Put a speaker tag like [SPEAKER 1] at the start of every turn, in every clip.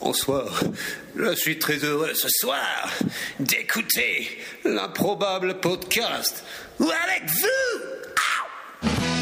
[SPEAKER 1] Bonsoir. Je suis très heureux ce soir d'écouter l'improbable podcast avec vous.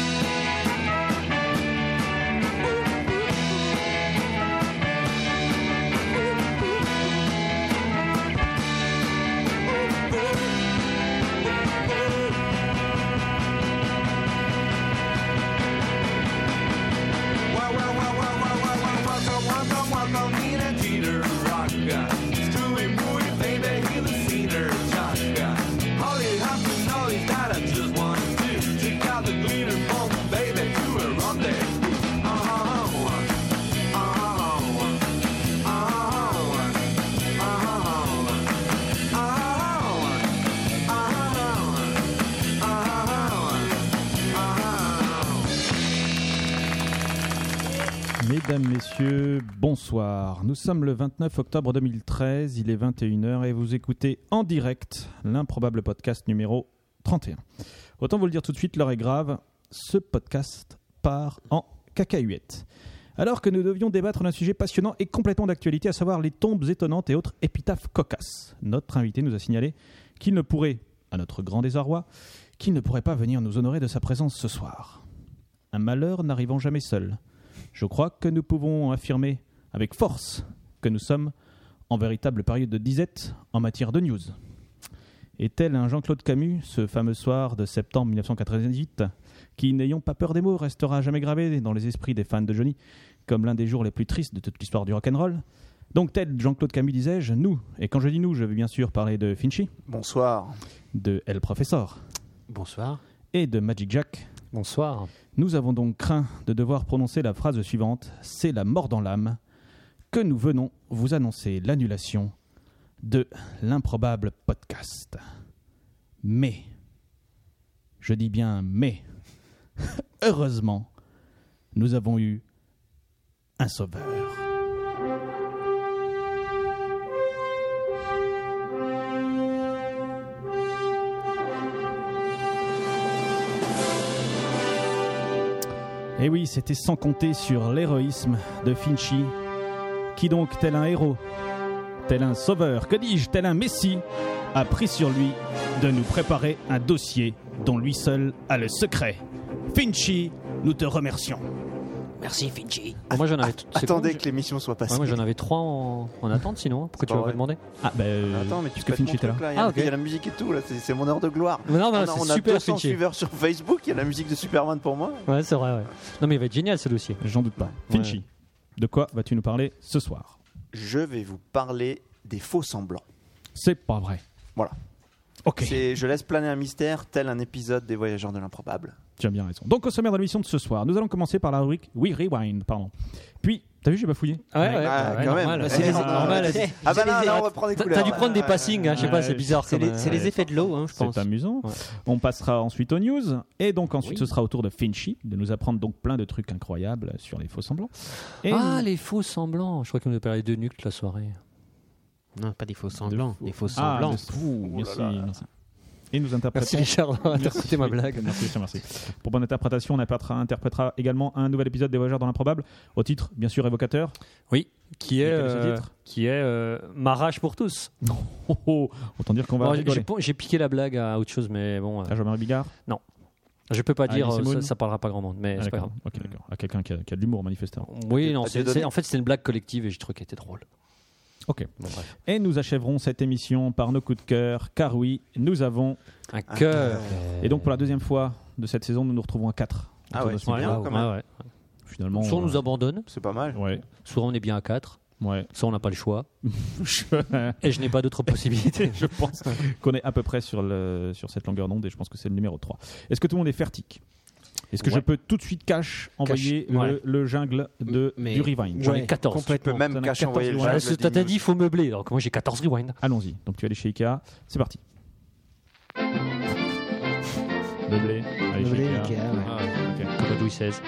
[SPEAKER 2] Mesdames, Messieurs, bonsoir. Nous sommes le 29 octobre 2013, il est 21h et vous écoutez en direct l'improbable podcast numéro 31. Autant vous le dire tout de suite, l'heure est grave, ce podcast part en cacahuète. Alors que nous devions débattre d'un sujet passionnant et complètement d'actualité, à savoir les tombes étonnantes et autres épitaphes cocasses, notre invité nous a signalé qu'il ne pourrait, à notre grand désarroi, qu'il ne pourrait pas venir nous honorer de sa présence ce soir. Un malheur n'arrivant jamais seul. Je crois que nous pouvons affirmer avec force que nous sommes en véritable période de disette en matière de news. Et tel un Jean-Claude Camus, ce fameux soir de septembre 1998, qui, n'ayant pas peur des mots, restera jamais gravé dans les esprits des fans de Johnny, comme l'un des jours les plus tristes de toute l'histoire du rock'n'roll. Donc tel Jean-Claude Camus disais-je, nous, et quand je dis nous, je veux bien sûr parler de Finchy,
[SPEAKER 3] Bonsoir.
[SPEAKER 2] de El Professor
[SPEAKER 4] Bonsoir.
[SPEAKER 2] et de Magic Jack,
[SPEAKER 4] Bonsoir.
[SPEAKER 2] Nous avons donc craint de devoir prononcer la phrase suivante, c'est la mort dans l'âme, que nous venons vous annoncer l'annulation de l'improbable podcast. Mais, je dis bien mais, heureusement, nous avons eu un sauveur. Et Eh oui, c'était sans compter sur l'héroïsme de Finchy, qui donc, tel un héros, tel un sauveur, que dis-je, tel un messie, a pris sur lui de nous préparer un dossier dont lui seul a le secret. Finchy, nous te remercions.
[SPEAKER 5] Merci Finchi.
[SPEAKER 4] moi j'en avais. t- c'est
[SPEAKER 3] Attendez
[SPEAKER 4] con,
[SPEAKER 3] que l'émission soit
[SPEAKER 4] j'ai-
[SPEAKER 3] passée.
[SPEAKER 4] Ouais, moi j'en avais trois en, en attente sinon. Pourquoi tu
[SPEAKER 3] pas
[SPEAKER 4] m'as pas
[SPEAKER 3] vrai.
[SPEAKER 4] demandé
[SPEAKER 2] Ah, bah, euh,
[SPEAKER 3] Attends, mais tu
[SPEAKER 2] parce que
[SPEAKER 3] peux
[SPEAKER 2] Finchy était là.
[SPEAKER 3] Il y, a
[SPEAKER 4] Ah,
[SPEAKER 3] la-
[SPEAKER 4] ok.
[SPEAKER 3] il y a la musique et tout, là, c'est c'est mon heure de gloire.
[SPEAKER 4] Non, non,
[SPEAKER 3] On a-
[SPEAKER 4] c'est
[SPEAKER 3] on a
[SPEAKER 4] super
[SPEAKER 3] 200
[SPEAKER 4] Finchi.
[SPEAKER 3] suiveurs sur Facebook, il y a la musique de Superman pour moi.
[SPEAKER 4] Ouais, c'est vrai. Ouais. Non mais il va être génial ce dossier.
[SPEAKER 2] J'en doute pas.
[SPEAKER 4] Ouais.
[SPEAKER 2] Finchy, de quoi vas-tu nous parler ce soir
[SPEAKER 3] Je vais vous parler des faux semblants.
[SPEAKER 2] C'est pas vrai.
[SPEAKER 3] Voilà.
[SPEAKER 2] Ok.
[SPEAKER 3] C'est- Je laisse planer un mystère, tel un épisode des Voyageurs de l'improbable.
[SPEAKER 2] Tu as bien raison. Donc, au sommaire de l'émission de ce soir, nous allons commencer par la rubrique We Rewind. Pardon. Puis, t'as vu, j'ai bafouillé
[SPEAKER 4] Ah ouais, ouais,
[SPEAKER 3] Ah,
[SPEAKER 4] bah ouais,
[SPEAKER 3] quand même.
[SPEAKER 4] normal.
[SPEAKER 3] Bah,
[SPEAKER 4] C'est
[SPEAKER 3] c'est-
[SPEAKER 4] normal,
[SPEAKER 3] ah,
[SPEAKER 4] normal.
[SPEAKER 3] c'est-
[SPEAKER 4] T'as-
[SPEAKER 3] Ah bah
[SPEAKER 5] J'ai
[SPEAKER 3] là,
[SPEAKER 5] les-
[SPEAKER 3] là, on va prendre des couleurs.
[SPEAKER 4] T'as dû
[SPEAKER 3] là.
[SPEAKER 4] prendre des
[SPEAKER 3] Ouais,
[SPEAKER 4] passings, hein, je sais
[SPEAKER 2] ouais,
[SPEAKER 4] pas,
[SPEAKER 2] ouais.
[SPEAKER 4] c'est bizarre.
[SPEAKER 5] C'est
[SPEAKER 4] comme,
[SPEAKER 5] les,
[SPEAKER 4] euh,
[SPEAKER 5] c'est les effets de l'eau, hein, je pense.
[SPEAKER 2] C'est amusant.
[SPEAKER 4] Ouais.
[SPEAKER 2] On passera ensuite aux news. Et donc ensuite,
[SPEAKER 4] Oui.
[SPEAKER 2] ce sera au tour de Finchy de nous apprendre donc plein de trucs incroyables sur les faux semblants. Et
[SPEAKER 4] Ah les faux semblants. Je crois qu'on nous parlait de nuque la soirée.
[SPEAKER 5] Non, pas des faux semblants, des faux
[SPEAKER 2] Ah,
[SPEAKER 5] semblants.
[SPEAKER 2] le- ouh, merci, merci. Et nous
[SPEAKER 4] Oh Merci
[SPEAKER 2] interprétons.
[SPEAKER 4] Richard d'avoir
[SPEAKER 2] Merci,
[SPEAKER 4] interprété ma
[SPEAKER 2] oui.
[SPEAKER 4] blague.
[SPEAKER 2] Merci, Richard, merci. Pour bonne interprétation, on interprétera, interprétera également un nouvel épisode des Voyageurs dans l'improbable au titre bien sûr évocateur.
[SPEAKER 4] Qui est
[SPEAKER 2] Et quel est ce
[SPEAKER 4] euh,
[SPEAKER 2] titre
[SPEAKER 4] qui est euh, ma rage pour tous.
[SPEAKER 2] Oh, oh, autant dire qu'on va
[SPEAKER 4] Bon, j'ai-
[SPEAKER 2] rigoler.
[SPEAKER 4] j'ai- J'ai piqué la blague à autre chose, mais bon, euh,
[SPEAKER 2] À Jean-Marie Bigard.
[SPEAKER 4] je peux pas
[SPEAKER 2] à
[SPEAKER 4] dire.
[SPEAKER 2] Alice
[SPEAKER 4] euh,
[SPEAKER 2] Moon
[SPEAKER 4] Ça, ça parlera pas grand monde, mais
[SPEAKER 2] Ah,
[SPEAKER 4] Eh, c'est pas grave.
[SPEAKER 2] d'accord. Ok, d'accord. À quelqu'un qui a, qui a de l'humour manifestement.
[SPEAKER 4] Oui,
[SPEAKER 3] Dieu-
[SPEAKER 4] non,
[SPEAKER 3] à
[SPEAKER 4] c'est-
[SPEAKER 3] Dieu
[SPEAKER 4] c'est-
[SPEAKER 3] donné.
[SPEAKER 4] en fait c'était une blague collective et j'ai trouvé qu'elle était drôle.
[SPEAKER 2] Ok.
[SPEAKER 4] Bon, bref.
[SPEAKER 2] Et nous achèverons cette émission par nos coups de cœur, car oui, nous avons
[SPEAKER 4] Un
[SPEAKER 3] Ah,
[SPEAKER 4] cœur.
[SPEAKER 2] Et donc pour la deuxième fois de cette saison, nous nous retrouvons à 4.
[SPEAKER 3] Ah ouais, c'est
[SPEAKER 4] Ouais,
[SPEAKER 3] bien,
[SPEAKER 4] ouais,
[SPEAKER 3] quand même.
[SPEAKER 4] ouais, ouais.
[SPEAKER 2] Finalement.
[SPEAKER 4] soit on nous
[SPEAKER 2] euh,
[SPEAKER 4] abandonne,
[SPEAKER 3] C'est pas mal.
[SPEAKER 2] Ouais,
[SPEAKER 4] soit on est bien à 4,
[SPEAKER 2] ouais.
[SPEAKER 4] soit on n'a pas le choix.
[SPEAKER 2] je,
[SPEAKER 4] Et je n'ai pas d'autre possibilité.
[SPEAKER 2] je pense qu'on est à peu près sur, le, sur cette longueur d'onde et je pense que c'est le numéro 3. Est-ce que tout le monde est fertique Est-ce que
[SPEAKER 4] Ouais.
[SPEAKER 2] je peux tout de suite cash envoyer le,
[SPEAKER 4] ouais.
[SPEAKER 2] le jungle de,
[SPEAKER 5] Mais-
[SPEAKER 2] du rewind
[SPEAKER 4] J'en ai
[SPEAKER 5] Ouais,
[SPEAKER 4] 14.
[SPEAKER 3] Tu peux
[SPEAKER 2] complètement. T'en as
[SPEAKER 3] même cacher
[SPEAKER 2] 14
[SPEAKER 3] envoyer le
[SPEAKER 2] loin.
[SPEAKER 4] Voilà,
[SPEAKER 3] jungle
[SPEAKER 4] ce-
[SPEAKER 3] des
[SPEAKER 4] t'as t'as
[SPEAKER 3] news.
[SPEAKER 4] dit, il faut meubler. Alors que moi j'ai 14 rewind.
[SPEAKER 2] Allons-y. Donc tu vas aller chez Ikea. C'est parti. Le blé. Allez
[SPEAKER 5] Doublé,
[SPEAKER 2] chez
[SPEAKER 5] Ikea,
[SPEAKER 2] Ikea.
[SPEAKER 5] ouais.
[SPEAKER 4] Comme à Louis XVI.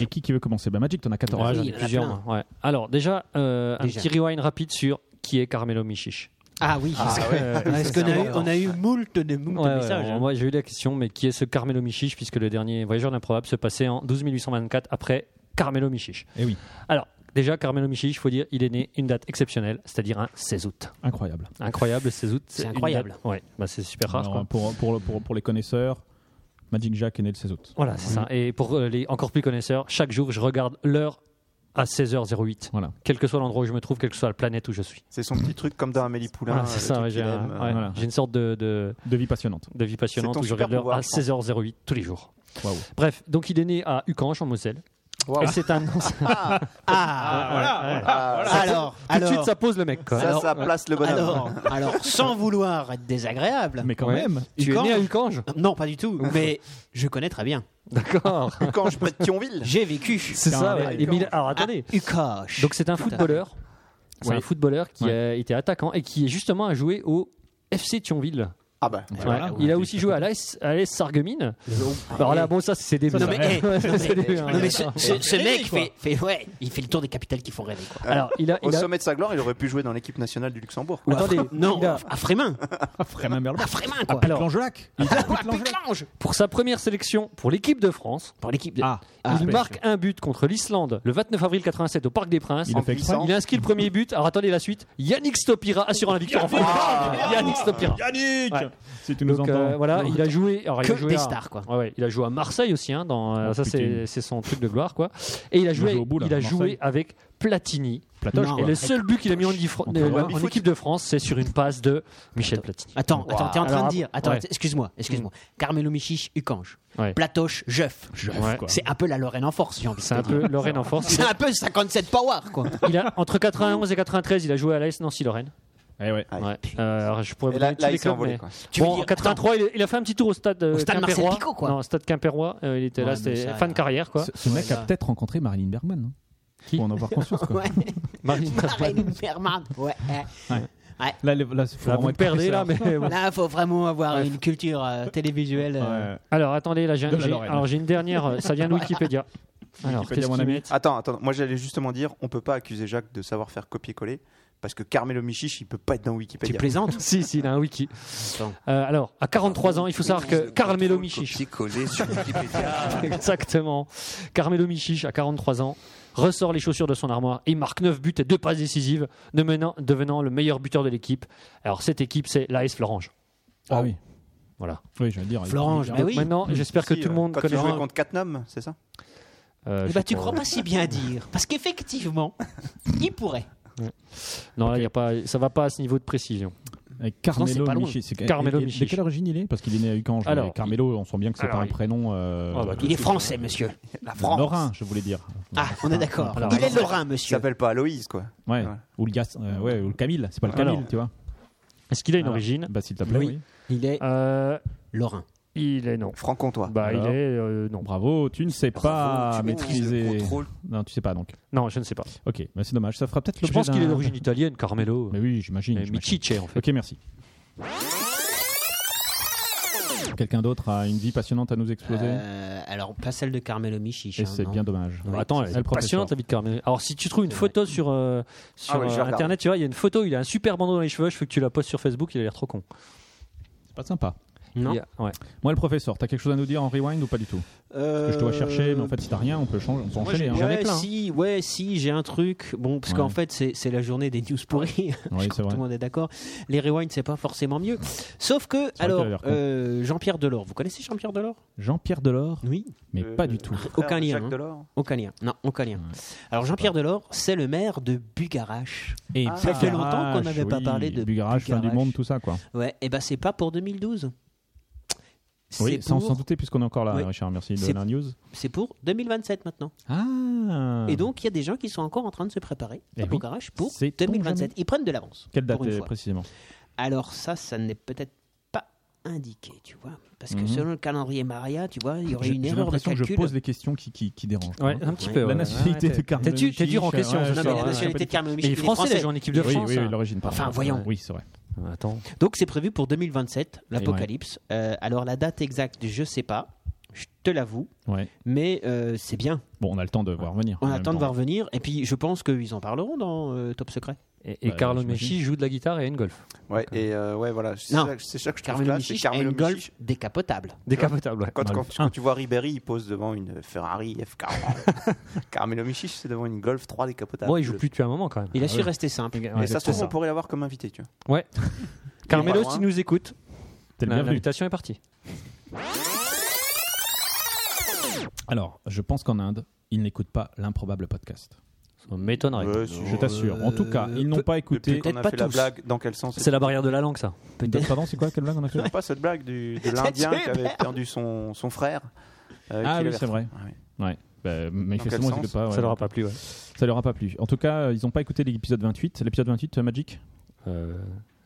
[SPEAKER 2] Et qui, qui veut commencer bah, Magic, t'en as 14.
[SPEAKER 4] Ouais,
[SPEAKER 5] oui,
[SPEAKER 4] j'en
[SPEAKER 5] il y
[SPEAKER 4] ai
[SPEAKER 5] en a
[SPEAKER 4] plusieurs.
[SPEAKER 5] plein.
[SPEAKER 4] moi. Ouais. Alors déjà, euh, un
[SPEAKER 5] Déjà.
[SPEAKER 4] petit rewind rapide sur qui est Carmelo Michich.
[SPEAKER 5] Ah oui,
[SPEAKER 3] Ah,
[SPEAKER 5] parce que-
[SPEAKER 3] ouais.
[SPEAKER 5] parce
[SPEAKER 3] Ça,
[SPEAKER 5] qu'on
[SPEAKER 3] c'est
[SPEAKER 5] a eu,
[SPEAKER 3] important.
[SPEAKER 5] on a eu moult de moult
[SPEAKER 4] Ouais, ouais,
[SPEAKER 5] de messages.
[SPEAKER 4] alors
[SPEAKER 5] hein.
[SPEAKER 4] Moi, j'ai eu la question, mais qui est ce Carmelo Michiche Puisque le dernier voyageur d'improbable se passait en 12 824 après Carmelo Michiche.
[SPEAKER 2] Eh oui,
[SPEAKER 4] Alors, déjà, Carmelo Michiche, il faut dire, il est né une date exceptionnelle, c'est-à-dire un 16 août.
[SPEAKER 2] incroyable.
[SPEAKER 4] Incroyable, 16 août.
[SPEAKER 5] C'est
[SPEAKER 4] une
[SPEAKER 5] incroyable.
[SPEAKER 4] date- Ouais, bah, c'est super rare.
[SPEAKER 2] Alors,
[SPEAKER 4] quoi.
[SPEAKER 2] pour, pour, le- pour, pour les connaisseurs, Magic Jack est né le 16 août.
[SPEAKER 4] Voilà, c'est ça. Et pour euh, les encore plus connaisseurs, chaque jour, je regarde l'heure à 16h08.
[SPEAKER 2] Voilà.
[SPEAKER 4] Quel que soit l'endroit où je me trouve, quelle que soit la planète où je suis.
[SPEAKER 3] C'est son petit truc comme dans Amélie Poulain.
[SPEAKER 4] Voilà,
[SPEAKER 3] euh,
[SPEAKER 4] c'est
[SPEAKER 3] Ah, le
[SPEAKER 4] ça.
[SPEAKER 3] truc
[SPEAKER 4] ouais, J'ai
[SPEAKER 3] qu'il
[SPEAKER 4] un-
[SPEAKER 3] aime, euh,
[SPEAKER 4] ouais,
[SPEAKER 2] Voilà.
[SPEAKER 4] j'ai une sorte de- de,
[SPEAKER 2] De vie passionnante.
[SPEAKER 4] de vie passionnante
[SPEAKER 3] C'est
[SPEAKER 4] où
[SPEAKER 3] ton
[SPEAKER 4] je
[SPEAKER 3] super
[SPEAKER 4] regarde l'heure
[SPEAKER 3] pouvoir,
[SPEAKER 4] à
[SPEAKER 3] je pense.
[SPEAKER 4] 16h08 tous les jours.
[SPEAKER 2] Waouh.
[SPEAKER 4] Bref, donc il est né à Ucanche en Moselle.
[SPEAKER 3] Wow.
[SPEAKER 4] Et c'est un.
[SPEAKER 5] Ah,
[SPEAKER 3] Ah,
[SPEAKER 5] alors,
[SPEAKER 4] Tout
[SPEAKER 5] alors,
[SPEAKER 4] de suite, ça pose le mec. Quoi.
[SPEAKER 3] Ça, ça place le bonhomme.
[SPEAKER 5] alors, alors, sans vouloir être désagréable.
[SPEAKER 2] Mais quand
[SPEAKER 4] Ah, Ouais.
[SPEAKER 2] même,
[SPEAKER 4] tu es
[SPEAKER 5] Ucange
[SPEAKER 4] né à Ucange
[SPEAKER 5] Non, pas du tout. Mais je connais très bien.
[SPEAKER 4] D'accord.
[SPEAKER 3] Quand je pète Thionville.
[SPEAKER 5] J'ai vécu.
[SPEAKER 4] c'est ça.
[SPEAKER 5] Carrément.
[SPEAKER 4] ouais. Et mais il- alors attendez.
[SPEAKER 5] Ukosh.
[SPEAKER 4] Donc c'est un footballeur. C'est
[SPEAKER 2] Ouais.
[SPEAKER 4] un footballeur qui
[SPEAKER 2] Ouais.
[SPEAKER 4] a été attaquant et qui justement a joué au FC Thionville.
[SPEAKER 3] Ah bah.
[SPEAKER 4] Ouais.
[SPEAKER 2] voilà.
[SPEAKER 4] Il a aussi joué à l'AS à l'AS Sarreguemines. Alors là, bon, ça c'est des
[SPEAKER 5] Non mais, eh, non, mais-
[SPEAKER 4] c'est début, hein.
[SPEAKER 5] non, mais ce, ce- ce
[SPEAKER 2] Rêver,
[SPEAKER 5] mec
[SPEAKER 2] quoi.
[SPEAKER 5] fait, fait- ouais, il fait le tour des capitales qui font rêver quoi.
[SPEAKER 4] Alors il a,
[SPEAKER 3] Au
[SPEAKER 4] il a-
[SPEAKER 3] sommet de sa gloire, il aurait pu jouer dans l'équipe nationale du Luxembourg.
[SPEAKER 4] Ou Attendez,
[SPEAKER 5] À Fr- non,
[SPEAKER 4] il a-
[SPEAKER 5] à Frémin,
[SPEAKER 4] Ah,
[SPEAKER 2] Frémin Merlin.
[SPEAKER 5] à Frémin quoi.
[SPEAKER 4] alors,
[SPEAKER 2] L'Angelac. Il a
[SPEAKER 5] Ah, Puclange.
[SPEAKER 4] pour sa première sélection pour l'équipe de France,
[SPEAKER 5] pour l'équipe de.
[SPEAKER 2] Ah,
[SPEAKER 4] il marque un but contre l'Islande le 29 avril 87 au Parc des Princes.
[SPEAKER 2] Il
[SPEAKER 3] En
[SPEAKER 2] a fait exprès.
[SPEAKER 3] puissance.
[SPEAKER 4] Il a inscrit le premier but. Alors attendez la suite. Yannick Stopira assurant la victoire en France. Yannick Stopira.
[SPEAKER 2] Yannick
[SPEAKER 4] Ouais.
[SPEAKER 2] Si tu nous
[SPEAKER 4] Donc euh,
[SPEAKER 2] entends.
[SPEAKER 4] voilà, il a joué. Alors, il
[SPEAKER 5] Que
[SPEAKER 4] a joué
[SPEAKER 5] des
[SPEAKER 4] à-
[SPEAKER 5] stars, quoi.
[SPEAKER 4] Ouais, ouais, il a joué à Marseille aussi. hein, dans, euh,
[SPEAKER 2] Oh,
[SPEAKER 4] ça
[SPEAKER 2] putain.
[SPEAKER 4] c'est c'est son truc de gloire quoi. Et il a joué.
[SPEAKER 2] joue au bout, là,
[SPEAKER 4] il a
[SPEAKER 2] à
[SPEAKER 4] joué
[SPEAKER 2] Marseille.
[SPEAKER 4] avec Platini.
[SPEAKER 2] Platoche,
[SPEAKER 5] Non.
[SPEAKER 4] Et
[SPEAKER 2] quoi.
[SPEAKER 4] le seul but qu'il a mis en, Ifro-
[SPEAKER 2] On peut
[SPEAKER 4] euh,
[SPEAKER 2] voir.
[SPEAKER 4] en équipe de France, c'est sur une passe de Michel Platini.
[SPEAKER 5] Attends, attends, t'es en train
[SPEAKER 4] Alors,
[SPEAKER 5] de dire. Attends,
[SPEAKER 4] ouais. Mm.
[SPEAKER 5] excuse-moi, excuse-moi. Carmelo Michich, Ucange,
[SPEAKER 4] Ouais.
[SPEAKER 5] Platoche, Jeuf.
[SPEAKER 4] Ouais.
[SPEAKER 2] quoi.
[SPEAKER 5] C'est un peu la Lorraine en force, j'ai envie de
[SPEAKER 4] C'est un
[SPEAKER 5] te dire.
[SPEAKER 4] peu Lorraine en force.
[SPEAKER 5] C'est un peu 57 power quoi.
[SPEAKER 4] Il a, entre 91 et 93, il a joué à l'AS Nancy-Lorraine.
[SPEAKER 2] Eh ouais.
[SPEAKER 5] Ah,
[SPEAKER 3] Aïe.
[SPEAKER 4] Ouais. Euh, alors, je pourrais vous
[SPEAKER 3] Et là,
[SPEAKER 4] donner tous
[SPEAKER 3] là,
[SPEAKER 4] les
[SPEAKER 3] il s'est
[SPEAKER 4] clubs,
[SPEAKER 3] envolé.
[SPEAKER 4] mais-
[SPEAKER 3] Quoi.
[SPEAKER 5] Tu veux
[SPEAKER 4] Bon, en
[SPEAKER 5] dire-
[SPEAKER 4] 83, il, il a fait un petit tour au stade euh,
[SPEAKER 5] Au stade Marcel
[SPEAKER 4] Quimpérois.
[SPEAKER 5] Picot, quoi.
[SPEAKER 4] Non, au stade Quimpérois. euh, il était
[SPEAKER 5] Ouais,
[SPEAKER 4] là,
[SPEAKER 5] mais
[SPEAKER 4] c'était
[SPEAKER 5] ça,
[SPEAKER 4] fin de
[SPEAKER 5] ouais.
[SPEAKER 4] carrière, quoi.
[SPEAKER 2] Ce, ce mec
[SPEAKER 5] Voilà.
[SPEAKER 2] a peut-être rencontré Marilyn Bergman. hein.
[SPEAKER 4] Qui
[SPEAKER 2] Faut en avoir conscience. Quoi.
[SPEAKER 5] Ouais.
[SPEAKER 4] Marine
[SPEAKER 5] Marine Bergman. Ouais. hein.
[SPEAKER 2] Là, le- là, faut
[SPEAKER 4] Là,
[SPEAKER 2] vraiment
[SPEAKER 4] vous
[SPEAKER 2] être
[SPEAKER 4] perdez, là,
[SPEAKER 2] professeur.
[SPEAKER 4] mais bon.
[SPEAKER 5] Là, faut vraiment avoir une culture euh, télévisuelle. euh,
[SPEAKER 2] Ouais.
[SPEAKER 4] Alors, attendez, là, j'ai
[SPEAKER 2] De la
[SPEAKER 4] j'ai-
[SPEAKER 2] Lorraine.
[SPEAKER 4] alors, j'ai une dernière. euh, Ça vient de Wikipédia. Alors,
[SPEAKER 2] Wikipédia,
[SPEAKER 4] qu'est-ce
[SPEAKER 2] mon
[SPEAKER 4] qu'ils
[SPEAKER 2] ami.
[SPEAKER 5] Ah,
[SPEAKER 4] mettent
[SPEAKER 3] Attends, attends. Moi, j'allais justement dire, on peut pas accuser Jacques de savoir faire copier-coller parce que Carmelo Michich, il peut pas être dans
[SPEAKER 5] Tu
[SPEAKER 3] Wikipédia.
[SPEAKER 5] plaisantes
[SPEAKER 4] Si, si, il a un wiki. Euh, alors, à 43 ans, il faut savoir que Carmelo Michiche,
[SPEAKER 1] collé sur Wikipédia.
[SPEAKER 4] Exactement. Carmelo Michich, à 43 ans, ressort les chaussures de son armoire et marque 9 buts et 2 passes décisives, devenant, devenant le meilleur buteur de l'équipe. Alors, cette équipe, c'est l'AS Florange.
[SPEAKER 2] Ah oui.
[SPEAKER 4] Voilà.
[SPEAKER 2] Oui, je veux dire. il-
[SPEAKER 5] Florange,
[SPEAKER 2] il-
[SPEAKER 5] mais bah oui.
[SPEAKER 4] Maintenant, j'espère que
[SPEAKER 3] Si,
[SPEAKER 4] tout le
[SPEAKER 3] euh,
[SPEAKER 4] monde
[SPEAKER 3] Quand il
[SPEAKER 4] connaît.
[SPEAKER 3] jouait contre Catnum, c'est ça
[SPEAKER 4] Euh,
[SPEAKER 5] Eh
[SPEAKER 4] je
[SPEAKER 5] ben,
[SPEAKER 4] sais
[SPEAKER 5] tu crois pas si bien dire. Parce qu'effectivement, il pourrait.
[SPEAKER 4] Non, là, y a pas, ça va pas à ce niveau de précision.
[SPEAKER 2] Avec
[SPEAKER 4] Non, Ah c'est
[SPEAKER 2] Carmelo
[SPEAKER 4] pas loin.
[SPEAKER 2] Michi. c'est-
[SPEAKER 4] Carmelo
[SPEAKER 2] et- et- De
[SPEAKER 4] Michi.
[SPEAKER 2] quelle origine il est Parce qu'il est né à Ucange.
[SPEAKER 4] Alors,
[SPEAKER 2] mais Carmelo, on sent bien que c'est
[SPEAKER 4] alors,
[SPEAKER 2] pas un
[SPEAKER 4] il-
[SPEAKER 2] prénom. euh,
[SPEAKER 4] Ah, bah, tout
[SPEAKER 5] Il est français, monsieur. La France.
[SPEAKER 2] Lorrain, je voulais dire.
[SPEAKER 5] Ah, on est d'accord.
[SPEAKER 4] Alors,
[SPEAKER 5] Il est
[SPEAKER 4] alors,
[SPEAKER 5] Lorrain,
[SPEAKER 3] Il
[SPEAKER 5] monsieur.
[SPEAKER 3] s'appelle pas Aloïse, quoi.
[SPEAKER 2] Ouais.
[SPEAKER 3] Ouais.
[SPEAKER 2] Ou le Gas. euh, ouais, ou le Camille. C'est pas le
[SPEAKER 4] Alors.
[SPEAKER 2] Camille, tu vois.
[SPEAKER 4] Est-ce qu'il a une
[SPEAKER 2] Alors.
[SPEAKER 4] origine
[SPEAKER 2] Bah, s'il te plaît.
[SPEAKER 5] Oui.
[SPEAKER 2] oui.
[SPEAKER 5] Il est
[SPEAKER 4] Euh,
[SPEAKER 5] Lorrain.
[SPEAKER 4] Il est non.
[SPEAKER 3] Franc-comtois.
[SPEAKER 4] Bah,
[SPEAKER 2] Alors.
[SPEAKER 4] il est euh, non.
[SPEAKER 2] Bravo, tu ne sais pas
[SPEAKER 1] tu maîtrises le
[SPEAKER 2] maîtriser.
[SPEAKER 1] contrôle.
[SPEAKER 2] Non, tu sais pas donc.
[SPEAKER 4] Non, je ne sais pas.
[SPEAKER 2] Ok, bah, c'est dommage. Ça fera peut-être
[SPEAKER 4] Je
[SPEAKER 2] l'objet
[SPEAKER 4] pense qu'il
[SPEAKER 2] d'un-
[SPEAKER 4] est d'origine italienne, Carmelo.
[SPEAKER 2] Mais oui, j'imagine.
[SPEAKER 4] Euh,
[SPEAKER 2] j'imagine.
[SPEAKER 4] Michiche, en fait.
[SPEAKER 2] Ok, merci. Quelqu'un d'autre a une vie passionnante à nous exposer
[SPEAKER 5] Euh, alors, pas celle de Carmelo Michich.
[SPEAKER 2] Et
[SPEAKER 5] hein,
[SPEAKER 2] c'est
[SPEAKER 5] non.
[SPEAKER 2] bien dommage.
[SPEAKER 4] Bah, attends,
[SPEAKER 2] c'est
[SPEAKER 4] elle
[SPEAKER 2] le
[SPEAKER 4] est
[SPEAKER 2] professeur.
[SPEAKER 4] passionnante la vie de Carmelo. Alors, si tu trouves une
[SPEAKER 5] C'est
[SPEAKER 4] photo sur, euh, sur
[SPEAKER 3] Ah ouais, je vais
[SPEAKER 4] euh,
[SPEAKER 3] regarder.
[SPEAKER 4] internet, tu vois, il y a une photo, il a un super bandeau dans les cheveux, je veux que tu la postes sur Facebook, il a l'air trop con.
[SPEAKER 2] C'est pas sympa.
[SPEAKER 5] Non.
[SPEAKER 4] Il y a- ouais.
[SPEAKER 2] Moi, le professeur, t'as quelque chose à nous dire en rewind ou pas du tout Parce Que je dois chercher, mais en fait, si t'as rien, on peut changer, on peut
[SPEAKER 5] Euh, Moi, j'ai-
[SPEAKER 2] enchaîner. hein.
[SPEAKER 5] ouais,
[SPEAKER 4] j'en ai plein, hein.
[SPEAKER 5] Si, ouais, si, j'ai un truc. Bon, parce
[SPEAKER 2] Ouais.
[SPEAKER 5] qu'en fait, c'est c'est la journée des news pourries. Je
[SPEAKER 2] Oui,
[SPEAKER 5] crois
[SPEAKER 2] c'est
[SPEAKER 5] que
[SPEAKER 2] vrai.
[SPEAKER 5] Tout le monde est d'accord. Les rewinds, c'est pas forcément mieux. Sauf que,
[SPEAKER 2] qu'il
[SPEAKER 5] alors,
[SPEAKER 2] a l'air con.
[SPEAKER 5] euh, Jean-Pierre Delors. Vous connaissez Jean-Pierre Delors
[SPEAKER 2] Jean-Pierre Delors,
[SPEAKER 5] Oui.
[SPEAKER 2] mais
[SPEAKER 3] Euh,
[SPEAKER 2] pas du tout.
[SPEAKER 3] frère
[SPEAKER 5] Aucun
[SPEAKER 3] de
[SPEAKER 5] lien,
[SPEAKER 3] Jacques
[SPEAKER 5] hein.
[SPEAKER 3] Delors.
[SPEAKER 5] Aucun lien. Non, aucun lien.
[SPEAKER 2] Ouais.
[SPEAKER 5] Alors, Jean-Pierre Delors, c'est le maire de Bugarache.
[SPEAKER 2] Et
[SPEAKER 3] Ah, ça fait
[SPEAKER 2] Bugarach,
[SPEAKER 5] longtemps qu'on n'avait pas
[SPEAKER 2] oui,
[SPEAKER 5] parlé de
[SPEAKER 2] Bugarach, fin du
[SPEAKER 5] Bugarach.
[SPEAKER 2] monde, tout ça, quoi.
[SPEAKER 5] Ouais, et ben c'est pas pour 2012. C'est
[SPEAKER 2] Oui, sans
[SPEAKER 5] pour,
[SPEAKER 2] s'en douter, puisqu'on est encore là,
[SPEAKER 5] Oui.
[SPEAKER 2] Richard. Merci de
[SPEAKER 5] C'est-
[SPEAKER 2] la news.
[SPEAKER 5] c'est pour 2027 maintenant.
[SPEAKER 2] Ah
[SPEAKER 5] Et donc, il y a des gens qui sont encore en train de se préparer
[SPEAKER 2] Eh
[SPEAKER 5] à
[SPEAKER 2] oui.
[SPEAKER 5] Bugarache pour
[SPEAKER 2] Sait-on
[SPEAKER 5] 2027.
[SPEAKER 2] jamais.
[SPEAKER 5] Ils prennent de l'avance.
[SPEAKER 2] Quelle date
[SPEAKER 5] pour une
[SPEAKER 2] est
[SPEAKER 5] fois.
[SPEAKER 2] précisément
[SPEAKER 5] Alors ça, ça n'est peut-être pas indiqué, tu vois. Parce que
[SPEAKER 2] Mhm.
[SPEAKER 5] selon le calendrier Maria, tu vois, il y aurait
[SPEAKER 2] J'ai-
[SPEAKER 5] une
[SPEAKER 2] j'ai
[SPEAKER 5] erreur de
[SPEAKER 2] l'impression que
[SPEAKER 5] calcul.
[SPEAKER 2] je pose des questions qui, qui, qui dérangent.
[SPEAKER 4] Ouais,
[SPEAKER 2] hein.
[SPEAKER 4] un petit
[SPEAKER 5] Ouais.
[SPEAKER 4] peu.
[SPEAKER 2] La
[SPEAKER 4] ouais.
[SPEAKER 2] nationalité
[SPEAKER 4] Ouais,
[SPEAKER 2] de euh, Carmelo
[SPEAKER 4] T'es t'es dur en
[SPEAKER 2] Michich,
[SPEAKER 4] question.
[SPEAKER 2] ouais,
[SPEAKER 4] ce
[SPEAKER 5] Non, mais
[SPEAKER 4] soir,
[SPEAKER 5] la
[SPEAKER 4] hein.
[SPEAKER 5] nationalité de Carmelo
[SPEAKER 4] Mais
[SPEAKER 5] Michel,
[SPEAKER 4] les Français, là, jouent en équipe de
[SPEAKER 2] Oui,
[SPEAKER 4] France.
[SPEAKER 2] oui,
[SPEAKER 4] hein.
[SPEAKER 2] oui, l'origine. pardon.
[SPEAKER 5] Enfin, voyons.
[SPEAKER 2] Oui, c'est vrai.
[SPEAKER 4] Attends.
[SPEAKER 5] Donc c'est prévu pour 2027, l'apocalypse. Euh, alors la date exacte, je sais pas. Je te l'avoue.
[SPEAKER 2] Ouais.
[SPEAKER 5] Mais euh, c'est bien.
[SPEAKER 2] Bon, on a le temps de voir venir.
[SPEAKER 5] On
[SPEAKER 2] en même
[SPEAKER 5] attend de
[SPEAKER 2] temps.
[SPEAKER 5] voir venir. Et puis, je pense qu'ils en parleront dans euh, Top Secret.
[SPEAKER 4] Et, et
[SPEAKER 2] Bah,
[SPEAKER 4] Carlo
[SPEAKER 2] j'imagine.
[SPEAKER 4] Messi joue de la guitare et a une golf.
[SPEAKER 3] Ouais, et euh, ouais, voilà. C'est
[SPEAKER 5] Non.
[SPEAKER 3] ça, c'est ça que je trouve
[SPEAKER 5] Carmelo
[SPEAKER 3] là, c'est
[SPEAKER 5] Michich a une
[SPEAKER 3] Carmelo
[SPEAKER 5] golf
[SPEAKER 3] Michich.
[SPEAKER 5] décapotable.
[SPEAKER 4] Décapotable. ouais.
[SPEAKER 3] Quand,
[SPEAKER 2] Golf
[SPEAKER 3] quand- parce que
[SPEAKER 2] un.
[SPEAKER 3] tu vois Ribéry, il pose devant une Ferrari F40. Carmelo Michich, c'est devant une Golf 3 décapotable.
[SPEAKER 4] Bon, il joue plus depuis un moment quand même.
[SPEAKER 5] Il a
[SPEAKER 2] Ah
[SPEAKER 5] su
[SPEAKER 2] ouais.
[SPEAKER 5] rester simple.
[SPEAKER 4] Ouais,
[SPEAKER 3] Mais ça se
[SPEAKER 4] c'est
[SPEAKER 3] trouve, on pourrait l'avoir comme invité, tu vois.
[SPEAKER 4] Carmelo,
[SPEAKER 3] loin.
[SPEAKER 4] si nous écoute,
[SPEAKER 2] T'es le
[SPEAKER 4] la-
[SPEAKER 2] bienvenu.
[SPEAKER 4] l'invitation est partie.
[SPEAKER 2] Alors, je pense qu'en Inde, ils n'écoutent pas l'improbable podcast.
[SPEAKER 4] Ça m'étonnerait.
[SPEAKER 3] Ouais, si-
[SPEAKER 2] Je t'assure. En tout cas, ils n'ont pas
[SPEAKER 3] Depuis
[SPEAKER 2] écouté.
[SPEAKER 3] qu'on a
[SPEAKER 5] pas
[SPEAKER 3] fait la
[SPEAKER 5] tous.
[SPEAKER 3] blague, dans quel sens
[SPEAKER 4] C'est la barrière de la langue, ça.
[SPEAKER 2] Peut-être- Pardon, c'est quoi quelle blague on a fait
[SPEAKER 3] Non, pas cette blague du, de l'Indien qui avait perdu son, son frère. euh,
[SPEAKER 2] Ah
[SPEAKER 3] qui
[SPEAKER 2] oui,
[SPEAKER 3] l'avait
[SPEAKER 2] c'est vrai.
[SPEAKER 3] Ah oui.
[SPEAKER 2] Ouais. Bah, manifestement,
[SPEAKER 3] sens
[SPEAKER 2] ils écoutent pas. ouais.
[SPEAKER 4] Ça leur a pas plu, ouais.
[SPEAKER 2] Ça leur a pas plu. En tout cas, euh, ils n'ont pas écouté l'épisode 28. L'épisode 28, euh, Magic
[SPEAKER 4] Euh,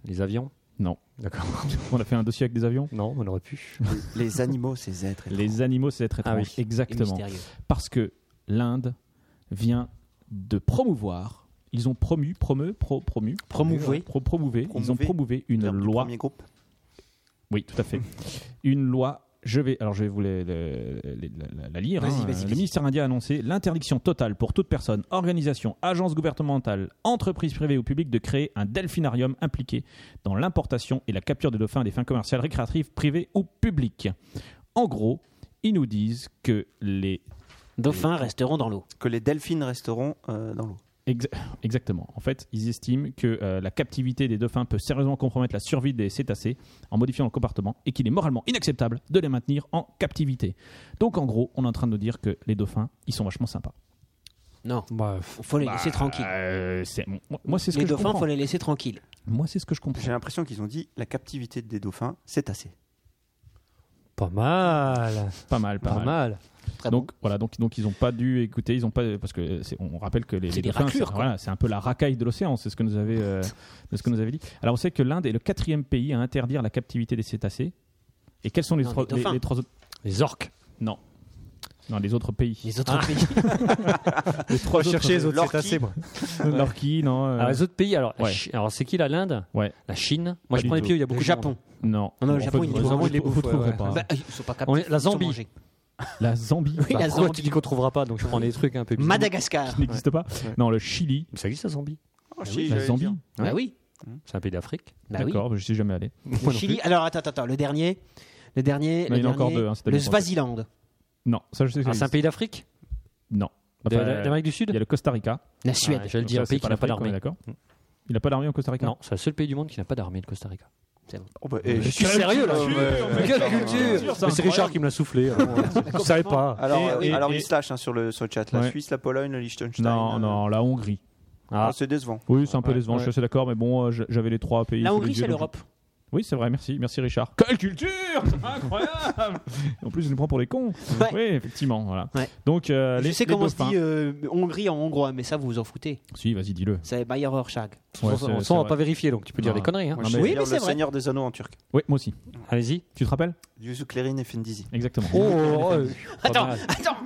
[SPEAKER 4] les avions
[SPEAKER 2] Non.
[SPEAKER 4] D'accord.
[SPEAKER 2] On a fait un dossier avec des avions.
[SPEAKER 4] Non, on aurait pu.
[SPEAKER 3] Les animaux, ces êtres.
[SPEAKER 2] Les animaux, c'est être
[SPEAKER 4] Ah
[SPEAKER 2] étrange.
[SPEAKER 5] Et
[SPEAKER 2] Exactement.
[SPEAKER 5] mystérieux.
[SPEAKER 2] Parce que l'Inde vient de promouvoir. Ils ont promu, promeu, pro, promu,
[SPEAKER 5] Promouvé.
[SPEAKER 2] pro- promouvé. Ils ont
[SPEAKER 3] Promouvé.
[SPEAKER 2] promouvé une
[SPEAKER 3] Terme du
[SPEAKER 2] loi
[SPEAKER 3] Premier groupe.
[SPEAKER 2] Oui, tout à fait. Une loi. Je vais, alors je vais vous les- les- les- la, la- la lire. hein.
[SPEAKER 5] Vas-y, vas-y,
[SPEAKER 2] Le
[SPEAKER 5] vas-y.
[SPEAKER 2] ministère indien a annoncé l'interdiction totale pour toute personne, organisation, agence gouvernementale, entreprise privée ou publique de créer un delphinarium impliqué dans l'importation et la capture de dauphins à des fins commerciales, récréatives, privées ou publiques. En gros, ils nous disent que les
[SPEAKER 5] Dauphins resteront dans l'eau.
[SPEAKER 3] Que les delphines resteront euh, dans l'eau.
[SPEAKER 2] Ex- Exactement. En fait, ils estiment que euh, la captivité des dauphins peut sérieusement compromettre la survie des cétacés en modifiant le comportement et qu'il est moralement inacceptable de les maintenir en captivité. Donc, en gros, on est en train de nous dire que les dauphins, ils sont vachement sympas.
[SPEAKER 5] Non,
[SPEAKER 4] Bref.
[SPEAKER 5] faut les laisser tranquilles.
[SPEAKER 2] Euh, c'est- moi- moi, c'est ce
[SPEAKER 5] Les
[SPEAKER 2] que je
[SPEAKER 5] dauphins,
[SPEAKER 2] comprends.
[SPEAKER 5] faut les laisser tranquilles.
[SPEAKER 2] Moi, c'est ce que je comprends.
[SPEAKER 3] J'ai l'impression qu'ils ont dit la captivité des dauphins, c'est assez.
[SPEAKER 4] Pas mal.
[SPEAKER 2] Pas mal, pas,
[SPEAKER 4] Pas,
[SPEAKER 2] mal.
[SPEAKER 4] mal.
[SPEAKER 5] Très
[SPEAKER 2] donc voilà, donc, donc ils n'ont pas dû écouter, ils ont pas parce que c'est- on rappelle que les,
[SPEAKER 5] C'est
[SPEAKER 2] les
[SPEAKER 5] des
[SPEAKER 2] dauphins, c'est
[SPEAKER 5] raclures, quoi.
[SPEAKER 2] voilà, c'est un peu la racaille de l'océan, c'est ce que nous avez, euh, de ce que nous avez dit. Alors on sait que l'Inde est le quatrième pays à interdire la captivité des cétacés. Et quels sont les,
[SPEAKER 5] Non,
[SPEAKER 2] trois,
[SPEAKER 5] des dauphins.
[SPEAKER 2] les- les trois autres
[SPEAKER 4] Les orques. Ah.
[SPEAKER 2] Non, non les autres pays.
[SPEAKER 5] Les autres pays.
[SPEAKER 2] Les trois autres-
[SPEAKER 3] l'ortie.
[SPEAKER 4] moi.
[SPEAKER 2] L'orchie, non. euh,
[SPEAKER 4] Alors, Ah, les autres pays, alors, la
[SPEAKER 2] Ouais.
[SPEAKER 4] Chi- alors c'est qui là, l'Inde
[SPEAKER 2] Ouais.
[SPEAKER 4] La Chine
[SPEAKER 2] Pas
[SPEAKER 4] Moi, je prends
[SPEAKER 2] du
[SPEAKER 4] les
[SPEAKER 2] tout.
[SPEAKER 4] pays où il y a beaucoup
[SPEAKER 5] Le
[SPEAKER 4] de
[SPEAKER 5] Japon.
[SPEAKER 2] Non.
[SPEAKER 5] Non, non, le
[SPEAKER 2] En
[SPEAKER 5] Japon,
[SPEAKER 2] fait,
[SPEAKER 5] ils
[SPEAKER 2] vous-
[SPEAKER 5] les
[SPEAKER 2] vous-
[SPEAKER 5] bouffent,
[SPEAKER 2] vous-
[SPEAKER 4] ils les
[SPEAKER 2] vous
[SPEAKER 4] bouffent,
[SPEAKER 2] trouverez
[SPEAKER 4] ouais,
[SPEAKER 2] pas.
[SPEAKER 5] Bah, ils sont pas
[SPEAKER 4] On
[SPEAKER 5] capables.
[SPEAKER 4] est- la
[SPEAKER 5] ils sont
[SPEAKER 4] Zambie.
[SPEAKER 5] mangés.
[SPEAKER 2] La Zambie,
[SPEAKER 5] Oui,
[SPEAKER 2] bah,
[SPEAKER 5] la
[SPEAKER 2] qui
[SPEAKER 4] Pourquoi tu dis
[SPEAKER 5] Zambie.
[SPEAKER 4] qu'on trouvera pas Donc je prends des trucs un peu bizarres.
[SPEAKER 5] Madagascar.
[SPEAKER 2] n'existe pas. Non, le Chili,
[SPEAKER 4] Ça existe la Zambie
[SPEAKER 3] Oh,
[SPEAKER 4] oui,
[SPEAKER 3] si,
[SPEAKER 2] Ah la
[SPEAKER 3] j'allais
[SPEAKER 2] Zambie.
[SPEAKER 3] dire.
[SPEAKER 5] Bah oui.
[SPEAKER 4] Ah, C'est un pays d'Afrique.
[SPEAKER 5] Bah oui.
[SPEAKER 2] D'accord, je suis jamais allé.
[SPEAKER 4] Moi
[SPEAKER 5] Le
[SPEAKER 4] non
[SPEAKER 5] Chili. Alors attends, attends, attends. Le dernier. Le dernier.
[SPEAKER 2] Non,
[SPEAKER 5] le
[SPEAKER 2] il y en a
[SPEAKER 5] dernier,
[SPEAKER 2] encore deux, hein, c'est
[SPEAKER 5] le
[SPEAKER 2] tellement complet.
[SPEAKER 5] Swaziland.
[SPEAKER 2] Non, ça je sais. que
[SPEAKER 4] plus.
[SPEAKER 2] ça
[SPEAKER 4] Ah, c'est un Ah, bah,
[SPEAKER 2] existe.
[SPEAKER 4] pays d'Afrique
[SPEAKER 2] Non.
[SPEAKER 4] De-
[SPEAKER 2] Enfin,
[SPEAKER 4] de- D'Amérique du Sud
[SPEAKER 2] Bah, il y a le Costa Rica.
[SPEAKER 5] La
[SPEAKER 4] Ouais,
[SPEAKER 5] Suède.
[SPEAKER 4] J'allais
[SPEAKER 2] Donc
[SPEAKER 4] dire
[SPEAKER 2] ça,
[SPEAKER 4] un
[SPEAKER 2] c'est
[SPEAKER 4] pays qui n'a pas
[SPEAKER 2] l'Afrique, on est
[SPEAKER 4] d'armée.
[SPEAKER 2] D'accord. Il n'a pas d'armée en Costa Rica. Euh,
[SPEAKER 4] Non, c'est le seul pays du monde qui n'a pas d'armée, le Costa Rica.
[SPEAKER 3] Oh, bah, et-
[SPEAKER 4] Je suis sérieux là Mais Quelle culture
[SPEAKER 2] c'est
[SPEAKER 4] Mais C'est Richard
[SPEAKER 2] incroyable.
[SPEAKER 4] qui me l'a soufflé. Je savais pas.
[SPEAKER 3] Alors,
[SPEAKER 2] Et-
[SPEAKER 3] euh,
[SPEAKER 2] et-
[SPEAKER 3] alors
[SPEAKER 2] et-
[SPEAKER 3] ils se lâchent hein, sur, le, sur le chat. La
[SPEAKER 2] Ouais.
[SPEAKER 3] Suisse, la Pologne, le Liechtenstein.
[SPEAKER 2] Non,
[SPEAKER 3] euh,
[SPEAKER 2] non, la Hongrie.
[SPEAKER 3] ah,
[SPEAKER 4] Ah,
[SPEAKER 3] c'est décevant.
[SPEAKER 2] Oui, c'est un peu
[SPEAKER 4] Ouais,
[SPEAKER 2] décevant, je
[SPEAKER 4] ouais.
[SPEAKER 2] suis assez d'accord, mais bon, euh, je- j'avais les trois pays.
[SPEAKER 5] La
[SPEAKER 2] sous les
[SPEAKER 5] Hongrie,
[SPEAKER 2] yeux,
[SPEAKER 5] c'est
[SPEAKER 2] donc-
[SPEAKER 5] l'Europe.
[SPEAKER 2] Oui, c'est vrai, merci, merci Richard. Quelle culture Incroyable En plus, je nous prends pour les cons.
[SPEAKER 5] Ouais.
[SPEAKER 2] Oui, effectivement, voilà.
[SPEAKER 5] Ouais.
[SPEAKER 2] Donc, euh, les,
[SPEAKER 5] je sais
[SPEAKER 2] les
[SPEAKER 5] comment on se
[SPEAKER 2] dauphins-
[SPEAKER 5] dit euh, Hongrie en hongrois, mais ça vous vous en foutez.
[SPEAKER 2] Si, vas-y, dis-le.
[SPEAKER 5] C'est Bayer Rorschach.
[SPEAKER 2] Ouais,
[SPEAKER 4] on
[SPEAKER 2] c'est-
[SPEAKER 4] sent,
[SPEAKER 2] c'est
[SPEAKER 4] on va
[SPEAKER 2] vrai.
[SPEAKER 4] pas vérifier, donc tu peux dire
[SPEAKER 2] Non.
[SPEAKER 4] des conneries. hein.
[SPEAKER 3] Moi,
[SPEAKER 2] Non,
[SPEAKER 3] je
[SPEAKER 2] mais-
[SPEAKER 3] sais
[SPEAKER 5] Oui,
[SPEAKER 3] dire
[SPEAKER 5] mais c'est
[SPEAKER 3] le
[SPEAKER 5] vrai.
[SPEAKER 3] Seigneur des Anneaux en turc.
[SPEAKER 2] Oui, moi aussi.
[SPEAKER 4] Allez-y.
[SPEAKER 2] Tu te rappelles
[SPEAKER 3] Yuzu Klerin et Fendizi.
[SPEAKER 2] Exactement.
[SPEAKER 4] Oh, oh, oh, pas
[SPEAKER 5] Attends,
[SPEAKER 4] mal.
[SPEAKER 5] attends,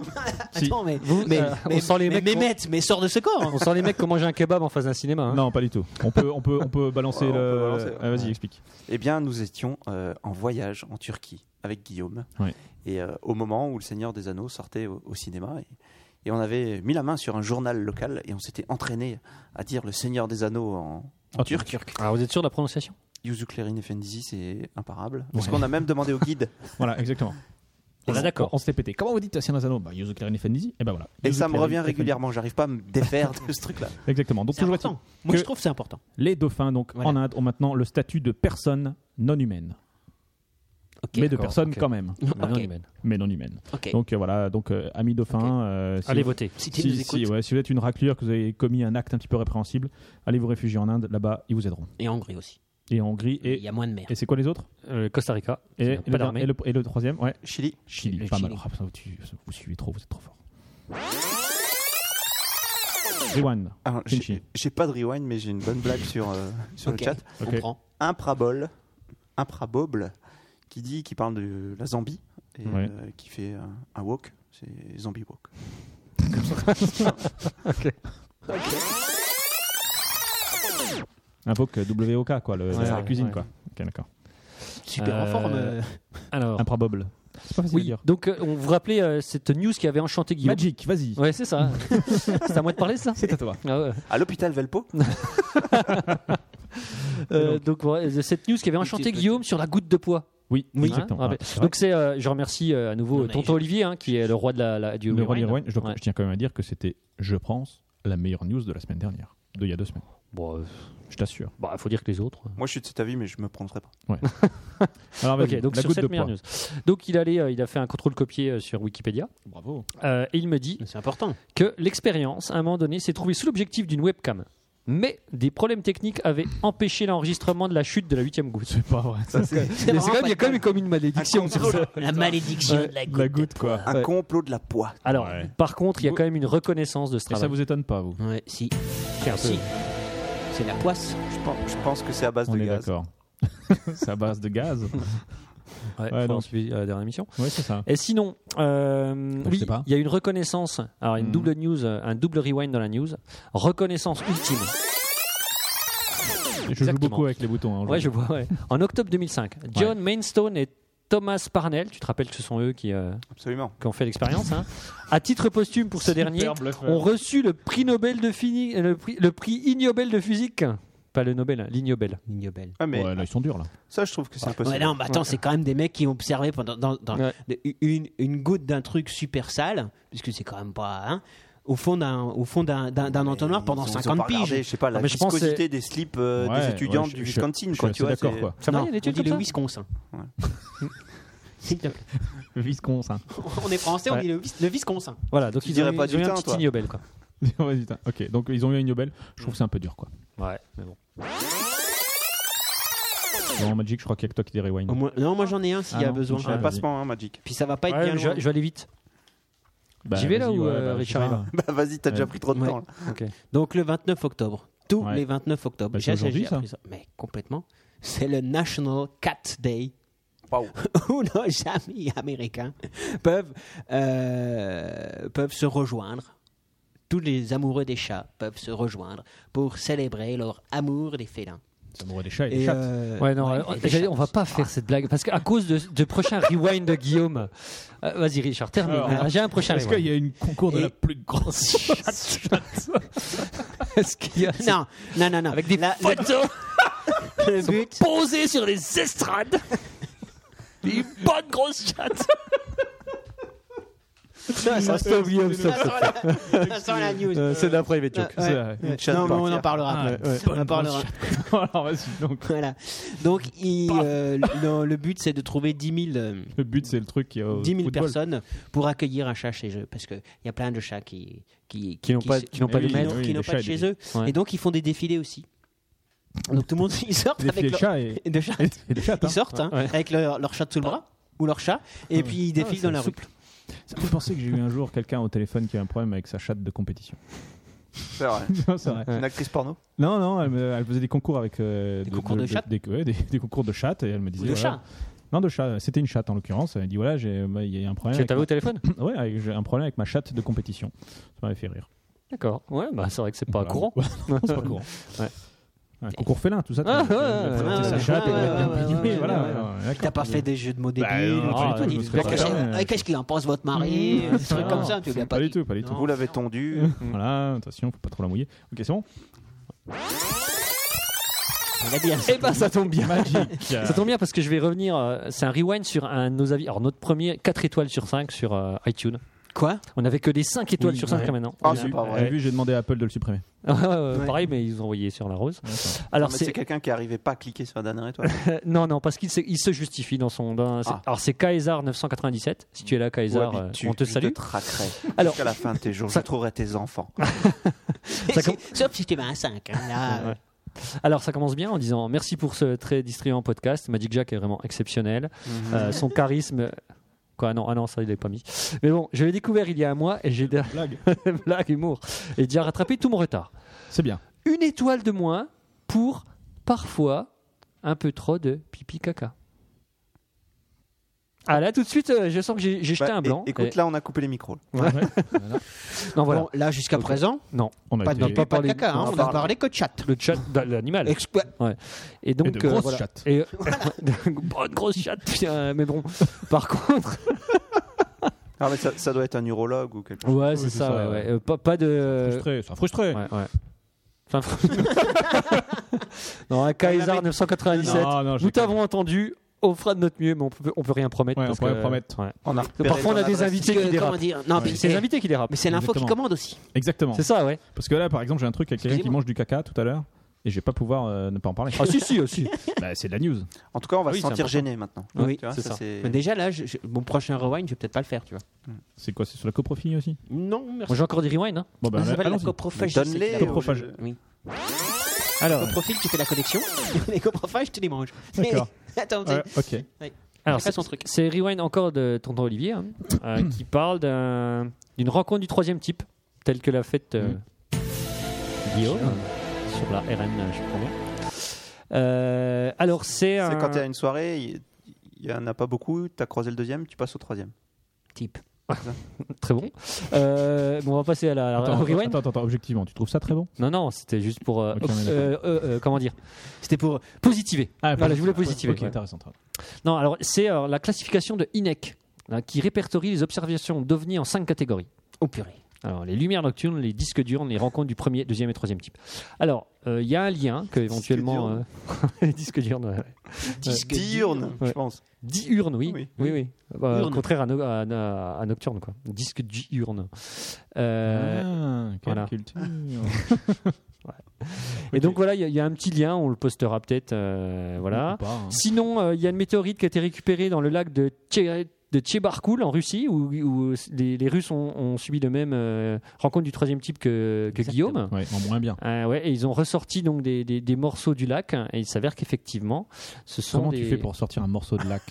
[SPEAKER 2] Si.
[SPEAKER 5] attends, mais,
[SPEAKER 4] Vous,
[SPEAKER 5] mais,
[SPEAKER 4] euh,
[SPEAKER 5] mais-
[SPEAKER 4] on sent les
[SPEAKER 5] mais,
[SPEAKER 4] mecs
[SPEAKER 5] mais,
[SPEAKER 4] qu'on-
[SPEAKER 5] Mehmet, mais sors de ce corps. hein.
[SPEAKER 4] On sent les mecs qui ont mangé un kebab en face d'un cinéma. hein.
[SPEAKER 2] Non, pas du tout. On peut, on peut, on peut balancer
[SPEAKER 3] Ouais, on
[SPEAKER 2] le.
[SPEAKER 3] peut balancer, ouais.
[SPEAKER 2] Ah, vas-y, explique.
[SPEAKER 3] Eh bien, nous étions euh, en voyage en Turquie avec Guillaume.
[SPEAKER 2] Ouais.
[SPEAKER 3] Et euh, au moment où Le Seigneur des Anneaux sortait au, au cinéma, et, et on avait mis la main sur un journal local et on s'était entraîné à dire Le Seigneur des Anneaux en, en
[SPEAKER 2] En
[SPEAKER 3] turc.
[SPEAKER 4] Alors, Ah, vous êtes sûr de la prononciation
[SPEAKER 3] Yuzu Klerin et Fendizi, c'est imparable. Parce
[SPEAKER 2] Ouais.
[SPEAKER 3] qu'on a même demandé au guide.
[SPEAKER 2] Voilà, exactement.
[SPEAKER 4] On est d'accord.
[SPEAKER 2] On s'était pété. Comment vous dites Tiens, Nazano Bah, Yuzu Clarin et Fendizi. Et ben voilà.
[SPEAKER 3] et
[SPEAKER 2] Yuzu
[SPEAKER 3] ça me
[SPEAKER 2] Clarin
[SPEAKER 3] revient
[SPEAKER 2] Fendizi.
[SPEAKER 3] régulièrement. J'arrive pas à me défaire de ce truc-là.
[SPEAKER 2] Exactement. Donc,
[SPEAKER 5] C'est
[SPEAKER 2] toujours
[SPEAKER 5] important. Moi,
[SPEAKER 2] que-
[SPEAKER 5] je trouve que c'est important.
[SPEAKER 2] est-il- les dauphins, donc,
[SPEAKER 5] Voilà.
[SPEAKER 2] en Inde, ont maintenant le statut de personne non humaine.
[SPEAKER 5] Ok,
[SPEAKER 2] mais de
[SPEAKER 4] d'accord,
[SPEAKER 2] personne
[SPEAKER 4] ok.
[SPEAKER 2] quand même.
[SPEAKER 4] Mais non,
[SPEAKER 5] Ok.
[SPEAKER 4] Imen.
[SPEAKER 2] Mais non humaine.
[SPEAKER 5] Ok.
[SPEAKER 2] Donc, euh, voilà. Donc, euh, amis dauphins. euh, si
[SPEAKER 4] Allez
[SPEAKER 2] vous-
[SPEAKER 4] voter.
[SPEAKER 5] si tu
[SPEAKER 2] si,
[SPEAKER 5] nous écoutes,
[SPEAKER 2] si, ouais, si vous êtes une raclure, que vous avez commis un acte un petit peu répréhensible, allez vous réfugier en Inde. Là-bas, ils vous aideront.
[SPEAKER 5] et Hongrie aussi.
[SPEAKER 2] Et en Hongrie.
[SPEAKER 5] Il
[SPEAKER 2] Et,
[SPEAKER 5] y a moins de mer.
[SPEAKER 2] et c'est quoi les autres
[SPEAKER 4] Euh, Costa Rica.
[SPEAKER 2] et,
[SPEAKER 4] Pas
[SPEAKER 2] le,
[SPEAKER 4] d'armée.
[SPEAKER 2] et le- et le troisième Ouais.
[SPEAKER 3] Chili.
[SPEAKER 2] Chili,
[SPEAKER 5] Le
[SPEAKER 2] pas
[SPEAKER 5] Chili.
[SPEAKER 2] mal. Ah, putain, tu- vous suivez trop, vous êtes trop fort. Rewind.
[SPEAKER 3] Alors,
[SPEAKER 2] Kenshi.
[SPEAKER 3] j'ai j'ai pas de rewind, mais j'ai une bonne blague sur, euh, sur
[SPEAKER 5] Ok.
[SPEAKER 3] le chat.
[SPEAKER 5] On
[SPEAKER 2] Ok.
[SPEAKER 5] prend.
[SPEAKER 3] Imprabol, Impraboble, qui dit, qui parle de la Zambie et
[SPEAKER 2] Ouais.
[SPEAKER 3] euh, qui fait un, un walk, c'est Zambie walk.
[SPEAKER 2] Invoque WOK, quoi, le,
[SPEAKER 4] Ouais,
[SPEAKER 2] la
[SPEAKER 4] ouais,
[SPEAKER 2] cuisine,
[SPEAKER 4] ouais.
[SPEAKER 2] quoi. Ok, d'accord.
[SPEAKER 5] Super en
[SPEAKER 4] Euh,
[SPEAKER 5] forme. euh,
[SPEAKER 4] Alors,
[SPEAKER 2] Improbable. C'est pas facile à
[SPEAKER 4] Oui,
[SPEAKER 2] dire.
[SPEAKER 4] donc euh, on vous rappelait euh, cette news qui avait enchanté Guillaume.
[SPEAKER 2] Magic, vas-y.
[SPEAKER 4] Ouais, c'est ça. c'est à moi de parler, ça
[SPEAKER 2] C'est à toi.
[SPEAKER 4] Ah ouais.
[SPEAKER 3] À l'hôpital Velpo
[SPEAKER 4] Euh, donc, ouais, euh, cette news qui avait enchanté
[SPEAKER 5] Petite-
[SPEAKER 4] Guillaume sur la goutte de poids.
[SPEAKER 2] Oui,
[SPEAKER 4] Hein,
[SPEAKER 2] exactement.
[SPEAKER 4] ah,
[SPEAKER 2] Ah,
[SPEAKER 4] ouais.
[SPEAKER 2] c'est vrai.
[SPEAKER 4] donc c'est, euh, je remercie euh, à nouveau
[SPEAKER 5] On a
[SPEAKER 4] Tonton
[SPEAKER 5] eu-
[SPEAKER 4] Olivier hein, qui est le roi de la, la- du
[SPEAKER 2] Le Roi
[SPEAKER 4] wine.
[SPEAKER 2] Leroy, je, dois-
[SPEAKER 4] Ouais.
[SPEAKER 2] je tiens quand même à dire que c'était, je pense, la meilleure news de la semaine dernière, de il y a deux semaines.
[SPEAKER 4] Bon, euh,
[SPEAKER 2] Je t'assure.
[SPEAKER 4] bah, faut dire que les autres.
[SPEAKER 3] Moi, je suis de cet avis, mais je me prononcerai pas.
[SPEAKER 2] Alors, Ah, vas-y,
[SPEAKER 4] ok, donc
[SPEAKER 2] la
[SPEAKER 4] sur
[SPEAKER 2] goutte de
[SPEAKER 4] cette meilleure
[SPEAKER 2] poids.
[SPEAKER 4] news. Donc il allait, euh, il a fait un contrôle copier euh, sur Wikipédia
[SPEAKER 2] Bravo.
[SPEAKER 4] euh, et il me dit
[SPEAKER 5] C'est important.
[SPEAKER 4] que l'expérience, à un moment donné, s'est trouvée sous l'objectif d'une webcam. Mais des problèmes techniques avaient empêché l'enregistrement de la chute de la huitième goutte.
[SPEAKER 2] C'est pas vrai.
[SPEAKER 3] Ça, c'est
[SPEAKER 5] C'est vraiment
[SPEAKER 4] il y a
[SPEAKER 5] pas
[SPEAKER 4] quand même comme une malédiction.
[SPEAKER 3] Un contrôle.
[SPEAKER 5] La malédiction
[SPEAKER 4] Ouais,
[SPEAKER 5] de la goutte.
[SPEAKER 2] La goutte, quoi.
[SPEAKER 3] un
[SPEAKER 4] Ouais.
[SPEAKER 3] complot de la poix.
[SPEAKER 4] Alors,
[SPEAKER 2] Ouais.
[SPEAKER 4] par contre, il y a quand même une reconnaissance de ce
[SPEAKER 2] Et ça
[SPEAKER 4] travail.
[SPEAKER 2] vous étonne pas, vous
[SPEAKER 5] Ouais, si.
[SPEAKER 4] qui est un peu-
[SPEAKER 5] Si. C'est la poisse.
[SPEAKER 3] Je pense, je pense que c'est à base
[SPEAKER 2] On
[SPEAKER 3] de
[SPEAKER 2] est
[SPEAKER 3] gaz.
[SPEAKER 2] d'accord. C'est à base de gaz.
[SPEAKER 4] Ouais,
[SPEAKER 2] Ouais,
[SPEAKER 4] faut
[SPEAKER 2] non.
[SPEAKER 4] en suivre euh, la dernière émission.
[SPEAKER 2] Oui, c'est ça.
[SPEAKER 4] Et sinon, euh,
[SPEAKER 2] je
[SPEAKER 4] oui,
[SPEAKER 2] sais pas.
[SPEAKER 4] il y a une reconnaissance. Alors, une
[SPEAKER 2] Mhm.
[SPEAKER 4] double news, euh, un double rewind dans la news. Reconnaissance ultime.
[SPEAKER 2] Je joue
[SPEAKER 4] Exactement.
[SPEAKER 2] beaucoup avec les boutons. hein,
[SPEAKER 4] Ouais,
[SPEAKER 2] aujourd'hui.
[SPEAKER 4] je vois. ouais. En octobre 2005, John Mainstone et Thomas Parnell, tu te rappelles que ce sont eux qui, euh,
[SPEAKER 3] Absolument.
[SPEAKER 4] qui ont fait l'expérience, hein, à titre posthume pour ce dernier,
[SPEAKER 2] Super bluffeur.
[SPEAKER 4] ont reçu le prix Nobel de physique, le prix, le prix Ig Nobel de physique. Pas le Nobel, hein, l'Ig Nobel.
[SPEAKER 5] Mignobel.
[SPEAKER 3] Ah, mais
[SPEAKER 2] Ouais, là, ils sont durs, là.
[SPEAKER 3] ça, je trouve que c'est impossible.
[SPEAKER 5] Ouais, non, mais attends, c'est quand même des mecs qui ont observé pendant dans- dans-
[SPEAKER 4] Ouais.
[SPEAKER 5] de- une, une goutte d'un truc super sale, puisque c'est quand même pas. hein, au fond d'un au fond d'un d'un- d'un entonnoir pendant
[SPEAKER 3] Ils ont- ils ont
[SPEAKER 5] 50
[SPEAKER 3] pas regardé,
[SPEAKER 5] piges. Ah,
[SPEAKER 3] Je sais pas, la
[SPEAKER 4] mais je pense
[SPEAKER 3] viscosité des slips euh,
[SPEAKER 2] Ouais,
[SPEAKER 3] des étudiants
[SPEAKER 2] ouais, je-
[SPEAKER 3] du
[SPEAKER 2] je-
[SPEAKER 3] Wisconsin,
[SPEAKER 2] je
[SPEAKER 3] quoi.
[SPEAKER 2] suis
[SPEAKER 3] Tu vois,
[SPEAKER 2] d'accord,
[SPEAKER 3] c'est-
[SPEAKER 2] quoi.
[SPEAKER 4] Ça va,
[SPEAKER 5] Non,
[SPEAKER 4] il y a des
[SPEAKER 5] on
[SPEAKER 4] études
[SPEAKER 5] dit
[SPEAKER 4] comme
[SPEAKER 5] le
[SPEAKER 4] ça
[SPEAKER 5] Wisconsin.
[SPEAKER 3] Ouais.
[SPEAKER 5] S'il te plaît.
[SPEAKER 2] Visconce, hein.
[SPEAKER 5] on est français, on dit le, vis- le Wisconsin.
[SPEAKER 4] Voilà, donc
[SPEAKER 3] Tu
[SPEAKER 4] ils
[SPEAKER 3] dirais
[SPEAKER 4] ont, eu-
[SPEAKER 3] pas
[SPEAKER 4] ils ont eu
[SPEAKER 3] du
[SPEAKER 4] un
[SPEAKER 3] teint,
[SPEAKER 4] petit
[SPEAKER 3] toi.
[SPEAKER 4] Ig Nobel. Quoi.
[SPEAKER 2] Ouais, putain. ok, donc ils ont eu une Nobel. Je trouve que c'est un peu dur, quoi.
[SPEAKER 4] Ouais, mais bon.
[SPEAKER 2] Dans Magic, je crois qu'il y a que toi qui dis rewind.
[SPEAKER 5] Au moins- non, moi j'en ai un s'il
[SPEAKER 2] Ah
[SPEAKER 5] y a
[SPEAKER 2] non,
[SPEAKER 5] besoin.
[SPEAKER 2] je
[SPEAKER 3] J'ai un
[SPEAKER 2] Ouais,
[SPEAKER 3] passement, hein, Magic.
[SPEAKER 5] Puis ça va pas être
[SPEAKER 4] Ouais,
[SPEAKER 5] bien
[SPEAKER 4] mais je,
[SPEAKER 5] loin.
[SPEAKER 4] je vais aller vite. J'y vais, là,
[SPEAKER 2] vas-y,
[SPEAKER 4] ou,
[SPEAKER 2] ouais,
[SPEAKER 4] euh,
[SPEAKER 2] bah, je sais
[SPEAKER 4] Richard
[SPEAKER 2] pas.
[SPEAKER 4] Eva
[SPEAKER 3] Bah, vas-y, t'as déjà pris trop de
[SPEAKER 5] Ouais.
[SPEAKER 3] temps. là.
[SPEAKER 5] Donc le 29 octobre. Tous
[SPEAKER 2] Ouais.
[SPEAKER 5] les 29 octobre.
[SPEAKER 2] Bah, c'est
[SPEAKER 5] J'ai- j'ai-
[SPEAKER 2] aujourd'hui,
[SPEAKER 5] j'ai
[SPEAKER 2] ça.
[SPEAKER 5] appris Mais complètement. C'est le National Cat Day.
[SPEAKER 3] Waouh.
[SPEAKER 5] où nos amis américains peuvent, euh, peuvent se rejoindre. Tous les amoureux des chats peuvent se rejoindre pour célébrer leur amour des félins.
[SPEAKER 2] Ça m'aurait des chats et
[SPEAKER 5] Et,
[SPEAKER 2] des chattes.
[SPEAKER 5] euh,
[SPEAKER 4] Ouais, non,
[SPEAKER 5] ouais,
[SPEAKER 4] euh,
[SPEAKER 5] et des
[SPEAKER 4] j'allais-
[SPEAKER 5] chattes.
[SPEAKER 4] on va pas faire cette blague parce qu'à cause de, de prochain rewind de Guillaume. Euh, Vas-y, Richard, termine.
[SPEAKER 2] Alors,
[SPEAKER 4] Alors, J'ai un prochain
[SPEAKER 2] Est-ce qu'il
[SPEAKER 4] rewind.
[SPEAKER 2] y a une concours de
[SPEAKER 5] Et-
[SPEAKER 2] la plus grande
[SPEAKER 4] Est-ce qu'il y a-
[SPEAKER 5] Non, non, non, non.
[SPEAKER 4] Avec des
[SPEAKER 5] La- le-
[SPEAKER 4] photos
[SPEAKER 5] le but,
[SPEAKER 4] posées sur les estrades. Des bonnes grosses chattes.
[SPEAKER 5] Ça, ça,
[SPEAKER 4] Restez oubliés,
[SPEAKER 5] ça, ça, ça, ça sent la news.
[SPEAKER 4] Euh, C'est de la private joke.
[SPEAKER 5] Ouais,
[SPEAKER 2] C'est
[SPEAKER 5] ouais.
[SPEAKER 2] vrai.
[SPEAKER 5] Ouais.
[SPEAKER 3] chatte
[SPEAKER 5] Non, mais on en
[SPEAKER 3] entière.
[SPEAKER 5] parlera.
[SPEAKER 2] Ah,
[SPEAKER 5] après.
[SPEAKER 2] ouais, ouais.
[SPEAKER 5] On en parlera.
[SPEAKER 2] Alors vas-y, donc
[SPEAKER 5] Voilà. Donc, il, euh, le, le but, c'est de trouver 10 000, euh,
[SPEAKER 2] le but c'est le truc qui a au
[SPEAKER 5] 10 000
[SPEAKER 2] Euh, football.
[SPEAKER 5] personnes pour accueillir un chat chez eux. Parce qu'il y a plein de chats qui, qui,
[SPEAKER 4] Qui n'ont pas-
[SPEAKER 5] se-
[SPEAKER 4] qui n'ont pas
[SPEAKER 5] qui
[SPEAKER 4] de maître.
[SPEAKER 5] n'ont-
[SPEAKER 2] Oui,
[SPEAKER 5] qui
[SPEAKER 2] les
[SPEAKER 5] n'ont
[SPEAKER 2] chats
[SPEAKER 5] pas de
[SPEAKER 2] et
[SPEAKER 5] chez
[SPEAKER 2] des-
[SPEAKER 5] eux.
[SPEAKER 4] Ouais.
[SPEAKER 5] Et donc, ils font des défilés aussi. Donc, tout le monde, ils sortent
[SPEAKER 2] Des filets
[SPEAKER 5] avec
[SPEAKER 2] de
[SPEAKER 5] leur.
[SPEAKER 2] chats et,
[SPEAKER 5] de chats.
[SPEAKER 2] et des chattes.
[SPEAKER 5] Ils sortent hein,
[SPEAKER 4] Ouais.
[SPEAKER 5] avec leur, leur chat sous le bras ou leur chat. Et puis, ils défilent dans la rue.
[SPEAKER 2] Ça me fait penser que j'ai eu un jour quelqu'un au téléphone qui a un problème avec sa chatte de compétition.
[SPEAKER 3] C'est vrai.
[SPEAKER 2] Non, c'est vrai.
[SPEAKER 3] Une actrice porno
[SPEAKER 2] Non, non, elle, me- elle faisait des concours avec euh,
[SPEAKER 5] Des concours de chattes
[SPEAKER 2] des, ouais, des- des concours de chattes et elle me disait
[SPEAKER 5] Ou de
[SPEAKER 2] voilà.
[SPEAKER 5] chat.
[SPEAKER 2] non de chat c'était une chatte en l'occurrence elle dit voilà j'ai bah, il y a un problème
[SPEAKER 4] Tu
[SPEAKER 2] avec
[SPEAKER 4] t'avais au téléphone
[SPEAKER 2] ma- ouais avec- j'ai un problème avec ma chatte de compétition ça m'avait fait rire
[SPEAKER 4] D'accord. Ouais, bah c'est vrai que c'est pas
[SPEAKER 2] Voilà.
[SPEAKER 4] courant.
[SPEAKER 2] Ouais, non, c'est pas courant
[SPEAKER 4] Ouais.
[SPEAKER 2] un concours félin tout ça
[SPEAKER 4] Ah,
[SPEAKER 2] tu- tu-
[SPEAKER 4] ouais,
[SPEAKER 2] tu-
[SPEAKER 4] ouais,
[SPEAKER 2] présenter
[SPEAKER 5] ouais,
[SPEAKER 2] sa
[SPEAKER 5] ouais,
[SPEAKER 2] chatte et
[SPEAKER 5] ouais,
[SPEAKER 2] elle va bien
[SPEAKER 5] ouais,
[SPEAKER 2] payer,
[SPEAKER 5] ouais,
[SPEAKER 2] voilà
[SPEAKER 5] ouais, ouais.
[SPEAKER 2] alors, d'accord.
[SPEAKER 5] T'as pas fait des jeux de mots débiles.
[SPEAKER 2] non,
[SPEAKER 5] t'as
[SPEAKER 2] pas
[SPEAKER 4] du tout,
[SPEAKER 5] pas dit-
[SPEAKER 4] je me
[SPEAKER 2] serais pas fermé.
[SPEAKER 5] Ah, Qu'est-ce qu'il en pense votre mari
[SPEAKER 2] Non,
[SPEAKER 5] Des trucs comme ça, tu lui as pas
[SPEAKER 2] pas du
[SPEAKER 5] dit.
[SPEAKER 2] tout pas du tout
[SPEAKER 5] Non.
[SPEAKER 3] Vous l'avez tondu.
[SPEAKER 2] Voilà, attention, faut pas trop la mouiller. Ok, c'est bon.
[SPEAKER 5] Il a dit ah, un
[SPEAKER 4] Eh ben ça tombe bien.
[SPEAKER 2] Magique.
[SPEAKER 4] Ça tombe bien parce que je vais revenir. euh, c'est un rewind sur un de nos avis. Alors, notre premier 4 étoiles sur 5 sur euh, iTunes.
[SPEAKER 5] Quoi
[SPEAKER 4] On n'avait que des 5 étoiles
[SPEAKER 2] Oui,
[SPEAKER 4] sur 5
[SPEAKER 2] ouais.
[SPEAKER 4] jusqu'à maintenant.
[SPEAKER 3] Ah,
[SPEAKER 2] J'ai
[SPEAKER 3] c'est
[SPEAKER 2] vu-
[SPEAKER 3] pas vrai.
[SPEAKER 2] j'ai vu, j'ai demandé à Apple de le supprimer.
[SPEAKER 4] Ouais, ouais, ouais,
[SPEAKER 5] Ouais.
[SPEAKER 4] Pareil, mais ils ont envoyé sur la rose.
[SPEAKER 2] D'accord.
[SPEAKER 4] Alors,
[SPEAKER 3] Non, mais c'est
[SPEAKER 4] c'est.
[SPEAKER 3] quelqu'un qui arrivait pas à cliquer sur la dernière étoile.
[SPEAKER 4] euh, non, non, parce qu'il se- il se justifie dans son. dans- c'est-
[SPEAKER 3] Ah.
[SPEAKER 4] Alors, c'est Kaisar 997. Si tu es là, Kaisar,
[SPEAKER 3] Ou
[SPEAKER 4] euh,
[SPEAKER 3] habitude,
[SPEAKER 4] on te
[SPEAKER 3] je
[SPEAKER 4] salue.
[SPEAKER 3] traquerai.
[SPEAKER 4] Alors-
[SPEAKER 3] Jusqu'à la fin de tes jours,
[SPEAKER 4] Ça-
[SPEAKER 3] je trouverai tes enfants.
[SPEAKER 4] Ça com-
[SPEAKER 5] Sauf si tu mets un 5. hein, là,
[SPEAKER 4] Ouais. Alors, ça commence bien en disant merci pour ce très distrayant podcast. Magic Jack est vraiment exceptionnel. Euh, son charisme. Quoi, non, ah non, ça, il l'avait pas mis. Mais bon, je l'ai découvert il y a un mois et j'ai.
[SPEAKER 2] Blague.
[SPEAKER 4] Blague, humour. Et déjà rattrapé tout mon retard.
[SPEAKER 2] C'est bien.
[SPEAKER 4] une étoile de moins pour parfois un peu trop de pipi caca. Ah là, tout de suite, euh, je sens que j'ai j'ai jeté
[SPEAKER 3] Bah,
[SPEAKER 4] un
[SPEAKER 3] é-
[SPEAKER 4] blanc.
[SPEAKER 3] écoute,
[SPEAKER 4] Et-
[SPEAKER 3] là, on a coupé les micros.
[SPEAKER 2] Ouais. Voilà.
[SPEAKER 4] Non, voilà.
[SPEAKER 5] Bon, là, jusqu'à
[SPEAKER 4] Ok.
[SPEAKER 5] présent,
[SPEAKER 4] Non,
[SPEAKER 2] On a
[SPEAKER 5] pas de,
[SPEAKER 2] été-
[SPEAKER 4] non, pas
[SPEAKER 5] pas
[SPEAKER 4] parler-
[SPEAKER 5] de caca, hein,
[SPEAKER 4] on
[SPEAKER 5] on,
[SPEAKER 4] va
[SPEAKER 5] a
[SPEAKER 4] parler-
[SPEAKER 5] parlé que de chat.
[SPEAKER 4] le chat de l'animal.
[SPEAKER 5] Expo-
[SPEAKER 4] Et donc,
[SPEAKER 2] Et de
[SPEAKER 4] euh,
[SPEAKER 2] grosses
[SPEAKER 4] voilà.
[SPEAKER 2] chattes.
[SPEAKER 4] Et bonne grosse chatte, putain, mais bon. Par contre,
[SPEAKER 3] Ah, mais ça, ça doit être un urologue ou quelque chose.
[SPEAKER 4] ouais, c'est
[SPEAKER 2] c'est
[SPEAKER 4] ça.
[SPEAKER 2] ça,
[SPEAKER 4] ouais,
[SPEAKER 2] ouais.
[SPEAKER 4] ouais. Euh, pas, pas de.
[SPEAKER 2] Frustré, ça frustré.
[SPEAKER 4] Ouais, ouais. Enfin, fr- non, un Kaiser 997.
[SPEAKER 2] Non, non, je déconne.
[SPEAKER 4] Nous t'avons entendu. On fera de notre mieux, mais on peut, on peut rien promettre.
[SPEAKER 2] Ouais, on
[SPEAKER 4] parce
[SPEAKER 2] peut rien
[SPEAKER 4] que-
[SPEAKER 2] promettre.
[SPEAKER 4] ouais.
[SPEAKER 3] On a repéré
[SPEAKER 4] Parfois, on a
[SPEAKER 3] ton
[SPEAKER 4] des
[SPEAKER 3] adresse.
[SPEAKER 4] invités qui
[SPEAKER 5] Comment
[SPEAKER 4] dérapent.
[SPEAKER 5] dire Non, mais
[SPEAKER 4] C'est les
[SPEAKER 5] c'est-
[SPEAKER 4] invités qui dérapent.
[SPEAKER 5] mais c'est l'info qui
[SPEAKER 2] Exactement.
[SPEAKER 5] commande aussi.
[SPEAKER 2] Exactement.
[SPEAKER 4] C'est ça, ouais.
[SPEAKER 2] Parce que là, par exemple, j'ai un truc avec quelqu'un qui
[SPEAKER 5] Excusez-moi.
[SPEAKER 2] mange du caca tout à l'heure et je vais pas pouvoir euh, ne pas en parler.
[SPEAKER 4] Ah, si, si, aussi.
[SPEAKER 2] Bah, c'est de la news.
[SPEAKER 3] En tout cas, on va
[SPEAKER 4] Oui,
[SPEAKER 3] se
[SPEAKER 4] c'est
[SPEAKER 3] sentir
[SPEAKER 4] important.
[SPEAKER 3] gêné maintenant.
[SPEAKER 5] Oui,
[SPEAKER 3] Tu vois,
[SPEAKER 4] c'est
[SPEAKER 3] ça,
[SPEAKER 4] ça.
[SPEAKER 3] c'est-
[SPEAKER 5] Mais déjà, là, je- je- mon prochain rewind, je vais peut-être pas le faire, tu vois.
[SPEAKER 2] C'est quoi C'est sur la coprophilie aussi
[SPEAKER 5] Non, merci.
[SPEAKER 4] Moi, j'ai encore des rewinds. hein.
[SPEAKER 2] Bon, bah,
[SPEAKER 5] Ça s'appelle la
[SPEAKER 2] allons-y.
[SPEAKER 5] coprophage.
[SPEAKER 3] Donne-les,
[SPEAKER 5] je sais que la-
[SPEAKER 3] euh,
[SPEAKER 2] Coprophage.
[SPEAKER 3] je-
[SPEAKER 5] Oui.
[SPEAKER 2] Alors,
[SPEAKER 5] Coprophile, tu fais la collection. les coprophages, tu les manges. Mais
[SPEAKER 2] D'accord.
[SPEAKER 5] attends,
[SPEAKER 2] ouais, ok.
[SPEAKER 4] Alors,
[SPEAKER 5] fait
[SPEAKER 4] c'est
[SPEAKER 5] son truc.
[SPEAKER 4] c'est Rewind encore de Tonton Olivier hein, euh, qui parle d'un- d'une rencontre du troisième type, telle que l'a faite euh, Guillaume sur la RN, euh, je crois bien. Euh, alors, c'est un.
[SPEAKER 3] C'est quand tu à une soirée, il- il n'y en a pas beaucoup, tu as croisé le deuxième, tu passes au troisième.
[SPEAKER 5] type.
[SPEAKER 4] Très bon. Euh, bon, On va passer à la, à la-
[SPEAKER 2] Attends,
[SPEAKER 4] au Rewind.
[SPEAKER 2] attends, attends, attends, objectivement, tu trouves ça très bon
[SPEAKER 4] Non, non, c'était juste pour. euh,
[SPEAKER 2] Ok, on est
[SPEAKER 4] euh, euh, euh, comment dire
[SPEAKER 5] C'était pour.
[SPEAKER 4] Positiver.
[SPEAKER 2] Ah,
[SPEAKER 4] Voilà, je voulais positiver.
[SPEAKER 2] Ok,
[SPEAKER 4] ouais.
[SPEAKER 2] intéressant. très bien.
[SPEAKER 4] Non, alors c'est euh, la classification de INEC hein, qui répertorie les observations d'OVNI en cinq catégories.
[SPEAKER 5] Oh purée.
[SPEAKER 4] Alors, les lumières nocturnes, les disques durs, les rencontres du premier, deuxième et troisième type. Alors, euh, il y a un lien que éventuellement.
[SPEAKER 3] diurnes.
[SPEAKER 4] euh, les disques durs, ouais.
[SPEAKER 5] Disque
[SPEAKER 3] Diurne,
[SPEAKER 4] Ouais.
[SPEAKER 3] je pense.
[SPEAKER 4] Diurne, oui. Oui,
[SPEAKER 3] Oui.
[SPEAKER 4] oui. Bah, au
[SPEAKER 5] Urne.
[SPEAKER 4] contraire à, no- à- à- à nocturne, quoi. Disque diurne. Euh,
[SPEAKER 2] Ah, quelle
[SPEAKER 4] voilà.
[SPEAKER 2] culture.
[SPEAKER 5] Ah,
[SPEAKER 4] Et donc, voilà, il y a- il y, a un petit lien, on le postera peut-être. euh, voilà.
[SPEAKER 2] Ou pas, hein.
[SPEAKER 4] Sinon, euh, il y a une météorite qui a été récupérée dans le lac de Tché- de Tchebarkoul en Russie, où, où les, les Russes ont, ont subi le même euh, rencontre du troisième type que, que
[SPEAKER 5] Exactement.
[SPEAKER 4] Guillaume.
[SPEAKER 2] Ouais, en moins bien.
[SPEAKER 4] Ah ouais, et ils ont ressorti donc des, des- des morceaux du lac, hein, et il s'avère qu'effectivement, ce sont
[SPEAKER 2] Comment
[SPEAKER 4] des
[SPEAKER 2] tu fais pour sortir un morceau de lac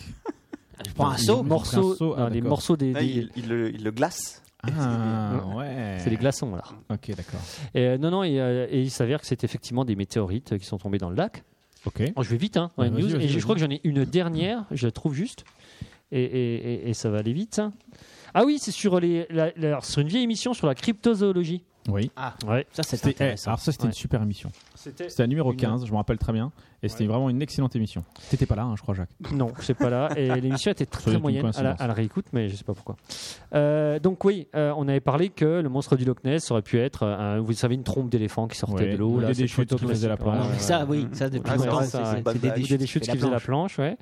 [SPEAKER 5] Je prends un
[SPEAKER 2] Ils ont
[SPEAKER 5] seau.
[SPEAKER 2] pris
[SPEAKER 4] morceaux,
[SPEAKER 2] un seau,
[SPEAKER 4] non,
[SPEAKER 2] ah,
[SPEAKER 4] des
[SPEAKER 2] d'accord.
[SPEAKER 4] morceaux des,
[SPEAKER 3] Là,
[SPEAKER 4] des-
[SPEAKER 3] il, il le, il le glace.
[SPEAKER 2] Ah, ouais.
[SPEAKER 4] c'est des glaçons là.
[SPEAKER 2] Ok, d'accord.
[SPEAKER 4] Et, euh, non non, et, euh, et il s'avère que c'est effectivement des météorites euh, qui sont tombées dans le lac.
[SPEAKER 2] Ok.
[SPEAKER 4] Oh, je vais vite, hein, dans les
[SPEAKER 2] Ouais, vas-y,
[SPEAKER 4] news.
[SPEAKER 2] vas-y,
[SPEAKER 4] et je
[SPEAKER 2] vas-y.
[SPEAKER 4] crois que j'en ai une dernière, je la trouve juste, et, et- et- et ça va aller vite. Ah oui, c'est sur les, la- la- alors, sur une vieille émission sur la cryptozoologie.
[SPEAKER 2] Oui.
[SPEAKER 4] Ouais.
[SPEAKER 5] Ça, c'est
[SPEAKER 2] C'était- eh,
[SPEAKER 5] intéressant.
[SPEAKER 2] alors ça, c'était
[SPEAKER 4] Ouais.
[SPEAKER 2] une super émission.
[SPEAKER 4] C'était
[SPEAKER 2] C'était la numéro
[SPEAKER 4] Une-
[SPEAKER 2] 15, je me rappelle très bien. Et c'était vraiment une excellente émission. T'étais pas là, hein, je crois, Jacques.
[SPEAKER 4] Non, c'est pas là. Et l'émission était très,
[SPEAKER 2] doit être une
[SPEAKER 4] moyenne à la,
[SPEAKER 2] coïncidence.
[SPEAKER 4] à la réécoute, mais je sais pas pourquoi. Euh, donc oui, euh, on avait parlé que le monstre du Loch Ness aurait pu être, euh, un- vous savez, une trompe d'éléphant qui sortait
[SPEAKER 2] Ouais,
[SPEAKER 4] de l'eau.
[SPEAKER 2] ou
[SPEAKER 4] là,
[SPEAKER 2] des
[SPEAKER 4] cette
[SPEAKER 2] déchus
[SPEAKER 4] photo
[SPEAKER 2] qui faisaient la
[SPEAKER 4] classique.
[SPEAKER 2] planche.
[SPEAKER 4] Ouais, ouais,
[SPEAKER 5] ça, oui, ça depuis
[SPEAKER 3] Ah, c'est
[SPEAKER 5] longtemps,
[SPEAKER 3] vrai,
[SPEAKER 5] c'est
[SPEAKER 4] ça,
[SPEAKER 5] c'est-
[SPEAKER 3] ouais.
[SPEAKER 5] c'est des
[SPEAKER 3] Ou
[SPEAKER 4] Ou
[SPEAKER 5] déchutes.
[SPEAKER 4] des déchutes qui
[SPEAKER 5] C'est
[SPEAKER 4] faisaient la planche, ouais.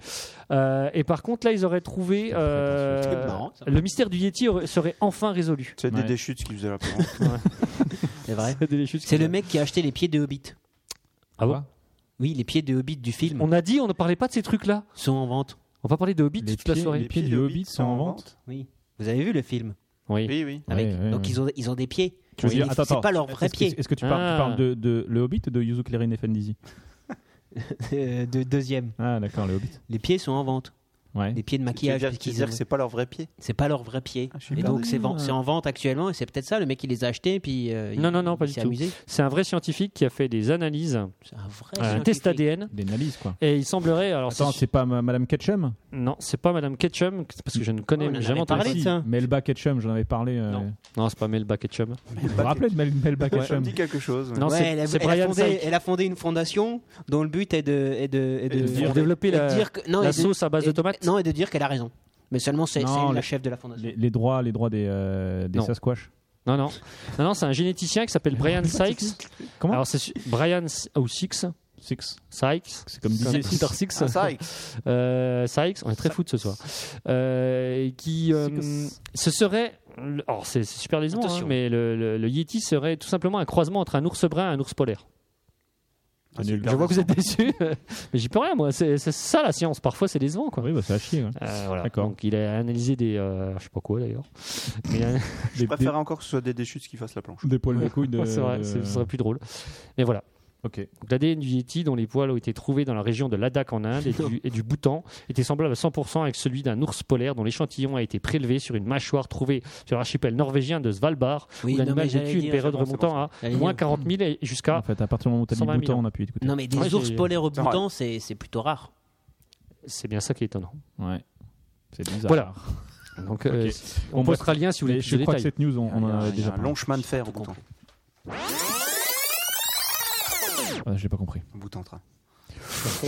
[SPEAKER 4] Euh, et par contre, là, ils auraient trouvé euh,
[SPEAKER 5] Ah, C'est marrant, ça.
[SPEAKER 4] le mystère du Yeti aurait- serait enfin résolu.
[SPEAKER 3] C'est
[SPEAKER 2] Ouais.
[SPEAKER 3] des déchutes qui faisaient la planche.
[SPEAKER 5] C'est vrai.
[SPEAKER 4] Des déchutes qui-
[SPEAKER 5] C'est le mec qui a acheté les pieds de Hobbit.
[SPEAKER 4] Ah bon
[SPEAKER 2] Quoi
[SPEAKER 5] Oui, les pieds de Hobbit du film
[SPEAKER 4] On a dit, on ne parlait pas de ces trucs-là.
[SPEAKER 5] sont en vente.
[SPEAKER 4] On va parler de Hobbit
[SPEAKER 2] Les
[SPEAKER 4] toute la
[SPEAKER 2] pieds-
[SPEAKER 4] soirée.
[SPEAKER 2] les- pieds
[SPEAKER 3] de
[SPEAKER 2] du Hobbit sont en vente
[SPEAKER 5] Oui. Vous avez vu le film
[SPEAKER 4] Oui.
[SPEAKER 3] Oui, oui.
[SPEAKER 5] avec...
[SPEAKER 2] Ouais, ouais,
[SPEAKER 5] Ah Donc
[SPEAKER 2] ouais.
[SPEAKER 5] ils ont ils ont des pieds.
[SPEAKER 2] Tu veux
[SPEAKER 5] C'est-
[SPEAKER 2] dire- attends,
[SPEAKER 5] C'est
[SPEAKER 2] attends.
[SPEAKER 5] pas leurs vrais
[SPEAKER 2] Est-ce que,
[SPEAKER 5] pieds.
[SPEAKER 2] est-ce que tu parles, tu
[SPEAKER 4] Ah.
[SPEAKER 2] parles de, de Le Hobbit ou de Yuzu Clerin Effendizi
[SPEAKER 5] Euh, De deuxième.
[SPEAKER 2] Ah, d'accord, Le Hobbit.
[SPEAKER 5] Les pieds sont en vente.
[SPEAKER 2] Ouais.
[SPEAKER 5] Les pieds de
[SPEAKER 3] Qui veut
[SPEAKER 5] maquillage.
[SPEAKER 3] dire,
[SPEAKER 5] parce
[SPEAKER 3] qui veut
[SPEAKER 5] qu'ils
[SPEAKER 3] dire
[SPEAKER 5] ont-
[SPEAKER 3] que c'est pas leur vrai pied.
[SPEAKER 5] C'est pas leurs vrais pieds.
[SPEAKER 3] Ah, je suis
[SPEAKER 5] Et
[SPEAKER 3] perdu.
[SPEAKER 5] donc c'est ven- c'est en vente actuellement et c'est peut-être ça le mec qui les a achetés puis euh, il-
[SPEAKER 4] Non, non, non, pas
[SPEAKER 5] il
[SPEAKER 4] du
[SPEAKER 5] s'est
[SPEAKER 4] tout.
[SPEAKER 5] amusé.
[SPEAKER 4] C'est un vrai scientifique qui a fait des analyses,
[SPEAKER 5] C'est un vrai
[SPEAKER 4] un
[SPEAKER 5] scientifique.
[SPEAKER 4] test ADN.
[SPEAKER 2] Des analyses, quoi.
[SPEAKER 4] Et il semblerait, alors
[SPEAKER 2] Attends,
[SPEAKER 4] c'est-
[SPEAKER 2] c'est pas ma- Madame Ketchum
[SPEAKER 4] Non, c'est pas Madame Ketchum, parce que je ne connais
[SPEAKER 5] On en avait
[SPEAKER 4] jamais entendu
[SPEAKER 5] parlé de
[SPEAKER 4] parler.
[SPEAKER 5] ça.
[SPEAKER 2] Melba Ketchum, j'en avais parlé. euh,
[SPEAKER 4] Non. Non, c'est pas Melba Ketchum.
[SPEAKER 2] Vous vous rappelez de Mel- Melba
[SPEAKER 3] Ça me
[SPEAKER 2] Ketchum
[SPEAKER 3] dit quelque chose. ouais.
[SPEAKER 4] Non,
[SPEAKER 5] Ouais,
[SPEAKER 4] c'est-
[SPEAKER 5] elle, a,
[SPEAKER 4] c'est
[SPEAKER 5] elle a
[SPEAKER 4] Brian
[SPEAKER 5] fondé,
[SPEAKER 4] Sykes.
[SPEAKER 5] elle a fondé une fondation dont le but est de, est de, est de,
[SPEAKER 3] Et de
[SPEAKER 4] Pour
[SPEAKER 3] dire-
[SPEAKER 4] développer
[SPEAKER 5] et de
[SPEAKER 4] la,
[SPEAKER 5] dire que- non,
[SPEAKER 4] la
[SPEAKER 5] et de-
[SPEAKER 4] sauce à base
[SPEAKER 5] et-
[SPEAKER 4] de tomates.
[SPEAKER 5] Non, et de dire qu'elle a raison. Mais seulement c'est
[SPEAKER 2] Non,
[SPEAKER 5] c'est elle
[SPEAKER 2] le-
[SPEAKER 5] la chef de la fondation.
[SPEAKER 2] les, les droits, les droits des, euh, des
[SPEAKER 4] Non.
[SPEAKER 2] Sasquatch.
[SPEAKER 4] Non, non, non, non, c'est un généticien qui s'appelle Brian Sykes.
[SPEAKER 2] Comment
[SPEAKER 4] Alors c'est su- Brian S- ou Six,
[SPEAKER 2] Six.
[SPEAKER 4] Sykes.
[SPEAKER 2] C'est comme disait
[SPEAKER 4] Peter Six.
[SPEAKER 3] Ah, ça, et-
[SPEAKER 4] Euh, Sykes, on est très foot ce soir. Euh, qui euh,
[SPEAKER 2] Sykes.
[SPEAKER 4] ce serait, alors c'est c'est super décevant, hein,
[SPEAKER 5] Attention.
[SPEAKER 4] mais le, le- le Yeti serait tout simplement un croisement entre un ours brun et un ours polaire.
[SPEAKER 3] Ah,
[SPEAKER 2] nul.
[SPEAKER 3] c'est
[SPEAKER 4] Je vois que vous êtes déçus, mais j'y peux rien moi. C'est c'est ça la science. Parfois c'est décevant quoi.
[SPEAKER 2] Oui, bah, c'est à chier. ouais.
[SPEAKER 4] Euh, voilà.
[SPEAKER 2] D'accord.
[SPEAKER 4] Donc il a analysé des, euh, je sais pas quoi d'ailleurs. Mais, euh,
[SPEAKER 3] Je
[SPEAKER 2] Des-
[SPEAKER 3] préférerais encore que ce soit des déchutes qui fassent la planche.
[SPEAKER 2] Des, des poils de couille de.
[SPEAKER 4] c'est vrai,
[SPEAKER 2] de-
[SPEAKER 4] ce serait plus drôle. Mais voilà.
[SPEAKER 2] Ok.
[SPEAKER 4] Donc, L'ADN du Yeti, dont les poils ont été trouvés dans la région de Ladakh en Inde et du, et du Bhoutan, était semblable à 100% avec celui d'un ours polaire dont l'échantillon a été prélevé sur une mâchoire trouvée sur l'archipel norvégien de Svalbard,
[SPEAKER 5] Oui,
[SPEAKER 4] où
[SPEAKER 5] non, mais
[SPEAKER 4] l'animal
[SPEAKER 5] j'allais
[SPEAKER 4] vécu une
[SPEAKER 5] dire,
[SPEAKER 4] période
[SPEAKER 5] c'est bon, c'est
[SPEAKER 4] remontant
[SPEAKER 5] c'est
[SPEAKER 4] à
[SPEAKER 5] bon. J'allais
[SPEAKER 4] moins
[SPEAKER 5] dire.
[SPEAKER 4] 40 000 et jusqu'à.
[SPEAKER 2] En fait, à partir du moment où t'as mis
[SPEAKER 4] 120
[SPEAKER 2] le bouton,
[SPEAKER 4] 000.
[SPEAKER 2] on appuie écouter.
[SPEAKER 5] Non, mais des
[SPEAKER 4] Ouais,
[SPEAKER 5] ours
[SPEAKER 4] c'est-
[SPEAKER 5] polaires au
[SPEAKER 3] c'est
[SPEAKER 5] bouton, c'est c'est plutôt rare.
[SPEAKER 4] C'est bien ça qui est étonnant.
[SPEAKER 2] Ouais. C'est bizarre.
[SPEAKER 4] Voilà. Donc, euh,
[SPEAKER 2] Ok.
[SPEAKER 4] on,
[SPEAKER 2] On
[SPEAKER 4] postera le lien si vous voulez
[SPEAKER 2] Mais
[SPEAKER 4] plus de
[SPEAKER 2] je crois que
[SPEAKER 4] détails.
[SPEAKER 2] cette news, on, on en
[SPEAKER 3] Il y a
[SPEAKER 2] a
[SPEAKER 3] un
[SPEAKER 2] déjà parlé.
[SPEAKER 3] long chemin de fer au bout
[SPEAKER 2] Ah, J'ai pas compris.
[SPEAKER 3] en- bout en train.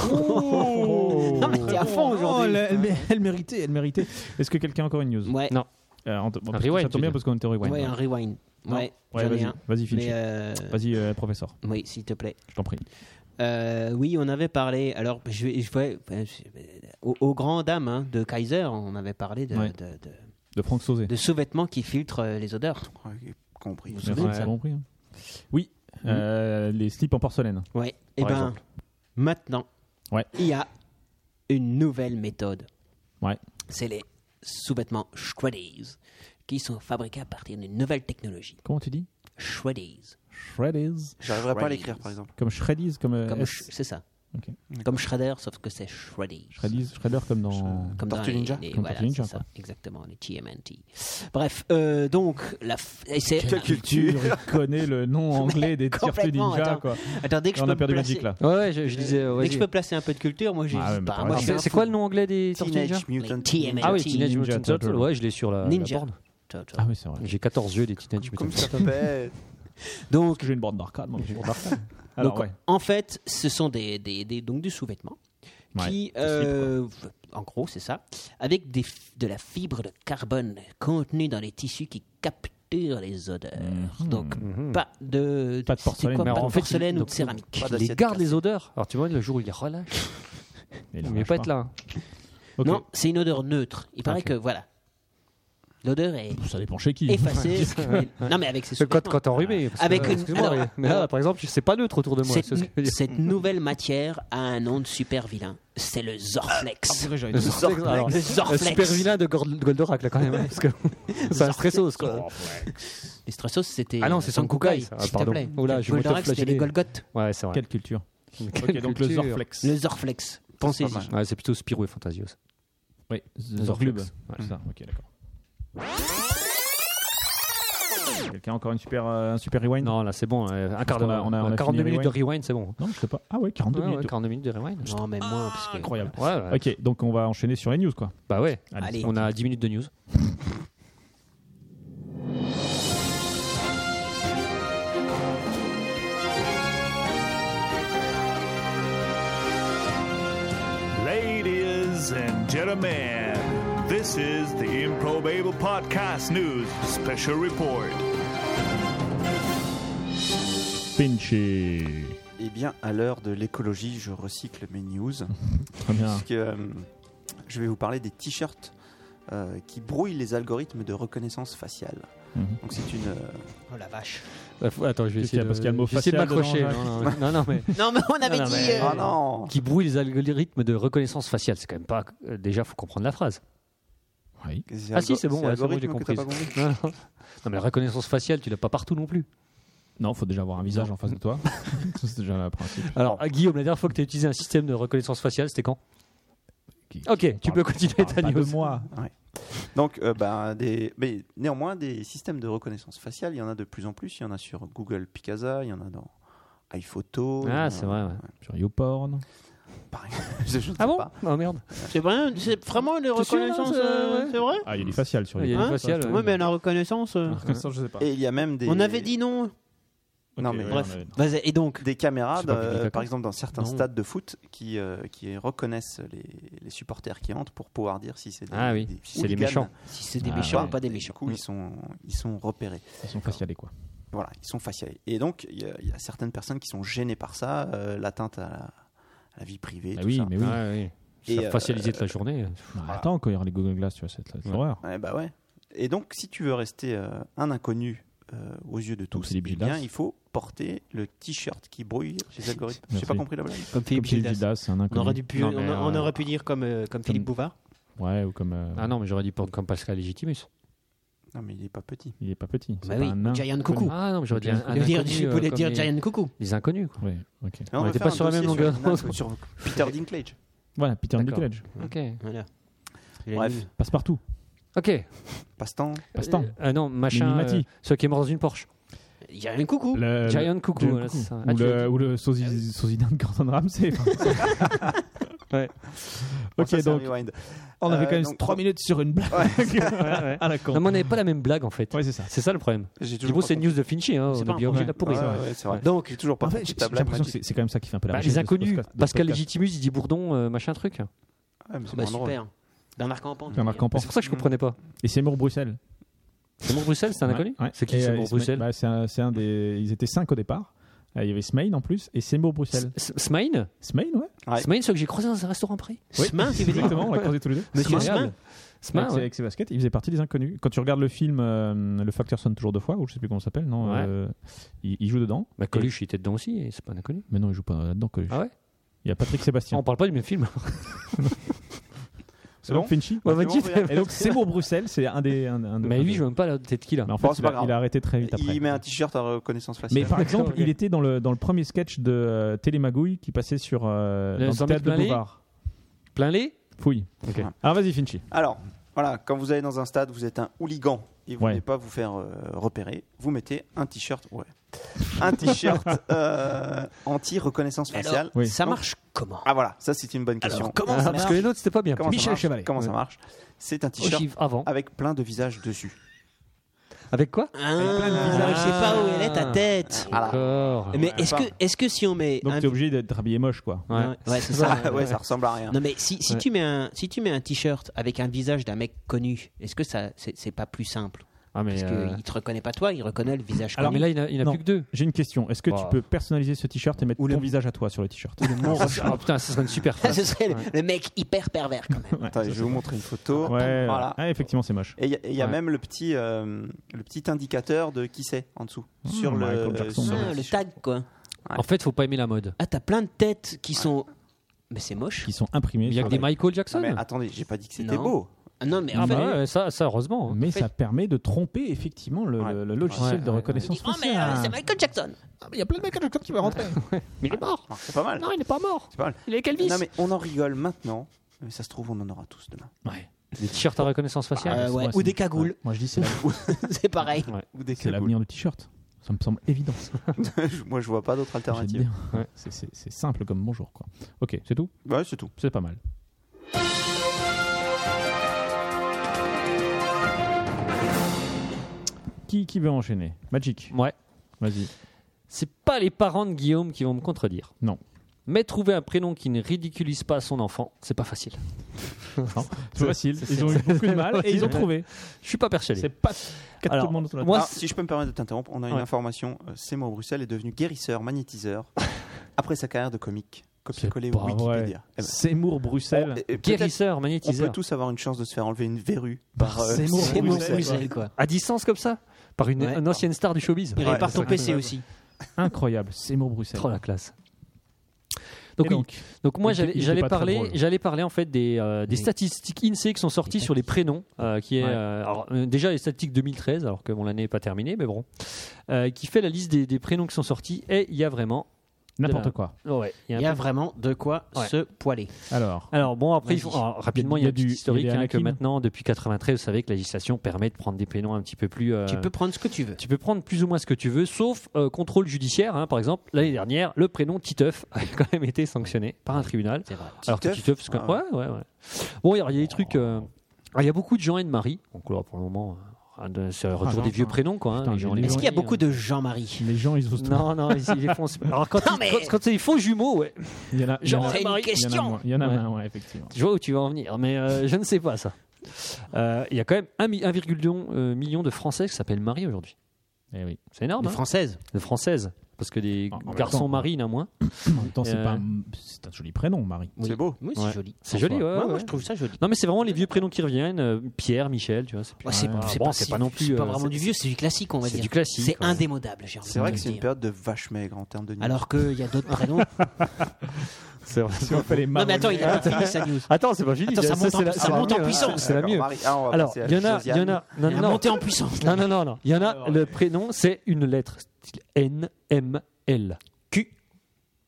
[SPEAKER 2] Oh.
[SPEAKER 5] Non, mais t'es à fond aujourd'hui.
[SPEAKER 2] elle, elle mé- elle méritait, elle méritait. Est-ce que quelqu'un a encore une news
[SPEAKER 5] Ouais,
[SPEAKER 2] Euh, on te- bon, parce que
[SPEAKER 4] rewind,
[SPEAKER 2] Ça
[SPEAKER 4] tu veux
[SPEAKER 2] tombe bien
[SPEAKER 4] dire.
[SPEAKER 2] parce qu'on était au rewind. hein.
[SPEAKER 5] ouais, un rewind.
[SPEAKER 2] Non.
[SPEAKER 5] Ouais,
[SPEAKER 2] Ouais,
[SPEAKER 5] j'en ai
[SPEAKER 2] vas-y,
[SPEAKER 5] un.
[SPEAKER 2] vas-y, Finch.
[SPEAKER 5] Mais euh,
[SPEAKER 2] Vas-y, euh, professeur,
[SPEAKER 5] oui, s'il te plaît.
[SPEAKER 2] je t'en prie.
[SPEAKER 5] Euh, oui, on avait parlé. Alors, je vais, je vais- euh, je- aux, aux grandes dames hein, de Kaiser, on avait parlé de,
[SPEAKER 2] Ouais.
[SPEAKER 5] de- de-
[SPEAKER 2] De Franck Sauzé.
[SPEAKER 5] de sous-vêtements qui filtrent euh, les odeurs.
[SPEAKER 3] Ouais, j'ai compris.
[SPEAKER 5] Vous
[SPEAKER 2] Merci,
[SPEAKER 5] savez,
[SPEAKER 2] t'as
[SPEAKER 5] ça.
[SPEAKER 2] compris, hein. Oui, euh, les slips en porcelaine.
[SPEAKER 5] Ouais. Et
[SPEAKER 2] Par
[SPEAKER 5] ben,
[SPEAKER 2] exemple.
[SPEAKER 5] maintenant,
[SPEAKER 2] Ouais.
[SPEAKER 5] il y a une nouvelle méthode.
[SPEAKER 2] Ouais.
[SPEAKER 5] C'est les sous-vêtements Shreddies, qui sont fabriqués à partir d'une nouvelle technologie.
[SPEAKER 2] Comment tu dis
[SPEAKER 5] Shreddies.
[SPEAKER 2] Shreddies
[SPEAKER 3] J'arriverai pas à l'écrire
[SPEAKER 5] Shreddies.
[SPEAKER 3] par exemple.
[SPEAKER 2] Comme Shreddies, comme, euh,
[SPEAKER 5] Comme
[SPEAKER 2] S-
[SPEAKER 5] sh- c'est ça.
[SPEAKER 2] Ok.
[SPEAKER 5] Comme Shredder, sauf que c'est Shreddies.
[SPEAKER 2] Shreddies, Shredder comme dans...
[SPEAKER 5] euh, Comme
[SPEAKER 3] Tortue
[SPEAKER 5] dans les-
[SPEAKER 3] Ninja.
[SPEAKER 5] les-
[SPEAKER 2] Comme
[SPEAKER 5] voilà,
[SPEAKER 2] Tortue Ninja,
[SPEAKER 5] c'est ça,
[SPEAKER 2] quoi.
[SPEAKER 5] exactement, les TMNT. Bref, euh, donc, la f- et c'est-
[SPEAKER 3] Quelle
[SPEAKER 2] Tu
[SPEAKER 3] culture
[SPEAKER 2] connais le nom anglais des Tirtu
[SPEAKER 5] complètement,
[SPEAKER 2] Ninja,
[SPEAKER 5] attends.
[SPEAKER 2] quoi.
[SPEAKER 5] Attends, dès que je
[SPEAKER 2] on
[SPEAKER 5] peux
[SPEAKER 2] a
[SPEAKER 5] me
[SPEAKER 2] perdu
[SPEAKER 5] placer-
[SPEAKER 2] Magic, là.
[SPEAKER 4] Ouais, ouais, je, je disais. euh,
[SPEAKER 5] Dès que
[SPEAKER 4] vas-y.
[SPEAKER 5] je peux placer un peu de culture, moi, j'hésite
[SPEAKER 2] Ah ouais, mais
[SPEAKER 5] pas.
[SPEAKER 2] par
[SPEAKER 5] Moi,
[SPEAKER 4] Alors,
[SPEAKER 5] je
[SPEAKER 2] exemple.
[SPEAKER 5] suis
[SPEAKER 4] c'est-
[SPEAKER 5] un
[SPEAKER 4] C'est
[SPEAKER 5] fou.
[SPEAKER 4] quoi le nom anglais des Tortues Ninja
[SPEAKER 3] Teenage Mutant
[SPEAKER 5] Les TMNT.
[SPEAKER 4] Ah oui,
[SPEAKER 5] Ninja
[SPEAKER 4] Teenage Mutant
[SPEAKER 2] Turtle.
[SPEAKER 4] Turtle. Ouais, je l'ai sur la,
[SPEAKER 2] euh,
[SPEAKER 4] la
[SPEAKER 5] Ninja.
[SPEAKER 4] borne.
[SPEAKER 5] Turtle.
[SPEAKER 2] Ah oui, c'est vrai.
[SPEAKER 4] J'ai 14 yeux des Teenage Mutant
[SPEAKER 3] Comme ça
[SPEAKER 4] Turtles.
[SPEAKER 3] s'appelle
[SPEAKER 5] Donc,
[SPEAKER 2] que j'ai une borne d'arcade, moi. Alors,
[SPEAKER 5] donc,
[SPEAKER 2] ouais.
[SPEAKER 5] en fait, ce sont des, des, des- donc du sous-vêtement
[SPEAKER 2] Ouais,
[SPEAKER 5] qui, euh, en gros, c'est ça, avec des, f- de la fibre de carbone contenue dans les tissus qui capturent les odeurs. Donc, pas de,
[SPEAKER 2] Mm-hmm. Pas de
[SPEAKER 5] c'est
[SPEAKER 2] porcelaine,
[SPEAKER 5] quoi,
[SPEAKER 2] mais
[SPEAKER 5] pas
[SPEAKER 4] en
[SPEAKER 5] de
[SPEAKER 4] fait,
[SPEAKER 5] porcelaine
[SPEAKER 4] il-
[SPEAKER 5] ou de céramique.
[SPEAKER 3] Pas
[SPEAKER 4] Il les
[SPEAKER 3] d'assiette
[SPEAKER 4] garde
[SPEAKER 3] cassée.
[SPEAKER 4] les odeurs. Alors tu vois, le jour où il oh les relâche,
[SPEAKER 2] Mais
[SPEAKER 4] il ne pas être là. hein.
[SPEAKER 2] Ok.
[SPEAKER 5] Non, c'est une odeur neutre. Il paraît
[SPEAKER 2] Ok.
[SPEAKER 5] que, voilà, l'odeur est
[SPEAKER 2] Ça dépend chez qui.
[SPEAKER 5] effacée. non, mais avec ses
[SPEAKER 4] C'est quand,
[SPEAKER 5] sous-vêtements.
[SPEAKER 4] quand enrhumé. parce que,
[SPEAKER 5] Avec
[SPEAKER 4] euh,
[SPEAKER 5] une-
[SPEAKER 4] excuse-moi,
[SPEAKER 5] alors,
[SPEAKER 4] mais- mais là,
[SPEAKER 5] alors-
[SPEAKER 4] par exemple, c'est pas neutre autour de moi.
[SPEAKER 5] Cette,
[SPEAKER 4] c'est ce que je veux dire.
[SPEAKER 5] cette nouvelle matière a un nom de super vilain. C'est le Zorflex.
[SPEAKER 4] Le Zorflex, alors,
[SPEAKER 5] Le
[SPEAKER 4] euh,
[SPEAKER 5] Zorflex.
[SPEAKER 4] super vilain de Gold- Goldorak là quand même. hein, parce que c'est un
[SPEAKER 5] Zorflex.
[SPEAKER 4] stressos quoi.
[SPEAKER 5] Les Stressos, c'était.
[SPEAKER 4] Ah non, c'est
[SPEAKER 5] euh,
[SPEAKER 4] Sankukai,
[SPEAKER 5] Sankukai,
[SPEAKER 4] ça. Ah,
[SPEAKER 5] s'il te
[SPEAKER 4] pardon.
[SPEAKER 5] plaît.
[SPEAKER 4] Oula, je vais
[SPEAKER 5] Goldorak, c'était
[SPEAKER 4] m'autoflageller.
[SPEAKER 5] les Golgoth.
[SPEAKER 4] Ouais, c'est vrai.
[SPEAKER 2] Quelle culture.
[SPEAKER 4] Quelle
[SPEAKER 2] Ok, donc le
[SPEAKER 4] culture.
[SPEAKER 2] Zorflex.
[SPEAKER 5] Le Zorflex.
[SPEAKER 3] C'est pas
[SPEAKER 5] Pensez-y.
[SPEAKER 3] mal.
[SPEAKER 4] Ouais, c'est plutôt Spirou et Fantasio. ça.
[SPEAKER 2] Oui, The
[SPEAKER 4] Le
[SPEAKER 2] Zorglub.
[SPEAKER 4] Zorflex.
[SPEAKER 2] Ouais, c'est ça, ok, d'accord. Quelqu'un a encore une super, euh, un super rewind
[SPEAKER 4] Non, là c'est bon. euh, Un quart
[SPEAKER 2] qu'on
[SPEAKER 4] d'heure.
[SPEAKER 2] a- on a- on a
[SPEAKER 4] 42
[SPEAKER 2] fini
[SPEAKER 4] minutes de rewind, c'est bon.
[SPEAKER 2] Non, je sais pas. Ah ouais, 42
[SPEAKER 4] Ouais, ouais,
[SPEAKER 2] minutes.
[SPEAKER 4] 42 minutes de rewind.
[SPEAKER 5] Non, mais moins, parce que.
[SPEAKER 2] Incroyable.
[SPEAKER 4] Ouais, ouais.
[SPEAKER 2] Ok, donc on va enchaîner sur les news, quoi.
[SPEAKER 4] Bah ouais.
[SPEAKER 5] Allez.
[SPEAKER 4] On a 10 minutes de news.
[SPEAKER 6] Ladies and gentlemen, this is the Improbable Podcast News Special Report.
[SPEAKER 2] Pinchy.
[SPEAKER 3] Eh bien, à l'heure de l'écologie, je recycle mes news.
[SPEAKER 4] Ah.
[SPEAKER 2] Très bien.
[SPEAKER 3] Puisque euh, je vais vous parler des t-shirts euh, qui brouillent les algorithmes de reconnaissance faciale.
[SPEAKER 2] Mhm.
[SPEAKER 3] Donc, c'est une. euh,
[SPEAKER 5] Oh la vache.
[SPEAKER 4] Bah, faut- Attends, je vais
[SPEAKER 2] Qu'est-ce qu'il y
[SPEAKER 4] essayer
[SPEAKER 2] a
[SPEAKER 4] de,
[SPEAKER 2] Parce qu'il y a le mot
[SPEAKER 4] je vais essayer de
[SPEAKER 2] facial
[SPEAKER 4] m'accrocher.
[SPEAKER 2] dedans,
[SPEAKER 4] Non, non, non, non, mais
[SPEAKER 5] Non, mais on avait
[SPEAKER 4] non,
[SPEAKER 5] dit.
[SPEAKER 4] mais-
[SPEAKER 5] euh,
[SPEAKER 3] Oh non
[SPEAKER 4] qui brouille les algorithmes de reconnaissance faciale, c'est quand même pas. euh, Déjà, faut comprendre la phrase.
[SPEAKER 2] Oui.
[SPEAKER 4] Ah si, c'est bon, ouais, c'est bon, j'ai
[SPEAKER 3] algorithme que
[SPEAKER 4] compris.
[SPEAKER 3] t'as pas compris.
[SPEAKER 4] non, non. Non, mais la reconnaissance faciale, tu l'as pas partout non plus.
[SPEAKER 2] Non, faut déjà avoir un visage en face de toi. Ça, c'est déjà le principe.
[SPEAKER 4] Alors, ah, Guillaume, la dernière fois que tu as utilisé un système de reconnaissance faciale, c'était quand
[SPEAKER 2] Qui-
[SPEAKER 4] Ok, tu peux continuer
[SPEAKER 2] Parle
[SPEAKER 4] ta
[SPEAKER 2] pas
[SPEAKER 4] news.
[SPEAKER 2] de moi.
[SPEAKER 3] Donc, euh, ben, des... mais néanmoins, des systèmes de reconnaissance faciale, il y en a de plus en plus. Il y en a sur Google Picasa, il y en a dans iPhoto. il y en
[SPEAKER 4] Ah,
[SPEAKER 3] a-
[SPEAKER 4] c'est vrai. Ouais.
[SPEAKER 2] Sur YouPorn.
[SPEAKER 3] Par exemple, je- je ne
[SPEAKER 4] Ah
[SPEAKER 3] sais
[SPEAKER 4] bon
[SPEAKER 3] pas.
[SPEAKER 4] Oh merde.
[SPEAKER 5] C'est vrai, c'est vraiment une
[SPEAKER 4] T'es sûr, là,
[SPEAKER 5] reconnaissance.
[SPEAKER 4] c'est-
[SPEAKER 5] euh,
[SPEAKER 4] ouais.
[SPEAKER 5] C'est vrai
[SPEAKER 2] Ah, il y a du facial sur
[SPEAKER 4] Il y a
[SPEAKER 2] YouPorn.
[SPEAKER 4] une
[SPEAKER 5] Hein
[SPEAKER 4] faciale.
[SPEAKER 5] Ouais, mais la reconnaissance. euh,
[SPEAKER 2] Ça, je sais pas.
[SPEAKER 3] Et il y a même des.
[SPEAKER 5] On avait dit non.
[SPEAKER 3] Non, mais
[SPEAKER 5] bref. Vas-y, et donc.
[SPEAKER 3] des caméras,
[SPEAKER 4] C'est pas
[SPEAKER 3] de-
[SPEAKER 4] public, d'accord.
[SPEAKER 3] par exemple dans certains
[SPEAKER 4] Non.
[SPEAKER 3] stades de foot, qui, euh, qui reconnaissent les, les supporters qui entrent pour pouvoir dire si c'est des,
[SPEAKER 4] Ah oui,
[SPEAKER 3] des
[SPEAKER 4] si c'est des
[SPEAKER 3] hooligans.
[SPEAKER 4] méchants.
[SPEAKER 5] Si c'est des
[SPEAKER 2] Ah,
[SPEAKER 5] méchants
[SPEAKER 2] ouais.
[SPEAKER 5] ou pas des
[SPEAKER 3] Et
[SPEAKER 5] méchants.
[SPEAKER 3] Du coup, ils sont, ils sont repérés.
[SPEAKER 2] Ils sont facialés, quoi.
[SPEAKER 3] Voilà, ils sont facialés. Et donc, il y, a- il y a certaines personnes qui sont gênées par ça, euh, l'atteinte à la, à la vie privée.
[SPEAKER 2] Ah
[SPEAKER 3] tout
[SPEAKER 2] oui,
[SPEAKER 3] ça.
[SPEAKER 2] mais oui.
[SPEAKER 4] Ah, oui.
[SPEAKER 3] Et,
[SPEAKER 4] Ça
[SPEAKER 3] euh,
[SPEAKER 4] facialisait toute la journée.
[SPEAKER 2] Bah, Attends, quand il y aura les Google Glass, tu vois, c'est c'est l'horreur.
[SPEAKER 3] Ouais, bah ouais. Et donc, si tu veux rester euh, un inconnu euh, aux yeux de tous, eh
[SPEAKER 2] Philippe
[SPEAKER 3] bien,
[SPEAKER 2] Gildas.
[SPEAKER 3] il faut porter le t-shirt qui brouille les algorithmes. J'ai
[SPEAKER 2] Merci.
[SPEAKER 3] pas compris la blague.
[SPEAKER 5] Comme
[SPEAKER 2] Comme
[SPEAKER 5] Philippe
[SPEAKER 2] Philippe
[SPEAKER 5] Gildas.
[SPEAKER 2] Gildas, c'est un
[SPEAKER 5] On aurait,
[SPEAKER 2] inconnu.
[SPEAKER 5] dû pu,
[SPEAKER 4] Non,
[SPEAKER 5] on,
[SPEAKER 4] mais,
[SPEAKER 5] a- on
[SPEAKER 4] euh,
[SPEAKER 5] aurait pu dire comme, euh, comme Philippe Bouvard.
[SPEAKER 2] Ouais, ou comme. euh,
[SPEAKER 4] Ah non, mais j'aurais dit porte comme Pascal Legitimus.
[SPEAKER 3] Non, mais il est pas petit.
[SPEAKER 2] Il est pas petit.
[SPEAKER 5] Bah
[SPEAKER 2] C'est pas
[SPEAKER 5] oui,
[SPEAKER 2] un nain.
[SPEAKER 5] Giant Coucou.
[SPEAKER 4] Ah non, mais j'aurais dit un, un
[SPEAKER 5] Je veux dire,
[SPEAKER 4] inconnu,
[SPEAKER 5] je
[SPEAKER 4] euh,
[SPEAKER 5] voulais
[SPEAKER 4] comme
[SPEAKER 5] dire
[SPEAKER 4] les,
[SPEAKER 5] Giant Coucou.
[SPEAKER 4] les inconnus. quoi.
[SPEAKER 2] Ouais, ok.
[SPEAKER 3] Non,
[SPEAKER 4] On
[SPEAKER 3] Ah, va
[SPEAKER 4] était
[SPEAKER 3] faire
[SPEAKER 4] pas
[SPEAKER 3] un
[SPEAKER 4] sur la même
[SPEAKER 3] dossier
[SPEAKER 4] longueur
[SPEAKER 3] les
[SPEAKER 4] d'onde.
[SPEAKER 3] nains, sur Peter Dinklage.
[SPEAKER 2] Voilà, Peter
[SPEAKER 4] D'accord.
[SPEAKER 2] Dinklage.
[SPEAKER 4] Ok.
[SPEAKER 5] Voilà.
[SPEAKER 3] Bref,
[SPEAKER 2] Passe partout.
[SPEAKER 4] Ok.
[SPEAKER 3] passe-temps.
[SPEAKER 2] Passe-temps.
[SPEAKER 4] Euh, Ah non, machin.
[SPEAKER 2] Mimimati.
[SPEAKER 4] euh, celui qui est mort dans une Porsche.
[SPEAKER 5] Giant Coucou. Bah,
[SPEAKER 2] Le- Euh, le-
[SPEAKER 4] Euh, Giant Coucou.
[SPEAKER 2] Giant
[SPEAKER 4] voilà,
[SPEAKER 2] Coucou.
[SPEAKER 4] c'est ça. Ah,
[SPEAKER 2] Ou
[SPEAKER 4] tu l'as
[SPEAKER 2] le, ou le sosie, sosie d'un de Gordon Ramsay.
[SPEAKER 3] Bon,
[SPEAKER 2] Ok,
[SPEAKER 3] ça, c'est un
[SPEAKER 2] donc
[SPEAKER 3] rewind.
[SPEAKER 2] on avait
[SPEAKER 3] Euh,
[SPEAKER 2] quand même
[SPEAKER 3] donc,
[SPEAKER 2] 3 minutes sur une blague
[SPEAKER 3] Ouais,
[SPEAKER 2] à la con.
[SPEAKER 4] Non, mais on n'avait pas la même blague en fait.
[SPEAKER 2] Ouais, c'est ça.
[SPEAKER 4] C'est ça le problème.
[SPEAKER 3] j'ai
[SPEAKER 4] Du
[SPEAKER 3] toujours
[SPEAKER 4] coup,
[SPEAKER 3] pas
[SPEAKER 4] c'est une
[SPEAKER 3] compris.
[SPEAKER 4] news de Finchi. Hein.
[SPEAKER 5] C'est
[SPEAKER 4] On
[SPEAKER 5] pas
[SPEAKER 4] est
[SPEAKER 5] un
[SPEAKER 4] bien obligé de la pourrir.
[SPEAKER 3] Ouais, ouais, c'est vrai.
[SPEAKER 2] Donc,
[SPEAKER 3] J'ai toujours pas
[SPEAKER 2] en fait,
[SPEAKER 3] compris
[SPEAKER 2] j'ai
[SPEAKER 3] ta
[SPEAKER 2] j'ai
[SPEAKER 3] blague
[SPEAKER 2] l'impression que
[SPEAKER 3] magique.
[SPEAKER 2] c'est c'est quand même ça qui fait un peu la
[SPEAKER 4] Bah,
[SPEAKER 2] richesse
[SPEAKER 4] les
[SPEAKER 2] de ce
[SPEAKER 4] inconnus,
[SPEAKER 2] podcast- de ce
[SPEAKER 4] Pascal
[SPEAKER 2] podcast.
[SPEAKER 4] Legitimus, Didi Bourdon, euh, machin truc. C'est
[SPEAKER 3] Ouais, mais c'est
[SPEAKER 5] Bah,
[SPEAKER 3] moins drôle.
[SPEAKER 5] super. Bernard Campan.
[SPEAKER 2] Bernard
[SPEAKER 5] d'ailleurs.
[SPEAKER 2] Campan.
[SPEAKER 4] pour ça que je comprenais pas.
[SPEAKER 2] Et Seymour Bruxelles.
[SPEAKER 4] Seymour Bruxelles, c'est un
[SPEAKER 2] Ouais,
[SPEAKER 4] inconnu
[SPEAKER 2] ouais.
[SPEAKER 4] C'est qui
[SPEAKER 2] Et, euh,
[SPEAKER 4] Seymour
[SPEAKER 2] Ismail-
[SPEAKER 4] Bruxelles
[SPEAKER 2] bah, C'est un, c'est un des. Ils étaient 5 au départ. Euh, Il y avait Smain en plus et Seymour Bruxelles.
[SPEAKER 4] S- Smain
[SPEAKER 2] Smain, ouais.
[SPEAKER 3] Ouais.
[SPEAKER 4] Smain, ceux que j'ai croisé dans un restaurant prix.
[SPEAKER 2] Oui,
[SPEAKER 5] Smain, tu veux dire
[SPEAKER 2] Exactement, on l'a croisé tous les deux.
[SPEAKER 5] Monsieur
[SPEAKER 4] C'est
[SPEAKER 5] Smain
[SPEAKER 4] incroyable. Smain,
[SPEAKER 2] avec, ses-
[SPEAKER 4] Ah, ouais.
[SPEAKER 2] avec ses baskets, il faisait partie des inconnus. Quand tu regardes le film euh, Le Facteur sonne toujours deux fois, ou je sais plus comment ça s'appelle, non
[SPEAKER 4] Ouais.
[SPEAKER 2] euh, il, il joue dedans.
[SPEAKER 4] Bah, Coluche, il était dedans aussi, et c'est pas un inconnu.
[SPEAKER 2] Mais non, il joue pas là-dedans. que-
[SPEAKER 4] Ah ouais
[SPEAKER 2] Il y a Patrick
[SPEAKER 4] On
[SPEAKER 2] Sébastien.
[SPEAKER 4] parle pas du même film.
[SPEAKER 2] C'est bon Finchy
[SPEAKER 4] Ouais, vas-y,
[SPEAKER 3] c'est bon,
[SPEAKER 4] fais-
[SPEAKER 2] Et donc Seymour Bruxelles, c'est un des. un- un- un
[SPEAKER 4] Mais lui,
[SPEAKER 2] des-
[SPEAKER 4] je vois même pas la tête qu'il a.
[SPEAKER 2] Mais en fait,
[SPEAKER 3] Bon, c'est
[SPEAKER 2] il,
[SPEAKER 3] pas
[SPEAKER 2] a,
[SPEAKER 3] grave.
[SPEAKER 2] il a arrêté très vite après.
[SPEAKER 3] Il met un t-shirt à reconnaissance
[SPEAKER 2] Mais
[SPEAKER 3] faciale.
[SPEAKER 2] par exemple,
[SPEAKER 4] D'accord,
[SPEAKER 2] il
[SPEAKER 4] ok.
[SPEAKER 2] était dans le, dans le premier sketch de euh, Télémagouille qui passait sur euh, dans
[SPEAKER 4] Le
[SPEAKER 2] le
[SPEAKER 4] Jean-Marc
[SPEAKER 2] théâtre de
[SPEAKER 4] Blindé
[SPEAKER 2] Bouvard.
[SPEAKER 4] Plein les
[SPEAKER 2] Fouille.
[SPEAKER 4] Ok.
[SPEAKER 2] Alors vas-y, Finchy.
[SPEAKER 3] Alors, voilà, quand vous allez dans un stade, vous êtes un hooligan et vous
[SPEAKER 2] Ouais.
[SPEAKER 3] ne voulez pas vous faire euh, repérer, vous mettez un t-shirt, ouais, un t-shirt euh, anti-reconnaissance faciale.
[SPEAKER 5] Alors,
[SPEAKER 2] Oui.
[SPEAKER 5] ça marche comment
[SPEAKER 3] Ah voilà, ça c'est une bonne question.
[SPEAKER 5] Alors, comment ça
[SPEAKER 4] Ah, Parce que
[SPEAKER 5] marche
[SPEAKER 4] les nôtres, c'était pas bien.
[SPEAKER 3] Comment ça
[SPEAKER 5] Michel
[SPEAKER 3] marche
[SPEAKER 5] Chevalet.
[SPEAKER 3] Comment ça
[SPEAKER 4] Ouais.
[SPEAKER 3] marche C'est un t-shirt
[SPEAKER 4] Ogive avant.
[SPEAKER 3] avec plein de visages dessus.
[SPEAKER 4] Avec quoi
[SPEAKER 5] Ah, Je sais pas où elle est ta tête.
[SPEAKER 4] Ah,
[SPEAKER 3] Voilà.
[SPEAKER 4] Corps.
[SPEAKER 5] Mais est-ce
[SPEAKER 3] pas.
[SPEAKER 5] que, est que si on met.
[SPEAKER 2] Donc
[SPEAKER 5] un-
[SPEAKER 2] t'es obligé d'être habillé moche, quoi.
[SPEAKER 4] Ouais.
[SPEAKER 5] Ouais, c'est ça.
[SPEAKER 3] Ah ouais, ça ressemble à rien.
[SPEAKER 5] Non mais si, si
[SPEAKER 4] Ouais.
[SPEAKER 5] tu mets un si tu mets un t-shirt avec un visage d'un mec connu, est-ce que ça c'est c'est pas plus simple
[SPEAKER 4] Ah, mais.
[SPEAKER 5] Parce
[SPEAKER 4] euh,
[SPEAKER 5] qu'il te reconnaît pas toi, il reconnaît le visage
[SPEAKER 4] Alors, mais là,
[SPEAKER 5] connu.
[SPEAKER 4] il n'y en a, il y en a
[SPEAKER 2] Non.
[SPEAKER 4] plus que deux.
[SPEAKER 2] J'ai une question. Est-ce que tu
[SPEAKER 4] Bah.
[SPEAKER 2] peux personnaliser ce t-shirt et mettre
[SPEAKER 3] Ou le-
[SPEAKER 2] ton visage à toi sur le t-shirt
[SPEAKER 4] Ah putain, ça serait une super
[SPEAKER 5] Ah,
[SPEAKER 4] phrase.
[SPEAKER 5] ce serait le- le mec hyper pervers quand même.
[SPEAKER 2] Ouais,
[SPEAKER 3] Attends, je vais vous montrer une photo.
[SPEAKER 2] Ouais,
[SPEAKER 3] Voilà.
[SPEAKER 2] ouais, effectivement, c'est moche.
[SPEAKER 3] Et il y a, et il y a
[SPEAKER 4] Ouais.
[SPEAKER 3] même le petit, euh, le petit indicateur de qui c'est en dessous.
[SPEAKER 2] Mmh,
[SPEAKER 3] sur
[SPEAKER 2] Michael
[SPEAKER 3] le,
[SPEAKER 2] Jackson.
[SPEAKER 3] sur
[SPEAKER 5] Ah, le
[SPEAKER 3] t-shirt.
[SPEAKER 5] tag quoi.
[SPEAKER 4] En fait, faut pas aimer la mode.
[SPEAKER 5] Ah t'as plein de têtes qui sont mais c'est moche.
[SPEAKER 2] Qui sont imprimés.
[SPEAKER 4] Il y a
[SPEAKER 2] sur
[SPEAKER 4] que des
[SPEAKER 2] la-
[SPEAKER 4] Michael Jackson.
[SPEAKER 3] Ah, Mais attendez, j'ai pas dit que c'était
[SPEAKER 5] Non.
[SPEAKER 3] beau.
[SPEAKER 5] Ah, Non mais en
[SPEAKER 4] Ah
[SPEAKER 5] fait,
[SPEAKER 4] bah ouais, ça, ça heureusement.
[SPEAKER 2] Mais
[SPEAKER 5] En
[SPEAKER 2] ça permet de tromper effectivement le,
[SPEAKER 3] Ouais.
[SPEAKER 2] le- le logiciel
[SPEAKER 4] Ouais,
[SPEAKER 2] de
[SPEAKER 4] ouais,
[SPEAKER 5] on
[SPEAKER 2] reconnaissance
[SPEAKER 5] dit, oh mais euh, c'est
[SPEAKER 2] faciale.
[SPEAKER 5] Michael Jackson.
[SPEAKER 2] Il y a plein de mecs à qui va rentrer.
[SPEAKER 4] Mais il est mort.
[SPEAKER 3] Non, C'est pas mal.
[SPEAKER 4] Non, il n'est pas mort.
[SPEAKER 3] C'est pas mal.
[SPEAKER 4] Il est Calvis.
[SPEAKER 3] Non mais on en rigole maintenant. Mais ça se trouve, on en aura tous demain.
[SPEAKER 4] Des t-shirts à reconnaissance faciale.
[SPEAKER 5] Euh, ouais, ou des cagoules,
[SPEAKER 2] Moi je dis c'est la-
[SPEAKER 5] c'est pareil.
[SPEAKER 3] Ou des
[SPEAKER 2] c'est l'avenir du t-shirt. Ça me semble évident.
[SPEAKER 3] cagoules. Moi, je vois pas d'autre
[SPEAKER 2] J'aime
[SPEAKER 3] alternative.
[SPEAKER 2] bien.
[SPEAKER 4] Ouais.
[SPEAKER 2] C'est- C'est c'est simple comme bonjour quoi. Ok, c'est tout.
[SPEAKER 3] Bah Ouais, c'est tout.
[SPEAKER 2] C'est pas mal. Qui, qui veut enchaîner Magic,
[SPEAKER 4] Ouais.
[SPEAKER 2] vas-y.
[SPEAKER 4] C'est pas les parents de Guillaume qui vont me contredire.
[SPEAKER 2] Non.
[SPEAKER 4] Mais trouver un prénom qui ne ridiculise pas son enfant, c'est pas facile.
[SPEAKER 2] C'est facile, ils ont eu beaucoup de
[SPEAKER 4] Ah,
[SPEAKER 2] mal et ils ont trouvé.
[SPEAKER 4] Je suis pas persuadé.
[SPEAKER 2] C'est pas quatre
[SPEAKER 4] Alors,
[SPEAKER 2] tout le monde autour de la
[SPEAKER 4] moi,
[SPEAKER 3] Alors,
[SPEAKER 4] c'est-
[SPEAKER 3] Ah, si je peux me permettre de t'interrompre, on a une
[SPEAKER 4] Ouais.
[SPEAKER 3] information. Euh, Seymour Bruxelles est devenu guérisseur, magnétiseur après sa carrière de comique. Copier-coller
[SPEAKER 2] C'est pas
[SPEAKER 3] Wikipédia. Eh ben,
[SPEAKER 2] Seymour
[SPEAKER 3] on-
[SPEAKER 4] Oh.
[SPEAKER 2] Bruxelles.
[SPEAKER 3] et- et peut-être
[SPEAKER 4] Guérisseur,
[SPEAKER 3] On peut
[SPEAKER 4] magnétiseur.
[SPEAKER 3] tous avoir une chance de se faire enlever une verrue par euh,
[SPEAKER 2] Bah, Seymour
[SPEAKER 5] C'est
[SPEAKER 2] Bruxelles.
[SPEAKER 5] mon Bruxelles quoi.
[SPEAKER 4] À distance comme ça Par une,
[SPEAKER 5] Ouais.
[SPEAKER 4] une ancienne star du showbiz.
[SPEAKER 5] Il
[SPEAKER 3] Ouais,
[SPEAKER 5] répare ton
[SPEAKER 3] c'est
[SPEAKER 5] PC aussi.
[SPEAKER 2] Incroyable, Seymour Bruxelles.
[SPEAKER 4] Trop la classe.
[SPEAKER 2] Et
[SPEAKER 4] Donc, oui.
[SPEAKER 2] donc,
[SPEAKER 4] Donc moi
[SPEAKER 2] Il était-
[SPEAKER 4] j'allais
[SPEAKER 2] il était
[SPEAKER 4] j'allais
[SPEAKER 2] pas très
[SPEAKER 4] parler
[SPEAKER 2] drôle.
[SPEAKER 4] j'allais parler en fait des, euh, des
[SPEAKER 5] Oui.
[SPEAKER 4] statistiques INSEE qui sont sorties
[SPEAKER 5] Les
[SPEAKER 4] sur les prénoms euh, qui est
[SPEAKER 2] Ouais.
[SPEAKER 4] euh, alors, euh, déjà les statistiques 2013 alors que mon année n'est pas terminée mais bon euh, qui fait la liste des, des prénoms qui sont sortis et il y a vraiment
[SPEAKER 2] n'importe quoi.
[SPEAKER 4] ouais il y a
[SPEAKER 5] Il
[SPEAKER 4] un
[SPEAKER 5] y a
[SPEAKER 4] peu-
[SPEAKER 5] vraiment de quoi
[SPEAKER 4] Ouais.
[SPEAKER 5] se poiler.
[SPEAKER 2] Alors,
[SPEAKER 4] alors bon après il faut-
[SPEAKER 5] Vas-y.
[SPEAKER 4] alors, rapidement il y a, du historique
[SPEAKER 2] des
[SPEAKER 4] hein, que
[SPEAKER 2] Anakin.
[SPEAKER 4] maintenant depuis 93 vous savez que la législation permet de prendre des prénoms un petit peu plus euh,
[SPEAKER 5] Tu peux prendre ce que tu veux.
[SPEAKER 4] tu peux prendre plus ou moins ce que tu veux, sauf euh, contrôle judiciaire. hein. Par exemple, l'année dernière, le prénom Titeuf a quand même été sanctionné par un tribunal.
[SPEAKER 5] C'est vrai.
[SPEAKER 4] Alors que
[SPEAKER 3] Titeuf
[SPEAKER 4] Titeuf, c'est comme... ouais, ouais, ouais. Bon, alors, il y a des trucs. euh, alors, il y a beaucoup de Jean et de Marie. Donc là, pour le moment, euh, un de- c'est un retour
[SPEAKER 5] Ah,
[SPEAKER 2] non,
[SPEAKER 4] des vieux
[SPEAKER 2] hein.
[SPEAKER 4] prénoms, quoi. hein,
[SPEAKER 2] Putain,
[SPEAKER 4] les Jean
[SPEAKER 2] j'ai
[SPEAKER 4] et
[SPEAKER 2] lu-
[SPEAKER 4] les
[SPEAKER 5] Est-ce qu'il y a
[SPEAKER 4] Marie,
[SPEAKER 5] beaucoup
[SPEAKER 4] euh.
[SPEAKER 5] de Jean-Marie
[SPEAKER 2] les gens, ils osent tout.
[SPEAKER 4] Non, non, ils, ils les font. Alors, quand,
[SPEAKER 5] Non,
[SPEAKER 4] ils,
[SPEAKER 5] mais-
[SPEAKER 4] quand, quand ils font jumeaux, ouais.
[SPEAKER 2] Il y en a, il y en
[SPEAKER 4] Jean
[SPEAKER 2] a,
[SPEAKER 5] C'est
[SPEAKER 4] et
[SPEAKER 5] une
[SPEAKER 4] Marie.
[SPEAKER 2] il y en a
[SPEAKER 5] question.
[SPEAKER 2] moins, il y en a
[SPEAKER 4] Ouais.
[SPEAKER 2] moins, ouais, effectivement.
[SPEAKER 4] Je vois où tu vas en venir, mais euh, je ne sais pas ça. Euh, Il y a quand même un mi- 1,2 euh, million de Français qui s'appellent Marie aujourd'hui.
[SPEAKER 2] Eh oui.
[SPEAKER 4] C'est énorme,
[SPEAKER 5] Des
[SPEAKER 4] hein
[SPEAKER 5] Françaises.
[SPEAKER 4] de Françaises. Parce que des
[SPEAKER 5] Ah,
[SPEAKER 2] En- en même temps,
[SPEAKER 4] garçons
[SPEAKER 2] quoi.
[SPEAKER 4] Marie, il y en a moins.
[SPEAKER 2] En même temps, c'est
[SPEAKER 4] Euh.
[SPEAKER 2] pas un- c'est un joli prénom, Marie.
[SPEAKER 5] Oui.
[SPEAKER 3] C'est beau.
[SPEAKER 5] Oui, c'est
[SPEAKER 4] Ouais.
[SPEAKER 5] joli.
[SPEAKER 4] C'est joli, ouais,
[SPEAKER 5] Moi,
[SPEAKER 4] ouais,
[SPEAKER 5] moi,
[SPEAKER 4] ouais.
[SPEAKER 5] je trouve ça joli.
[SPEAKER 4] Non, mais c'est vraiment les vieux prénoms qui reviennent. euh, Pierre, Michel, tu vois. C'est
[SPEAKER 5] Ouais, c'est
[SPEAKER 2] Ouais.
[SPEAKER 5] c'est
[SPEAKER 4] Bon,
[SPEAKER 5] pas,
[SPEAKER 4] c'est
[SPEAKER 5] si-
[SPEAKER 4] pas non plus,
[SPEAKER 5] c'est pas
[SPEAKER 4] euh,
[SPEAKER 5] vraiment
[SPEAKER 4] c'est-
[SPEAKER 5] du vieux, c'est du classique, on va
[SPEAKER 4] c'est
[SPEAKER 5] dire.
[SPEAKER 4] du classique.
[SPEAKER 5] C'est
[SPEAKER 4] quoi.
[SPEAKER 5] indémodable, j'ai envie
[SPEAKER 3] C'est
[SPEAKER 5] de
[SPEAKER 3] vrai
[SPEAKER 5] le
[SPEAKER 3] que c'est une
[SPEAKER 5] dire.
[SPEAKER 3] période de vache maigre en termes de news.
[SPEAKER 5] Alors qu'il y a d'autres prénoms.
[SPEAKER 4] Bah, C'est vrai.
[SPEAKER 2] Si on fait les
[SPEAKER 5] non, mais
[SPEAKER 2] Marie-
[SPEAKER 5] attends, il a pas fini sa news.
[SPEAKER 4] Attends, c'est pas fini.
[SPEAKER 5] Attends, ça monte en-
[SPEAKER 4] c'est la-
[SPEAKER 5] ça
[SPEAKER 4] c'est la
[SPEAKER 5] monte en
[SPEAKER 4] mieux, hein.
[SPEAKER 5] puissance. Ah,
[SPEAKER 4] C'est la
[SPEAKER 3] D'accord,
[SPEAKER 4] mieux.
[SPEAKER 3] Marie, ah, on va
[SPEAKER 4] Alors,
[SPEAKER 3] passer à
[SPEAKER 4] il y en a, il
[SPEAKER 3] Josiane.
[SPEAKER 4] y en a. Non,
[SPEAKER 5] Il
[SPEAKER 4] non,
[SPEAKER 5] a
[SPEAKER 4] non.
[SPEAKER 5] monté en puissance. là.
[SPEAKER 4] Non, non, non, non. Il y en a, le prénom, c'est une lettre. Style N, M, L. Q.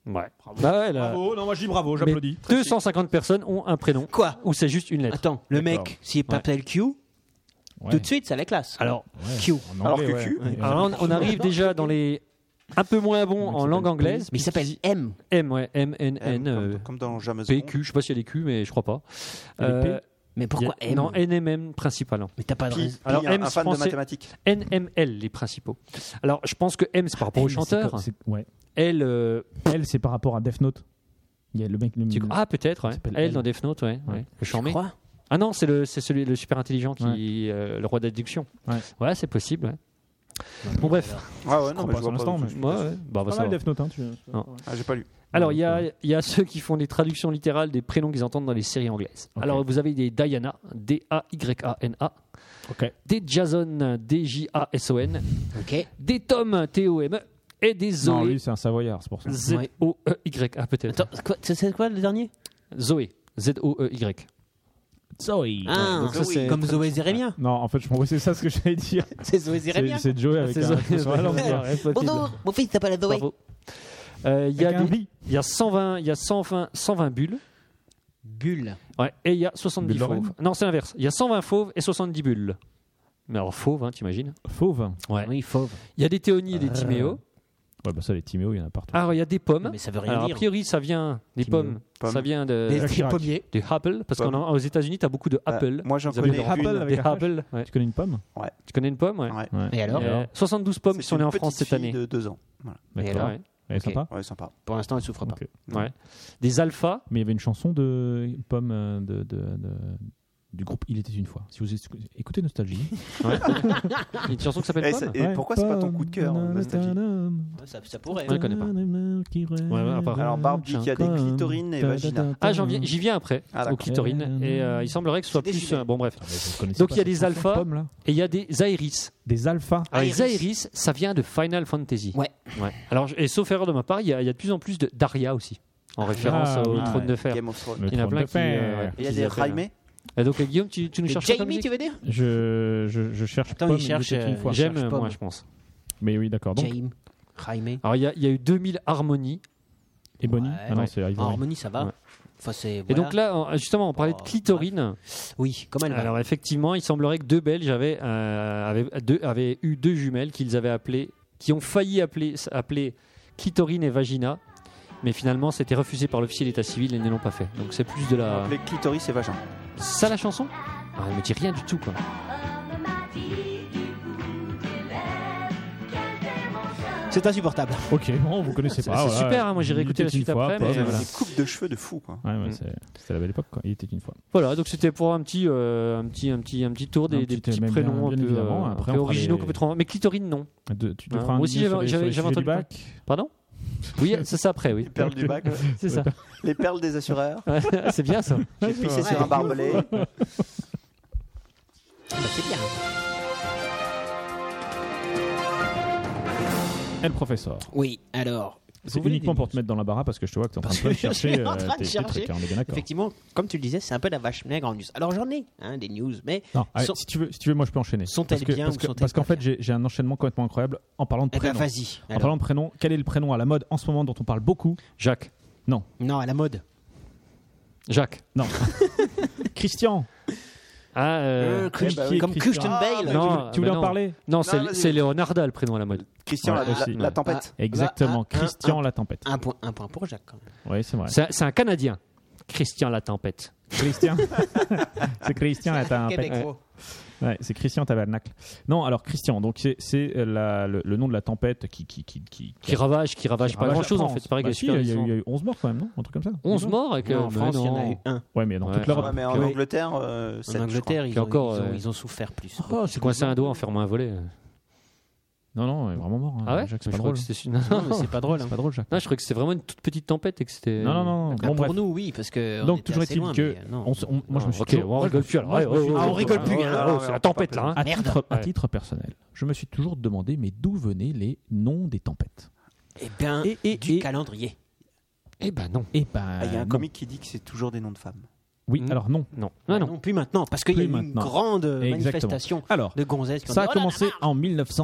[SPEAKER 4] Ouais. Bah ouais, là.
[SPEAKER 2] Bravo, non, moi je dis bravo,
[SPEAKER 4] Mais 250 personnes ont un prénom.
[SPEAKER 5] Quoi
[SPEAKER 4] Ou c'est juste une lettre.
[SPEAKER 5] Attends, le
[SPEAKER 2] D'accord.
[SPEAKER 5] mec, s'il s'appelle Q,
[SPEAKER 2] Ouais.
[SPEAKER 5] tout de suite, c'est la classe.
[SPEAKER 4] Alors, hein,
[SPEAKER 5] Q.
[SPEAKER 2] En
[SPEAKER 3] Alors
[SPEAKER 2] anglais,
[SPEAKER 3] que
[SPEAKER 2] ouais.
[SPEAKER 3] Q-
[SPEAKER 2] Ouais.
[SPEAKER 4] alors, on, on arrive déjà dans les un peu moins bon
[SPEAKER 2] Comment il
[SPEAKER 4] en
[SPEAKER 2] s'appelle
[SPEAKER 4] langue anglaise.
[SPEAKER 5] Mais il s'appelle M.
[SPEAKER 4] M, ouais, M, N, N,
[SPEAKER 3] comme,
[SPEAKER 4] euh,
[SPEAKER 3] comme dans Jamais
[SPEAKER 4] PQ, je sais pas s'il y a des Q, mais je crois pas. Euh,
[SPEAKER 2] Il y a des P
[SPEAKER 5] Mais pourquoi
[SPEAKER 4] il y a-
[SPEAKER 5] M
[SPEAKER 4] Non, NMM principal. hein.
[SPEAKER 5] Mais t'as pas de raison.
[SPEAKER 4] Alors,
[SPEAKER 3] Alors, un,
[SPEAKER 4] M,
[SPEAKER 3] un fan
[SPEAKER 4] français-
[SPEAKER 3] de mathématiques.
[SPEAKER 4] NML, les principaux. Alors, je pense que M, c'est par rapport au
[SPEAKER 2] Elle, c'est
[SPEAKER 4] chanteur.
[SPEAKER 2] comme- c'est- ouais.
[SPEAKER 4] L, euh,
[SPEAKER 2] Elle, c'est par rapport à Death Note. Il y a le mec. le-
[SPEAKER 4] tu- ah, peut-être, ouais.
[SPEAKER 2] Mm. s'appelle
[SPEAKER 4] L,
[SPEAKER 2] L.
[SPEAKER 4] dans Death Note, ouais. ouais. Le
[SPEAKER 5] Tu
[SPEAKER 4] charmé.
[SPEAKER 5] crois
[SPEAKER 4] Ah non, c'est le, c'est celui, le super intelligent qui, euh, le roi d'addiction.
[SPEAKER 2] Ouais.
[SPEAKER 4] Ouais, c'est possible. ouais. Bon, bref.
[SPEAKER 3] Ouais, ouais, non,
[SPEAKER 2] crois
[SPEAKER 3] mais
[SPEAKER 2] pas
[SPEAKER 3] je vois
[SPEAKER 2] pour l'instant,
[SPEAKER 3] pas.
[SPEAKER 2] mais-
[SPEAKER 4] Ouais, ouais. Bah, bah,
[SPEAKER 2] Pas
[SPEAKER 4] ça
[SPEAKER 2] mal hein.
[SPEAKER 4] va.
[SPEAKER 2] Death Note, hein, tu-
[SPEAKER 3] Ah, j'ai pas lu.
[SPEAKER 4] Alors, il y a, il y a ceux qui font des traductions littérales des prénoms qu'ils entendent dans les séries anglaises.
[SPEAKER 2] Ok.
[SPEAKER 4] Alors, vous avez des Diana, D-A-Y-A-N-A,
[SPEAKER 2] Ok.
[SPEAKER 4] des Jason, D-J-A-S-O-N,
[SPEAKER 5] Ok.
[SPEAKER 4] des Tom, T-O-M-E, E, et des
[SPEAKER 2] Non,
[SPEAKER 4] Zoé,
[SPEAKER 2] lui, c'est un Savoyard, c'est pour ça.
[SPEAKER 5] Ouais.
[SPEAKER 4] Z-O-E-Y. Ah, peut-être.
[SPEAKER 5] Attends, quoi- c'est- c'est quoi le dernier
[SPEAKER 4] Zoé, E Z-O-E-Y.
[SPEAKER 2] Zoé.
[SPEAKER 5] Ah,
[SPEAKER 4] donc ça, c'est-
[SPEAKER 5] comme Zoé Zérémien.
[SPEAKER 2] Non, en fait, je pensais que c'est ça ce que j'allais dire.
[SPEAKER 5] C'est Zoé
[SPEAKER 2] C'est
[SPEAKER 5] Zérémien.
[SPEAKER 2] c'est Joey avec
[SPEAKER 4] C'est
[SPEAKER 2] un.
[SPEAKER 4] Zoé.
[SPEAKER 2] sur la langue, quoi.
[SPEAKER 5] Bonjour, mon fils s'appelle Zoé.
[SPEAKER 4] Bravo. Euh, Il y
[SPEAKER 2] Avec
[SPEAKER 4] a,
[SPEAKER 2] un
[SPEAKER 4] des-
[SPEAKER 2] bi.
[SPEAKER 4] il y a 120, il y a 120, 120 bulles.
[SPEAKER 5] Bulle.
[SPEAKER 4] Ouais, et il y a 70
[SPEAKER 2] Bulles d'orange.
[SPEAKER 4] fauves. Non, c'est l'inverse. Il y a 120 fauves et 70 bulles. Mais alors, fauves, hein, t'imagines
[SPEAKER 2] Fauve.
[SPEAKER 4] Ouais.
[SPEAKER 5] Oui, fauve.
[SPEAKER 4] Il y a des Théonies et des Timéos.
[SPEAKER 2] Ouais, bah ça, les Timéo, il y en a partout.
[SPEAKER 4] Alors, il y a des pommes.
[SPEAKER 5] Mais ça veut rien
[SPEAKER 4] Alors, a
[SPEAKER 5] dire.
[SPEAKER 4] priori, ça vient des
[SPEAKER 2] Timéo.
[SPEAKER 4] pommes.
[SPEAKER 3] Pommes.
[SPEAKER 4] Ça vient de,
[SPEAKER 5] Des-
[SPEAKER 2] Jacques
[SPEAKER 5] des
[SPEAKER 2] Chirac.
[SPEAKER 5] pommiers.
[SPEAKER 4] des apples. Parce
[SPEAKER 3] Pommes.
[SPEAKER 4] qu'aux États-Unis, t'as beaucoup de
[SPEAKER 3] Bah,
[SPEAKER 4] apples.
[SPEAKER 3] moi, j'en
[SPEAKER 4] Ils appellent
[SPEAKER 3] connais
[SPEAKER 2] Rappel
[SPEAKER 3] une.
[SPEAKER 2] avec
[SPEAKER 4] des
[SPEAKER 2] un H.
[SPEAKER 4] apples. ouais.
[SPEAKER 2] Tu connais une pomme
[SPEAKER 4] Tu connais une pomme ouais.
[SPEAKER 3] Ouais.
[SPEAKER 2] Ouais.
[SPEAKER 5] Et alors
[SPEAKER 4] Il y a 72 pommes qui
[SPEAKER 3] C'est
[SPEAKER 4] sont nées
[SPEAKER 3] une
[SPEAKER 4] en France
[SPEAKER 3] petite
[SPEAKER 4] cette année.
[SPEAKER 3] fille de deux ans. Voilà.
[SPEAKER 5] Et
[SPEAKER 2] D'accord.
[SPEAKER 5] alors
[SPEAKER 4] Ouais.
[SPEAKER 2] Elle est
[SPEAKER 5] Ok.
[SPEAKER 2] sympa.
[SPEAKER 3] Ouais, sympa.
[SPEAKER 5] Pour l'instant, elle souffre pas.
[SPEAKER 2] Ok.
[SPEAKER 4] Ouais. Des alphas.
[SPEAKER 2] Mais il y avait une chanson de pomme euh, de, de- de- du groupe Il était une fois. Si vous écou- écoutez Nostalgie.
[SPEAKER 4] Il y a une chanson qui s'appelle
[SPEAKER 3] Et
[SPEAKER 4] Pomme.
[SPEAKER 3] c'est- Et pourquoi c'est pas ton coup de cœur,
[SPEAKER 2] Pomme,
[SPEAKER 3] Nostalgie
[SPEAKER 2] tadam,
[SPEAKER 5] Ah, Ça, ça pourrait.
[SPEAKER 4] Ouais. je connais pas.
[SPEAKER 2] tadam, qui
[SPEAKER 4] ouais, pas-
[SPEAKER 3] Alors, Barbe dit qu'il y a des
[SPEAKER 2] Pomme,
[SPEAKER 3] clitorines et vagina.
[SPEAKER 2] tadam,
[SPEAKER 4] Ah, j'en viens- j'y viens après,
[SPEAKER 3] Ah,
[SPEAKER 4] au
[SPEAKER 3] d'accord.
[SPEAKER 4] clitorine. Et euh, il semblerait que ce soit
[SPEAKER 5] C'est des
[SPEAKER 4] plus.
[SPEAKER 5] gilets.
[SPEAKER 4] euh, bon, bref.
[SPEAKER 2] Attends, Ah, mais vous connaissez
[SPEAKER 4] Donc,
[SPEAKER 2] pas
[SPEAKER 4] il y a
[SPEAKER 2] cette
[SPEAKER 4] des
[SPEAKER 2] chanson de
[SPEAKER 4] alphas.
[SPEAKER 2] Pomme, là
[SPEAKER 4] Et il y a des Aéris.
[SPEAKER 2] Des alphas.
[SPEAKER 5] Ah,
[SPEAKER 4] Alors, les
[SPEAKER 5] Aéris.
[SPEAKER 4] Aéris, ça vient de Final Fantasy.
[SPEAKER 5] Ouais.
[SPEAKER 4] Alors, je- et sauf erreur de ma part, il y, a il y a de plus en plus de Daria aussi, en référence
[SPEAKER 2] Ah,
[SPEAKER 4] au
[SPEAKER 2] oui.
[SPEAKER 4] Trône
[SPEAKER 3] ouais.
[SPEAKER 4] de Fer.
[SPEAKER 3] Game of Thrones.
[SPEAKER 2] Le
[SPEAKER 4] Il y en a
[SPEAKER 2] trône
[SPEAKER 4] plein
[SPEAKER 2] de
[SPEAKER 4] qui. euh,
[SPEAKER 2] fer.
[SPEAKER 4] ouais,
[SPEAKER 3] Il y a
[SPEAKER 4] qui
[SPEAKER 3] des
[SPEAKER 4] les appellent.
[SPEAKER 3] Raimé.
[SPEAKER 4] Et donc, euh, Guillaume, tu, tu nous cherches quoi comme Ah
[SPEAKER 5] Jamie, tu
[SPEAKER 4] musique
[SPEAKER 5] veux dire
[SPEAKER 2] Je, je, je cherche
[SPEAKER 5] Attends, il
[SPEAKER 2] pomme,
[SPEAKER 5] cherche,
[SPEAKER 2] était une
[SPEAKER 5] euh,
[SPEAKER 2] fois.
[SPEAKER 5] cherche
[SPEAKER 4] J'aime, euh,
[SPEAKER 5] pomme.
[SPEAKER 4] moi, je pense.
[SPEAKER 2] Mais oui, d'accord. Donc,
[SPEAKER 5] Jaime. Jaime.
[SPEAKER 4] Alors, il y, a- il y a eu 2000 harmonies.
[SPEAKER 2] et Bonnie
[SPEAKER 5] Ouais.
[SPEAKER 2] Ah non, c'est
[SPEAKER 5] En
[SPEAKER 2] Ivory.
[SPEAKER 5] harmonie, ça va.
[SPEAKER 4] Ouais.
[SPEAKER 5] Enfin, c'est.
[SPEAKER 4] Et
[SPEAKER 5] voilà.
[SPEAKER 4] donc là, on- justement, on parlait de
[SPEAKER 5] Oh,
[SPEAKER 4] clitorine.
[SPEAKER 5] Oui, comment elle va
[SPEAKER 4] Alors, effectivement, il semblerait que deux Belges avaient, euh, avaient, deux- avaient eu deux jumelles qu'ils avaient appelées, qui ont failli appeler, appeler clitorine et vagina. Mais finalement, c'était refusé par l'officier d'état civil et ne l'ont pas fait. Donc, c'est plus de la.
[SPEAKER 3] Les clitoris et vagin.
[SPEAKER 4] Ça la chanson ah, Elle me dit rien du tout quoi.
[SPEAKER 5] C'est insupportable.
[SPEAKER 2] Ok, bon, vous connaissez pas.
[SPEAKER 4] C'est
[SPEAKER 2] voilà.
[SPEAKER 4] super, hein, moi, j'irai
[SPEAKER 2] Il
[SPEAKER 4] écouter la
[SPEAKER 2] était une
[SPEAKER 4] suite
[SPEAKER 2] fois,
[SPEAKER 4] après,
[SPEAKER 2] pomme,
[SPEAKER 4] mais
[SPEAKER 2] voilà.
[SPEAKER 4] voilà.
[SPEAKER 3] Des coupes de cheveux de fou, quoi.
[SPEAKER 2] Ouais, ouais,
[SPEAKER 4] Mm.
[SPEAKER 2] c'est- C'était la belle époque, quoi. Il était une fois.
[SPEAKER 4] Voilà, donc c'était pour un petit, euh, un petit, un petit, un petit tour des,
[SPEAKER 2] Un
[SPEAKER 4] des
[SPEAKER 2] petit,
[SPEAKER 4] petits
[SPEAKER 2] euh, même
[SPEAKER 4] prénoms
[SPEAKER 2] bien
[SPEAKER 4] un peu,
[SPEAKER 2] évidemment,
[SPEAKER 4] euh,
[SPEAKER 2] après,
[SPEAKER 4] un peu
[SPEAKER 2] on fera
[SPEAKER 4] originaux
[SPEAKER 2] les-
[SPEAKER 4] qu'on peut trouver. Mais clitorine non.
[SPEAKER 2] De- tu, tu
[SPEAKER 4] Ah,
[SPEAKER 2] feras un
[SPEAKER 4] moi aussi,
[SPEAKER 2] lien
[SPEAKER 4] j'avais-
[SPEAKER 2] sur les- sur
[SPEAKER 4] j'avais-
[SPEAKER 2] les
[SPEAKER 4] j'avais
[SPEAKER 2] sujets du
[SPEAKER 4] entendu parler.
[SPEAKER 2] bac.
[SPEAKER 4] Pardon Oui, c'est ça après, oui.
[SPEAKER 3] Les perles du bac,
[SPEAKER 4] C'est ça. Ah,
[SPEAKER 3] les perles des assureurs.
[SPEAKER 4] c'est bien ça.
[SPEAKER 3] J'ai pissé sur un barbelé.
[SPEAKER 5] Bah, c'est bien.
[SPEAKER 2] Et le professeur.
[SPEAKER 5] Oui, alors.
[SPEAKER 2] C'est
[SPEAKER 5] voulez
[SPEAKER 2] uniquement
[SPEAKER 5] des
[SPEAKER 2] pour te mettre dans la barra parce que je te vois que t'es en train
[SPEAKER 5] Parce
[SPEAKER 2] de
[SPEAKER 5] que je
[SPEAKER 2] chercher.
[SPEAKER 5] suis en
[SPEAKER 2] euh,
[SPEAKER 5] train de
[SPEAKER 2] tes- tes
[SPEAKER 5] chercher.
[SPEAKER 2] trucs, hein, on est bien d'accord.
[SPEAKER 5] Effectivement, comme tu le disais, c'est un peu la vache maigre en news. Alors j'en ai hein, des news, mais
[SPEAKER 2] Non, ah, allez,
[SPEAKER 5] Sont-
[SPEAKER 2] si, tu veux, si tu veux, moi je peux enchaîner.
[SPEAKER 5] Sont-elles
[SPEAKER 2] parce que,
[SPEAKER 5] bien
[SPEAKER 2] parce
[SPEAKER 5] ou
[SPEAKER 2] que-
[SPEAKER 5] sont-elles
[SPEAKER 2] Parce qu'en
[SPEAKER 5] pas
[SPEAKER 2] fait, j'ai j'ai un enchaînement complètement incroyable en parlant de
[SPEAKER 5] eh ben,
[SPEAKER 2] prénom.
[SPEAKER 5] vas-y.
[SPEAKER 2] En
[SPEAKER 5] alors.
[SPEAKER 2] parlant de prénom, quel est le prénom à la mode en ce moment dont on parle beaucoup
[SPEAKER 4] Jacques.
[SPEAKER 5] Non, à la mode.
[SPEAKER 4] Jacques.
[SPEAKER 2] Non. Christian
[SPEAKER 4] Ah, euh,
[SPEAKER 5] Euh, Christ-
[SPEAKER 2] eh ben oui,
[SPEAKER 5] comme
[SPEAKER 2] Christian.
[SPEAKER 5] Christian Bale.
[SPEAKER 4] non,
[SPEAKER 2] Tu voulais
[SPEAKER 4] bah
[SPEAKER 2] en
[SPEAKER 4] non.
[SPEAKER 2] parler
[SPEAKER 4] non, c'est,
[SPEAKER 3] vas-y.
[SPEAKER 4] c'est Leonarda le prénom à la mode.
[SPEAKER 3] Christian,
[SPEAKER 2] Ouais,
[SPEAKER 3] la, la-
[SPEAKER 2] aussi,
[SPEAKER 3] la
[SPEAKER 2] ouais.
[SPEAKER 3] tempête.
[SPEAKER 2] Exactement,
[SPEAKER 5] Bah, un- un-
[SPEAKER 2] Christian la tempête.
[SPEAKER 5] Un point, un point pour Jacques. Quand même.
[SPEAKER 2] Oui, c'est vrai.
[SPEAKER 4] C'est, c'est un Canadien. Christian la Tempête.
[SPEAKER 2] Christian. c'est Christian la tempête.
[SPEAKER 5] Québécois.
[SPEAKER 2] Ouais, c'est Christian Tabernacle. Non, alors Christian, donc c'est- c'est euh, la- le, le nom de la tempête qui, qui, qui, qui,
[SPEAKER 4] Qui ravage, qui ravage pas
[SPEAKER 2] ravage
[SPEAKER 4] grand chose
[SPEAKER 2] la
[SPEAKER 4] en
[SPEAKER 2] France.
[SPEAKER 4] fait. C'est pareil
[SPEAKER 2] Bah
[SPEAKER 4] que
[SPEAKER 2] si, il y, a eu- il y a eu 11 morts quand même, non Un truc comme ça
[SPEAKER 4] 11 morts et que.
[SPEAKER 5] Non, en
[SPEAKER 4] mais
[SPEAKER 5] France, il y en a
[SPEAKER 4] non.
[SPEAKER 5] eu un.
[SPEAKER 2] Ouais, mais dans
[SPEAKER 4] Ouais.
[SPEAKER 2] toute l'Europe.
[SPEAKER 3] Ouais, mais en
[SPEAKER 5] Oui.
[SPEAKER 3] Angleterre, euh,
[SPEAKER 5] En
[SPEAKER 3] sept, je crois.
[SPEAKER 5] Angleterre, ils
[SPEAKER 4] Puis
[SPEAKER 5] ont,
[SPEAKER 4] encore,
[SPEAKER 5] ils ont-
[SPEAKER 4] euh,
[SPEAKER 5] ils ont souffert plus.
[SPEAKER 2] Ah,
[SPEAKER 4] Oh, c'est coincé un doigt en fermant un volet.
[SPEAKER 2] Non, non, Ah ouais, vraiment mort. hein.
[SPEAKER 4] Ah ouais
[SPEAKER 2] Jacques,
[SPEAKER 4] Je
[SPEAKER 2] c'est pas
[SPEAKER 4] crois
[SPEAKER 2] drôle.
[SPEAKER 4] que c'était une- Non,
[SPEAKER 5] Non, mais c'est pas drôle. hein.
[SPEAKER 2] C'est pas drôle, Jacques.
[SPEAKER 4] je crois que c'était vraiment une toute petite tempête et que c'était.
[SPEAKER 2] Non, non, non.
[SPEAKER 5] Bah,
[SPEAKER 2] Bon, bref.
[SPEAKER 5] pour nous, oui, parce que. on
[SPEAKER 2] Donc,
[SPEAKER 5] était
[SPEAKER 2] toujours
[SPEAKER 5] assez
[SPEAKER 2] est-il
[SPEAKER 5] loin,
[SPEAKER 2] que
[SPEAKER 5] mais, euh, non.
[SPEAKER 2] on se- on- moi, je me suis
[SPEAKER 4] Ok,
[SPEAKER 2] toujours-
[SPEAKER 4] on
[SPEAKER 2] moi, je me
[SPEAKER 4] rigole
[SPEAKER 2] suis-
[SPEAKER 4] plus alors.
[SPEAKER 2] moi, je me
[SPEAKER 4] Ouais,
[SPEAKER 2] suis
[SPEAKER 4] ouais,
[SPEAKER 2] toujours- ah,
[SPEAKER 4] ouais,
[SPEAKER 5] on rigole plus,
[SPEAKER 4] ouais, ouais,
[SPEAKER 5] hein.
[SPEAKER 3] Non,
[SPEAKER 4] c'est
[SPEAKER 3] mais
[SPEAKER 4] la
[SPEAKER 3] on
[SPEAKER 4] tempête
[SPEAKER 3] peut pas
[SPEAKER 4] là. hein.
[SPEAKER 2] À
[SPEAKER 5] Merde.
[SPEAKER 2] titre, à
[SPEAKER 4] Ouais.
[SPEAKER 2] titre personnel, je me suis toujours demandé, mais d'où venaient les noms des tempêtes
[SPEAKER 5] Eh bien,
[SPEAKER 2] Et- et-
[SPEAKER 5] du
[SPEAKER 2] et-
[SPEAKER 5] calendrier.
[SPEAKER 4] Eh ben non.
[SPEAKER 2] Eh ben,
[SPEAKER 3] Ah, Il y a un
[SPEAKER 2] non.
[SPEAKER 3] comique Hmm. qui dit que c'est toujours des noms de femmes.
[SPEAKER 2] Oui,
[SPEAKER 4] Mm.
[SPEAKER 2] alors non.
[SPEAKER 4] Non, non, non.
[SPEAKER 5] Bah Non, plus maintenant, parce qu'il y
[SPEAKER 2] Plus
[SPEAKER 5] a eu une
[SPEAKER 2] maintenant.
[SPEAKER 5] grande manifestation
[SPEAKER 2] Alors,
[SPEAKER 5] de gonzesses. qui ont
[SPEAKER 2] ça a
[SPEAKER 5] dit, Oh là là,
[SPEAKER 2] commencé en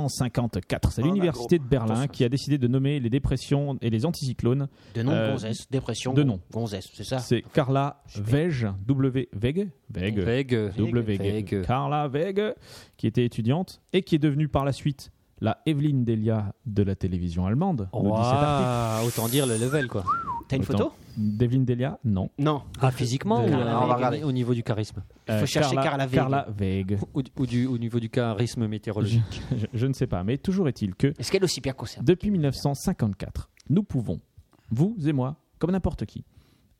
[SPEAKER 2] 1954. C'est
[SPEAKER 3] Oh là,
[SPEAKER 2] l'université de Berlin
[SPEAKER 3] attention.
[SPEAKER 2] qui a décidé de nommer les dépressions et les anticyclones.
[SPEAKER 5] De nom
[SPEAKER 2] Euh,
[SPEAKER 5] de gonzesse, dépression.
[SPEAKER 2] de nom.
[SPEAKER 5] Gonzesse, c'est ça
[SPEAKER 2] C'est Carla Wege, W Wege, Wege,
[SPEAKER 4] Vague.
[SPEAKER 2] W Wege, Carla Wege, qui était étudiante et qui est devenue par la suite la Evelyne Delia de la télévision allemande. nous dit c'est parti.
[SPEAKER 5] Ah,
[SPEAKER 4] Ouah, autant dire le level quoi.
[SPEAKER 5] T'as une
[SPEAKER 2] Autant.
[SPEAKER 5] photo
[SPEAKER 2] D'Evelyne Delia Non.
[SPEAKER 5] Non.
[SPEAKER 4] Ah, physiquement
[SPEAKER 2] De-
[SPEAKER 4] ou
[SPEAKER 5] Ah,
[SPEAKER 4] euh,
[SPEAKER 5] on
[SPEAKER 3] va regarder.
[SPEAKER 4] au niveau du charisme
[SPEAKER 5] Il
[SPEAKER 2] Euh,
[SPEAKER 5] faut chercher Carla Veig.
[SPEAKER 2] Veig.
[SPEAKER 4] ou, ou du, au niveau du charisme
[SPEAKER 2] Je,
[SPEAKER 4] météorologique.
[SPEAKER 2] je- je ne sais pas, mais toujours est-il que
[SPEAKER 5] Est-ce qu'elle est aussi bien conservée
[SPEAKER 2] depuis 1954, nous pouvons, vous et moi, comme n'importe qui,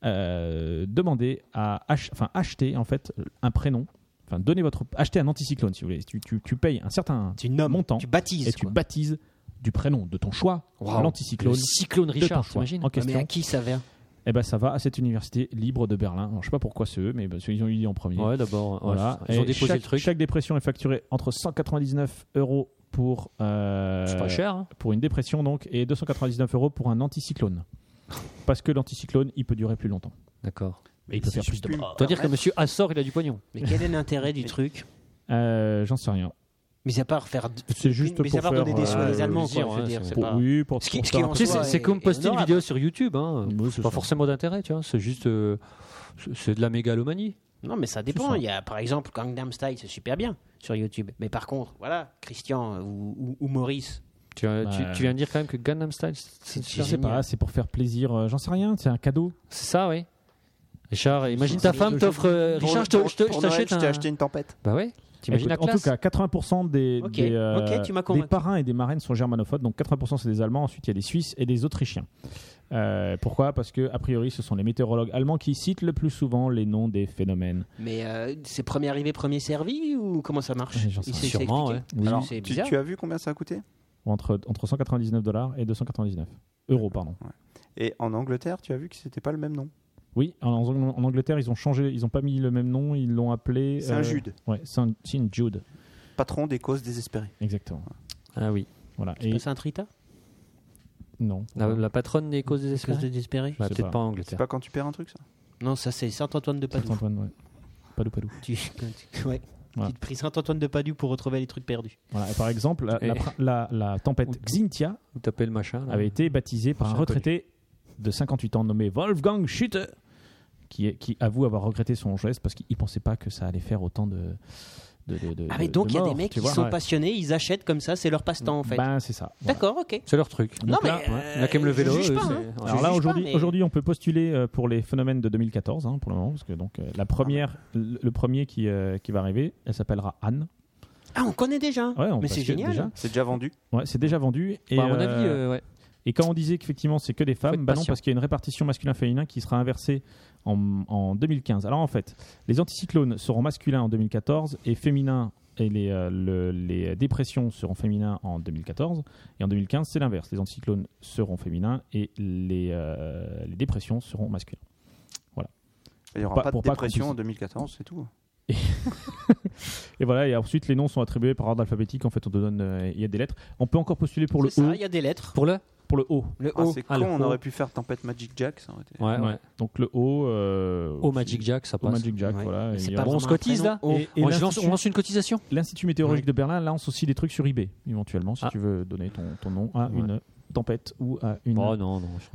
[SPEAKER 2] euh, demander à ach- enfin, acheter en fait un prénom, enfin donner votre acheter un anticyclone si vous voulez. Tu, tu- tu payes un certain
[SPEAKER 5] Tu nommes,
[SPEAKER 2] montant
[SPEAKER 5] tu baptises.
[SPEAKER 2] et tu
[SPEAKER 5] quoi.
[SPEAKER 2] baptises du prénom de ton choix
[SPEAKER 4] Wow.
[SPEAKER 2] l'anticyclone
[SPEAKER 4] Le cyclone
[SPEAKER 2] de ton
[SPEAKER 4] Richard,
[SPEAKER 2] choix
[SPEAKER 4] t'imagines
[SPEAKER 2] en
[SPEAKER 5] Ouais, mais
[SPEAKER 2] question.
[SPEAKER 5] à qui ça vient
[SPEAKER 2] Eh ben ça va à cette université libre de Berlin. Alors, je sais pas pourquoi c'est eux, mais parce qu'ils ont eu dit en premier.
[SPEAKER 4] Ouais, d'abord. ouais,
[SPEAKER 2] Voilà.
[SPEAKER 4] Ils ont
[SPEAKER 2] hein. Et
[SPEAKER 4] déposé
[SPEAKER 2] chaque,
[SPEAKER 4] le truc.
[SPEAKER 2] Chaque dépression est facturée entre 199 euros pour euh,
[SPEAKER 4] C'est pas cher. hein.
[SPEAKER 2] pour une dépression donc et 299 euros pour un anticyclone. Parce que l'anticyclone, il peut durer plus longtemps.
[SPEAKER 4] D'accord.
[SPEAKER 2] Mais il peut faire plus de
[SPEAKER 4] Tu dois dire que monsieur Assor, il a du pognon.
[SPEAKER 5] Mais quel est l'intérêt du truc
[SPEAKER 2] Euh, J'en sais rien.
[SPEAKER 5] Mis à part faire. d-
[SPEAKER 2] C'est juste
[SPEAKER 5] mis
[SPEAKER 2] pour
[SPEAKER 5] à part
[SPEAKER 2] faire,
[SPEAKER 5] donner des sous
[SPEAKER 2] euh,
[SPEAKER 5] aux Allemands,
[SPEAKER 4] plaisir,
[SPEAKER 5] quoi, je veux
[SPEAKER 4] ouais,
[SPEAKER 5] dire.
[SPEAKER 4] c'est-
[SPEAKER 5] c'est
[SPEAKER 2] pour-
[SPEAKER 5] pas-
[SPEAKER 2] oui, pour,
[SPEAKER 5] Ce qui-
[SPEAKER 2] pour
[SPEAKER 5] ce qui
[SPEAKER 2] faire
[SPEAKER 5] en
[SPEAKER 2] un-
[SPEAKER 4] Tu sais,
[SPEAKER 5] soi
[SPEAKER 4] c'est-
[SPEAKER 5] est-
[SPEAKER 4] c'est comme
[SPEAKER 5] est
[SPEAKER 4] poster une
[SPEAKER 5] honorable.
[SPEAKER 4] vidéo sur YouTube. hein.
[SPEAKER 2] Oui, Bah, c'est
[SPEAKER 4] Pas
[SPEAKER 2] ça.
[SPEAKER 4] forcément d'intérêt, tu vois. C'est juste. euh, c'est- C'est de la mégalomanie.
[SPEAKER 5] Non, mais ça
[SPEAKER 2] C'est
[SPEAKER 5] dépend.
[SPEAKER 2] ça.
[SPEAKER 5] Il y a, par exemple, Gangnam Style, c'est super bien sur YouTube. Mais par contre, voilà, Christian euh, ou, ou- ou Maurice,
[SPEAKER 4] Tu, euh, tu-
[SPEAKER 2] Ouais.
[SPEAKER 4] tu viens de dire quand même que Gangnam Style, c'est
[SPEAKER 2] Je
[SPEAKER 4] c'est-
[SPEAKER 2] sais pas, c'est pour faire plaisir. euh, J'en sais rien. C'est un cadeau.
[SPEAKER 4] c'est ça, oui. Richard, imagine
[SPEAKER 3] C'est
[SPEAKER 4] ta
[SPEAKER 3] les
[SPEAKER 4] femme
[SPEAKER 3] deux
[SPEAKER 4] t'offre.
[SPEAKER 3] choses.
[SPEAKER 4] euh,
[SPEAKER 3] Pour-
[SPEAKER 4] Richard, je te-
[SPEAKER 3] pour-
[SPEAKER 4] je te-
[SPEAKER 3] pour
[SPEAKER 4] je
[SPEAKER 3] Noël,
[SPEAKER 4] t'achète
[SPEAKER 3] Je t'ai
[SPEAKER 4] un.
[SPEAKER 3] acheté une tempête.
[SPEAKER 4] Bah ouais. T'imagines la
[SPEAKER 2] Écoute, en
[SPEAKER 4] classe
[SPEAKER 2] tout cas, 80% des,
[SPEAKER 5] Ok,
[SPEAKER 2] des, euh,
[SPEAKER 5] ok, tu m'as
[SPEAKER 2] des
[SPEAKER 5] convaincu.
[SPEAKER 2] parrains et des marraines sont germanophones. Donc 80% c'est des Allemands. Ensuite, il y a des Suisses et des Autrichiens. Euh, pourquoi Parce que, a priori, ce sont les météorologues allemands qui citent le plus souvent les noms des phénomènes.
[SPEAKER 5] mais euh, c'est premier arrivé, premier servi ou comment ça marche
[SPEAKER 2] Ouais, j'en sais
[SPEAKER 5] Il
[SPEAKER 4] rien.
[SPEAKER 5] s'est- s'est
[SPEAKER 4] Sûrement,
[SPEAKER 5] expliqué.
[SPEAKER 2] ouais. Oui.
[SPEAKER 5] Alors,
[SPEAKER 3] Tu,
[SPEAKER 5] c'est bizarre.
[SPEAKER 3] tu as vu combien ça a coûté
[SPEAKER 2] Ou Entre, entre 199 dollars et 299 euros, pardon.
[SPEAKER 3] Et en Angleterre, tu as vu que c'était pas le même nom.
[SPEAKER 2] Oui, en, en Angleterre, ils ont changé, ils ont pas mis le même nom, ils l'ont appelé.
[SPEAKER 3] C'est un
[SPEAKER 2] euh,
[SPEAKER 3] Jude,
[SPEAKER 2] Ouais, c'est un- c'est une Jude,
[SPEAKER 3] patron des causes désespérées.
[SPEAKER 2] exactement.
[SPEAKER 4] Ah oui.
[SPEAKER 2] Voilà.
[SPEAKER 5] C'est
[SPEAKER 2] Et
[SPEAKER 5] pas ça un trita
[SPEAKER 2] non.
[SPEAKER 4] La, la patronne des causes des
[SPEAKER 5] Cause
[SPEAKER 4] espèces.
[SPEAKER 5] de désespéré
[SPEAKER 4] Bah,
[SPEAKER 2] Je sais
[SPEAKER 4] Peut-être
[SPEAKER 2] pas.
[SPEAKER 4] pas en
[SPEAKER 3] C'est
[SPEAKER 4] Angleterre.
[SPEAKER 3] pas quand tu perds un truc, ça
[SPEAKER 5] Non, ça c'est Saint-Antoine de Padoue.
[SPEAKER 2] Saint-Antoine, ouais. Palou, palou.
[SPEAKER 5] Tu, quand tu- ouais.
[SPEAKER 2] Voilà.
[SPEAKER 5] Tu te pries Saint-Antoine de Padoue pour retrouver les trucs perdus.
[SPEAKER 2] Voilà. Et par exemple, la, la
[SPEAKER 4] Et-
[SPEAKER 2] pr- la- la tempête Xintia
[SPEAKER 4] Ou taper le machin. là.
[SPEAKER 2] avait été baptisée par un
[SPEAKER 4] Inconnu.
[SPEAKER 2] retraité de 58 ans nommé Wolfgang Schütte, qui, est- qui avoue avoir regretté son geste parce qu'il pensait pas que ça allait faire autant de. de, de- de-
[SPEAKER 5] Ah, mais
[SPEAKER 2] de-
[SPEAKER 5] donc
[SPEAKER 2] Euh, de
[SPEAKER 5] il y a des
[SPEAKER 2] morts,
[SPEAKER 5] mecs
[SPEAKER 2] tu
[SPEAKER 5] qui
[SPEAKER 2] vois.
[SPEAKER 5] sont
[SPEAKER 2] Ouais.
[SPEAKER 5] passionnés, ils achètent comme ça, c'est leur passe-temps en fait.
[SPEAKER 2] Ben, c'est ça. Voilà.
[SPEAKER 5] D'accord, ok.
[SPEAKER 4] C'est leur truc.
[SPEAKER 5] Non, mais.
[SPEAKER 2] là,
[SPEAKER 5] euh,
[SPEAKER 4] On a quand même le
[SPEAKER 5] je
[SPEAKER 4] vélo,
[SPEAKER 5] juge
[SPEAKER 4] eux,
[SPEAKER 5] pas,
[SPEAKER 4] c'est-
[SPEAKER 5] hein.
[SPEAKER 4] Alors
[SPEAKER 5] Je
[SPEAKER 2] Alors là,
[SPEAKER 5] juge pas,
[SPEAKER 2] aujourd'hui,
[SPEAKER 5] mais-
[SPEAKER 2] aujourd'hui, on peut postuler euh, pour les phénomènes de 2014, hein, pour le moment, parce que donc, euh, la première, le le premier qui, euh, qui va arriver, elle s'appellera Anne.
[SPEAKER 5] Ah, on connaît déjà.
[SPEAKER 2] Ouais, on
[SPEAKER 5] mais c'est
[SPEAKER 2] postule
[SPEAKER 5] génial.
[SPEAKER 2] déjà.
[SPEAKER 3] C'est déjà vendu.
[SPEAKER 2] Ouais, c'est déjà vendu. Et,
[SPEAKER 4] Bah, à mon
[SPEAKER 2] euh,
[SPEAKER 4] avis, euh, ouais.
[SPEAKER 2] et quand on disait qu'effectivement c'est que des
[SPEAKER 4] être
[SPEAKER 2] femmes, bah non,
[SPEAKER 4] patient.
[SPEAKER 2] parce qu'il y a une répartition masculin-féminin qui sera inversée en, en 2015. Alors en fait, les anticyclones seront masculins en 2014 et féminins. Et les, euh, le- les dépressions seront féminins en 2014. Et en 2015, c'est l'inverse. Les anticyclones seront féminins et les, euh, les dépressions seront masculins.
[SPEAKER 3] Il n'y aura
[SPEAKER 2] Pas-
[SPEAKER 3] pas,
[SPEAKER 2] pour
[SPEAKER 3] de
[SPEAKER 2] pas
[SPEAKER 3] dépression
[SPEAKER 2] qu'on
[SPEAKER 3] en 2014, c'est tout.
[SPEAKER 2] Et voilà, et ensuite les noms sont attribués par ordre alphabétique. En fait, on te donne, euh, il y a des lettres. On peut encore postuler pour le
[SPEAKER 5] C'est
[SPEAKER 2] O.
[SPEAKER 5] ça, il y a des lettres.
[SPEAKER 4] Pour le
[SPEAKER 2] Pour le O.
[SPEAKER 5] Le
[SPEAKER 3] Ah,
[SPEAKER 5] O.
[SPEAKER 3] c'est con,
[SPEAKER 4] ah, le
[SPEAKER 3] on
[SPEAKER 4] haut.
[SPEAKER 3] aurait pu faire Tempête Magic Jack, ça aurait été.
[SPEAKER 4] Ouais, ouais.
[SPEAKER 2] Donc le O. euh,
[SPEAKER 4] Au Magic Jack, ça
[SPEAKER 2] O
[SPEAKER 4] passe.
[SPEAKER 2] Magic Jack,
[SPEAKER 5] Ouais.
[SPEAKER 2] voilà.
[SPEAKER 5] Mais c'est
[SPEAKER 2] Et
[SPEAKER 5] pas
[SPEAKER 2] on-
[SPEAKER 4] Bon, on
[SPEAKER 5] vraiment
[SPEAKER 4] se
[SPEAKER 5] un
[SPEAKER 4] cotise
[SPEAKER 5] prénom.
[SPEAKER 4] là
[SPEAKER 5] Oh.
[SPEAKER 2] Et, et
[SPEAKER 4] Moi, je lance- On lance une cotisation
[SPEAKER 2] l'Institut- l'Institut météorologique de Berlin lance aussi des trucs sur eBay, éventuellement, si
[SPEAKER 4] Ah.
[SPEAKER 2] tu veux donner ton, ton nom à
[SPEAKER 4] Ouais.
[SPEAKER 2] une tempête ou à une.
[SPEAKER 4] Oh non, non. je-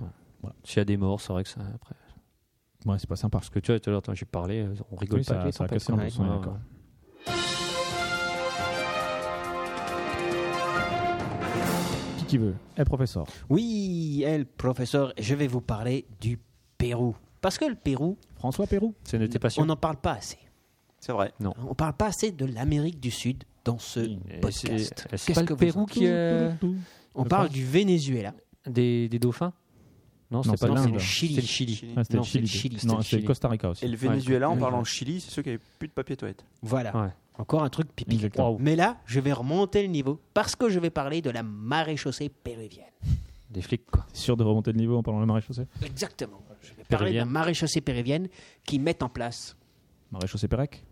[SPEAKER 4] voilà. S'il y a des morts, c'est vrai que ça. Après.
[SPEAKER 2] Ouais, c'est pas sympa.
[SPEAKER 4] Parce que tu vois, tout à l'heure, t'en- j'ai parlé, euh, on rigole
[SPEAKER 2] Oui,
[SPEAKER 4] pas. avec
[SPEAKER 2] ça,
[SPEAKER 4] les
[SPEAKER 2] ça a
[SPEAKER 4] tempêtes,
[SPEAKER 2] cassé un
[SPEAKER 4] quoi.
[SPEAKER 2] peu son
[SPEAKER 4] Ouais,
[SPEAKER 2] d'accord. Qui qui veut Eh, professeur.
[SPEAKER 5] Oui, elle, professeur, je vais vous parler du Pérou. Parce que le Pérou,
[SPEAKER 2] François Pérou.
[SPEAKER 4] ouais. Ce n'était pas
[SPEAKER 5] on
[SPEAKER 4] sûr.
[SPEAKER 5] n'en parle pas assez.
[SPEAKER 3] C'est vrai.
[SPEAKER 5] On ne parle pas assez de l'amérique du Sud dans ce
[SPEAKER 4] Et
[SPEAKER 5] podcast.
[SPEAKER 4] c'est- C'est
[SPEAKER 5] Qu'est-ce
[SPEAKER 4] pas
[SPEAKER 5] que
[SPEAKER 4] le
[SPEAKER 5] vous
[SPEAKER 4] Pérou
[SPEAKER 5] en-
[SPEAKER 4] qui euh,
[SPEAKER 5] On
[SPEAKER 2] je
[SPEAKER 5] parle
[SPEAKER 2] pense.
[SPEAKER 5] du Venezuela.
[SPEAKER 4] des, des dauphins Non,
[SPEAKER 2] Non,
[SPEAKER 4] c'est pas
[SPEAKER 2] c'est
[SPEAKER 4] le
[SPEAKER 2] l'Inde.
[SPEAKER 4] Chili. C'est le Chili.
[SPEAKER 3] Chili.
[SPEAKER 2] Ah, c'était
[SPEAKER 4] Non,
[SPEAKER 2] le Chili.
[SPEAKER 4] c'est le Chili, c'était
[SPEAKER 2] Non,
[SPEAKER 4] le
[SPEAKER 2] c'est
[SPEAKER 4] Chili.
[SPEAKER 2] Costa Rica aussi.
[SPEAKER 3] Et le Venezuela,
[SPEAKER 4] Ouais.
[SPEAKER 3] en parlant Chili, c'est ceux qui n'avaient plus de papier toilette.
[SPEAKER 5] Voilà.
[SPEAKER 4] Ouais.
[SPEAKER 5] Encore un truc pipi.
[SPEAKER 2] Exactement.
[SPEAKER 4] Waouh.
[SPEAKER 5] Mais là, je vais remonter le niveau parce que je vais parler de la maréchaussée péruvienne.
[SPEAKER 4] Des flics, quoi.
[SPEAKER 2] T'es sûr de remonter de niveau en parlant de maréchaussée
[SPEAKER 5] Exactement. Je vais parler de la
[SPEAKER 4] Péruvienne.
[SPEAKER 5] maréchaussée péruvienne qui met en place.
[SPEAKER 2] Maréchaussée Pérec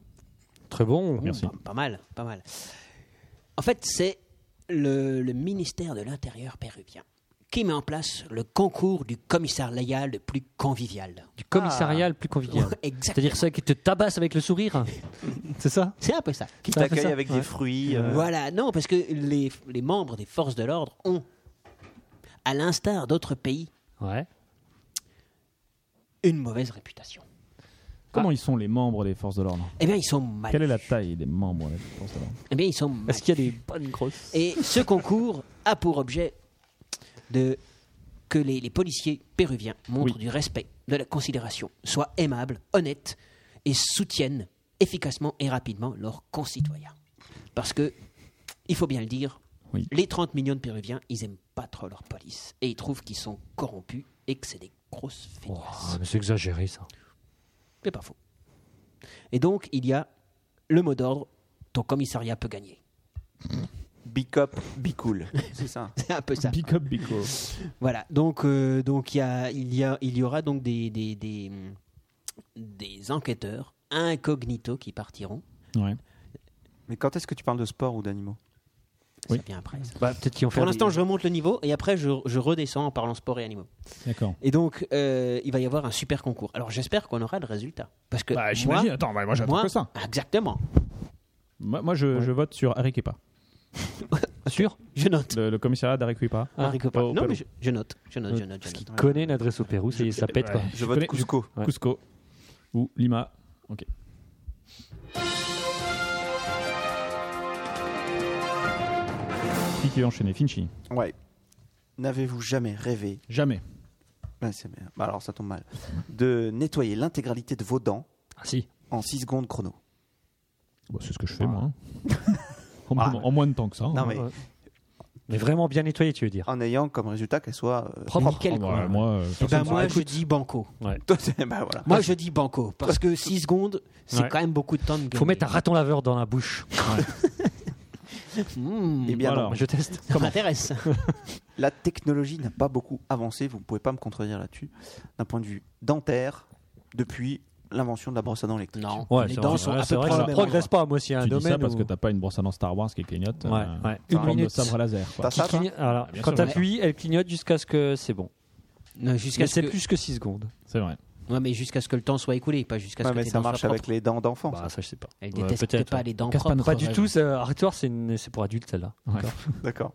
[SPEAKER 4] Très bon.
[SPEAKER 2] Merci.
[SPEAKER 5] Ouh, Pas, pas mal, pas mal. En fait, c'est le, le ministère de l'Intérieur péruvien qui met en place le concours du commissariat le plus convivial.
[SPEAKER 4] Du commissariat le plus convivial.
[SPEAKER 5] Ah, Exactement.
[SPEAKER 4] C'est-à-dire ceux qui te tabassent avec le sourire. c'est ça
[SPEAKER 5] C'est un peu ça.
[SPEAKER 3] Qui
[SPEAKER 4] Ça fait
[SPEAKER 3] t'accueille
[SPEAKER 4] ça.
[SPEAKER 3] avec des fruits. euh,
[SPEAKER 5] Voilà, non, parce que les, les membres des forces de l'ordre ont, à l'instar d'autres pays,
[SPEAKER 4] Ouais.
[SPEAKER 5] une mauvaise réputation.
[SPEAKER 2] Comment
[SPEAKER 4] Ah.
[SPEAKER 2] ils sont les membres des forces de l'ordre
[SPEAKER 5] Eh bien, ils sont mal.
[SPEAKER 2] Quelle est la taille des membres des forces de l'ordre
[SPEAKER 5] Eh bien, ils sont mal.
[SPEAKER 4] Est-ce qu'il y a des bonnes grosses
[SPEAKER 5] Et ce concours a pour objet de que les, les policiers péruviens montrent
[SPEAKER 2] Oui.
[SPEAKER 5] du respect, de la considération, soient aimables, honnêtes et soutiennent efficacement et rapidement leurs concitoyens. Parce que, il faut bien le dire,
[SPEAKER 2] Oui.
[SPEAKER 5] les 30 millions de Péruviens, ils aiment pas trop leur police et ils trouvent qu'ils sont corrompus et que c'est des grosses
[SPEAKER 2] Oh.
[SPEAKER 5] fainéances.
[SPEAKER 4] Oh, C'est exagéré ça.
[SPEAKER 5] C'est pas faux. Et donc, il y a le mot d'ordre ton commissariat peut gagner.
[SPEAKER 3] Be cop, be cool. C'est ça.
[SPEAKER 5] C'est un peu ça.
[SPEAKER 2] Pick up, pick up.
[SPEAKER 5] Voilà, donc, euh, donc il, y a, il, y a, il y aura donc des, des, des, des enquêteurs incognito qui partiront.
[SPEAKER 2] Ouais.
[SPEAKER 3] Mais quand est-ce que tu parles de sport ou d'animaux
[SPEAKER 2] Oui.
[SPEAKER 5] Ça vient après. ça.
[SPEAKER 4] Bah, peut-être qu'ils ont fait
[SPEAKER 5] Pour l'instant, je remonte le niveau et après, je, je redescends en parlant sport et animaux.
[SPEAKER 2] D'accord.
[SPEAKER 5] Et donc, euh, il va y avoir un super concours. Alors, j'espère qu'on aura le résultat. Parce
[SPEAKER 4] Euh,
[SPEAKER 5] que
[SPEAKER 2] Bah,
[SPEAKER 5] moi,
[SPEAKER 2] j'imagine. Attends, bah, moi j'attends
[SPEAKER 5] moi- ah,
[SPEAKER 2] que ça.
[SPEAKER 5] Exactement.
[SPEAKER 2] Moi, moi, je, je vote sur Arequipa,
[SPEAKER 4] sûr.
[SPEAKER 5] Je note.
[SPEAKER 2] le, le commissariat d'Arequipa.
[SPEAKER 4] Ah,
[SPEAKER 5] Henri Coppa.
[SPEAKER 2] oh,
[SPEAKER 5] non,
[SPEAKER 2] pardon.
[SPEAKER 5] mais je, je note. Je note, je note, je
[SPEAKER 4] Parce qu'il
[SPEAKER 5] note.
[SPEAKER 4] connaît l'adresse au Pérou, ça, y est, ça pète quoi.
[SPEAKER 2] Ouais.
[SPEAKER 3] Je vote
[SPEAKER 2] connais-
[SPEAKER 3] Cusco.
[SPEAKER 4] Ouais.
[SPEAKER 2] Cusco ou Lima. Ok. Qui qui veut enchaîner Finchi
[SPEAKER 3] Ouais. N'avez-vous jamais rêvé
[SPEAKER 2] Jamais.
[SPEAKER 3] Ben, c'est- ben, alors ça tombe mal. De nettoyer l'intégralité de vos dents
[SPEAKER 4] Ah si.
[SPEAKER 3] en 6 secondes chrono.
[SPEAKER 2] Bon, c'est ce que je fais, moi. hein. en, en- en moins de temps que ça. hein.
[SPEAKER 3] Non mais
[SPEAKER 4] ouais. Ah, Mais vraiment bien nettoyé, tu veux dire.
[SPEAKER 3] en ayant comme résultat qu'elle soit euh,
[SPEAKER 4] Propre.
[SPEAKER 5] Nickel,
[SPEAKER 2] Ah, bah,
[SPEAKER 5] quoi.
[SPEAKER 2] moi, euh,
[SPEAKER 5] Eh ben,
[SPEAKER 2] personne
[SPEAKER 5] moi,
[SPEAKER 2] ne
[SPEAKER 5] je dis banco.
[SPEAKER 4] Bah,
[SPEAKER 3] Toi, c'est- ben voilà.
[SPEAKER 5] Moi, je dis banco. Parce que 6 secondes, c'est
[SPEAKER 4] Ouais.
[SPEAKER 5] quand même beaucoup de temps de gagner.
[SPEAKER 4] Faut mettre un raton laveur dans la bouche.
[SPEAKER 5] Mmh.
[SPEAKER 3] Eh bien
[SPEAKER 2] Voilà.
[SPEAKER 3] non.
[SPEAKER 4] Je teste.
[SPEAKER 5] Ça m'intéresse.
[SPEAKER 3] la technologie n'a pas beaucoup avancé, vous ne pouvez pas me contredire là-dessus, d'un point de vue dentaire, depuis l'invention de la brosse à dents électrique.
[SPEAKER 5] Non,
[SPEAKER 4] Ouais,
[SPEAKER 5] les
[SPEAKER 4] c'est
[SPEAKER 5] dents
[SPEAKER 4] vrai,
[SPEAKER 5] sont
[SPEAKER 4] ouais,
[SPEAKER 5] à
[SPEAKER 4] c'est
[SPEAKER 5] peu
[SPEAKER 4] vrai
[SPEAKER 5] près
[SPEAKER 4] que ça
[SPEAKER 5] au même
[SPEAKER 4] progresse
[SPEAKER 5] endroit.
[SPEAKER 4] pas. Moi, s'il y a un
[SPEAKER 2] Tu dis ça
[SPEAKER 4] domaine
[SPEAKER 2] parce
[SPEAKER 4] où-
[SPEAKER 2] que t'as pas une brosse à dents Star Wars qui clignote.
[SPEAKER 4] Ouais,
[SPEAKER 2] euh,
[SPEAKER 4] ouais.
[SPEAKER 2] en
[SPEAKER 4] Une
[SPEAKER 2] forme de
[SPEAKER 4] minute.
[SPEAKER 2] sabre laser. quoi.
[SPEAKER 3] T'as ça
[SPEAKER 4] Qui clign- Alors,
[SPEAKER 2] bien
[SPEAKER 4] quand
[SPEAKER 2] sûr,
[SPEAKER 4] t'appuies, elle clignote jusqu'à ce que c'est bon.
[SPEAKER 5] Non,
[SPEAKER 4] Mais
[SPEAKER 5] Jusqu'à ce
[SPEAKER 4] c'est
[SPEAKER 5] que...
[SPEAKER 4] plus que 6 secondes.
[SPEAKER 2] C'est vrai.
[SPEAKER 5] Ouais, mais jusqu'à ce que le temps soit écoulé, pas jusqu'à ce
[SPEAKER 3] Ouais,
[SPEAKER 5] que
[SPEAKER 3] mais
[SPEAKER 5] tes
[SPEAKER 3] ça
[SPEAKER 5] dents
[SPEAKER 3] marche
[SPEAKER 5] soient
[SPEAKER 3] avec
[SPEAKER 5] propres.
[SPEAKER 3] les dents d'enfant. ça.
[SPEAKER 4] Bah, ça, je sais pas.
[SPEAKER 5] Elle
[SPEAKER 4] Ouais,
[SPEAKER 5] déteste
[SPEAKER 4] peut-être,
[SPEAKER 5] pas
[SPEAKER 4] ouais.
[SPEAKER 5] les dents
[SPEAKER 2] Casse pas
[SPEAKER 5] propres.
[SPEAKER 2] notre
[SPEAKER 4] Pas du
[SPEAKER 2] rêve.
[SPEAKER 4] tout. ça- Hardcore, c'est une- c'est pour adultes, celle-là.
[SPEAKER 2] Ouais.
[SPEAKER 4] D'accord.
[SPEAKER 3] D'accord.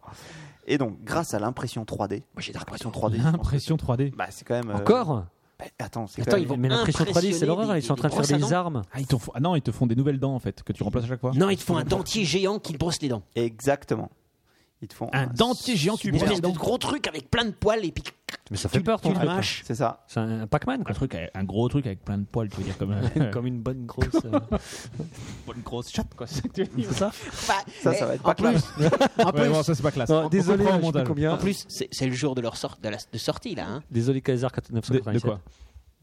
[SPEAKER 3] Et donc, grâce à l'impression 3D,
[SPEAKER 4] Moi, j'ai Dark
[SPEAKER 3] l'impression 3D, je pense
[SPEAKER 2] Impression 3D.
[SPEAKER 3] que- bah, c'est quand même. euh,
[SPEAKER 4] Encore
[SPEAKER 3] bah, Attends, c'est
[SPEAKER 5] Attends,
[SPEAKER 3] quand
[SPEAKER 5] ils
[SPEAKER 3] même-
[SPEAKER 5] vont
[SPEAKER 4] Mais l'impression 3D, c'est
[SPEAKER 5] impressionner
[SPEAKER 4] l'horreur.
[SPEAKER 5] des-
[SPEAKER 4] Ils sont en
[SPEAKER 5] des
[SPEAKER 4] train de faire
[SPEAKER 5] brosses à
[SPEAKER 4] des armes.
[SPEAKER 2] Ah, ils te font... ah non, ils te font des nouvelles dents en fait que tu remplaces à chaque fois.
[SPEAKER 5] Non, ils te font un dentier géant qu'ils brossent les dents.
[SPEAKER 3] Exactement. Ils te font
[SPEAKER 2] Un dentier géant qui
[SPEAKER 5] Une
[SPEAKER 2] brosse
[SPEAKER 5] espèce
[SPEAKER 2] les
[SPEAKER 5] de
[SPEAKER 2] dents.
[SPEAKER 5] gros truc avec plein de poils et puis
[SPEAKER 4] Mais ça fait
[SPEAKER 5] tu,
[SPEAKER 4] peur,
[SPEAKER 5] tu
[SPEAKER 4] ton
[SPEAKER 5] le
[SPEAKER 4] truc.
[SPEAKER 5] mâches.
[SPEAKER 3] C'est ça.
[SPEAKER 4] C'est un Pac-Man,
[SPEAKER 2] Un
[SPEAKER 4] quoi.
[SPEAKER 2] truc, avec- un gros truc avec plein de poils, tu veux dire comme
[SPEAKER 4] Comme une bonne grosse. euh,
[SPEAKER 2] une grosse chatte quoi. C'est ça.
[SPEAKER 5] Enfin,
[SPEAKER 3] Ça, ça
[SPEAKER 5] eh,
[SPEAKER 3] va être
[SPEAKER 5] en
[SPEAKER 3] pas clair.
[SPEAKER 5] plus- en plus-
[SPEAKER 2] Ouais, bon, ça c'est pas classe.
[SPEAKER 4] Non,
[SPEAKER 2] On- on
[SPEAKER 4] désolé,
[SPEAKER 2] comprend
[SPEAKER 4] je
[SPEAKER 2] au
[SPEAKER 4] sais pas
[SPEAKER 2] montage.
[SPEAKER 4] combien.
[SPEAKER 5] En plus, c'est c'est le jour de leur sort- de la de sortie là. hein.
[SPEAKER 4] Désolé, Kaiser
[SPEAKER 2] De,
[SPEAKER 4] 4997.
[SPEAKER 2] de quoi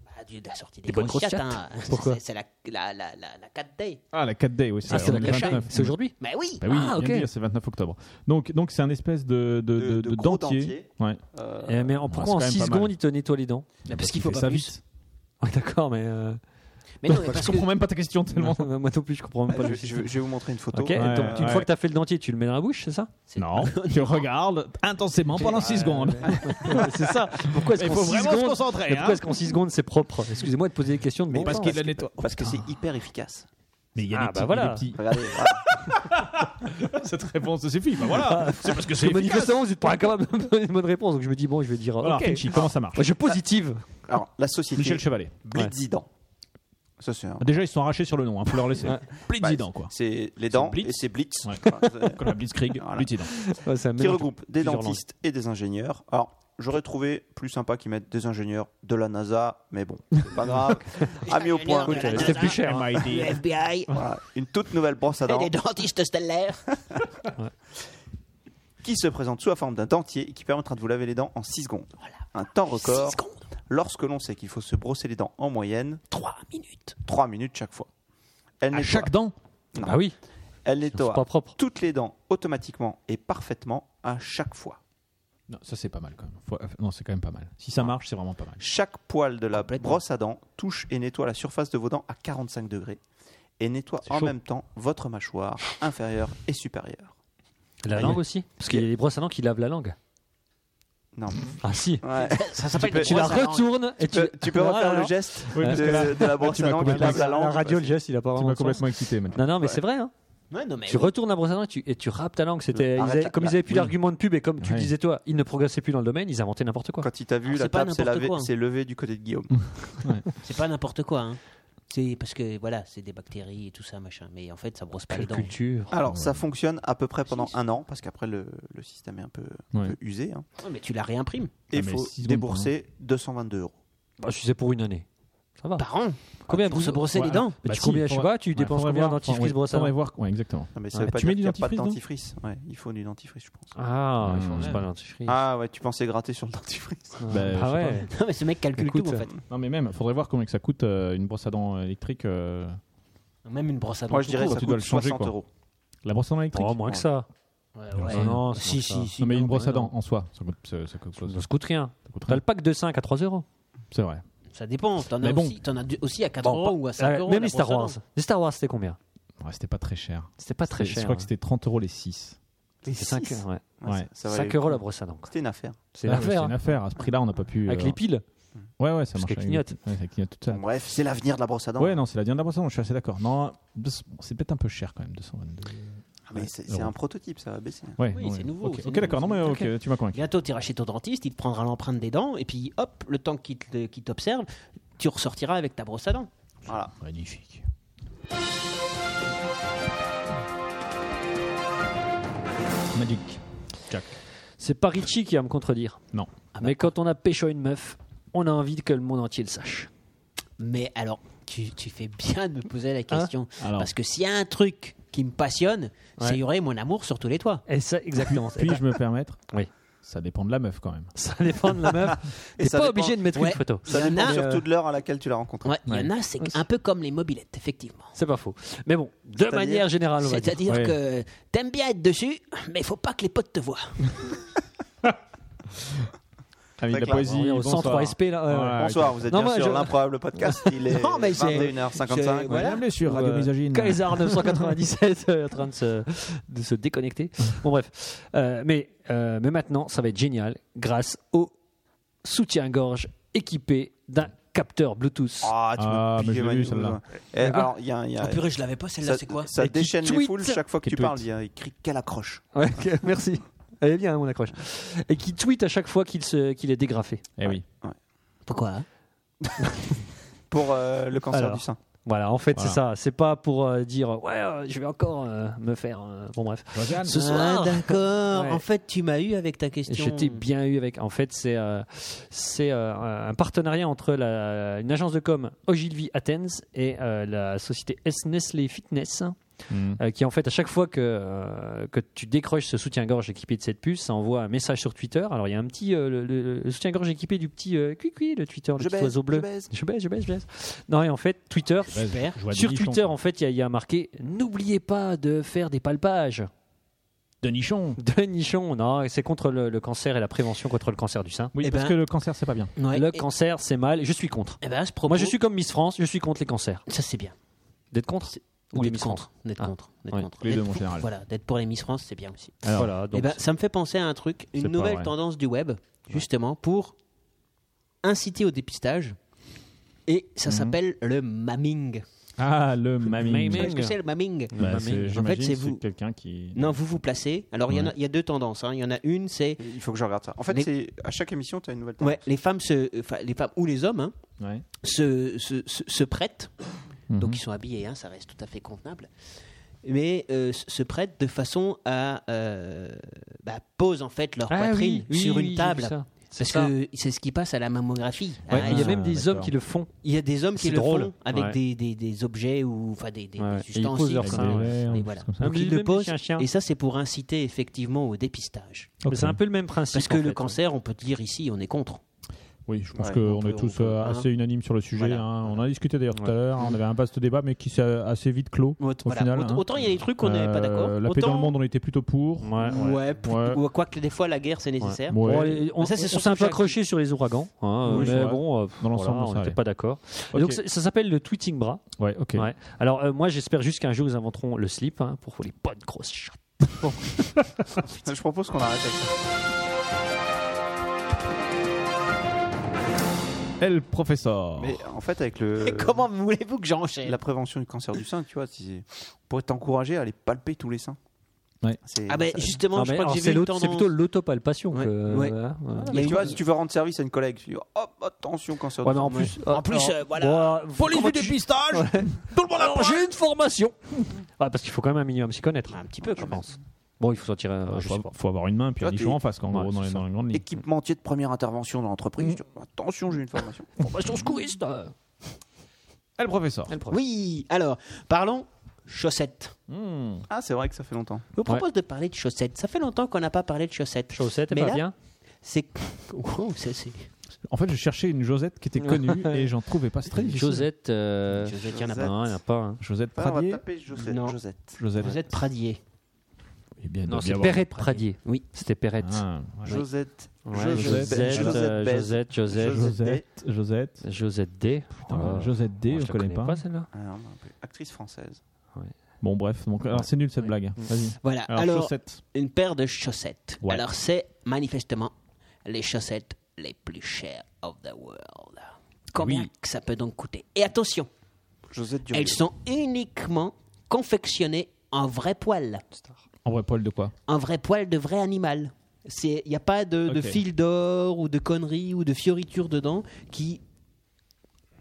[SPEAKER 5] Bah, du- de la sortie des,
[SPEAKER 4] Des bonnes grosses
[SPEAKER 5] chattes,
[SPEAKER 4] chattes.
[SPEAKER 5] hein.
[SPEAKER 4] Pourquoi
[SPEAKER 5] C'est- C'est la la la la, la 4 day.
[SPEAKER 2] Ah la 4 Day, oui, c'est
[SPEAKER 4] Ah, c'est
[SPEAKER 2] en
[SPEAKER 4] la cachette.
[SPEAKER 2] 29.
[SPEAKER 4] C'est aujourd'hui
[SPEAKER 5] Mais oui.
[SPEAKER 2] Bah oui,
[SPEAKER 4] Ah,
[SPEAKER 2] bien
[SPEAKER 4] ok.
[SPEAKER 2] dit, c'est 29 octobre. Donc donc c'est un espèce de de,
[SPEAKER 3] De- de gros dentier.
[SPEAKER 2] Ouais.
[SPEAKER 3] Euh,
[SPEAKER 4] Eh, Mais en-
[SPEAKER 2] c'est
[SPEAKER 4] pourquoi en
[SPEAKER 2] quand même
[SPEAKER 4] 6
[SPEAKER 2] pas mal.
[SPEAKER 4] secondes, il te nettoie les dents
[SPEAKER 5] Eh, parce qu'il faut
[SPEAKER 2] fait
[SPEAKER 5] pas
[SPEAKER 2] ça
[SPEAKER 5] plus.
[SPEAKER 2] vite.
[SPEAKER 4] Ouais, D'accord, mais. euh,
[SPEAKER 5] Mais non, mais
[SPEAKER 2] Je
[SPEAKER 5] parce que
[SPEAKER 2] comprends même pas ta question tellement.
[SPEAKER 4] Moi non plus, Ah, je comprends même
[SPEAKER 3] bah,
[SPEAKER 4] pas
[SPEAKER 3] je,
[SPEAKER 4] le
[SPEAKER 3] je-
[SPEAKER 4] système.
[SPEAKER 3] je vais vous montrer une photo. Euh,
[SPEAKER 4] Ok,
[SPEAKER 2] Ouais,
[SPEAKER 4] donc une
[SPEAKER 2] ouais.
[SPEAKER 4] fois que t'as fait le dentier, tu le mets dans la bouche, c'est ça
[SPEAKER 2] Non, tu regardes intensément pendant 6 secondes.
[SPEAKER 4] Ouais, C'est ça. Pourquoi est-ce
[SPEAKER 2] Il
[SPEAKER 4] qu'en
[SPEAKER 2] faut
[SPEAKER 4] 6
[SPEAKER 2] vraiment se
[SPEAKER 4] secondes
[SPEAKER 2] concentrer. hein.
[SPEAKER 4] mais pourquoi est-ce qu'en 6 secondes c'est propre Excusez-moi de poser des questions de
[SPEAKER 3] Mais
[SPEAKER 4] bon
[SPEAKER 3] parce
[SPEAKER 4] sens.
[SPEAKER 3] qu'il
[SPEAKER 2] la nettoie.
[SPEAKER 3] Parce que c'est hyper efficace.
[SPEAKER 2] Mais il y a
[SPEAKER 4] Ah,
[SPEAKER 2] des petits,
[SPEAKER 4] bah voilà.
[SPEAKER 2] il y a des petits-
[SPEAKER 3] Regardez. voilà.
[SPEAKER 2] Cette réponse de suffit. Bah voilà. C'est parce que
[SPEAKER 4] Parce
[SPEAKER 2] c'est
[SPEAKER 4] que manifestement vous n'êtes pas capable de me donner une bonne réponse, donc je me dis bon, je vais dire
[SPEAKER 2] Alors,
[SPEAKER 4] ok. Ah,
[SPEAKER 2] Finchi, comment ça marche
[SPEAKER 4] Moi, je suis positive.
[SPEAKER 3] Alors, la société
[SPEAKER 2] Michel Chevalet.
[SPEAKER 3] Blitzy Dents. Ça, c'est un-
[SPEAKER 2] Déjà, ils se sont arrachés sur le nom, hein, faut leur laisser.
[SPEAKER 4] Ouais.
[SPEAKER 2] Blitz
[SPEAKER 3] Bah,
[SPEAKER 2] Zidane, quoi.
[SPEAKER 3] C'est les dents
[SPEAKER 2] Blitz.
[SPEAKER 3] et c'est Blitz.
[SPEAKER 2] Ouais.
[SPEAKER 3] Voilà, c'est-
[SPEAKER 2] Comme la Blitzkrieg,
[SPEAKER 3] Voilà.
[SPEAKER 2] Blitz Zidane.
[SPEAKER 4] Ouais, c'est un
[SPEAKER 3] qui
[SPEAKER 4] mélange.
[SPEAKER 3] regroupe des
[SPEAKER 4] plusieurs
[SPEAKER 3] dentistes et des ingénieurs. Alors, j'aurais trouvé plus sympa qu'ils mettent des ingénieurs de la NASA, mais bon, c'est pas grave. a mis au point
[SPEAKER 5] Ingénieurs de la
[SPEAKER 4] Ok,
[SPEAKER 5] NASA,
[SPEAKER 4] C'était plus cher. hein.
[SPEAKER 5] le
[SPEAKER 2] MIT.
[SPEAKER 5] FBI
[SPEAKER 3] voilà, une toute nouvelle brosse à
[SPEAKER 5] et
[SPEAKER 3] dents
[SPEAKER 5] les dentistes stellaires.
[SPEAKER 3] qui se présente sous la forme d'un dentier et qui permettra de vous laver les dents en 6 secondes.
[SPEAKER 5] Voilà.
[SPEAKER 3] Un temps
[SPEAKER 5] 6
[SPEAKER 3] record
[SPEAKER 5] secondes,
[SPEAKER 3] lorsque l'on sait qu'il faut se brosser les dents en moyenne
[SPEAKER 5] 3 minutes.
[SPEAKER 3] 3 minutes chaque fois. Elle
[SPEAKER 2] À
[SPEAKER 3] nettoie,
[SPEAKER 2] chaque dent
[SPEAKER 3] Non,
[SPEAKER 4] Bah oui,
[SPEAKER 3] elle
[SPEAKER 4] c'est
[SPEAKER 3] nettoie
[SPEAKER 4] pas propre.
[SPEAKER 3] toutes les dents automatiquement et parfaitement à chaque fois.
[SPEAKER 2] Non, ça c'est pas mal quand même. Faut- euh, Non, c'est quand même pas mal. Si
[SPEAKER 4] Ah.
[SPEAKER 2] ça marche, c'est vraiment pas mal.
[SPEAKER 3] Chaque poil de la
[SPEAKER 5] Complètement.
[SPEAKER 3] brosse à dents touche et nettoie la surface de vos dents à 45 degrés et nettoie
[SPEAKER 4] C'est
[SPEAKER 3] en
[SPEAKER 4] chaud.
[SPEAKER 3] même temps votre mâchoire inférieure et supérieure.
[SPEAKER 4] La langue aussi Ah, Parce qu'il y a des brosses à dents qui lavent la langue.
[SPEAKER 3] Non.
[SPEAKER 4] Ah si.
[SPEAKER 3] Ouais.
[SPEAKER 5] Ça s'appelle
[SPEAKER 3] peux-
[SPEAKER 5] des
[SPEAKER 4] Tu la
[SPEAKER 5] grosses à langue.
[SPEAKER 4] retournes et
[SPEAKER 3] tu, peux, tu peux
[SPEAKER 4] Ah,
[SPEAKER 3] refaire
[SPEAKER 4] là,
[SPEAKER 3] le
[SPEAKER 4] là.
[SPEAKER 3] geste
[SPEAKER 2] Oui, parce que là-
[SPEAKER 3] de, de la brosse
[SPEAKER 2] tu
[SPEAKER 3] à
[SPEAKER 2] m'as
[SPEAKER 3] dents qui
[SPEAKER 2] complètement-
[SPEAKER 3] lave la langue.
[SPEAKER 4] La radio, le geste, il a pas
[SPEAKER 2] Tu
[SPEAKER 4] vraiment.
[SPEAKER 2] m'as
[SPEAKER 4] de sens.
[SPEAKER 2] complètement excité maintenant.
[SPEAKER 4] Non, non, mais c'est vrai. hein.
[SPEAKER 5] Ouais, non, mais
[SPEAKER 4] Tu retournes la brosse à dents et tu- et tu rapes ta langue. C'était, ils
[SPEAKER 3] Arrête
[SPEAKER 4] avaient-
[SPEAKER 3] la-
[SPEAKER 4] comme ils
[SPEAKER 3] la-
[SPEAKER 4] avaient plus d'argument de pub et comme tu le
[SPEAKER 2] Ouais.
[SPEAKER 4] disais toi, ils ne progressaient plus dans le domaine, ils inventaient n'importe quoi.
[SPEAKER 3] Quand il t'a vu,
[SPEAKER 5] Alors,
[SPEAKER 3] la
[SPEAKER 5] c'est pas
[SPEAKER 3] table s'est
[SPEAKER 5] n'importe
[SPEAKER 3] lavée-
[SPEAKER 2] Mm.
[SPEAKER 5] quoi, hein.
[SPEAKER 3] s'est levée du côté de Guillaume.
[SPEAKER 5] c'est pas n'importe quoi. hein. C'est parce que voilà, c'est des bactéries et tout ça, machin. Mais en fait, ça brosse pas les dents.
[SPEAKER 4] culture.
[SPEAKER 3] Alors, ça fonctionne à peu près pendant
[SPEAKER 5] Si, si.
[SPEAKER 3] un an, parce qu'après, le, le système est un peu, un
[SPEAKER 2] Ouais.
[SPEAKER 3] peu usé. hein.
[SPEAKER 5] Ouais, mais tu la réimprimes
[SPEAKER 3] Et
[SPEAKER 2] Ah,
[SPEAKER 3] il
[SPEAKER 2] mais
[SPEAKER 3] faut
[SPEAKER 2] six secondes,
[SPEAKER 3] débourser 222 euros.
[SPEAKER 4] Bah, si c'est pour une année. Ça va.
[SPEAKER 5] par an
[SPEAKER 4] Combien
[SPEAKER 5] pour
[SPEAKER 4] vous-
[SPEAKER 5] se brosser
[SPEAKER 2] ouais.
[SPEAKER 5] les dents.
[SPEAKER 4] Bah, tu combien, je sais pas, tu dépenses
[SPEAKER 2] faudrait
[SPEAKER 4] combien
[SPEAKER 2] voir,
[SPEAKER 4] dentifrice,
[SPEAKER 2] faudrait-
[SPEAKER 4] brosse à
[SPEAKER 2] faudrait
[SPEAKER 4] dents
[SPEAKER 2] voir, ouais, exactement.
[SPEAKER 3] Non, mais ça
[SPEAKER 4] Ouais.
[SPEAKER 3] veut pas
[SPEAKER 2] Tu mets
[SPEAKER 3] dire qu'il n'y a
[SPEAKER 2] du
[SPEAKER 3] pas de
[SPEAKER 2] dentifrice,
[SPEAKER 3] dentifrice. Ouais, il faut du dentifrice, je pense.
[SPEAKER 4] Ah,
[SPEAKER 2] Ouais,
[SPEAKER 4] je pense
[SPEAKER 2] ouais.
[SPEAKER 4] pas à dentifrice.
[SPEAKER 3] Ah ouais, tu pensais gratter sur le dentifrice.
[SPEAKER 2] Bah,
[SPEAKER 4] ah
[SPEAKER 2] je sais
[SPEAKER 4] ouais.
[SPEAKER 5] Non, mais ce mec calcule
[SPEAKER 4] Écoute,
[SPEAKER 5] tout en fait.
[SPEAKER 2] Non, mais même, faudrait voir combien que ça coûte euh, une brosse à dents électrique. euh,
[SPEAKER 5] Même une brosse à dents.
[SPEAKER 3] Moi, je
[SPEAKER 5] tout
[SPEAKER 3] dirais
[SPEAKER 5] court.
[SPEAKER 3] ça
[SPEAKER 2] tu dois
[SPEAKER 3] coûte
[SPEAKER 2] le changer,
[SPEAKER 3] 60
[SPEAKER 2] quoi.
[SPEAKER 3] euros.
[SPEAKER 2] La brosse à dents électrique
[SPEAKER 4] Oh, moins que ça.
[SPEAKER 5] Ouais,
[SPEAKER 2] Non,
[SPEAKER 5] ouais.
[SPEAKER 2] ça,
[SPEAKER 4] non, c'est
[SPEAKER 5] si,
[SPEAKER 4] pas ça.
[SPEAKER 5] si, si.
[SPEAKER 2] Non, mais une
[SPEAKER 5] non,
[SPEAKER 2] brosse à
[SPEAKER 5] non.
[SPEAKER 2] dents en soi, ça coûte, ça- ça coûte,
[SPEAKER 4] Ça se coûte rien.
[SPEAKER 2] ça coûte
[SPEAKER 4] T'as
[SPEAKER 2] rien.
[SPEAKER 4] le pack de 5 à 3 euros.
[SPEAKER 2] C'est vrai.
[SPEAKER 5] Ça dépend. T'en
[SPEAKER 2] Mais
[SPEAKER 5] as,
[SPEAKER 2] bon.
[SPEAKER 5] aussi- t'en as du- aussi à 4
[SPEAKER 4] Bon,
[SPEAKER 5] euros
[SPEAKER 4] pas-
[SPEAKER 5] ou à 5 euros.
[SPEAKER 4] Même
[SPEAKER 5] la
[SPEAKER 4] les Star
[SPEAKER 5] brosse à
[SPEAKER 4] Wars.
[SPEAKER 5] dents.
[SPEAKER 4] Les Star Wars, c'était combien
[SPEAKER 2] Ouais, c'était pas très cher.
[SPEAKER 4] C'était pas très
[SPEAKER 2] C'était-
[SPEAKER 4] cher.
[SPEAKER 2] Je crois que c'était 30 euros les 6.
[SPEAKER 4] c'était 5,
[SPEAKER 3] six.
[SPEAKER 4] ouais.
[SPEAKER 3] Ouais,
[SPEAKER 2] Ouais.
[SPEAKER 3] ça- ça valait
[SPEAKER 4] 5
[SPEAKER 3] le
[SPEAKER 4] euros
[SPEAKER 3] coup.
[SPEAKER 4] la brosse à dents. quoi.
[SPEAKER 3] C'était une affaire.
[SPEAKER 4] C'est
[SPEAKER 2] Ah,
[SPEAKER 4] l'affaire.
[SPEAKER 2] une affaire. À ce prix-là, on n'a pas pu.
[SPEAKER 4] Avec
[SPEAKER 2] euh,
[SPEAKER 4] les piles.
[SPEAKER 2] Ouais, ouais, ça
[SPEAKER 4] Parce
[SPEAKER 2] marche.
[SPEAKER 4] qu'elle
[SPEAKER 2] avec-
[SPEAKER 4] clignote.
[SPEAKER 2] Ouais, ça clignote tout ça.
[SPEAKER 3] Bon, bref, c'est l'avenir de la brosse à dents.
[SPEAKER 2] Ouais, non, c'est la dernière de la brosse à dents, je suis assez d'accord. Non, deux- c'est peut-être un peu cher quand même, 222.
[SPEAKER 3] Ah, mais c'est
[SPEAKER 2] euros.
[SPEAKER 3] c'est un prototype, ça va baisser.
[SPEAKER 2] Ouais,
[SPEAKER 5] Oui,
[SPEAKER 2] ouais.
[SPEAKER 5] c'est nouveau,
[SPEAKER 2] Ok,
[SPEAKER 5] c'est
[SPEAKER 2] Ok,
[SPEAKER 5] nouveau,
[SPEAKER 2] d'accord, non, mais ok,
[SPEAKER 5] c'est-
[SPEAKER 2] tu m'as convaincu.
[SPEAKER 5] Bientôt, tu iras chez ton dentiste, il te prendra l'empreinte des dents, et puis hop, le temps qu'il te- qu'il t'observe, tu ressortiras avec ta brosse à dents.
[SPEAKER 3] Voilà.
[SPEAKER 2] Magnifique. Magic. Jack.
[SPEAKER 4] C'est pas Richie qui va me contredire. Ah,
[SPEAKER 2] Non.
[SPEAKER 4] Mais quand on a pécho une meuf, on a envie que le monde entier le sache.
[SPEAKER 5] Mais alors, tu, tu fais bien de me poser la question.
[SPEAKER 2] Alors.
[SPEAKER 5] Parce que s'il y a un truc qui me passionne,
[SPEAKER 4] Ouais.
[SPEAKER 5] c'est y aurait mon amour sur tous les toits.
[SPEAKER 4] Et ça, exactement.
[SPEAKER 2] Puis-je me permettre
[SPEAKER 4] Oui.
[SPEAKER 2] Ça dépend de la meuf quand même.
[SPEAKER 4] Ça dépend de la meuf.
[SPEAKER 3] Et
[SPEAKER 4] T'es
[SPEAKER 3] ça
[SPEAKER 4] pas
[SPEAKER 3] dépend-
[SPEAKER 4] obligé de mettre
[SPEAKER 5] Ouais.
[SPEAKER 4] une photo.
[SPEAKER 5] Il y en a, euh,
[SPEAKER 3] Surtout de l'heure à laquelle tu l'as rencontré.
[SPEAKER 5] ouais, il y en a, c'est un peu comme les mobilettes, effectivement.
[SPEAKER 4] C'est pas faux. Mais bon, de
[SPEAKER 3] C'est-à-dire-
[SPEAKER 4] manière générale, Ah, on va dire.
[SPEAKER 5] C'est-à-dire
[SPEAKER 2] Ouais.
[SPEAKER 5] que t'aimes bien être dessus, mais faut pas que les potes te voient.
[SPEAKER 2] Avec
[SPEAKER 3] Très
[SPEAKER 2] la
[SPEAKER 3] clair.
[SPEAKER 4] On
[SPEAKER 2] poésie,
[SPEAKER 4] revient au
[SPEAKER 2] bonsoir.
[SPEAKER 4] 103 SP là. ouais, ouais.
[SPEAKER 2] Voilà,
[SPEAKER 3] Bonsoir, vous êtes
[SPEAKER 4] Non,
[SPEAKER 3] bien
[SPEAKER 4] moi,
[SPEAKER 3] sur
[SPEAKER 4] je-
[SPEAKER 3] l'improbable podcast. Il est
[SPEAKER 5] Non, mais j'ai- j'ai-
[SPEAKER 3] 21h55.
[SPEAKER 5] voilà.
[SPEAKER 2] Bienvenue sur
[SPEAKER 4] Radio
[SPEAKER 2] Radio Misogyne.
[SPEAKER 4] Euh, Kaiser 997 euh, en train de se, de se déconnecter. Bon bref. Euh, mais, euh, mais maintenant, ça va être génial grâce au soutien-gorge équipé d'un capteur Bluetooth.
[SPEAKER 3] Ah, tu
[SPEAKER 2] Ah,
[SPEAKER 3] m'as
[SPEAKER 2] mais je
[SPEAKER 3] piqué
[SPEAKER 2] l'ai
[SPEAKER 3] ma
[SPEAKER 2] vu,
[SPEAKER 3] news.
[SPEAKER 2] celle-là.
[SPEAKER 3] Eh, Alors, il y a, un- il y a-
[SPEAKER 5] Oh purée, je l'avais pas, celle-là,
[SPEAKER 3] ça,
[SPEAKER 5] c'est quoi
[SPEAKER 3] ça
[SPEAKER 4] Et qui
[SPEAKER 3] déchaîne les
[SPEAKER 4] tweet.
[SPEAKER 3] foules chaque fois que
[SPEAKER 2] Qui
[SPEAKER 3] tu
[SPEAKER 2] tweet.
[SPEAKER 3] parles. Il y a écrit qu'elle accroche.
[SPEAKER 4] Ouais, ok, merci. Elle est bien, hein, mon accroche. Et qui tweet à chaque fois qu'il se- qu'il est dégrafé.
[SPEAKER 2] Eh oui.
[SPEAKER 5] Pourquoi
[SPEAKER 3] Pour euh, le cancer
[SPEAKER 4] Alors.
[SPEAKER 3] du sein.
[SPEAKER 4] Voilà, en fait,
[SPEAKER 2] Voilà.
[SPEAKER 4] c'est ça. C'est pas pour euh, dire ouais, euh, je vais encore euh, me faire. euh, Bon, bref. Ce
[SPEAKER 5] Ah,
[SPEAKER 4] soir,
[SPEAKER 5] d'accord.
[SPEAKER 4] Ouais.
[SPEAKER 5] En fait, tu m'as eu avec ta question.
[SPEAKER 4] je t'ai bien eu avec. En fait, c'est euh, c'est euh, un partenariat entre la, une agence de com Ogilvy Athens et euh, la société S Nestlé Fitness,
[SPEAKER 2] Mm.
[SPEAKER 4] euh, qui en fait à chaque fois que euh, que tu décroches ce soutien-gorge équipé de cette puce, ça envoie un message sur Twitter. Alors il y a un petit euh, le, le- le soutien-gorge équipé du petit euh, cui-cui, le Twitter, le
[SPEAKER 3] Je
[SPEAKER 4] petit
[SPEAKER 3] baise,
[SPEAKER 4] oiseau bleu.
[SPEAKER 3] je baise.
[SPEAKER 4] Je baise, je baise, je baise. Non et en fait Twitter.
[SPEAKER 2] Ouais,
[SPEAKER 5] Super.
[SPEAKER 2] je vois des
[SPEAKER 4] Sur
[SPEAKER 2] nichons,
[SPEAKER 4] Twitter,
[SPEAKER 2] quoi.
[SPEAKER 4] en fait, il y a- il y, a marqué N'oubliez pas de faire des palpages
[SPEAKER 2] De nichons.
[SPEAKER 4] de nichon. Non, c'est contre le- le cancer et la prévention contre le cancer du sein.
[SPEAKER 2] Oui,
[SPEAKER 5] Eh
[SPEAKER 2] parce
[SPEAKER 5] ben-
[SPEAKER 2] que le cancer, c'est pas bien.
[SPEAKER 5] Ouais,
[SPEAKER 4] le
[SPEAKER 5] et-
[SPEAKER 4] cancer, c'est mal, et je suis contre.
[SPEAKER 5] Eh ben, à ce propos,
[SPEAKER 4] Moi, je suis comme Miss France, je suis contre les cancers.
[SPEAKER 5] Ça, c'est bien.
[SPEAKER 4] D'être contre Ou les
[SPEAKER 5] d'être
[SPEAKER 4] Miss
[SPEAKER 5] contre.
[SPEAKER 4] France
[SPEAKER 5] D'être
[SPEAKER 4] Ah.
[SPEAKER 5] contre. d'être
[SPEAKER 4] Ouais,
[SPEAKER 5] contre.
[SPEAKER 2] les deux,
[SPEAKER 5] D'être
[SPEAKER 2] en
[SPEAKER 5] pour-
[SPEAKER 2] général.
[SPEAKER 5] Voilà, d'être pour les Miss France, c'est bien aussi.
[SPEAKER 2] Alors,
[SPEAKER 4] Voilà,
[SPEAKER 5] Eh
[SPEAKER 4] donc.
[SPEAKER 5] ben, ça me fait penser à un truc,
[SPEAKER 2] C'est pas
[SPEAKER 5] une nouvelle
[SPEAKER 2] vrai.
[SPEAKER 5] tendance du web, justement, pour inciter au dépistage. Et ça s'appelle le mamming.
[SPEAKER 2] Ah, le maming.
[SPEAKER 5] Vous savez ce que c'est le mamming
[SPEAKER 2] Bah,
[SPEAKER 4] Le
[SPEAKER 2] c'est-
[SPEAKER 4] mamming. En
[SPEAKER 2] j'imagine
[SPEAKER 5] fait, c'est
[SPEAKER 2] que
[SPEAKER 5] vous.
[SPEAKER 2] quelqu'un qui.
[SPEAKER 5] Non, vous vous placez. Alors, il y en a-
[SPEAKER 2] Ouais.
[SPEAKER 5] il y, a deux tendances. hein. Il y en a une, c'est
[SPEAKER 3] Il faut que je regarde ça. En fait,
[SPEAKER 5] Les-
[SPEAKER 3] c'est à chaque émission, tu as une nouvelle
[SPEAKER 5] ouais,
[SPEAKER 3] tendance.
[SPEAKER 5] les femmes se, enfin, les femmes ou les hommes hein,
[SPEAKER 2] Ouais.
[SPEAKER 5] se, se, se- se prêtent. Donc,
[SPEAKER 2] Mhm.
[SPEAKER 5] ils sont habillés, hein, ça reste tout à fait contenable. Mais euh, s- se prêtent de façon à euh, bah, posent en fait
[SPEAKER 4] Ah
[SPEAKER 5] leur poitrine sur une table.
[SPEAKER 4] C'est
[SPEAKER 5] Parce
[SPEAKER 4] ça.
[SPEAKER 5] que c'est ce qui passe à la mammographie.
[SPEAKER 4] Ouais,
[SPEAKER 5] Ah,
[SPEAKER 4] il y a
[SPEAKER 5] ils-
[SPEAKER 4] même des
[SPEAKER 2] d'accord.
[SPEAKER 4] hommes qui le font.
[SPEAKER 5] Il y a des hommes qui
[SPEAKER 4] C'est
[SPEAKER 5] le
[SPEAKER 4] drôle.
[SPEAKER 5] font avec
[SPEAKER 4] Ouais.
[SPEAKER 5] des, des, des objets ou enfin des, des,
[SPEAKER 4] Ouais,
[SPEAKER 5] des
[SPEAKER 4] et ils posent
[SPEAKER 5] ustensiles.
[SPEAKER 4] leur
[SPEAKER 2] Avec
[SPEAKER 4] ça,
[SPEAKER 2] des
[SPEAKER 4] ouais.
[SPEAKER 2] verres,
[SPEAKER 5] Et
[SPEAKER 2] des
[SPEAKER 5] voilà.
[SPEAKER 2] choses comme ça.
[SPEAKER 4] Ah,
[SPEAKER 5] Donc
[SPEAKER 4] mais
[SPEAKER 5] ils
[SPEAKER 4] même
[SPEAKER 5] le
[SPEAKER 4] les
[SPEAKER 5] posent
[SPEAKER 4] chiens, chiens.
[SPEAKER 5] et ça c'est pour inciter effectivement au dépistage.
[SPEAKER 4] Mais C'est un peu le même principe.
[SPEAKER 5] Parce que
[SPEAKER 4] en
[SPEAKER 5] le
[SPEAKER 4] fait.
[SPEAKER 5] cancer, on peut dire ici, on est contre.
[SPEAKER 2] Oui, je pense
[SPEAKER 3] Ouais,
[SPEAKER 2] qu'on
[SPEAKER 5] on peut-
[SPEAKER 2] est tous
[SPEAKER 5] on peut-
[SPEAKER 2] euh,
[SPEAKER 5] hein.
[SPEAKER 2] assez unanimes sur le sujet.
[SPEAKER 5] Voilà.
[SPEAKER 2] hein. On en a discuté d'ailleurs tout
[SPEAKER 4] Ouais.
[SPEAKER 2] à l'heure. hein. On avait un vaste débat, mais qui s'est assez vite clos. Au
[SPEAKER 5] Voilà.
[SPEAKER 2] final,
[SPEAKER 5] Aut-
[SPEAKER 2] hein.
[SPEAKER 5] Autant il y a des trucs qu'on n'est pas
[SPEAKER 2] Euh,
[SPEAKER 5] d'accord.
[SPEAKER 2] La paix
[SPEAKER 5] Autant-
[SPEAKER 2] dans le monde, on était plutôt pour.
[SPEAKER 4] Ouais, ouais.
[SPEAKER 5] Ouais, plus-
[SPEAKER 2] Ouais.
[SPEAKER 5] ou quoique des fois la guerre c'est nécessaire.
[SPEAKER 2] Ouais.
[SPEAKER 4] Bon, allez, on
[SPEAKER 5] Mais ça, c'est
[SPEAKER 4] on
[SPEAKER 5] surtout
[SPEAKER 4] s'est un peu
[SPEAKER 5] chaque-
[SPEAKER 4] accroché sur les ouragans. hein,
[SPEAKER 2] Oui, c'est
[SPEAKER 4] mais
[SPEAKER 2] vrai.
[SPEAKER 4] bon, euh, pff,
[SPEAKER 2] Dans l'ensemble,
[SPEAKER 4] voilà,
[SPEAKER 2] ça
[SPEAKER 4] on n'était
[SPEAKER 2] allait.
[SPEAKER 4] pas d'accord. Et
[SPEAKER 2] Ok.
[SPEAKER 4] Donc, ça ça s'appelle le tweeting bra.
[SPEAKER 2] Ouais, ok.
[SPEAKER 4] Ouais. Alors, euh, moi, j'espère juste qu'un jour, ils inventeront le slip hein, pour les bonnes grosses chattes.
[SPEAKER 3] Je propose qu'on arrête avec ça.
[SPEAKER 2] El professeur.
[SPEAKER 3] Mais en fait, avec le.
[SPEAKER 2] euh,
[SPEAKER 5] Et comment voulez-vous que j'enchaîne
[SPEAKER 3] La prévention du cancer du sein, tu vois, si- on pourrait t'encourager à aller palper tous les seins.
[SPEAKER 2] Ouais.
[SPEAKER 3] C'est-
[SPEAKER 5] Ah ben
[SPEAKER 3] ça-
[SPEAKER 5] justement,
[SPEAKER 4] Non,
[SPEAKER 5] je
[SPEAKER 4] mais
[SPEAKER 5] crois
[SPEAKER 4] alors,
[SPEAKER 5] que j'ai
[SPEAKER 4] c'est
[SPEAKER 5] vu une
[SPEAKER 4] l'auto- c'est
[SPEAKER 5] tendance.
[SPEAKER 4] plutôt l'autopalpation.
[SPEAKER 3] Ouais.
[SPEAKER 4] que- euh, hein,
[SPEAKER 5] Ouais.
[SPEAKER 4] voilà, voilà.
[SPEAKER 5] il y a
[SPEAKER 3] Mais
[SPEAKER 5] une-
[SPEAKER 3] tu vois, si tu veux rendre service à une collègue, tu dis Hop, attention, cancer
[SPEAKER 4] Ouais,
[SPEAKER 3] du
[SPEAKER 4] mais en
[SPEAKER 3] sang.
[SPEAKER 4] plus,
[SPEAKER 5] En plus, euh, voilà.
[SPEAKER 4] police du dépistage. Tout le monde J'ai une formation. Ouais, parce qu'il faut quand même un minimum s'y connaître.
[SPEAKER 5] Un petit peu,
[SPEAKER 4] je
[SPEAKER 5] quand même.
[SPEAKER 4] pense. Bon, il faut sortir. euh,
[SPEAKER 2] Il
[SPEAKER 4] je sais
[SPEAKER 2] faut,
[SPEAKER 4] pas.
[SPEAKER 2] faut avoir une main puis un
[SPEAKER 3] Toi, t'es-
[SPEAKER 2] nichon en face, en
[SPEAKER 4] Ouais,
[SPEAKER 2] gros, dans les,
[SPEAKER 4] c'est ça.
[SPEAKER 2] dans les grandes lignes.
[SPEAKER 3] équipementier de première intervention dans l'entreprise, tu dis, attention, j'ai une formation.
[SPEAKER 4] Formation secouriste. euh.
[SPEAKER 2] Ah, le professeur.
[SPEAKER 4] Elle proche.
[SPEAKER 5] Oui, alors, parlons chaussettes.
[SPEAKER 2] Hmm.
[SPEAKER 3] Ah, c'est vrai que ça fait longtemps.
[SPEAKER 5] Je vous propose de parler de chaussettes. Ça fait longtemps qu'on n'a pas parlé de chaussettes.
[SPEAKER 4] Chaussette,
[SPEAKER 5] Mais
[SPEAKER 4] pas
[SPEAKER 5] là,
[SPEAKER 4] bien.
[SPEAKER 5] C'est. Wow, ça, c'est-
[SPEAKER 2] En fait, je cherchais une Josette qui était connue et j'en trouvais pas. C'est très difficile.
[SPEAKER 4] Josette. euh,
[SPEAKER 5] Josette, il y en a
[SPEAKER 3] Josette.
[SPEAKER 5] pas.
[SPEAKER 4] Non, il n'y en a pas. hein.
[SPEAKER 2] Josette
[SPEAKER 3] Ah, on va
[SPEAKER 2] Pradier.
[SPEAKER 3] taper Josette.
[SPEAKER 5] Non.
[SPEAKER 3] Josette.
[SPEAKER 2] Josette.
[SPEAKER 5] Vous êtes Pradier.
[SPEAKER 2] Eh bien, il doit
[SPEAKER 4] Non,
[SPEAKER 2] bien
[SPEAKER 4] c'est
[SPEAKER 2] avoir-
[SPEAKER 4] Perrette Pradier.
[SPEAKER 5] Oui.
[SPEAKER 4] C'était Perrette.
[SPEAKER 2] Ah, ouais.
[SPEAKER 3] Josette.
[SPEAKER 4] Ouais,
[SPEAKER 3] Josette.
[SPEAKER 4] Josette, euh,
[SPEAKER 3] Bez.
[SPEAKER 4] Josette, Josette,
[SPEAKER 3] Josette.
[SPEAKER 2] Josette. Josette.
[SPEAKER 4] Josette D. Oh.
[SPEAKER 2] Putain, Josette D,
[SPEAKER 4] Moi, je
[SPEAKER 2] on
[SPEAKER 4] la
[SPEAKER 2] connaît pas.
[SPEAKER 4] celle-là.
[SPEAKER 3] Ah, non, non plus. Actrice française.
[SPEAKER 2] Bon, bref. Donc, alors, c'est nul cette blague. Vas-y.
[SPEAKER 5] Voilà.
[SPEAKER 2] Alors,
[SPEAKER 5] Alors,
[SPEAKER 2] Josette.
[SPEAKER 5] une paire de chaussettes.
[SPEAKER 2] Ouais.
[SPEAKER 5] Alors, c'est manifestement les chaussettes les plus chères of the world. Combien
[SPEAKER 2] Oui.
[SPEAKER 5] que ça peut donc coûter Et attention,
[SPEAKER 3] Josette Durieux.
[SPEAKER 5] elles sont uniquement confectionnées en vrai poil.
[SPEAKER 2] En vrai, Paul, de quoi
[SPEAKER 5] un vrai poil de vrai animal. Il n'y a pas de, de
[SPEAKER 2] Ok.
[SPEAKER 5] fil d'or ou de conneries ou de fioritures dedans qui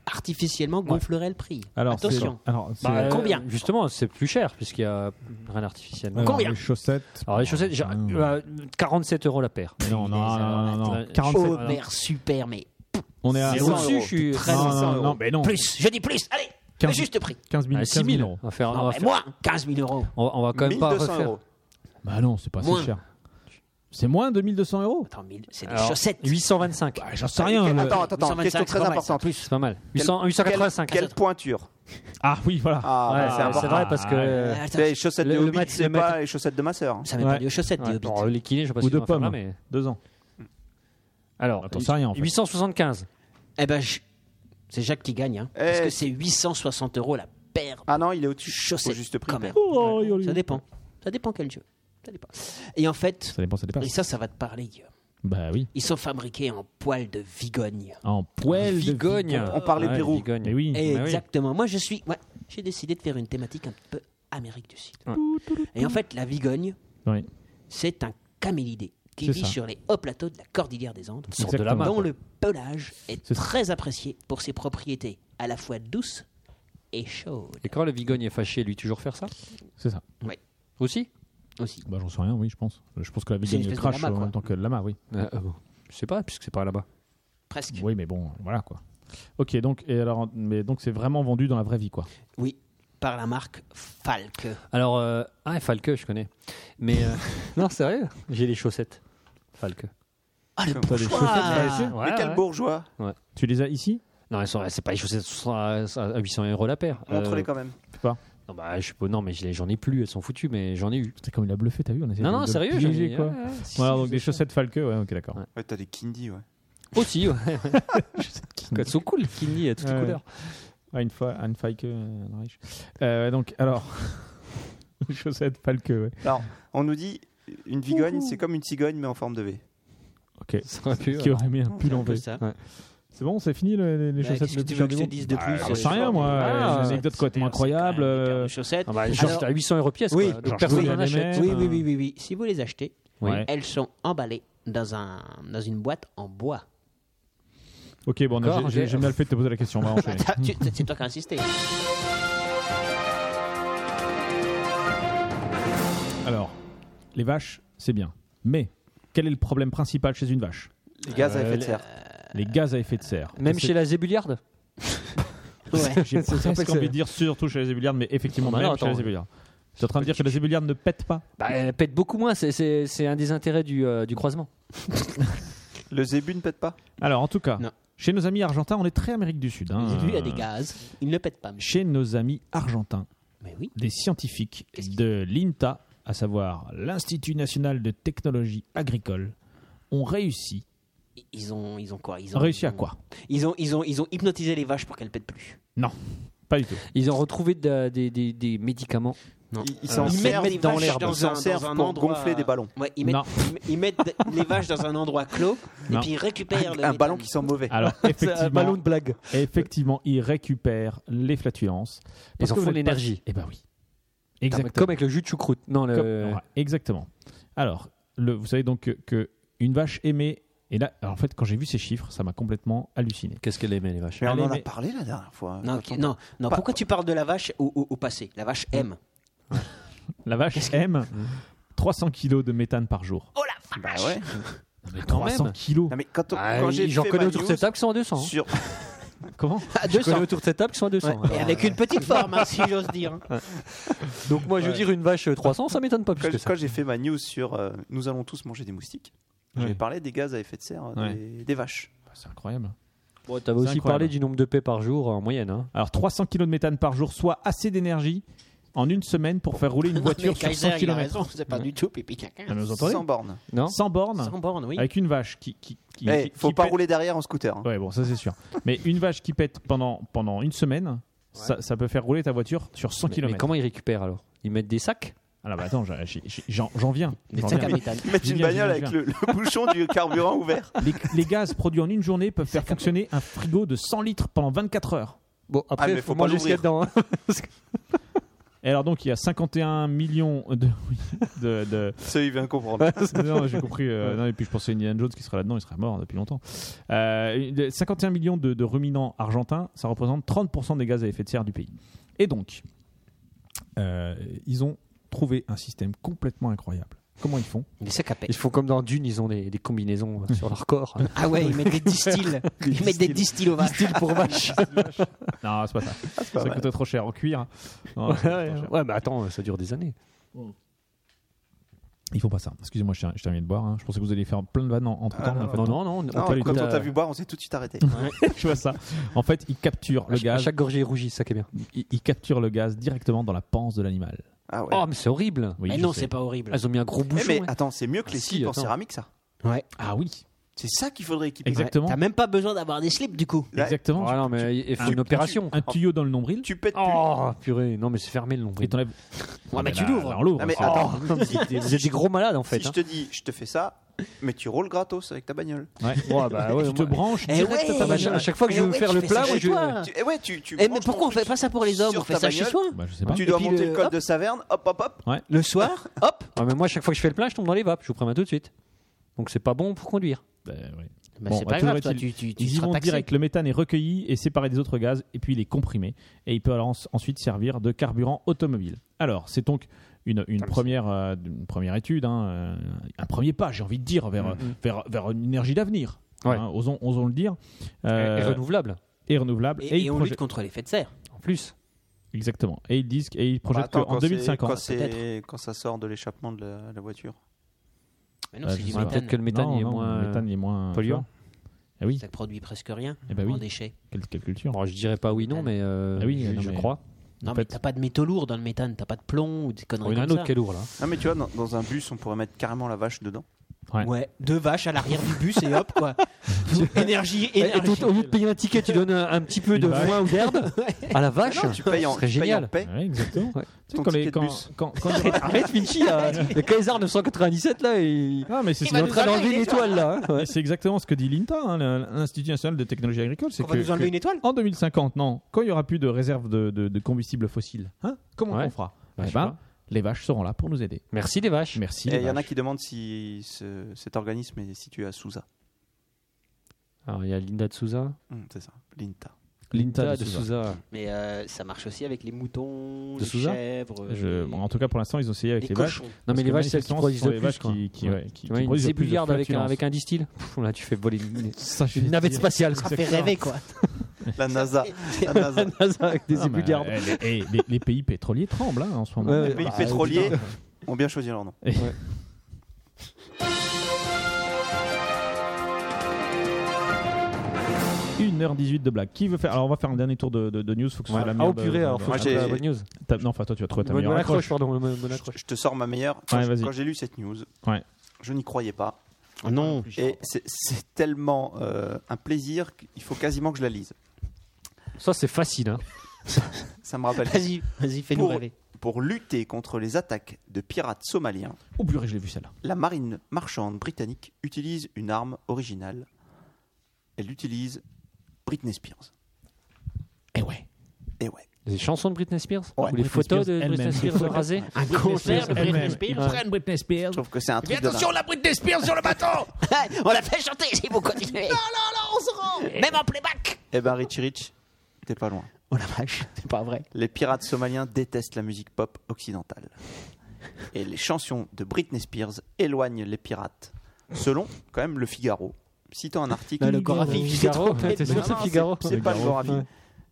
[SPEAKER 5] artificiellement gonflerait le prix.
[SPEAKER 2] Alors, c'est-
[SPEAKER 5] Attention.
[SPEAKER 2] Alors, c'est-
[SPEAKER 4] Bah, euh,
[SPEAKER 5] Combien
[SPEAKER 4] Justement, c'est plus cher puisqu'il y a rien d'artificiel.
[SPEAKER 2] Alors,
[SPEAKER 5] combien
[SPEAKER 2] euh, les chaussettes.
[SPEAKER 4] Alors les chaussettes, j'ai-
[SPEAKER 2] Hum.
[SPEAKER 4] euh, 47 euros la paire.
[SPEAKER 2] Mais Non, non, non, non, non, non.
[SPEAKER 4] Euh,
[SPEAKER 2] 47.
[SPEAKER 5] Over super, mais
[SPEAKER 2] On est à.
[SPEAKER 4] Et
[SPEAKER 3] C'est 100
[SPEAKER 4] au-dessus,
[SPEAKER 3] euros.
[SPEAKER 4] je suis
[SPEAKER 2] Non,
[SPEAKER 5] très
[SPEAKER 2] non,
[SPEAKER 5] bon.
[SPEAKER 2] non, non, mais non.
[SPEAKER 5] Plus, je dis plus, allez,
[SPEAKER 2] Quinze-
[SPEAKER 5] le juste prix.
[SPEAKER 2] 15 000,
[SPEAKER 4] à
[SPEAKER 2] 15
[SPEAKER 4] 6
[SPEAKER 2] 000
[SPEAKER 4] 000.
[SPEAKER 2] euros.
[SPEAKER 4] On va,
[SPEAKER 3] Ah
[SPEAKER 4] faire,
[SPEAKER 5] Non,
[SPEAKER 4] on, va
[SPEAKER 5] mais
[SPEAKER 4] faire-
[SPEAKER 5] moins, 15 000 euros.
[SPEAKER 4] on va- on va quand même pas
[SPEAKER 3] 1200
[SPEAKER 4] refaire.
[SPEAKER 3] euros.
[SPEAKER 2] Bah non, c'est pas
[SPEAKER 5] Moins.
[SPEAKER 2] si cher. C'est moins 2200 euros
[SPEAKER 5] Attends, mille- c'est des
[SPEAKER 4] Alors,
[SPEAKER 5] chaussettes.
[SPEAKER 4] 825.
[SPEAKER 2] bah, J'en sais rien. le-
[SPEAKER 3] Attends, attends, attends.
[SPEAKER 5] 825,
[SPEAKER 3] Question très
[SPEAKER 5] pas mal,
[SPEAKER 3] importante.
[SPEAKER 4] C'est pas mal. 800 885.
[SPEAKER 3] Quelle pointure
[SPEAKER 2] Ah oui, voilà.
[SPEAKER 3] Ah,
[SPEAKER 4] Ouais,
[SPEAKER 3] bah,
[SPEAKER 4] c'est c'est
[SPEAKER 3] important.
[SPEAKER 4] vrai parce que.
[SPEAKER 5] Euh,
[SPEAKER 4] euh,
[SPEAKER 5] attends,
[SPEAKER 3] Les chaussettes
[SPEAKER 4] Le-
[SPEAKER 3] de
[SPEAKER 4] le
[SPEAKER 3] Hobbit,
[SPEAKER 4] match-
[SPEAKER 3] c'est
[SPEAKER 4] le match-
[SPEAKER 3] pas les chaussettes de ma sœur. hein.
[SPEAKER 5] ça met
[SPEAKER 2] Ouais.
[SPEAKER 5] pas des chaussettes,
[SPEAKER 4] ouais,
[SPEAKER 5] des hobbits.
[SPEAKER 4] bon, les kinés, je sais pas
[SPEAKER 2] Ou
[SPEAKER 4] si
[SPEAKER 2] de
[SPEAKER 4] on va faire là,
[SPEAKER 2] pommes.
[SPEAKER 4] mais.
[SPEAKER 2] Deux ans.
[SPEAKER 4] Alors,
[SPEAKER 2] Attends, ça, rien, en fait.
[SPEAKER 4] 875.
[SPEAKER 5] Eh ben, je- c'est Jacques qui gagne, hein,
[SPEAKER 3] Eh.
[SPEAKER 5] parce que c'est 860 euros la paire
[SPEAKER 3] Ah non, il est au-dessus.
[SPEAKER 5] Chaussettes,
[SPEAKER 3] Au juste prix.
[SPEAKER 5] quand même.
[SPEAKER 2] Oh, oh, oh,
[SPEAKER 5] Ça
[SPEAKER 2] oh.
[SPEAKER 5] dépend. Ça dépend quel jeu. Ça dépend. Et en fait,
[SPEAKER 2] Ça dépend, ça dépend.
[SPEAKER 5] et ça, ça va te parler, Guillaume.
[SPEAKER 2] Bah oui.
[SPEAKER 5] Ils sont fabriqués en poils de vigogne.
[SPEAKER 2] En poêle. de
[SPEAKER 4] Vigogne.
[SPEAKER 3] On parlait
[SPEAKER 4] Ouais,
[SPEAKER 3] Pérou.
[SPEAKER 4] Vigogne.
[SPEAKER 2] Mais oui.
[SPEAKER 4] oui.
[SPEAKER 5] Exactement. Moi, je suis. ouais, j'ai décidé de faire une thématique un peu Amérique du Sud.
[SPEAKER 4] Ouais.
[SPEAKER 5] Et en fait, la vigogne,
[SPEAKER 2] Oui.
[SPEAKER 5] c'est un camélidé qui
[SPEAKER 2] C'est
[SPEAKER 5] vit
[SPEAKER 2] ça.
[SPEAKER 5] sur les hauts plateaux de la Cordillère des Andes,
[SPEAKER 4] Sort de la main.
[SPEAKER 2] Exactement.
[SPEAKER 5] dont
[SPEAKER 4] quoi.
[SPEAKER 5] le pelage est,
[SPEAKER 2] C'est ça.
[SPEAKER 5] très apprécié pour ses propriétés à la fois douces et chaudes
[SPEAKER 4] Et quand le Vigogne est fâché, lui, toujours faire ça
[SPEAKER 2] C'est ça.
[SPEAKER 4] Aussi
[SPEAKER 5] aussi.
[SPEAKER 2] Bah j'en sais rien, oui, je pense. Je pense que la
[SPEAKER 5] C'est une
[SPEAKER 2] Vigogne
[SPEAKER 5] espèce de
[SPEAKER 2] crache
[SPEAKER 5] lama,
[SPEAKER 2] en
[SPEAKER 5] quoi.
[SPEAKER 2] même temps que le lama, oui.
[SPEAKER 4] Euh, euh, Je sais pas, puisque c'est pas là-bas.
[SPEAKER 5] Presque.
[SPEAKER 2] Oui, mais bon, voilà quoi. Ok, donc et alors, mais donc c'est vraiment vendu dans la vraie vie, quoi.
[SPEAKER 5] Oui, par la marque Falk.
[SPEAKER 4] Alors, euh, ah, Falke, je connais. Mais euh, non, sérieux J'ai les chaussettes. Falke.
[SPEAKER 5] Ah, le
[SPEAKER 3] Comme ça,
[SPEAKER 2] des
[SPEAKER 4] bah,
[SPEAKER 5] bourgeois
[SPEAKER 2] chaussettes,
[SPEAKER 4] Ouais,
[SPEAKER 3] Mais quel
[SPEAKER 4] ouais.
[SPEAKER 3] bourgeois
[SPEAKER 2] Tu les as ici
[SPEAKER 4] Non, elles sont, c'est pas les chaussettes à, à 800 euros la paire.
[SPEAKER 3] Montre-les
[SPEAKER 4] Euh,
[SPEAKER 3] quand même.
[SPEAKER 4] non, bah, je sais pas, non, mais je les- j'en ai plus, elles sont foutues, mais j'en ai eu.
[SPEAKER 2] C'était comme il a bluffé, t'as vu On essaie
[SPEAKER 4] Non,
[SPEAKER 2] de-
[SPEAKER 4] non,
[SPEAKER 2] de le
[SPEAKER 4] sérieux, j'en ai
[SPEAKER 2] piéger, quoi.
[SPEAKER 4] ouais, ouais, si,
[SPEAKER 2] Voilà,
[SPEAKER 4] si,
[SPEAKER 2] donc
[SPEAKER 4] je
[SPEAKER 2] des
[SPEAKER 4] sais.
[SPEAKER 2] chaussettes Falke, ouais, ok, d'accord.
[SPEAKER 4] Ouais.
[SPEAKER 3] Ouais, t'as des Kindy, ouais.
[SPEAKER 4] Aussi, ouais. Elles sont cool, Kini, à toutes les
[SPEAKER 2] Ouais.
[SPEAKER 4] couleurs.
[SPEAKER 2] Ah, une fois, Anne Falke, euh, le Reich. Euh, donc, alors, chaussettes Falke, ouais.
[SPEAKER 3] Alors, on nous dit une vigogne, c'est comme une cigogne, mais en forme de V.
[SPEAKER 2] Ok.
[SPEAKER 4] Ça aurait pu,
[SPEAKER 2] Qui
[SPEAKER 4] euh,
[SPEAKER 2] aurait mis un pull en V.
[SPEAKER 5] ça.
[SPEAKER 2] C'est bon, c'est fini le- les, les
[SPEAKER 5] Bah,
[SPEAKER 2] chaussettes
[SPEAKER 5] qu'est-ce que
[SPEAKER 2] le plus
[SPEAKER 5] tu veux
[SPEAKER 2] chères
[SPEAKER 5] que
[SPEAKER 2] du
[SPEAKER 5] je te
[SPEAKER 2] monde
[SPEAKER 5] dise de plus
[SPEAKER 2] Bah,
[SPEAKER 5] euh,
[SPEAKER 2] J'en sais rien, moi.
[SPEAKER 4] Ah,
[SPEAKER 2] euh, Une anecdote complètement incroyable.
[SPEAKER 5] C'est quand même des paires
[SPEAKER 2] euh,
[SPEAKER 5] de chaussettes.
[SPEAKER 4] Ah bah, les
[SPEAKER 5] Alors-
[SPEAKER 4] chaussettes à 800 euros pièce.
[SPEAKER 5] Oui,
[SPEAKER 4] quoi.
[SPEAKER 5] genre,
[SPEAKER 4] donc personne
[SPEAKER 5] oui.
[SPEAKER 4] n'en achète.
[SPEAKER 5] Oui, oui, oui, oui, oui. Si vous les achetez,
[SPEAKER 4] Oui.
[SPEAKER 2] ouais.
[SPEAKER 5] elles sont emballées dans, un, dans une boîte en bois.
[SPEAKER 2] Ok, bon,
[SPEAKER 4] D'accord,
[SPEAKER 2] j'ai- j'ai
[SPEAKER 4] ok.
[SPEAKER 2] j'ai bien fait de te poser la question. on va enchaîner.
[SPEAKER 5] Ah, tu- C'est toi qui as insisté.
[SPEAKER 2] Alors, les vaches, c'est bien. Mais quel est le problème principal chez une vache
[SPEAKER 3] Les gaz à
[SPEAKER 2] Euh,
[SPEAKER 3] effet de
[SPEAKER 2] les-
[SPEAKER 3] serre.
[SPEAKER 2] Les gaz à effet de
[SPEAKER 5] Euh,
[SPEAKER 2] serre.
[SPEAKER 4] Même chez la Zébuliarde
[SPEAKER 5] Ouais.
[SPEAKER 2] J'ai presque envie de dire surtout chez les ébuliardes, mais effectivement,
[SPEAKER 4] Ah bah
[SPEAKER 2] même
[SPEAKER 4] non,
[SPEAKER 2] chez les
[SPEAKER 4] attends.
[SPEAKER 2] ébuliardes. Tu es en train de dire que les ébuliardes ne pètent pas
[SPEAKER 4] bah, Elle pète beaucoup moins, c'est- c'est c'est un des intérêts du, euh, du croisement.
[SPEAKER 3] Le zébu ne pète pas
[SPEAKER 2] Alors, en tout cas,
[SPEAKER 5] Non.
[SPEAKER 2] chez nos amis argentins, on est très Amérique du Sud. hein.
[SPEAKER 5] Lui, il a des gaz. Il ne pète pas.
[SPEAKER 2] Chez nos amis argentins,
[SPEAKER 5] Mais oui.
[SPEAKER 2] des scientifiques
[SPEAKER 5] Qu'est-ce qu'il-
[SPEAKER 2] de l'INTA, à savoir l'Institut national de technologie agricole, ont réussi.
[SPEAKER 5] Ils ont, ils ont quoi ils ont,
[SPEAKER 2] Réussi à quoi
[SPEAKER 5] ils ont, ils, ont, ils ont hypnotisé les vaches pour qu'elles pètent plus.
[SPEAKER 2] Pas du tout.
[SPEAKER 4] Ils ont retrouvé de- des, des- des médicaments.
[SPEAKER 5] Non.
[SPEAKER 3] Ils- Ils
[SPEAKER 4] Euh,
[SPEAKER 3] s'en
[SPEAKER 4] ils
[SPEAKER 3] servent
[SPEAKER 5] mettent des
[SPEAKER 3] dans
[SPEAKER 5] vaches
[SPEAKER 3] l'herbe.
[SPEAKER 5] dans
[SPEAKER 3] Ils s'en
[SPEAKER 5] un- dans
[SPEAKER 3] servent
[SPEAKER 5] un
[SPEAKER 3] pour
[SPEAKER 5] endroit,
[SPEAKER 3] gonfler des ballons.
[SPEAKER 5] Ouais, ils, mettent,
[SPEAKER 2] Non.
[SPEAKER 5] ils- ils mettent les vaches dans un endroit clos
[SPEAKER 2] Non.
[SPEAKER 5] et puis ils récupèrent le
[SPEAKER 3] Ah, Un ballon qui
[SPEAKER 5] méthane.
[SPEAKER 3] sent mauvais.
[SPEAKER 4] Ah,
[SPEAKER 2] Alors,
[SPEAKER 4] un
[SPEAKER 2] effectivement,
[SPEAKER 4] ballon de blague.
[SPEAKER 2] effectivement ils récupèrent les flatulences. Parce
[SPEAKER 4] Ils en
[SPEAKER 2] que vous
[SPEAKER 4] font
[SPEAKER 2] n'êtes pas-
[SPEAKER 4] l'énergie.
[SPEAKER 2] Eh ben oui. Exactement.
[SPEAKER 4] Comme avec le jus de choucroute. Non, le...
[SPEAKER 2] Comme- voilà, exactement. Alors, le, vous savez donc que, que une vache aimée. Et là, alors en fait, quand j'ai vu ces chiffres, ça m'a complètement halluciné.
[SPEAKER 4] Qu'est-ce qu'elle aimait, les vaches
[SPEAKER 3] Mais on
[SPEAKER 2] Allez,
[SPEAKER 3] en a
[SPEAKER 2] mais-
[SPEAKER 3] parlé la dernière fois.
[SPEAKER 5] Non,
[SPEAKER 3] Attends.
[SPEAKER 5] ok, non, non,
[SPEAKER 3] Pas-
[SPEAKER 5] pourquoi tu parles de la vache au, au- au passé La vache aime.
[SPEAKER 2] La vache aime 300 kilos de méthane par jour.
[SPEAKER 5] Oh,
[SPEAKER 3] Bah ouais.
[SPEAKER 4] quand
[SPEAKER 2] 300
[SPEAKER 4] même.
[SPEAKER 2] kilos.
[SPEAKER 3] Non, mais quand, on-
[SPEAKER 4] Ah,
[SPEAKER 3] quand j'ai
[SPEAKER 4] J'en
[SPEAKER 3] fait
[SPEAKER 4] connais
[SPEAKER 3] ma
[SPEAKER 4] autour de
[SPEAKER 3] news
[SPEAKER 4] cette table qui sont à 200. hein.
[SPEAKER 3] sur
[SPEAKER 2] Comment
[SPEAKER 5] Ah,
[SPEAKER 4] Je connais
[SPEAKER 5] 200.
[SPEAKER 4] autour de cette table qui sont à hein. 200.
[SPEAKER 5] Ouais, et
[SPEAKER 4] alors.
[SPEAKER 5] avec une petite forme, hein, si j'ose dire.
[SPEAKER 4] Donc moi, je veux dire une vache euh, 300, ça m'étonne pas plus
[SPEAKER 3] quand,
[SPEAKER 4] que ça.
[SPEAKER 3] quand j'ai fait ma news sur euh, nous allons tous manger des moustiques,
[SPEAKER 2] Ouais.
[SPEAKER 3] j'ai parlé des gaz à effet de serre euh,
[SPEAKER 2] Ouais.
[SPEAKER 3] des, des vaches.
[SPEAKER 4] Ah,
[SPEAKER 2] C'est incroyable.
[SPEAKER 4] Bon, T'avais
[SPEAKER 2] C'est
[SPEAKER 4] aussi
[SPEAKER 2] incroyable.
[SPEAKER 4] parlé du nombre de paix par jour en moyenne. hein.
[SPEAKER 2] Alors 300 kilos de méthane par jour, soit assez d'énergie en une semaine pour faire rouler une voiture
[SPEAKER 5] Mais
[SPEAKER 2] sur
[SPEAKER 5] Kaiser,
[SPEAKER 2] 100
[SPEAKER 5] il a
[SPEAKER 2] km.
[SPEAKER 5] raison, c'est pas du tout pipi caca.
[SPEAKER 2] Ah, mais
[SPEAKER 4] bah
[SPEAKER 2] vous entendez
[SPEAKER 3] Sans borne.
[SPEAKER 4] Non
[SPEAKER 2] Sans borne,
[SPEAKER 5] Sans Eh, borne, oui.
[SPEAKER 2] avec une vache qui. qui, qui-
[SPEAKER 3] Il
[SPEAKER 2] qui-
[SPEAKER 3] Eh, faut
[SPEAKER 2] qui
[SPEAKER 3] pas
[SPEAKER 2] pète-
[SPEAKER 3] rouler derrière en scooter. hein.
[SPEAKER 2] Ouais, bon, ça c'est sûr. Mais une vache qui pète pendant, pendant une semaine, ça, ça peut faire rouler ta voiture sur 100
[SPEAKER 4] Mais-
[SPEAKER 2] km.
[SPEAKER 4] Mais comment ils récupèrent alors Ils mettent des sacs
[SPEAKER 2] Alors, bah attends, j'ai- j'ai- j'ai- j'en j'en viens.
[SPEAKER 5] Des
[SPEAKER 2] J'en
[SPEAKER 5] sacs à
[SPEAKER 2] viens.
[SPEAKER 5] méthane.
[SPEAKER 3] Mettre
[SPEAKER 2] Julien,
[SPEAKER 3] une bagnole
[SPEAKER 2] Julien,
[SPEAKER 3] avec le, le bouchon du carburant ouvert.
[SPEAKER 2] Les, les gaz produits en une journée peuvent faire fonctionner un frigo de 100 litres pendant 24 heures.
[SPEAKER 4] Bon,
[SPEAKER 3] Ah, mais faut pas
[SPEAKER 4] manger ce qu'il y a dedans. hein.
[SPEAKER 2] Et alors, donc, il y a 51 millions de. oui, de, de
[SPEAKER 3] Ça, il vient comprendre.
[SPEAKER 2] non, j'ai compris. euh, non, et puis je pensais à Indiana Jones qui serait là-dedans, il serait mort depuis longtemps. Euh, de- 51 millions de, de ruminants argentins, ça représente 30% des gaz à effet de serre du pays. Et donc, euh, ils ont trouvé un système complètement incroyable. Comment ils font
[SPEAKER 5] Des sacs à pète.
[SPEAKER 4] Ils font comme dans Dune, ils ont des, des combinaisons euh, sur leur corps.
[SPEAKER 5] Ah ouais, ils mettent des distils. Ils mettent des distils aux vaches.
[SPEAKER 4] pour vache.
[SPEAKER 2] Non, c'est pas ça. ça coûte trop cher en cuir. hein. Non, ça coûte trop cher.
[SPEAKER 4] ouais, mais attends, euh, ça dure des années.
[SPEAKER 2] Ils font pas ça. Excusez-moi, je tiens- je termine de boire. hein. Je pensais que vous alliez faire plein de vannes en, en tout temps. mais en fait,
[SPEAKER 4] Ah, Non, non, non.
[SPEAKER 3] Non,
[SPEAKER 2] pas du
[SPEAKER 3] quand on
[SPEAKER 2] tout.
[SPEAKER 3] t'a vu boire, on s'est tout de suite arrêté.
[SPEAKER 2] je vois ça. En fait, ils capturent le
[SPEAKER 4] à
[SPEAKER 2] gaz.
[SPEAKER 4] chaque gorgée est rougie, ça qui est bien.
[SPEAKER 2] Ils, ils capturent le gaz directement dans la panse de l'animal.
[SPEAKER 3] Ah ouais.
[SPEAKER 4] Oh, mais c'est horrible.
[SPEAKER 2] Oui,
[SPEAKER 5] Mais
[SPEAKER 2] je
[SPEAKER 5] Eh non,
[SPEAKER 2] sais. Ah,
[SPEAKER 5] c'est pas horrible.
[SPEAKER 4] Elles ont mis un gros
[SPEAKER 3] Eh,
[SPEAKER 4] bouchon.
[SPEAKER 3] mais
[SPEAKER 4] hein.
[SPEAKER 3] attends, c'est mieux que les
[SPEAKER 4] si,
[SPEAKER 3] slips en
[SPEAKER 4] attends.
[SPEAKER 3] céramique, ça.
[SPEAKER 5] Ouais.
[SPEAKER 2] Ah oui,
[SPEAKER 3] C'est ça qu'il faudrait équiper.
[SPEAKER 2] exactement.
[SPEAKER 5] T'as même pas besoin d'avoir des slips du coup.
[SPEAKER 3] Là,
[SPEAKER 2] Exactement.
[SPEAKER 4] Ah non, mais il faut
[SPEAKER 2] tu-
[SPEAKER 4] une opération.
[SPEAKER 2] un tuyau dans le nombril.
[SPEAKER 3] Tu pètes plus.
[SPEAKER 4] Oh, purée. Non, mais c'est fermé le nombril.
[SPEAKER 2] Et t'enlèves.
[SPEAKER 5] Ouais, mais
[SPEAKER 2] là-
[SPEAKER 5] tu
[SPEAKER 2] là,
[SPEAKER 5] l'ouvres.
[SPEAKER 2] bah, on l'ouvre.
[SPEAKER 3] Ah, mais
[SPEAKER 2] c'est-
[SPEAKER 3] attends.
[SPEAKER 4] Oh, vous êtes des- vous êtes des gros malades en fait.
[SPEAKER 3] si je
[SPEAKER 4] hein.
[SPEAKER 3] te dis, je te fais ça, mais tu roules gratos avec ta bagnole.
[SPEAKER 2] Ouais.
[SPEAKER 4] Ouais, bah ouais,
[SPEAKER 2] tu te
[SPEAKER 4] moi-
[SPEAKER 2] branches.
[SPEAKER 5] Eh
[SPEAKER 2] direct
[SPEAKER 5] ouais.
[SPEAKER 2] à ta
[SPEAKER 4] Ah,
[SPEAKER 2] bagnole.
[SPEAKER 4] à chaque fois que
[SPEAKER 5] Eh
[SPEAKER 4] je veux
[SPEAKER 5] ouais,
[SPEAKER 4] faire
[SPEAKER 5] tu
[SPEAKER 4] le
[SPEAKER 5] fais
[SPEAKER 4] plat,
[SPEAKER 5] ça
[SPEAKER 4] moi
[SPEAKER 5] chez
[SPEAKER 4] je.
[SPEAKER 5] toi.
[SPEAKER 3] Tu- eh ouais, tu, tu
[SPEAKER 5] Eh, mais
[SPEAKER 3] branches
[SPEAKER 5] pourquoi
[SPEAKER 3] ton
[SPEAKER 5] on fait
[SPEAKER 3] truc
[SPEAKER 5] pas ça pour les hommes
[SPEAKER 3] sur
[SPEAKER 5] On fait
[SPEAKER 3] ta
[SPEAKER 5] ça chez
[SPEAKER 3] bagnole.
[SPEAKER 5] soi.
[SPEAKER 2] Bah, je sais pas.
[SPEAKER 3] Tu
[SPEAKER 5] Et
[SPEAKER 3] dois
[SPEAKER 5] puis
[SPEAKER 3] monter
[SPEAKER 5] le-
[SPEAKER 3] le code
[SPEAKER 5] hop.
[SPEAKER 3] de Saverne, hop hop hop.
[SPEAKER 5] Le soir, hop.
[SPEAKER 4] Ah, mais moi, chaque fois que je fais le plein, je tombe dans les vapes. Je vous préviens tout de suite. Donc c'est pas bon pour conduire.
[SPEAKER 2] Bah, ouais.
[SPEAKER 5] Bah,
[SPEAKER 2] Bon,
[SPEAKER 5] c'est
[SPEAKER 2] bah,
[SPEAKER 5] pas
[SPEAKER 2] toujours
[SPEAKER 5] grave, toi,
[SPEAKER 2] est-il,
[SPEAKER 5] tu, tu, tu
[SPEAKER 2] Ils y
[SPEAKER 5] seras
[SPEAKER 2] vont
[SPEAKER 5] taxé.
[SPEAKER 2] direct. Le méthane est recueilli et séparé des autres gaz, et puis il est comprimé. Et il peut alors en- ensuite servir de carburant automobile. Alors, c'est donc une, une première, euh, une première étude, hein, euh, un premier pas, j'ai envie de dire, vers, euh,
[SPEAKER 4] Mhm.
[SPEAKER 2] vers, vers une énergie d'avenir.
[SPEAKER 4] Ouais.
[SPEAKER 2] Hein, osons, osons le dire. Euh,
[SPEAKER 4] Et renouvelable,
[SPEAKER 2] et renouvelable.
[SPEAKER 5] Et,
[SPEAKER 2] ils
[SPEAKER 5] et on
[SPEAKER 2] proje-
[SPEAKER 5] lutte contre l'effet de serre.
[SPEAKER 4] en plus.
[SPEAKER 2] Exactement. Et ils disent et ils
[SPEAKER 3] Bah,
[SPEAKER 2] projettent
[SPEAKER 3] attends,
[SPEAKER 2] qu'en
[SPEAKER 3] quand c'est-
[SPEAKER 2] 2050.
[SPEAKER 3] quand, c'est- quand ça sort de l'échappement de la, la voiture.
[SPEAKER 5] Mais non,
[SPEAKER 2] Euh,
[SPEAKER 5] c'est
[SPEAKER 2] je
[SPEAKER 5] du
[SPEAKER 2] sais pas,
[SPEAKER 5] méthane.
[SPEAKER 4] Peut-être que le méthane
[SPEAKER 2] Non,
[SPEAKER 4] il est
[SPEAKER 2] non,
[SPEAKER 4] moins.
[SPEAKER 2] le méthane, il est moins
[SPEAKER 4] polluant.
[SPEAKER 2] Ah oui,
[SPEAKER 5] Ça produit presque rien
[SPEAKER 2] Eh ben oui.
[SPEAKER 5] en déchets.
[SPEAKER 2] quelle, quelle culture.
[SPEAKER 4] Bon, je dirais pas oui, non, mais euh,
[SPEAKER 2] Ah oui,
[SPEAKER 4] je,
[SPEAKER 2] non,
[SPEAKER 4] je
[SPEAKER 2] mais-
[SPEAKER 4] crois.
[SPEAKER 5] Non,
[SPEAKER 2] En
[SPEAKER 5] mais
[SPEAKER 2] fait-
[SPEAKER 5] t'as pas de métaux lourds dans le méthane, t'as pas de plomb ou des
[SPEAKER 4] Il
[SPEAKER 5] conneries
[SPEAKER 4] y en a un
[SPEAKER 5] comme
[SPEAKER 4] autre
[SPEAKER 5] ça.
[SPEAKER 4] qui est lourd là.
[SPEAKER 3] Non Ah, mais tu vois, dans, dans un bus, on pourrait mettre carrément la vache dedans.
[SPEAKER 2] Ouais.
[SPEAKER 5] Ouais, deux vaches à l'arrière du bus et hop quoi. énergie,
[SPEAKER 4] Et,
[SPEAKER 5] énergie.
[SPEAKER 4] tout- au lieu de payer un ticket, tu donnes un, un petit peu de
[SPEAKER 2] Une vache.
[SPEAKER 4] foin ou d'herbe à la vache.
[SPEAKER 3] Non, tu payes en,
[SPEAKER 4] Ce serait
[SPEAKER 3] tu payes en
[SPEAKER 4] génial.
[SPEAKER 3] paix.
[SPEAKER 2] Ouais, exactement. Tu
[SPEAKER 4] Ouais.
[SPEAKER 2] sais,
[SPEAKER 3] Ton
[SPEAKER 2] quand, les,
[SPEAKER 3] ticket de
[SPEAKER 2] quand,
[SPEAKER 3] bus.
[SPEAKER 2] quand, quand-
[SPEAKER 4] Arrête, Vinci, là. le Kaiser 997 là, il,
[SPEAKER 2] Ah, mais c'est
[SPEAKER 4] il est en train d'enlever une étoile là. hein.
[SPEAKER 2] Mais c'est exactement ce que dit l'INTA, hein, l'Institut national de technologie agricole. C'est
[SPEAKER 5] On va
[SPEAKER 2] que,
[SPEAKER 5] nous enlever
[SPEAKER 2] que
[SPEAKER 5] une étoile
[SPEAKER 2] en 2050, non, quand il y aura plus de réserve de, de, de combustible fossile, hein, comment
[SPEAKER 4] Ouais.
[SPEAKER 2] on fera Eh
[SPEAKER 4] Bah, je sais
[SPEAKER 2] ben,
[SPEAKER 4] pas.
[SPEAKER 2] les vaches seront là pour nous aider.
[SPEAKER 4] Merci les vaches.
[SPEAKER 2] Merci.
[SPEAKER 3] Et
[SPEAKER 2] les
[SPEAKER 3] il y en a
[SPEAKER 2] vaches.
[SPEAKER 3] qui demandent si ce- cet organisme est situé à Sousa.
[SPEAKER 4] Alors il y a Linda de Souza.
[SPEAKER 3] Hum, c'est ça, l'INTA.
[SPEAKER 2] L'INTA de
[SPEAKER 4] de
[SPEAKER 2] Sousa.
[SPEAKER 4] Souza.
[SPEAKER 5] Mais euh, ça marche aussi avec les moutons,
[SPEAKER 2] De
[SPEAKER 5] les
[SPEAKER 2] Souza
[SPEAKER 5] chèvres,
[SPEAKER 2] Je-
[SPEAKER 5] les,
[SPEAKER 2] bon, en tout cas, pour l'instant, ils ont essayé avec
[SPEAKER 5] les
[SPEAKER 2] les, vaches.
[SPEAKER 5] cochons.
[SPEAKER 4] Non
[SPEAKER 2] Parce
[SPEAKER 4] mais les
[SPEAKER 2] que
[SPEAKER 4] vaches, celles qui
[SPEAKER 2] manifestement,
[SPEAKER 4] produisent
[SPEAKER 2] ce sont
[SPEAKER 4] le
[SPEAKER 2] les
[SPEAKER 4] plus.
[SPEAKER 2] vaches
[SPEAKER 4] quoi.
[SPEAKER 2] qui, qui,
[SPEAKER 4] Ouais.
[SPEAKER 2] ouais, qui-
[SPEAKER 4] Tu
[SPEAKER 2] qui
[SPEAKER 4] vois, une
[SPEAKER 2] produisent le plus de
[SPEAKER 4] zébulliarde avec un,
[SPEAKER 2] flatulences.
[SPEAKER 4] avec un distil. Pff, là tu fais voler une,
[SPEAKER 2] Ça, je
[SPEAKER 4] une
[SPEAKER 2] vais
[SPEAKER 4] navette
[SPEAKER 2] te dire.
[SPEAKER 4] spatiale.
[SPEAKER 5] Ça fait rêver quoi.
[SPEAKER 3] La NASA. La NASA.
[SPEAKER 4] Bah, avec des
[SPEAKER 2] Ah, mais,
[SPEAKER 4] zébulliardes.
[SPEAKER 2] euh, les, eh, les- les pays pétroliers tremblent hein, en ce moment.
[SPEAKER 4] Ouais,
[SPEAKER 3] Les pays
[SPEAKER 4] Bah,
[SPEAKER 3] pétroliers ont bien choisi leur nom.
[SPEAKER 2] Et 1h18 de blague. Qui veut faire Alors, on va faire un dernier tour de, de, de news. Faut que ce soit la
[SPEAKER 4] Ah,
[SPEAKER 2] meilleure.
[SPEAKER 4] oh purée,
[SPEAKER 2] de-
[SPEAKER 4] alors
[SPEAKER 2] de-
[SPEAKER 4] faut
[SPEAKER 3] Moi,
[SPEAKER 4] que
[SPEAKER 2] de-
[SPEAKER 4] je
[SPEAKER 3] j'ai-
[SPEAKER 4] fasse la bonne news.
[SPEAKER 2] ta- Non, enfin, toi, tu vas trouver ta
[SPEAKER 4] Bonne
[SPEAKER 2] meilleure
[SPEAKER 4] bonne accroche,
[SPEAKER 2] accroche.
[SPEAKER 4] pardon. bonne- bonne
[SPEAKER 3] Je
[SPEAKER 4] accroche.
[SPEAKER 3] je te sors ma meilleure. Quand
[SPEAKER 2] Ouais,
[SPEAKER 3] je-
[SPEAKER 2] vas-y.
[SPEAKER 3] quand j'ai lu cette news,
[SPEAKER 2] Ouais.
[SPEAKER 3] je n'y croyais pas.
[SPEAKER 5] non.
[SPEAKER 3] Et c'est- c'est tellement euh, un plaisir qu'il faut quasiment que je la lise.
[SPEAKER 4] Ça c'est facile. hein.
[SPEAKER 3] Ça me rappelle.
[SPEAKER 5] Vas-y, vas-y, fais-nous
[SPEAKER 3] Pour-
[SPEAKER 5] rêver.
[SPEAKER 3] Pour lutter contre les attaques de pirates somaliens,
[SPEAKER 2] Oh purée, je l'ai vu celle-là.
[SPEAKER 3] la marine marchande britannique utilise une arme originale. Elle utilise Britney Spears.
[SPEAKER 2] Eh ouais.
[SPEAKER 3] Et ouais.
[SPEAKER 4] Des chansons de Britney Spears Ou
[SPEAKER 3] Ouais.
[SPEAKER 4] les
[SPEAKER 7] Britney
[SPEAKER 4] photos
[SPEAKER 7] Spears
[SPEAKER 4] de Britney
[SPEAKER 7] elle-même.
[SPEAKER 4] Spears rasées
[SPEAKER 5] Un concert de Britney Spears.
[SPEAKER 7] Prenne Britney
[SPEAKER 2] Eh
[SPEAKER 7] Spears.
[SPEAKER 3] Je trouve que c'est un truc de dingue.
[SPEAKER 7] la Britney Spears sur le bateau
[SPEAKER 5] On l'a fait chanter si vous continuez. Non, non, non, on se rend. Même en playback.
[SPEAKER 3] Eh ben, Richie Rich, t'es pas loin.
[SPEAKER 5] Oh la vache, c'est pas vrai.
[SPEAKER 3] Les pirates somaliens détestent la musique pop occidentale. Et les chansons de Britney Spears éloignent les pirates. Selon, quand même, le Figaro. Citant un article.
[SPEAKER 5] Là, le Gorafi, il s'est
[SPEAKER 4] Figaro,
[SPEAKER 5] trompé.
[SPEAKER 4] t'es
[SPEAKER 3] Non,
[SPEAKER 4] sûr
[SPEAKER 3] non,
[SPEAKER 4] que c'est Figaro
[SPEAKER 3] C'est pas le
[SPEAKER 2] Figaro.
[SPEAKER 3] Gorafi.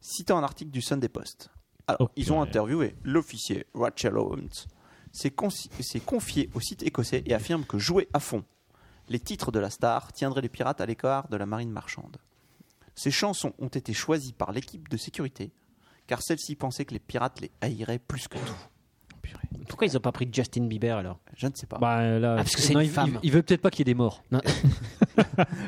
[SPEAKER 3] Citant un article du Sunday Post. Alors,
[SPEAKER 2] Oh,
[SPEAKER 3] ils ont
[SPEAKER 2] purée.
[SPEAKER 3] interviewé l'officier Rachel Owens. S'est consi- s'est confié au site écossais et affirme que jouer à fond les titres de la star tiendraient les pirates à l'écart de la marine marchande. Ces chansons ont été choisies par l'équipe de sécurité, car celle-ci pensait que les pirates les haïraient plus que tout.
[SPEAKER 5] Pourquoi ils ont pas pris Justin Bieber alors
[SPEAKER 3] Je ne sais pas.
[SPEAKER 4] Bah, là,
[SPEAKER 5] Ah, parce que c'est
[SPEAKER 4] non,
[SPEAKER 5] une
[SPEAKER 4] il-
[SPEAKER 5] femme.
[SPEAKER 4] Il, il veut peut-être pas qu'il y ait des morts.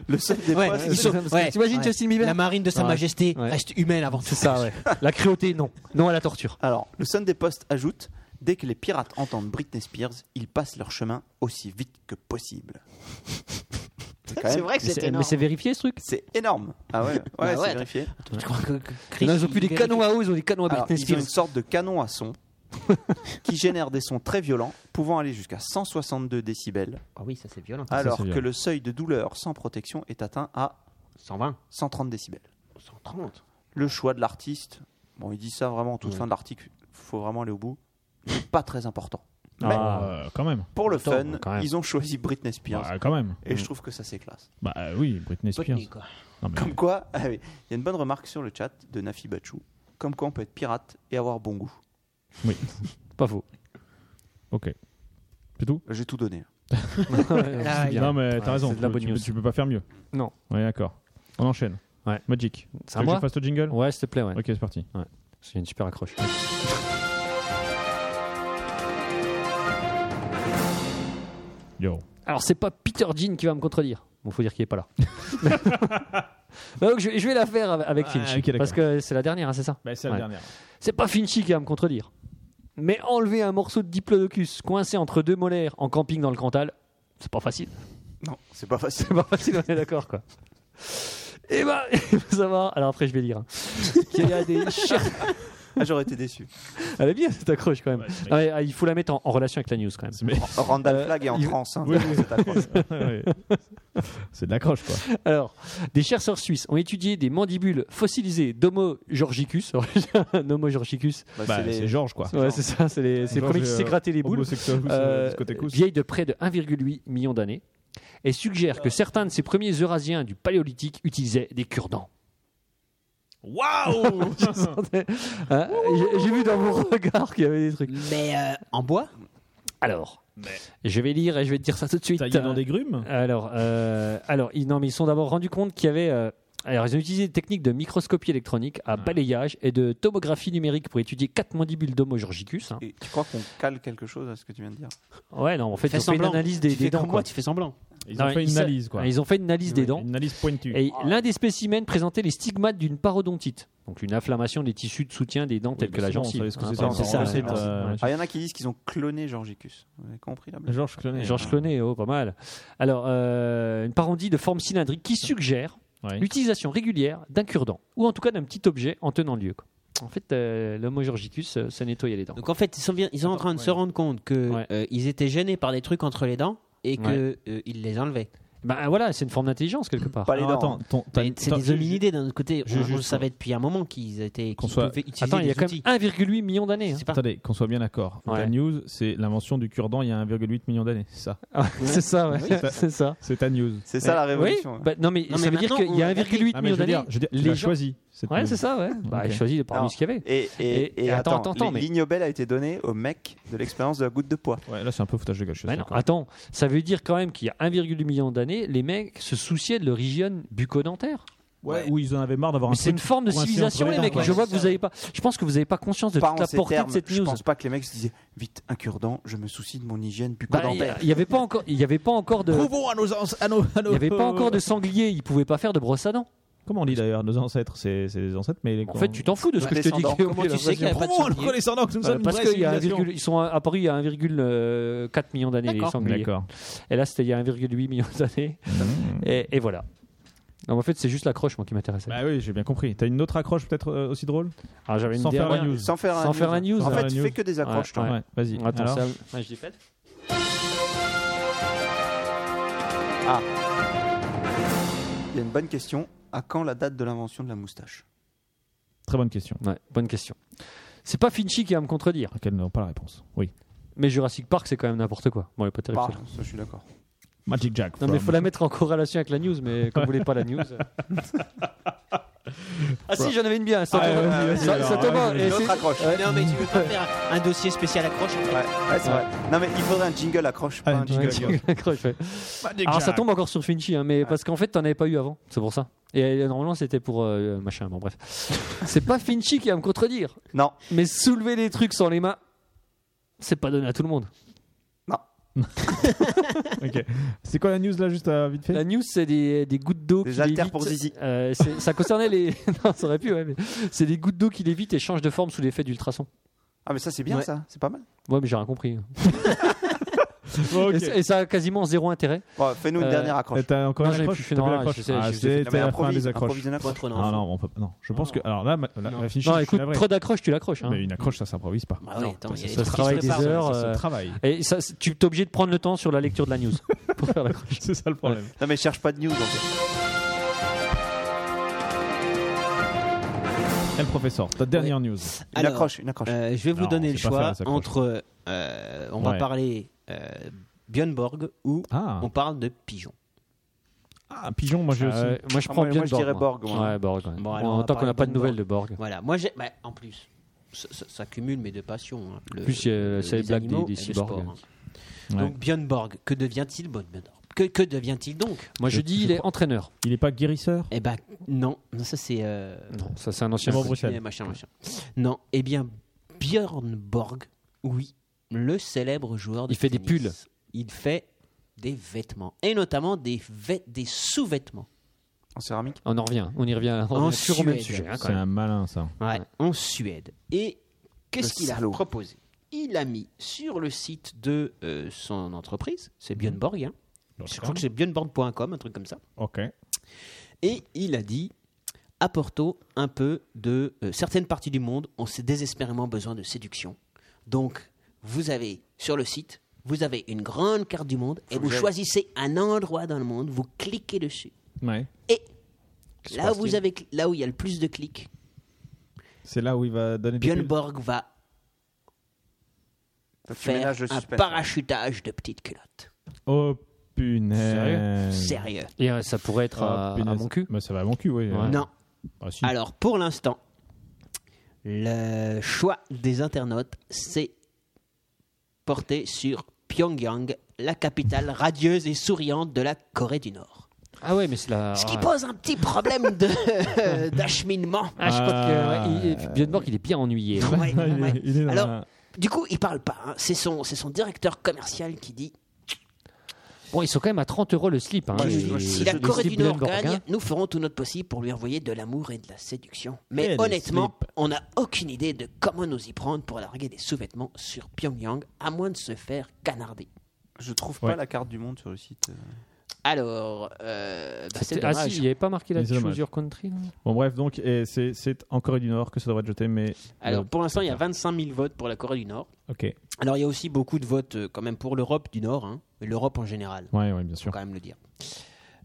[SPEAKER 3] le seul des
[SPEAKER 5] Ouais,
[SPEAKER 3] postes-
[SPEAKER 5] ils sont- ouais,
[SPEAKER 4] T'imagines
[SPEAKER 5] ouais.
[SPEAKER 4] Justin Bieber
[SPEAKER 5] La marine de Sa
[SPEAKER 4] Ouais.
[SPEAKER 5] Majesté
[SPEAKER 4] Ouais.
[SPEAKER 5] reste humaine avant
[SPEAKER 4] C'est
[SPEAKER 5] tout.
[SPEAKER 4] ça, ouais. La cruauté, non. Non à la torture.
[SPEAKER 3] Alors, le Sunday Post ajoute Dès que les pirates entendent Britney Spears, ils passent leur chemin aussi vite que possible. C'est quand même-
[SPEAKER 5] vrai que
[SPEAKER 4] Mais c'est- Mais c'est vérifié ce truc
[SPEAKER 3] C'est énorme. Ah ouais, ouais,
[SPEAKER 5] Bah ouais,
[SPEAKER 3] c'est vérifié.
[SPEAKER 5] Je crois que- que Chris,
[SPEAKER 4] Non, ils ont plus
[SPEAKER 5] il
[SPEAKER 4] des
[SPEAKER 5] vérifie-
[SPEAKER 4] canons à eau, ils ont des canons à
[SPEAKER 3] Alors,
[SPEAKER 4] Oh, Britney
[SPEAKER 3] ils ont une
[SPEAKER 4] Spears.
[SPEAKER 3] sorte de canon à son qui génère des sons très violents, pouvant aller jusqu'à 162 décibels,
[SPEAKER 5] Ah oui, ça c'est violent.
[SPEAKER 3] alors
[SPEAKER 2] c'est
[SPEAKER 3] que
[SPEAKER 2] violent.
[SPEAKER 3] le seuil de douleur sans protection est atteint à
[SPEAKER 5] 120,
[SPEAKER 3] 130 décibels.
[SPEAKER 5] 130.
[SPEAKER 3] Le choix de l'artiste, bon, il dit ça vraiment en toute fin de l'article, faut vraiment aller au bout, n'est pas très important. Mais
[SPEAKER 2] Ah, quand même.
[SPEAKER 3] pour le
[SPEAKER 4] Attends,
[SPEAKER 3] fun,
[SPEAKER 4] quand même.
[SPEAKER 3] ils ont choisi Britney Spears.
[SPEAKER 2] Bah, quand même.
[SPEAKER 3] Et je trouve que ça c'est classe.
[SPEAKER 2] Bah euh, oui, Britney Spears.
[SPEAKER 5] Botany, quoi.
[SPEAKER 2] Non,
[SPEAKER 4] Mm.
[SPEAKER 2] mais-
[SPEAKER 3] Comme quoi, ah oui, il y a une bonne remarque sur le chat de Nafi Bachou. Comme quoi, on peut être pirate et avoir bon goût.
[SPEAKER 2] Oui,
[SPEAKER 4] Pas faux.
[SPEAKER 2] ok.
[SPEAKER 4] Ah,
[SPEAKER 2] C'est tout
[SPEAKER 3] J'ai tout donné.
[SPEAKER 4] C'est bien.
[SPEAKER 2] Non, mais
[SPEAKER 4] Ouais,
[SPEAKER 2] t'as raison.
[SPEAKER 4] C'est de la
[SPEAKER 2] tu,
[SPEAKER 4] bonne
[SPEAKER 2] tu
[SPEAKER 4] news.
[SPEAKER 2] peux, tu peux pas faire mieux.
[SPEAKER 4] Non.
[SPEAKER 2] Ouais, d'accord. On enchaîne.
[SPEAKER 4] Ouais.
[SPEAKER 2] Magic.
[SPEAKER 4] C'est
[SPEAKER 2] Tu
[SPEAKER 4] à
[SPEAKER 2] veux que
[SPEAKER 4] moi
[SPEAKER 2] je fasse le jingle
[SPEAKER 4] Ouais, s'il te plaît, ouais.
[SPEAKER 2] Ok, c'est parti.
[SPEAKER 4] C'est une super accroche.
[SPEAKER 2] Yo.
[SPEAKER 4] Alors, c'est pas Peter Jean qui va me contredire. Bon, faut dire qu'il est pas là. Bah, Donc, je, vais- je vais la faire avec- avec
[SPEAKER 2] Ah,
[SPEAKER 4] Finch.
[SPEAKER 2] ok, d'accord.
[SPEAKER 4] parce que c'est la dernière, hein, c'est ça
[SPEAKER 2] Bah, c'est
[SPEAKER 4] la Ouais.
[SPEAKER 2] dernière.
[SPEAKER 4] C'est pas Finchy qui va me contredire. Mais enlever un morceau de diplodocus coincé entre deux molaires en camping dans le Cantal, c'est pas facile.
[SPEAKER 3] Non, c'est pas facile.
[SPEAKER 4] C'est pas facile, on est d'accord, quoi. Eh ben, il faut savoir. Alors après, je vais lire. hein, qu'il y a des chiens.
[SPEAKER 3] Ah, J'aurais été déçu.
[SPEAKER 4] Elle est bien cette accroche quand même.
[SPEAKER 2] Ouais, c'est
[SPEAKER 4] Ah ouais, ah, il faut la mettre en, en relation avec la news quand même.
[SPEAKER 3] Randall
[SPEAKER 5] Euh,
[SPEAKER 3] Flagg est en
[SPEAKER 4] il-
[SPEAKER 3] transe. hein,
[SPEAKER 2] Oui,
[SPEAKER 3] dans
[SPEAKER 2] oui.
[SPEAKER 3] cette accroche.
[SPEAKER 2] Ouais. c'est de l'accroche, quoi.
[SPEAKER 4] Alors, des chercheurs suisses ont étudié des mandibules fossilisées d'Homo georgicus. Alors, un Homo georgicus.
[SPEAKER 3] Bah,
[SPEAKER 2] Bah,
[SPEAKER 3] c'est les-
[SPEAKER 2] c'est Georges, quoi.
[SPEAKER 4] Ouais, c'est ça, c'est les, c'est le
[SPEAKER 2] Georges,
[SPEAKER 4] premier qui s'est
[SPEAKER 2] euh,
[SPEAKER 4] gratté les boules.
[SPEAKER 2] Homosexuel,
[SPEAKER 4] Euh,
[SPEAKER 2] euh, discothèque.
[SPEAKER 4] vieille de près de 1,8 million d'années, et suggère que certains de ces premiers Eurasiens du Paléolithique utilisaient des cure-dents. Waouh Hein, j'ai- J'ai vu dans vos regards qu'il y avait des trucs.
[SPEAKER 5] Mais euh, en bois
[SPEAKER 4] Alors, je vais lire et je vais te dire ça tout de suite.
[SPEAKER 2] Taillé dans des grumes
[SPEAKER 4] Alors, euh, alors ils, non, mais ils se sont d'abord rendus compte qu'il y avait. euh, alors, ils ont utilisé des techniques de microscopie électronique
[SPEAKER 2] Ah.
[SPEAKER 4] à balayage et de tomographie numérique pour étudier quatre mandibules d'Homo georgicus. hein.
[SPEAKER 3] Et tu crois qu'on cale quelque chose à ce que tu viens de dire
[SPEAKER 4] Ouais, non, en fait,
[SPEAKER 5] Fais
[SPEAKER 4] ils ont fait une
[SPEAKER 5] semblant.
[SPEAKER 4] analyse des,
[SPEAKER 5] tu
[SPEAKER 4] des
[SPEAKER 5] fais
[SPEAKER 4] dents.
[SPEAKER 5] comme
[SPEAKER 4] quoi.
[SPEAKER 5] moi, tu fais semblant.
[SPEAKER 2] Ils
[SPEAKER 4] Non,
[SPEAKER 2] ont fait une
[SPEAKER 4] sa- Ah,
[SPEAKER 2] analyse, quoi.
[SPEAKER 4] Ils ont fait une analyse des dents.
[SPEAKER 2] Une analyse pointue.
[SPEAKER 4] Et
[SPEAKER 5] Ah.
[SPEAKER 4] l'un des spécimens présentait les stigmates d'une parodontite, donc une inflammation des tissus de soutien des dents tels
[SPEAKER 2] mais
[SPEAKER 4] que la
[SPEAKER 2] c'est bon, on
[SPEAKER 4] gencive.
[SPEAKER 2] savait ce que
[SPEAKER 4] hein,
[SPEAKER 2] c'était,
[SPEAKER 4] par
[SPEAKER 3] on
[SPEAKER 4] exemple.
[SPEAKER 3] s'en
[SPEAKER 4] c'est
[SPEAKER 3] doutait,
[SPEAKER 4] ça.
[SPEAKER 2] euh,
[SPEAKER 4] ouais.
[SPEAKER 3] Ah, Il y en a qui disent qu'ils ont cloné Georgicus. Vous avez compris la blague
[SPEAKER 2] Georges Clooney.
[SPEAKER 4] Georges Clooney, oh, pas mal. Alors, euh, une parodie de forme cylindrique qui suggère
[SPEAKER 2] Ouais.
[SPEAKER 4] l'utilisation régulière d'un cure-dent, ou en tout cas d'un petit objet en tenant lieu. quoi. En fait, euh, l'homo georgicus euh, se nettoyait les dents.
[SPEAKER 5] Donc en fait, ils sont, bien- ils sont en train de se rendre compte que
[SPEAKER 4] Ouais.
[SPEAKER 5] euh, ils étaient gênés par des trucs entre les dents et que euh, ils les enlevaient.
[SPEAKER 4] Ben, voilà, c'est une forme d'intelligence
[SPEAKER 5] Mmh.
[SPEAKER 4] quelque part.
[SPEAKER 3] Pas les
[SPEAKER 2] Alors,
[SPEAKER 3] dents. hein.
[SPEAKER 2] attends, ton-
[SPEAKER 4] Bah,
[SPEAKER 2] t'as-
[SPEAKER 5] Mais C'est
[SPEAKER 2] t'as-
[SPEAKER 5] des hominidés d'un autre côté.
[SPEAKER 2] je-
[SPEAKER 5] on,
[SPEAKER 2] juste-
[SPEAKER 5] on savait depuis un moment qu'ils étaient
[SPEAKER 2] Qu'on
[SPEAKER 5] qu'ils
[SPEAKER 2] soit-
[SPEAKER 5] pouvaient utiliser
[SPEAKER 4] Attends, il y a
[SPEAKER 5] des
[SPEAKER 4] quand
[SPEAKER 5] outils.
[SPEAKER 4] même 1,8 million d'années. hein.
[SPEAKER 5] C'est pas-
[SPEAKER 2] Attendez, qu'on soit bien d'accord.
[SPEAKER 4] Ouais.
[SPEAKER 2] La news, c'est l'invention du cure-dent il y a 1,8 million d'années. C'est ça.
[SPEAKER 4] Ah, C'est ça, ouais.
[SPEAKER 2] Oui, c'est ça.
[SPEAKER 4] c'est ça.
[SPEAKER 2] C'est ta news.
[SPEAKER 3] C'est ça la
[SPEAKER 4] Oui,
[SPEAKER 3] révolution.
[SPEAKER 4] bah, non, mais
[SPEAKER 5] Non,
[SPEAKER 4] ça veut
[SPEAKER 5] mais
[SPEAKER 4] dire
[SPEAKER 5] maintenant,
[SPEAKER 4] qu'il y a
[SPEAKER 5] on a compris.
[SPEAKER 4] 1,8
[SPEAKER 2] Ah, mais
[SPEAKER 4] million
[SPEAKER 2] je veux dire,
[SPEAKER 4] d'années.
[SPEAKER 2] je veux dire, tu
[SPEAKER 4] les
[SPEAKER 2] l'as
[SPEAKER 4] gens-
[SPEAKER 2] choisi. cette
[SPEAKER 4] Ouais,
[SPEAKER 2] news.
[SPEAKER 4] c'est ça, ouais. Bah,
[SPEAKER 2] Ok.
[SPEAKER 4] il choisit parmi
[SPEAKER 3] Non.
[SPEAKER 4] ce qu'il y avait.
[SPEAKER 3] Et, et,
[SPEAKER 4] Et-
[SPEAKER 3] et,
[SPEAKER 4] et attends,
[SPEAKER 3] attends,
[SPEAKER 4] attends, attends, mais-
[SPEAKER 3] l'ignobel a été donné au mec de l'expérience de la goutte de poids.
[SPEAKER 2] Ouais, là, c'est un peu foutage de gueule. je suis
[SPEAKER 4] Mais Bah non,
[SPEAKER 2] d'accord.
[SPEAKER 4] attends, ça veut dire quand même qu'il y a 1,8 million d'années, les mecs se souciaient de leur hygiène bucco-dentaire.
[SPEAKER 2] Ouais, Ou ils en avaient marre d'avoir un
[SPEAKER 4] Mais c'est une
[SPEAKER 2] truc.
[SPEAKER 4] forme de
[SPEAKER 2] coincé entre
[SPEAKER 4] civilisation,
[SPEAKER 2] les
[SPEAKER 4] les
[SPEAKER 2] dents,
[SPEAKER 4] mecs.
[SPEAKER 2] quoi.
[SPEAKER 4] Je vois que vous avez pas. Je pense que vous n'avez pas conscience de
[SPEAKER 3] Pas
[SPEAKER 4] toute
[SPEAKER 3] en
[SPEAKER 4] la
[SPEAKER 3] ces
[SPEAKER 4] portée
[SPEAKER 3] termes,
[SPEAKER 4] de cette
[SPEAKER 3] je
[SPEAKER 4] news.
[SPEAKER 3] pense pas que les mecs se disaient vite un cure-dent, je me soucie de mon hygiène
[SPEAKER 4] Bah,
[SPEAKER 3] bucco
[SPEAKER 4] Il y- il y avait pas encore. Il y avait pas encore de.
[SPEAKER 2] Prouvons à nos ans- à nos- à
[SPEAKER 4] Il
[SPEAKER 2] nos-
[SPEAKER 4] y avait pas encore de sanglier. Ils pouvaient pas faire de brosse à dents.
[SPEAKER 2] Comment on dit d'ailleurs nos ancêtres C'est c'est les ancêtres, mais les-
[SPEAKER 4] En fait, tu t'en fous de ce que je te dis.
[SPEAKER 3] Descendant.
[SPEAKER 4] Guillaume,
[SPEAKER 5] Comment
[SPEAKER 4] j'ai
[SPEAKER 5] tu sais qu'il y a
[SPEAKER 4] l'impression.
[SPEAKER 5] pas de
[SPEAKER 2] Prouvons à nos
[SPEAKER 5] sanglier
[SPEAKER 2] connaissants que nous
[SPEAKER 4] Euh,
[SPEAKER 2] sommes
[SPEAKER 4] parce
[SPEAKER 2] une vraie
[SPEAKER 4] qu'il y a un
[SPEAKER 2] civilisation.
[SPEAKER 4] virgule- ils sont apparus il y a 1,4 million d'années les
[SPEAKER 5] D'accord.
[SPEAKER 4] sangliers.
[SPEAKER 2] D'accord.
[SPEAKER 4] Mmh. Et là, c'était il y a 1,8 million d'années. Et, et voilà. Non, mais en fait, c'est juste l'accroche moi qui m'intéressait.
[SPEAKER 2] Bah oui, j'ai bien compris. T'as une autre accroche peut-être euh, aussi drôle
[SPEAKER 4] Alors j'avais une
[SPEAKER 2] Sans faire la
[SPEAKER 4] dernière.
[SPEAKER 2] news.
[SPEAKER 3] Sans faire
[SPEAKER 4] Sans faire la news. hein.
[SPEAKER 3] En
[SPEAKER 4] Sans
[SPEAKER 2] faire la
[SPEAKER 3] fait,
[SPEAKER 2] news.
[SPEAKER 3] fais que des accroches. toi.
[SPEAKER 4] Ouais.
[SPEAKER 2] Ouais, vas-y.
[SPEAKER 4] Attends,
[SPEAKER 2] Alors,
[SPEAKER 4] ça... ouais, je l'ai faite.
[SPEAKER 3] Il y a une bonne question. À quand la date de l'invention de la moustache
[SPEAKER 2] Très bonne question.
[SPEAKER 4] Ouais, bonne question. C'est pas Finchy qui va me contredire,
[SPEAKER 2] À laquelle nous n'avons pas la réponse. Oui.
[SPEAKER 4] mais Jurassic Park c'est quand même n'importe quoi. Bon, elle est pas terrible.
[SPEAKER 3] Bah,
[SPEAKER 4] celle-là.
[SPEAKER 3] ça, je suis d'accord.
[SPEAKER 2] Magic Jack.
[SPEAKER 4] Non, mais faut la mettre en corrélation avec la news, mais comme vous voulez pas la news. euh. ah si, j'en avais une bien. Ça
[SPEAKER 2] Ah,
[SPEAKER 4] tombe.
[SPEAKER 2] vas-y, vas-y,
[SPEAKER 4] Ça-
[SPEAKER 2] alors,
[SPEAKER 4] ça tombe,
[SPEAKER 2] vas-y,
[SPEAKER 4] hein,
[SPEAKER 2] vas-y.
[SPEAKER 4] et
[SPEAKER 3] Une autre
[SPEAKER 4] c'est-
[SPEAKER 3] accroche.
[SPEAKER 4] Ouais.
[SPEAKER 5] Non, mais tu veux pas faire un dossier spécial accroche
[SPEAKER 3] Ouais, ouais, c'est vrai. Non, mais il faudrait un jingle accroche.
[SPEAKER 2] Ah,
[SPEAKER 3] pas
[SPEAKER 2] un
[SPEAKER 3] un jingle.
[SPEAKER 4] Ouais, c'est- accroche, ouais.
[SPEAKER 2] Magic
[SPEAKER 4] Alors ça tombe encore sur Finchy, hein, mais parce qu'en fait t'en avais pas eu avant, c'est pour ça. Et euh, normalement c'était pour euh, machin, bon bref. c'est pas Finchy qui va me contredire,
[SPEAKER 3] Non,
[SPEAKER 4] mais soulever les trucs sans les mains, c'est pas donné à tout le monde.
[SPEAKER 2] Ok. C'est quoi la news là, juste euh, vite fait
[SPEAKER 4] La news, c'est des, des gouttes d'eau.
[SPEAKER 3] Des
[SPEAKER 4] qui
[SPEAKER 3] haltères
[SPEAKER 4] lévitent.
[SPEAKER 3] pour zizi.
[SPEAKER 4] Euh, c'est- ça concernait les. non, ça aurait pu, ouais, mais c'est des gouttes d'eau qui lévitent et changent de forme sous l'effet d'ultrasons.
[SPEAKER 3] ah, mais ça, c'est bien
[SPEAKER 4] Ouais.
[SPEAKER 3] ça. C'est pas mal.
[SPEAKER 4] Ouais, mais j'ai rien compris.
[SPEAKER 2] Ok.
[SPEAKER 4] Et c- Et, ça a quasiment zéro intérêt.
[SPEAKER 3] Bon, Fais-nous une
[SPEAKER 4] Euh,
[SPEAKER 3] dernière
[SPEAKER 2] Et
[SPEAKER 3] accroche.
[SPEAKER 2] T'as encore
[SPEAKER 4] Non,
[SPEAKER 2] une
[SPEAKER 4] j'en ai
[SPEAKER 2] accroche
[SPEAKER 4] plus fait,
[SPEAKER 2] T'as
[SPEAKER 4] non,
[SPEAKER 2] plus
[SPEAKER 4] ah,
[SPEAKER 2] l'accroche
[SPEAKER 4] je sais,
[SPEAKER 2] Ah,
[SPEAKER 4] j'ai fait-
[SPEAKER 2] c'était
[SPEAKER 3] mais
[SPEAKER 2] la fin des
[SPEAKER 3] improvise,
[SPEAKER 2] accroches.
[SPEAKER 3] improvise une accroche.
[SPEAKER 5] trop
[SPEAKER 2] Ah non, on peut pas- non. Je pense que. Alors là, ma- la,
[SPEAKER 5] Non.
[SPEAKER 2] la Finchi,
[SPEAKER 4] Non,
[SPEAKER 2] je suis
[SPEAKER 4] écoute,
[SPEAKER 2] navré. Bah
[SPEAKER 4] trop d'accroches, tu l'accroches. hein.
[SPEAKER 2] Mais une accroche, ça s'improvise pas.
[SPEAKER 5] Bah oui, attends, il y a des
[SPEAKER 4] ça se
[SPEAKER 5] trucs qui
[SPEAKER 4] travaille
[SPEAKER 5] se
[SPEAKER 4] des
[SPEAKER 5] préparent.
[SPEAKER 4] heures.
[SPEAKER 2] Ça
[SPEAKER 4] euh,
[SPEAKER 2] se travaille.
[SPEAKER 4] Et ça, c'est- tu es obligé de prendre le temps sur la lecture de la news pour faire l'accroche.
[SPEAKER 2] C'est ça le problème.
[SPEAKER 3] Non, mais cherche pas de news. en fait.
[SPEAKER 2] Et le professeur, ta dernière news.
[SPEAKER 3] Une
[SPEAKER 5] Alors,
[SPEAKER 3] accroche, une accroche.
[SPEAKER 5] Euh, je vais vous
[SPEAKER 2] Non,
[SPEAKER 5] donner
[SPEAKER 2] on
[SPEAKER 5] le
[SPEAKER 2] sait pas faire
[SPEAKER 5] choix
[SPEAKER 2] les accroches.
[SPEAKER 5] entre. euh, on
[SPEAKER 2] Ouais.
[SPEAKER 5] va parler euh, Björn Borg ou
[SPEAKER 2] Ah,
[SPEAKER 5] on parle de pigeon.
[SPEAKER 2] ah pigeon, moi j'ai aussi.
[SPEAKER 4] Euh, moi, je
[SPEAKER 3] Ah,
[SPEAKER 4] prends
[SPEAKER 3] moi-
[SPEAKER 4] bien
[SPEAKER 3] moi, je
[SPEAKER 4] Borg.
[SPEAKER 3] dirais Borg, moi.
[SPEAKER 4] Ouais, Borg. ouais.
[SPEAKER 5] Bon, alors, on
[SPEAKER 4] en
[SPEAKER 5] va
[SPEAKER 4] tant qu'on n'a
[SPEAKER 5] parler
[SPEAKER 4] pas de
[SPEAKER 5] de Borg.
[SPEAKER 4] nouvelles de Borg.
[SPEAKER 5] Voilà, moi j'ai. bah, en plus, ça, ça- ça cumule mes deux passions. hein, le-
[SPEAKER 4] Plus, euh,
[SPEAKER 5] le-
[SPEAKER 4] c'est les
[SPEAKER 5] les
[SPEAKER 4] blagues des-
[SPEAKER 5] animaux
[SPEAKER 4] des
[SPEAKER 5] et le
[SPEAKER 4] cyborgs.
[SPEAKER 5] sport, hein.
[SPEAKER 2] Ouais.
[SPEAKER 5] Donc Björn Borg, que devient-il bon, Björn Borg, que, que devient-il donc
[SPEAKER 4] Moi, je
[SPEAKER 2] Je-
[SPEAKER 4] dis,
[SPEAKER 2] je
[SPEAKER 4] il est
[SPEAKER 2] crois-
[SPEAKER 4] entraîneur.
[SPEAKER 2] Il est pas guérisseur
[SPEAKER 5] Eh ben non, non, ça c'est. euh,
[SPEAKER 4] Non, ça, c'est un
[SPEAKER 2] C'est
[SPEAKER 4] ancien.
[SPEAKER 2] bon,
[SPEAKER 4] coach.
[SPEAKER 2] Bruxelles.
[SPEAKER 5] Eh, machin, machin. Non, eh bien, Björn Borg, oui, le célèbre joueur de
[SPEAKER 4] Il fait des
[SPEAKER 5] tennis.
[SPEAKER 4] pulls.
[SPEAKER 5] Il fait des vêtements, et notamment des, vêt- des sous-vêtements.
[SPEAKER 3] En céramique.
[SPEAKER 4] On en revient. On y revient. On
[SPEAKER 5] En
[SPEAKER 4] revient toujours au même
[SPEAKER 5] Suède.
[SPEAKER 4] sujet. hein, quand
[SPEAKER 2] C'est un malin, ça.
[SPEAKER 5] Ouais, en Suède. Et
[SPEAKER 3] Le
[SPEAKER 5] qu'est-ce qu'il a
[SPEAKER 3] salaud.
[SPEAKER 5] proposé Il a mis sur le site de euh, son entreprise, c'est
[SPEAKER 4] Mmh.
[SPEAKER 5] Björn Borg, hein. je crois que c'est björnborg.com, un truc comme ça.
[SPEAKER 2] Ok.
[SPEAKER 5] Et il a dit apportons un peu de euh, certaines parties du monde ont c'est désespérément besoin de séduction. Donc, vous avez sur le site, vous avez une grande carte du monde et vous choisissez un endroit dans le monde, vous cliquez dessus.
[SPEAKER 2] Ouais.
[SPEAKER 5] Et
[SPEAKER 4] Qu'est-ce qui
[SPEAKER 5] là,
[SPEAKER 4] se
[SPEAKER 5] vous
[SPEAKER 4] passe-t-il
[SPEAKER 5] avez, cl- là où il y a le plus de clics,
[SPEAKER 2] C'est là où il va donner des
[SPEAKER 5] Björn
[SPEAKER 2] bulles.
[SPEAKER 5] Borg va
[SPEAKER 3] Toi, tu
[SPEAKER 5] faire
[SPEAKER 3] ménages le
[SPEAKER 5] un
[SPEAKER 4] hein.
[SPEAKER 3] suspense.
[SPEAKER 5] parachutage de petites culottes.
[SPEAKER 2] Oh punaise.
[SPEAKER 5] Sérieux.
[SPEAKER 4] Et euh, ça pourrait être
[SPEAKER 2] Ah,
[SPEAKER 4] à, à
[SPEAKER 2] punaise.
[SPEAKER 4] mon cul.
[SPEAKER 2] Bah, ça va à mon cul, oui.
[SPEAKER 4] Ouais.
[SPEAKER 5] Non.
[SPEAKER 2] Ah, si.
[SPEAKER 5] Alors, pour l'instant, le choix des internautes s'est porté sur Pyongyang, la capitale radieuse et souriante de la Corée du Nord.
[SPEAKER 4] Ah ouais, mais c'est la.
[SPEAKER 5] Ce qui pose un petit problème de- d'acheminement.
[SPEAKER 4] Ah, je
[SPEAKER 2] Ah.
[SPEAKER 4] crois que ouais, il- Björn Borg, il est bien ennuyé.
[SPEAKER 5] Ouais, ouais.
[SPEAKER 2] Il est- il est dans
[SPEAKER 5] Alors,
[SPEAKER 2] la-
[SPEAKER 5] Du coup, il parle pas. hein. C'est son, c'est son directeur commercial qui dit
[SPEAKER 4] Bon, ils sont quand même à 30 euros le slip. Hein,
[SPEAKER 3] Moi, je-
[SPEAKER 4] les-
[SPEAKER 3] moi, je-
[SPEAKER 5] si
[SPEAKER 4] les
[SPEAKER 5] la Corée
[SPEAKER 4] slips
[SPEAKER 5] du Nord
[SPEAKER 4] Björn Borg,
[SPEAKER 5] gagne,
[SPEAKER 4] hein.
[SPEAKER 5] nous ferons tout notre possible pour lui envoyer de l'amour et de la séduction.
[SPEAKER 2] Et
[SPEAKER 5] Mais
[SPEAKER 2] Eh, des
[SPEAKER 5] honnêtement,
[SPEAKER 2] slips.
[SPEAKER 5] on n'a aucune idée de comment nous y prendre pour larguer des sous-vêtements sur Pyongyang, à moins de se faire canarder.
[SPEAKER 3] hein. Je trouve
[SPEAKER 2] Ouais.
[SPEAKER 3] pas la carte du monde sur le site. euh.
[SPEAKER 5] Alors, euh, bah, c'est
[SPEAKER 4] C'était- Ah
[SPEAKER 5] dommage.
[SPEAKER 2] hein.
[SPEAKER 4] si, il n'y avait pas marqué la
[SPEAKER 2] Mais c'est
[SPEAKER 4] Choose
[SPEAKER 2] dommage.
[SPEAKER 4] Your Country. non
[SPEAKER 2] Bon, bref, donc, et c'est- c'est en Corée du Nord que ça devrait être jeté, mais.
[SPEAKER 5] Alors,
[SPEAKER 2] Euh,
[SPEAKER 5] pour l'instant, il y a 25 000 votes pour la Corée du Nord.
[SPEAKER 2] Ok. Ouais,
[SPEAKER 5] Alors, il y a aussi beaucoup de votes euh, quand même pour l'Europe du Nord, hein, mais l'Europe en général,
[SPEAKER 2] ouais, bien
[SPEAKER 5] faut
[SPEAKER 2] sûr.
[SPEAKER 5] quand même le dire.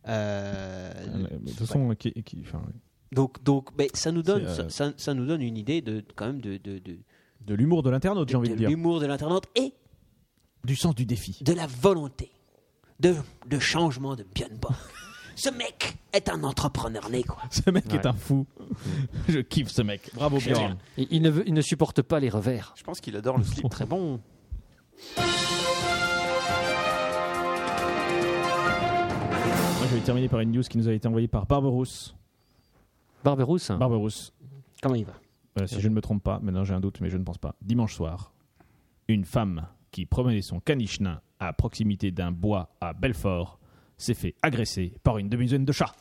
[SPEAKER 5] Euh,
[SPEAKER 2] Euh, De toute façon, qui, qui- enfin,
[SPEAKER 5] donc, donc, mais ça nous donne,
[SPEAKER 2] C'est, euh,
[SPEAKER 5] ça, ça- ça nous donne une idée de quand même de, de- de-
[SPEAKER 2] de l'humour de l'internaute, j'ai envie
[SPEAKER 5] de
[SPEAKER 2] de dire.
[SPEAKER 5] l'humour de l'internaute et
[SPEAKER 2] Du sens du défi.
[SPEAKER 5] de la volonté de, de changement de Björn Borg. Ce mec est un entrepreneur né, quoi.
[SPEAKER 2] Ce mec est
[SPEAKER 4] Ouais.
[SPEAKER 2] un fou. Je kiffe ce mec. Bravo, Bjorn.
[SPEAKER 4] Il, il ne veut- il ne supporte pas les revers.
[SPEAKER 3] Je pense qu'il adore le slip.
[SPEAKER 2] Très
[SPEAKER 3] bon.
[SPEAKER 2] Moi, je vais terminer par une news qui nous a été envoyée par Barberousse.
[SPEAKER 4] Barberousse.
[SPEAKER 2] Ah.
[SPEAKER 4] hein.
[SPEAKER 2] Barberousse,
[SPEAKER 5] Comment il va
[SPEAKER 2] euh, si je ne me trompe pas, maintenant j'ai un doute, mais je ne pense pas. Dimanche soir, une femme qui promenait son caniche nain à proximité d'un bois à Belfort s'est fait agresser par une demi-douzaine de chats.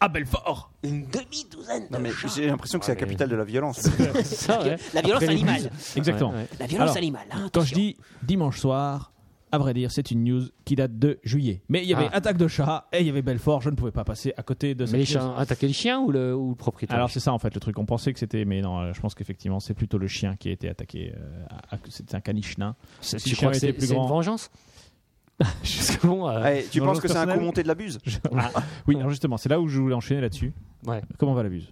[SPEAKER 2] À Belfort
[SPEAKER 5] Une demi-douzaine de
[SPEAKER 3] Non, mais
[SPEAKER 5] chats.
[SPEAKER 3] j'ai l'impression que c'est la
[SPEAKER 4] Ouais,
[SPEAKER 3] capitale de la violence.
[SPEAKER 4] Ça, ouais.
[SPEAKER 5] La violence
[SPEAKER 4] Après les
[SPEAKER 5] animale.
[SPEAKER 4] bus.
[SPEAKER 2] Exactement.
[SPEAKER 4] Ouais, ouais.
[SPEAKER 5] La violence
[SPEAKER 2] Alors,
[SPEAKER 5] animale. hein,
[SPEAKER 2] Quand je
[SPEAKER 5] attention.
[SPEAKER 2] dis dimanche soir, à vrai dire, c'est une news qui date de juillet. Mais il y avait
[SPEAKER 4] Ah.
[SPEAKER 2] attaque de chat et il y avait Belfort. Je ne pouvais pas passer à côté de
[SPEAKER 4] Mais les
[SPEAKER 2] cette news.
[SPEAKER 4] chiens, attaquer les chiens ou le, ou le propriétaire
[SPEAKER 2] Alors c'est ça en fait le truc. On pensait que c'était, mais non, euh, je pense qu'effectivement c'est plutôt le chien qui a été attaqué. euh, à- à- C'était un caniche nain.
[SPEAKER 4] C'est-
[SPEAKER 2] si
[SPEAKER 4] tu
[SPEAKER 2] le chien
[SPEAKER 4] crois que
[SPEAKER 2] était
[SPEAKER 4] c'est
[SPEAKER 2] plus
[SPEAKER 4] c'est une
[SPEAKER 2] grand.
[SPEAKER 4] vengeance Parce que bon, euh,
[SPEAKER 3] Allez, tu
[SPEAKER 2] dans
[SPEAKER 3] penses
[SPEAKER 2] le
[SPEAKER 3] que c'est un
[SPEAKER 2] personnel-
[SPEAKER 3] coup monté de la buse
[SPEAKER 2] Oui, alors justement, c'est là où je voulais enchaîner là-dessus.
[SPEAKER 4] Ah. ouais,
[SPEAKER 2] Comment va la buse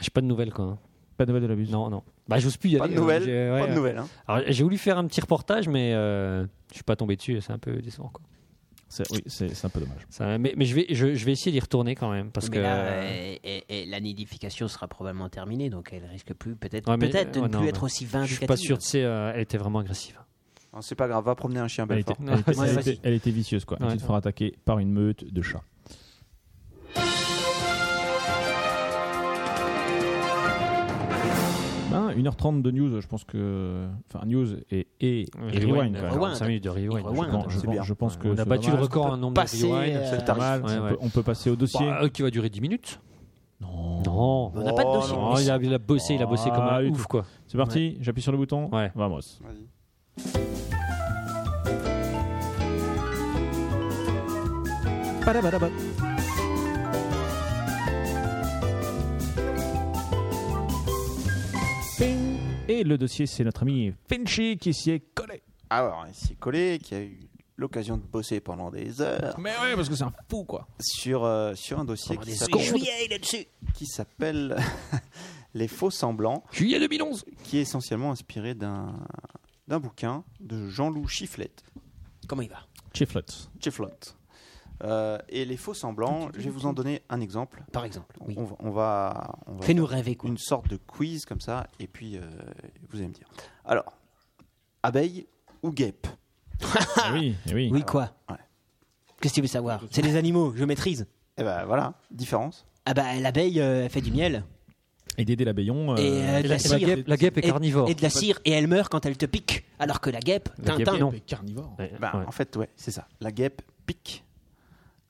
[SPEAKER 4] j'ai pas de nouvelles quoi. hein.
[SPEAKER 2] Pas de nouvelles de la buse
[SPEAKER 4] Non, non. Bah, j'ose plus y
[SPEAKER 3] Pas
[SPEAKER 4] aller.
[SPEAKER 3] de
[SPEAKER 4] hein.
[SPEAKER 3] nouvelles,
[SPEAKER 4] J'ai- ouais,
[SPEAKER 3] Pas de nouvelles. hein.
[SPEAKER 4] Alors, j'ai voulu faire un petit reportage, mais euh, je suis pas tombé dessus. et C'est un peu décevant. Quoi.
[SPEAKER 2] C'est- Oui, c'est c'est un peu dommage.
[SPEAKER 4] Ça- mais mais je, vais, je, je vais essayer d'y retourner quand même. Parce
[SPEAKER 5] Mais
[SPEAKER 4] que.
[SPEAKER 5] là, euh, et- et- et la nidification sera probablement terminée, donc elle risque plus, peut-être,
[SPEAKER 4] Ouais, mais-
[SPEAKER 5] peut-être de
[SPEAKER 4] ouais,
[SPEAKER 5] ne
[SPEAKER 4] non,
[SPEAKER 5] plus
[SPEAKER 4] mais
[SPEAKER 5] être aussi
[SPEAKER 4] je suis pas sûr,
[SPEAKER 5] vindicative.
[SPEAKER 4] tu sais, euh, elle était vraiment agressive.
[SPEAKER 3] Non, C'est pas grave, va promener un chien
[SPEAKER 2] Elle
[SPEAKER 3] Belfort.
[SPEAKER 2] était, elle était-
[SPEAKER 4] Ouais,
[SPEAKER 2] elle
[SPEAKER 5] vas-y.
[SPEAKER 2] était- elle était vicieuse quoi.
[SPEAKER 4] Ouais.
[SPEAKER 2] tu te feras attaquer par une meute de chats. Ben, 1h30 de news, je pense que. Enfin, news et, et, et Mmh. rewind. quand même.
[SPEAKER 5] Rewind.
[SPEAKER 4] 5 minutes de rewind.
[SPEAKER 5] Rewind.
[SPEAKER 2] Non, je,
[SPEAKER 3] C'est
[SPEAKER 2] pense,
[SPEAKER 3] bien.
[SPEAKER 2] je pense que
[SPEAKER 4] on a
[SPEAKER 2] c'est
[SPEAKER 4] battu le
[SPEAKER 2] dommage.
[SPEAKER 4] record en nombre
[SPEAKER 5] passer,
[SPEAKER 4] de rewind.
[SPEAKER 5] euh,
[SPEAKER 3] C'est le
[SPEAKER 2] Pas
[SPEAKER 3] tarif.
[SPEAKER 2] mal,
[SPEAKER 4] Ouais,
[SPEAKER 2] on,
[SPEAKER 4] ouais.
[SPEAKER 2] Peut, on peut passer au dossier.
[SPEAKER 4] Bah, euh, qui va durer 10 minutes
[SPEAKER 2] non. Oh,
[SPEAKER 4] Non.
[SPEAKER 5] On n'a pas de dossier.
[SPEAKER 4] Non, il a, il a bossé, il a bossé comme
[SPEAKER 2] Ah,
[SPEAKER 4] un
[SPEAKER 2] du
[SPEAKER 4] ouf,
[SPEAKER 2] tout.
[SPEAKER 4] quoi.
[SPEAKER 2] C'est parti, j'appuie sur le bouton.
[SPEAKER 4] Ouais.
[SPEAKER 2] Vamos.
[SPEAKER 3] Vas-y.
[SPEAKER 2] Ping. Et le dossier, c'est notre ami Finchy qui s'y est collé.
[SPEAKER 3] Alors, il s'est collé, qui a eu l'occasion de bosser pendant des heures
[SPEAKER 2] Mais ouais, parce que c'est un fou, quoi.
[SPEAKER 3] sur, euh, sur un dossier qui s'appelle- qui s'appelle Les faux semblants,
[SPEAKER 4] Juillet 2011
[SPEAKER 3] qui est essentiellement inspiré d'un d'un bouquin de Jean-Loup Chifflette.
[SPEAKER 5] Comment il va
[SPEAKER 2] Chiflet.
[SPEAKER 3] Chifflette. Euh, et les faux semblants, je vais vous en donner un exemple.
[SPEAKER 5] Par exemple. Oui.
[SPEAKER 3] On, va- on va, on va
[SPEAKER 5] Fais-nous rêver, quoi.
[SPEAKER 3] une sorte de quiz comme ça, et puis euh, vous allez me dire. Alors, abeille ou guêpe
[SPEAKER 2] Ah oui, eh oui.
[SPEAKER 5] Oui, quoi
[SPEAKER 3] ouais.
[SPEAKER 5] Qu'est-ce que tu veux savoir C'est des animaux, je maîtrise.
[SPEAKER 3] Eh ben voilà, différence.
[SPEAKER 5] Ah bah, l'abeille, euh, elle fait du miel.
[SPEAKER 2] Et Dédé l'abeillon.
[SPEAKER 5] Et, euh,
[SPEAKER 2] elle
[SPEAKER 5] de la
[SPEAKER 2] est-
[SPEAKER 4] La
[SPEAKER 5] cire.
[SPEAKER 4] guêpe, la guêpe est
[SPEAKER 5] Et-
[SPEAKER 4] carnivore.
[SPEAKER 5] Et de la cire, et elle meurt quand elle te pique. Alors que la guêpe,
[SPEAKER 4] La guêpe,
[SPEAKER 5] Tintin,
[SPEAKER 4] non.
[SPEAKER 2] carnivore.
[SPEAKER 4] Ouais,
[SPEAKER 3] Ben,
[SPEAKER 4] ouais.
[SPEAKER 3] En fait, ouais, c'est ça. La guêpe pique,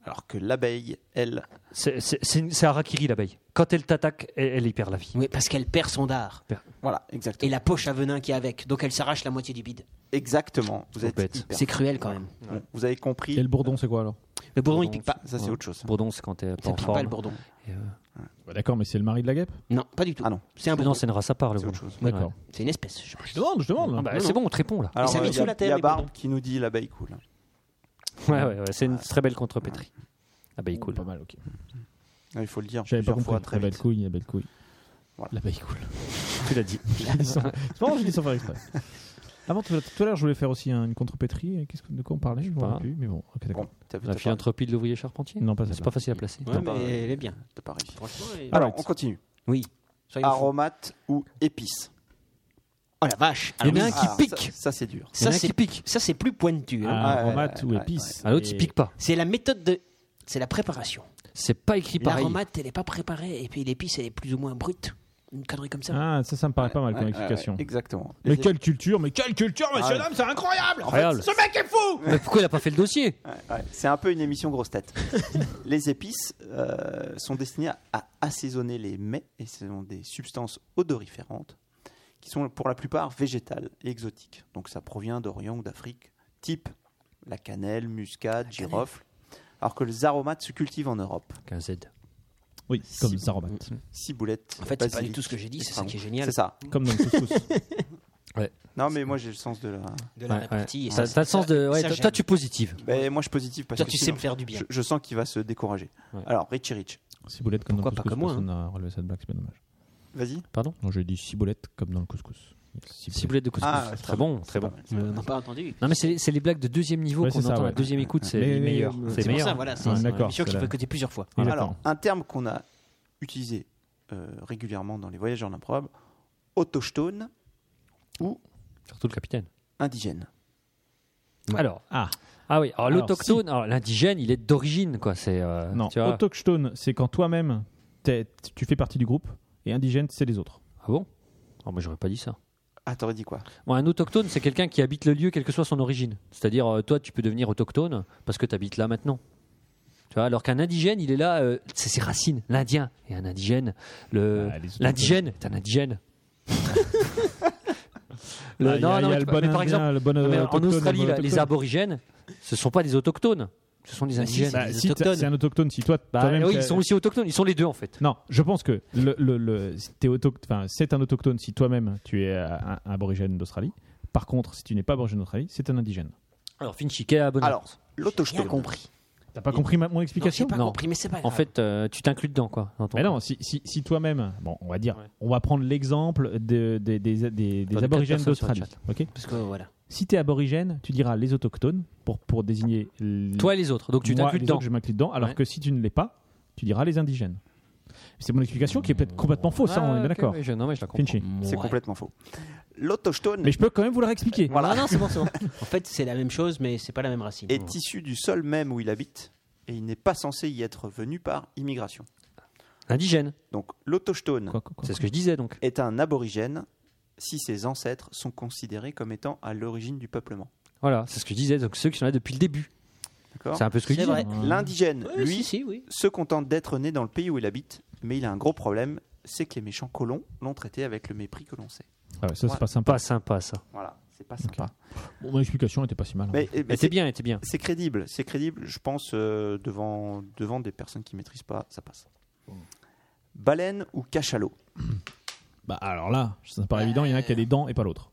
[SPEAKER 3] alors que l'abeille, elle,
[SPEAKER 4] C'est- C'est c'est une- c'est Harakiri, l'abeille. Quand elle t'attaque, elle, elle y perd la vie.
[SPEAKER 5] Oui, parce qu'elle perd son dard.
[SPEAKER 3] voilà,
[SPEAKER 5] Et
[SPEAKER 3] exactement.
[SPEAKER 5] la poche à venin qui est avec. Donc elle s'arrache la moitié du bide.
[SPEAKER 3] Exactement. Vous êtes
[SPEAKER 4] bête.
[SPEAKER 3] hyper-
[SPEAKER 5] C'est cruel quand même.
[SPEAKER 3] Bon, Vous avez compris.
[SPEAKER 2] Et le bourdon, c'est quoi alors
[SPEAKER 5] Le bourdon, il
[SPEAKER 4] Bourdon,
[SPEAKER 5] pique pas.
[SPEAKER 3] Ça, c'est
[SPEAKER 4] Ouais.
[SPEAKER 3] autre chose.
[SPEAKER 4] Bourdon, c'est quand t'es pas
[SPEAKER 5] Ça
[SPEAKER 4] en
[SPEAKER 5] pique pas le
[SPEAKER 4] forme.
[SPEAKER 5] bourdon.
[SPEAKER 4] Et, euh,
[SPEAKER 2] Bah, D'accord, mais c'est le mari de la guêpe
[SPEAKER 5] Non, pas du tout.
[SPEAKER 3] Ah non.
[SPEAKER 5] C'est un
[SPEAKER 4] Non,
[SPEAKER 5] bourdon.
[SPEAKER 4] c'est une race à part, le
[SPEAKER 3] C'est autre
[SPEAKER 4] bourdon.
[SPEAKER 3] chose.
[SPEAKER 2] D'accord.
[SPEAKER 4] Ouais.
[SPEAKER 5] C'est une espèce. je-
[SPEAKER 2] Je demande, je demande.
[SPEAKER 4] Ah
[SPEAKER 2] là.
[SPEAKER 4] bah,
[SPEAKER 5] Non,
[SPEAKER 4] c'est bon, on te répond là.
[SPEAKER 3] Alors,
[SPEAKER 5] ça
[SPEAKER 3] euh,
[SPEAKER 5] vit
[SPEAKER 3] il y
[SPEAKER 5] sous
[SPEAKER 3] a,
[SPEAKER 5] la terre,
[SPEAKER 3] il y a
[SPEAKER 5] les
[SPEAKER 3] Barbe
[SPEAKER 5] bourdons.
[SPEAKER 3] qui nous dit l'abeille cool.
[SPEAKER 4] Ouais, ouais, ouais, c'est une très belle contrepétrie. Abeille cool.
[SPEAKER 2] Pas mal, ok.
[SPEAKER 3] Ah, il faut le dire.
[SPEAKER 2] J'avais pas
[SPEAKER 3] plusieurs
[SPEAKER 2] compris.
[SPEAKER 3] fois
[SPEAKER 2] Très
[SPEAKER 3] très
[SPEAKER 2] belle
[SPEAKER 3] vite.
[SPEAKER 2] couille, la belle couille.
[SPEAKER 3] Voilà.
[SPEAKER 2] L'abeille cool.
[SPEAKER 4] Tu l'as dit.
[SPEAKER 2] C'est marrant, je dis sans faire exprès. Avant, tout à tout à l'heure, je voulais faire aussi un- une contrepétrie. Qu'est-ce que- de quoi on parlait Je ne me
[SPEAKER 4] pas.
[SPEAKER 2] rappelle plus, mais bon, ok, d'accord.
[SPEAKER 3] Bon, t'as vu,
[SPEAKER 4] La
[SPEAKER 3] t'as pas,
[SPEAKER 4] philanthropie de l'ouvrier charpentier
[SPEAKER 2] Non, pas
[SPEAKER 4] C'est
[SPEAKER 2] celle-là.
[SPEAKER 4] pas facile à placer.
[SPEAKER 5] Ouais,
[SPEAKER 3] bah,
[SPEAKER 5] mais elle est bien.
[SPEAKER 3] t'as pas réussi.
[SPEAKER 5] Franchement, elle-
[SPEAKER 3] Alors, on continue.
[SPEAKER 5] soyons fous.
[SPEAKER 3] Aromate ou épices
[SPEAKER 5] Oh la vache.
[SPEAKER 4] Il y en a
[SPEAKER 5] Alors,
[SPEAKER 4] un qui
[SPEAKER 5] ah,
[SPEAKER 4] pique.
[SPEAKER 3] Ça, ça, c'est dur.
[SPEAKER 4] Il y
[SPEAKER 5] Ça,
[SPEAKER 4] en a un
[SPEAKER 5] c'est
[SPEAKER 4] qui pique.
[SPEAKER 5] Ça, c'est plus pointu. hein.
[SPEAKER 2] Ah,
[SPEAKER 3] Ouais,
[SPEAKER 2] aromate
[SPEAKER 3] ouais,
[SPEAKER 2] ou
[SPEAKER 3] ouais,
[SPEAKER 2] épice
[SPEAKER 4] Ah, l'autre, il
[SPEAKER 2] Et-
[SPEAKER 4] pique pas.
[SPEAKER 5] C'est la méthode de. C'est la préparation.
[SPEAKER 4] C'est pas écrit pareil.
[SPEAKER 5] L'aromate, elle n'est pas préparée. Et puis l'épice, elle est plus ou moins brute. Une connerie comme ça.
[SPEAKER 2] Ah, ça, ça me paraît pas mal
[SPEAKER 3] Ouais,
[SPEAKER 2] comme
[SPEAKER 3] ouais,
[SPEAKER 2] explication.
[SPEAKER 3] ouais, exactement.
[SPEAKER 2] Mais
[SPEAKER 3] Les-
[SPEAKER 2] quelle culture, mais quelle culture, monsieur
[SPEAKER 3] Ah,
[SPEAKER 2] Dame, c'est incroyable
[SPEAKER 4] Incroyable.
[SPEAKER 2] Ce mec est fou
[SPEAKER 4] Mais pourquoi il a pas fait le dossier
[SPEAKER 3] Ouais, ouais, c'est un peu une émission grosse tête. les épices euh, sont destinées à, à assaisonner les mets et ce sont des substances odoriférantes qui sont pour la plupart végétales et exotiques. Donc ça provient d'Orient ou d'Afrique, type la cannelle, muscade, girofle. Alors que les aromates se cultivent en Europe.
[SPEAKER 4] Qu'un Z.
[SPEAKER 2] Oui, comme les aromates.
[SPEAKER 3] mm. Ciboulette.
[SPEAKER 5] En fait, c'est pas du
[SPEAKER 3] basilic,
[SPEAKER 5] tout ce que j'ai dit. C'est ça
[SPEAKER 3] estragon.
[SPEAKER 5] qui est
[SPEAKER 3] C'est
[SPEAKER 5] génial.
[SPEAKER 3] ça.
[SPEAKER 2] Comme dans le couscous.
[SPEAKER 3] Non, mais moi j'ai le sens de la.
[SPEAKER 5] De
[SPEAKER 4] Ouais,
[SPEAKER 5] la
[SPEAKER 4] ouais.
[SPEAKER 5] répartie. et
[SPEAKER 4] T'as
[SPEAKER 5] ça,
[SPEAKER 4] t'as le sens de.
[SPEAKER 5] ça,
[SPEAKER 4] Ouais,
[SPEAKER 5] ça,
[SPEAKER 4] toi,
[SPEAKER 5] j'aime.
[SPEAKER 4] toi, tu es positive.
[SPEAKER 3] Ben, moi je suis positif parce
[SPEAKER 5] Toi,
[SPEAKER 3] que
[SPEAKER 5] tu sais
[SPEAKER 3] sinon,
[SPEAKER 5] me faire du bien.
[SPEAKER 3] je, je sens qu'il va se décourager.
[SPEAKER 4] Ouais.
[SPEAKER 3] Alors, Richie Rich,
[SPEAKER 2] Ciboulette comme
[SPEAKER 5] Pourquoi
[SPEAKER 2] dans
[SPEAKER 5] pas
[SPEAKER 2] le couscous.
[SPEAKER 5] comme moi,
[SPEAKER 2] Personne n'a relevé cette blague, c'est bien dommage.
[SPEAKER 3] vas-y.
[SPEAKER 2] Non, j'ai dit ciboulette comme dans le couscous.
[SPEAKER 4] Ciboulette de couscous.
[SPEAKER 3] Ah,
[SPEAKER 4] très bon, très bon.
[SPEAKER 5] Euh, On n'a pas entendu.
[SPEAKER 4] Non, mais c'est c'est les blagues de deuxième niveau
[SPEAKER 2] Ouais,
[SPEAKER 4] qu'on
[SPEAKER 2] c'est ça,
[SPEAKER 4] entend à la
[SPEAKER 2] ouais.
[SPEAKER 4] deuxième écoute, c'est
[SPEAKER 2] Mais- euh,
[SPEAKER 4] les meilleurs.
[SPEAKER 2] mais-
[SPEAKER 5] C'est
[SPEAKER 4] C'est
[SPEAKER 5] pour
[SPEAKER 4] meilleur.
[SPEAKER 5] ça, voilà. C'est
[SPEAKER 2] Ouais,
[SPEAKER 5] c'est
[SPEAKER 2] Ah, d'accord,
[SPEAKER 5] une sûr
[SPEAKER 2] c'est
[SPEAKER 5] qu'il
[SPEAKER 2] la-
[SPEAKER 5] peut écouter plusieurs fois.
[SPEAKER 2] Oui,
[SPEAKER 3] Alors,
[SPEAKER 2] d'accord.
[SPEAKER 3] un terme qu'on a utilisé euh, régulièrement dans les voyages en improbable, autochtone ou
[SPEAKER 4] Surtout le capitaine.
[SPEAKER 3] indigène.
[SPEAKER 4] Alors.
[SPEAKER 2] Ah.
[SPEAKER 4] Ah oui, alors
[SPEAKER 2] Alors,
[SPEAKER 4] l'autochtone, alors l'indigène, il est d'origine, quoi. C'est. euh,
[SPEAKER 2] Non,
[SPEAKER 4] tu vois.
[SPEAKER 2] autochtone, c'est quand toi-même, t'es- tu fais partie du groupe, et indigène, c'est les autres.
[SPEAKER 4] Ah bon Ah, moi, j'aurais pas dit ça.
[SPEAKER 3] Ah, t'aurais dit quoi
[SPEAKER 4] Bon, un autochtone, c'est quelqu'un qui habite le lieu, quelle que soit son origine. C'est-à-dire, euh, toi, tu peux devenir autochtone parce que tu habites là maintenant. Tu vois, alors qu'un indigène, il est là, euh, c'est ses racines. L'Indien est un indigène. Le-
[SPEAKER 2] Ah, les autochtones.
[SPEAKER 4] L'indigène est un indigène. Le-
[SPEAKER 2] Ah, il y a- il y a
[SPEAKER 4] mais
[SPEAKER 2] le
[SPEAKER 4] tu-
[SPEAKER 2] bon
[SPEAKER 4] mais par
[SPEAKER 2] Indien,
[SPEAKER 4] exemple,
[SPEAKER 2] le bon euh,
[SPEAKER 4] non, mais en
[SPEAKER 2] autochtone,
[SPEAKER 4] Australie,
[SPEAKER 2] le bon
[SPEAKER 4] là, les
[SPEAKER 2] autochtone.
[SPEAKER 4] aborigènes, ce sont pas des autochtones, ce sont des indigènes.
[SPEAKER 2] Bah,
[SPEAKER 5] les
[SPEAKER 2] si t'as-
[SPEAKER 5] autochtones.
[SPEAKER 2] c'est un autochtone, si toi,
[SPEAKER 4] Bah,
[SPEAKER 2] toi-même,
[SPEAKER 4] oui,
[SPEAKER 2] t'as-
[SPEAKER 4] ils sont aussi autochtones, ils sont les deux en fait.
[SPEAKER 2] Non, je pense que le, le- le- si t'es auto- enfin, c'est un autochtone si toi-même tu es euh, un, un aborigène d'Australie. Par contre, si tu n'es pas aborigène d'Australie, c'est un indigène.
[SPEAKER 4] Alors Finchi, quelle est la bonne
[SPEAKER 3] Alors,
[SPEAKER 4] réponse
[SPEAKER 5] Bien
[SPEAKER 3] l'autochtone.
[SPEAKER 5] compris.
[SPEAKER 2] T'as pas compris ma- mon
[SPEAKER 5] Non,
[SPEAKER 2] explication
[SPEAKER 5] j'ai pas
[SPEAKER 4] Non.
[SPEAKER 5] compris, mais c'est pas
[SPEAKER 4] En
[SPEAKER 5] grave.
[SPEAKER 4] fait, euh, tu t'inclus dedans quoi. dans ton-
[SPEAKER 2] Mais non, si, si- si toi-même, bon, on va dire,
[SPEAKER 4] Ouais.
[SPEAKER 2] on va prendre l'exemple de- des- des, des- des
[SPEAKER 4] quatre
[SPEAKER 2] aborigènes
[SPEAKER 4] personnes sur le
[SPEAKER 2] d'Australie. ok
[SPEAKER 5] parce que voilà.
[SPEAKER 2] si t'es aborigène, tu diras les autochtones pour, pour désigner l-
[SPEAKER 4] Toi et les autres, donc tu
[SPEAKER 2] moi,
[SPEAKER 4] t'inclus
[SPEAKER 2] les
[SPEAKER 4] dedans.
[SPEAKER 2] autres, je m'inclus dedans, alors
[SPEAKER 4] Ouais.
[SPEAKER 2] que si tu ne l'es pas, tu diras les indigènes. C'est mon explication qui est peut-être complètement fausse, hein,
[SPEAKER 4] Ah,
[SPEAKER 2] on est bien
[SPEAKER 4] ok,
[SPEAKER 2] d'accord.
[SPEAKER 4] mais je- Non mais je la comprends.
[SPEAKER 2] Finchi.
[SPEAKER 3] C'est
[SPEAKER 5] Ouais.
[SPEAKER 3] complètement faux. L'autochtone
[SPEAKER 2] Mais je peux quand même vous la réexpliquer.
[SPEAKER 3] voilà,
[SPEAKER 5] Non, non, c'est bon, c'est bon. En fait, c'est la même chose, mais c'est pas la même racine.
[SPEAKER 3] est issu du sol même où il habite et il n'est pas censé y être venu par immigration.
[SPEAKER 4] Indigène,
[SPEAKER 3] Donc l'autochtone
[SPEAKER 2] Quoi, quoi, quoi.
[SPEAKER 4] c'est ce que je disais donc.
[SPEAKER 3] est un aborigène si ses ancêtres sont considérés comme étant à l'origine du peuplement.
[SPEAKER 4] Voilà, c'est ce que je disais donc ceux qui sont là depuis le début.
[SPEAKER 3] D'accord
[SPEAKER 4] C'est un peu ce que je
[SPEAKER 5] C'est
[SPEAKER 4] disais.
[SPEAKER 5] vrai.
[SPEAKER 3] L'indigène,
[SPEAKER 5] Ouais,
[SPEAKER 3] lui,
[SPEAKER 5] si, si, oui.
[SPEAKER 3] se contente d'être né dans le pays où il habite, mais il a un gros problème, c'est que les méchants colons l'ont traité avec le mépris que l'on sait.
[SPEAKER 2] Ah ouais, ça, c'est
[SPEAKER 3] Ouais.
[SPEAKER 2] pas sympa.
[SPEAKER 4] Pas sympa ça.
[SPEAKER 3] Voilà, c'est pas sympa.
[SPEAKER 2] Bon, mon explication était pas si mal. hein.
[SPEAKER 3] Mais, eh ben,
[SPEAKER 4] Mais
[SPEAKER 3] c'est
[SPEAKER 4] t'es bien, t'es bien.
[SPEAKER 3] c'est crédible, c'est crédible, je pense, euh, devant, devant des personnes qui maîtrisent pas, ça passe. Baleine ou cachalot
[SPEAKER 2] Bah, alors là, c'est pas évident, il y en a qui a des dents et pas l'autre.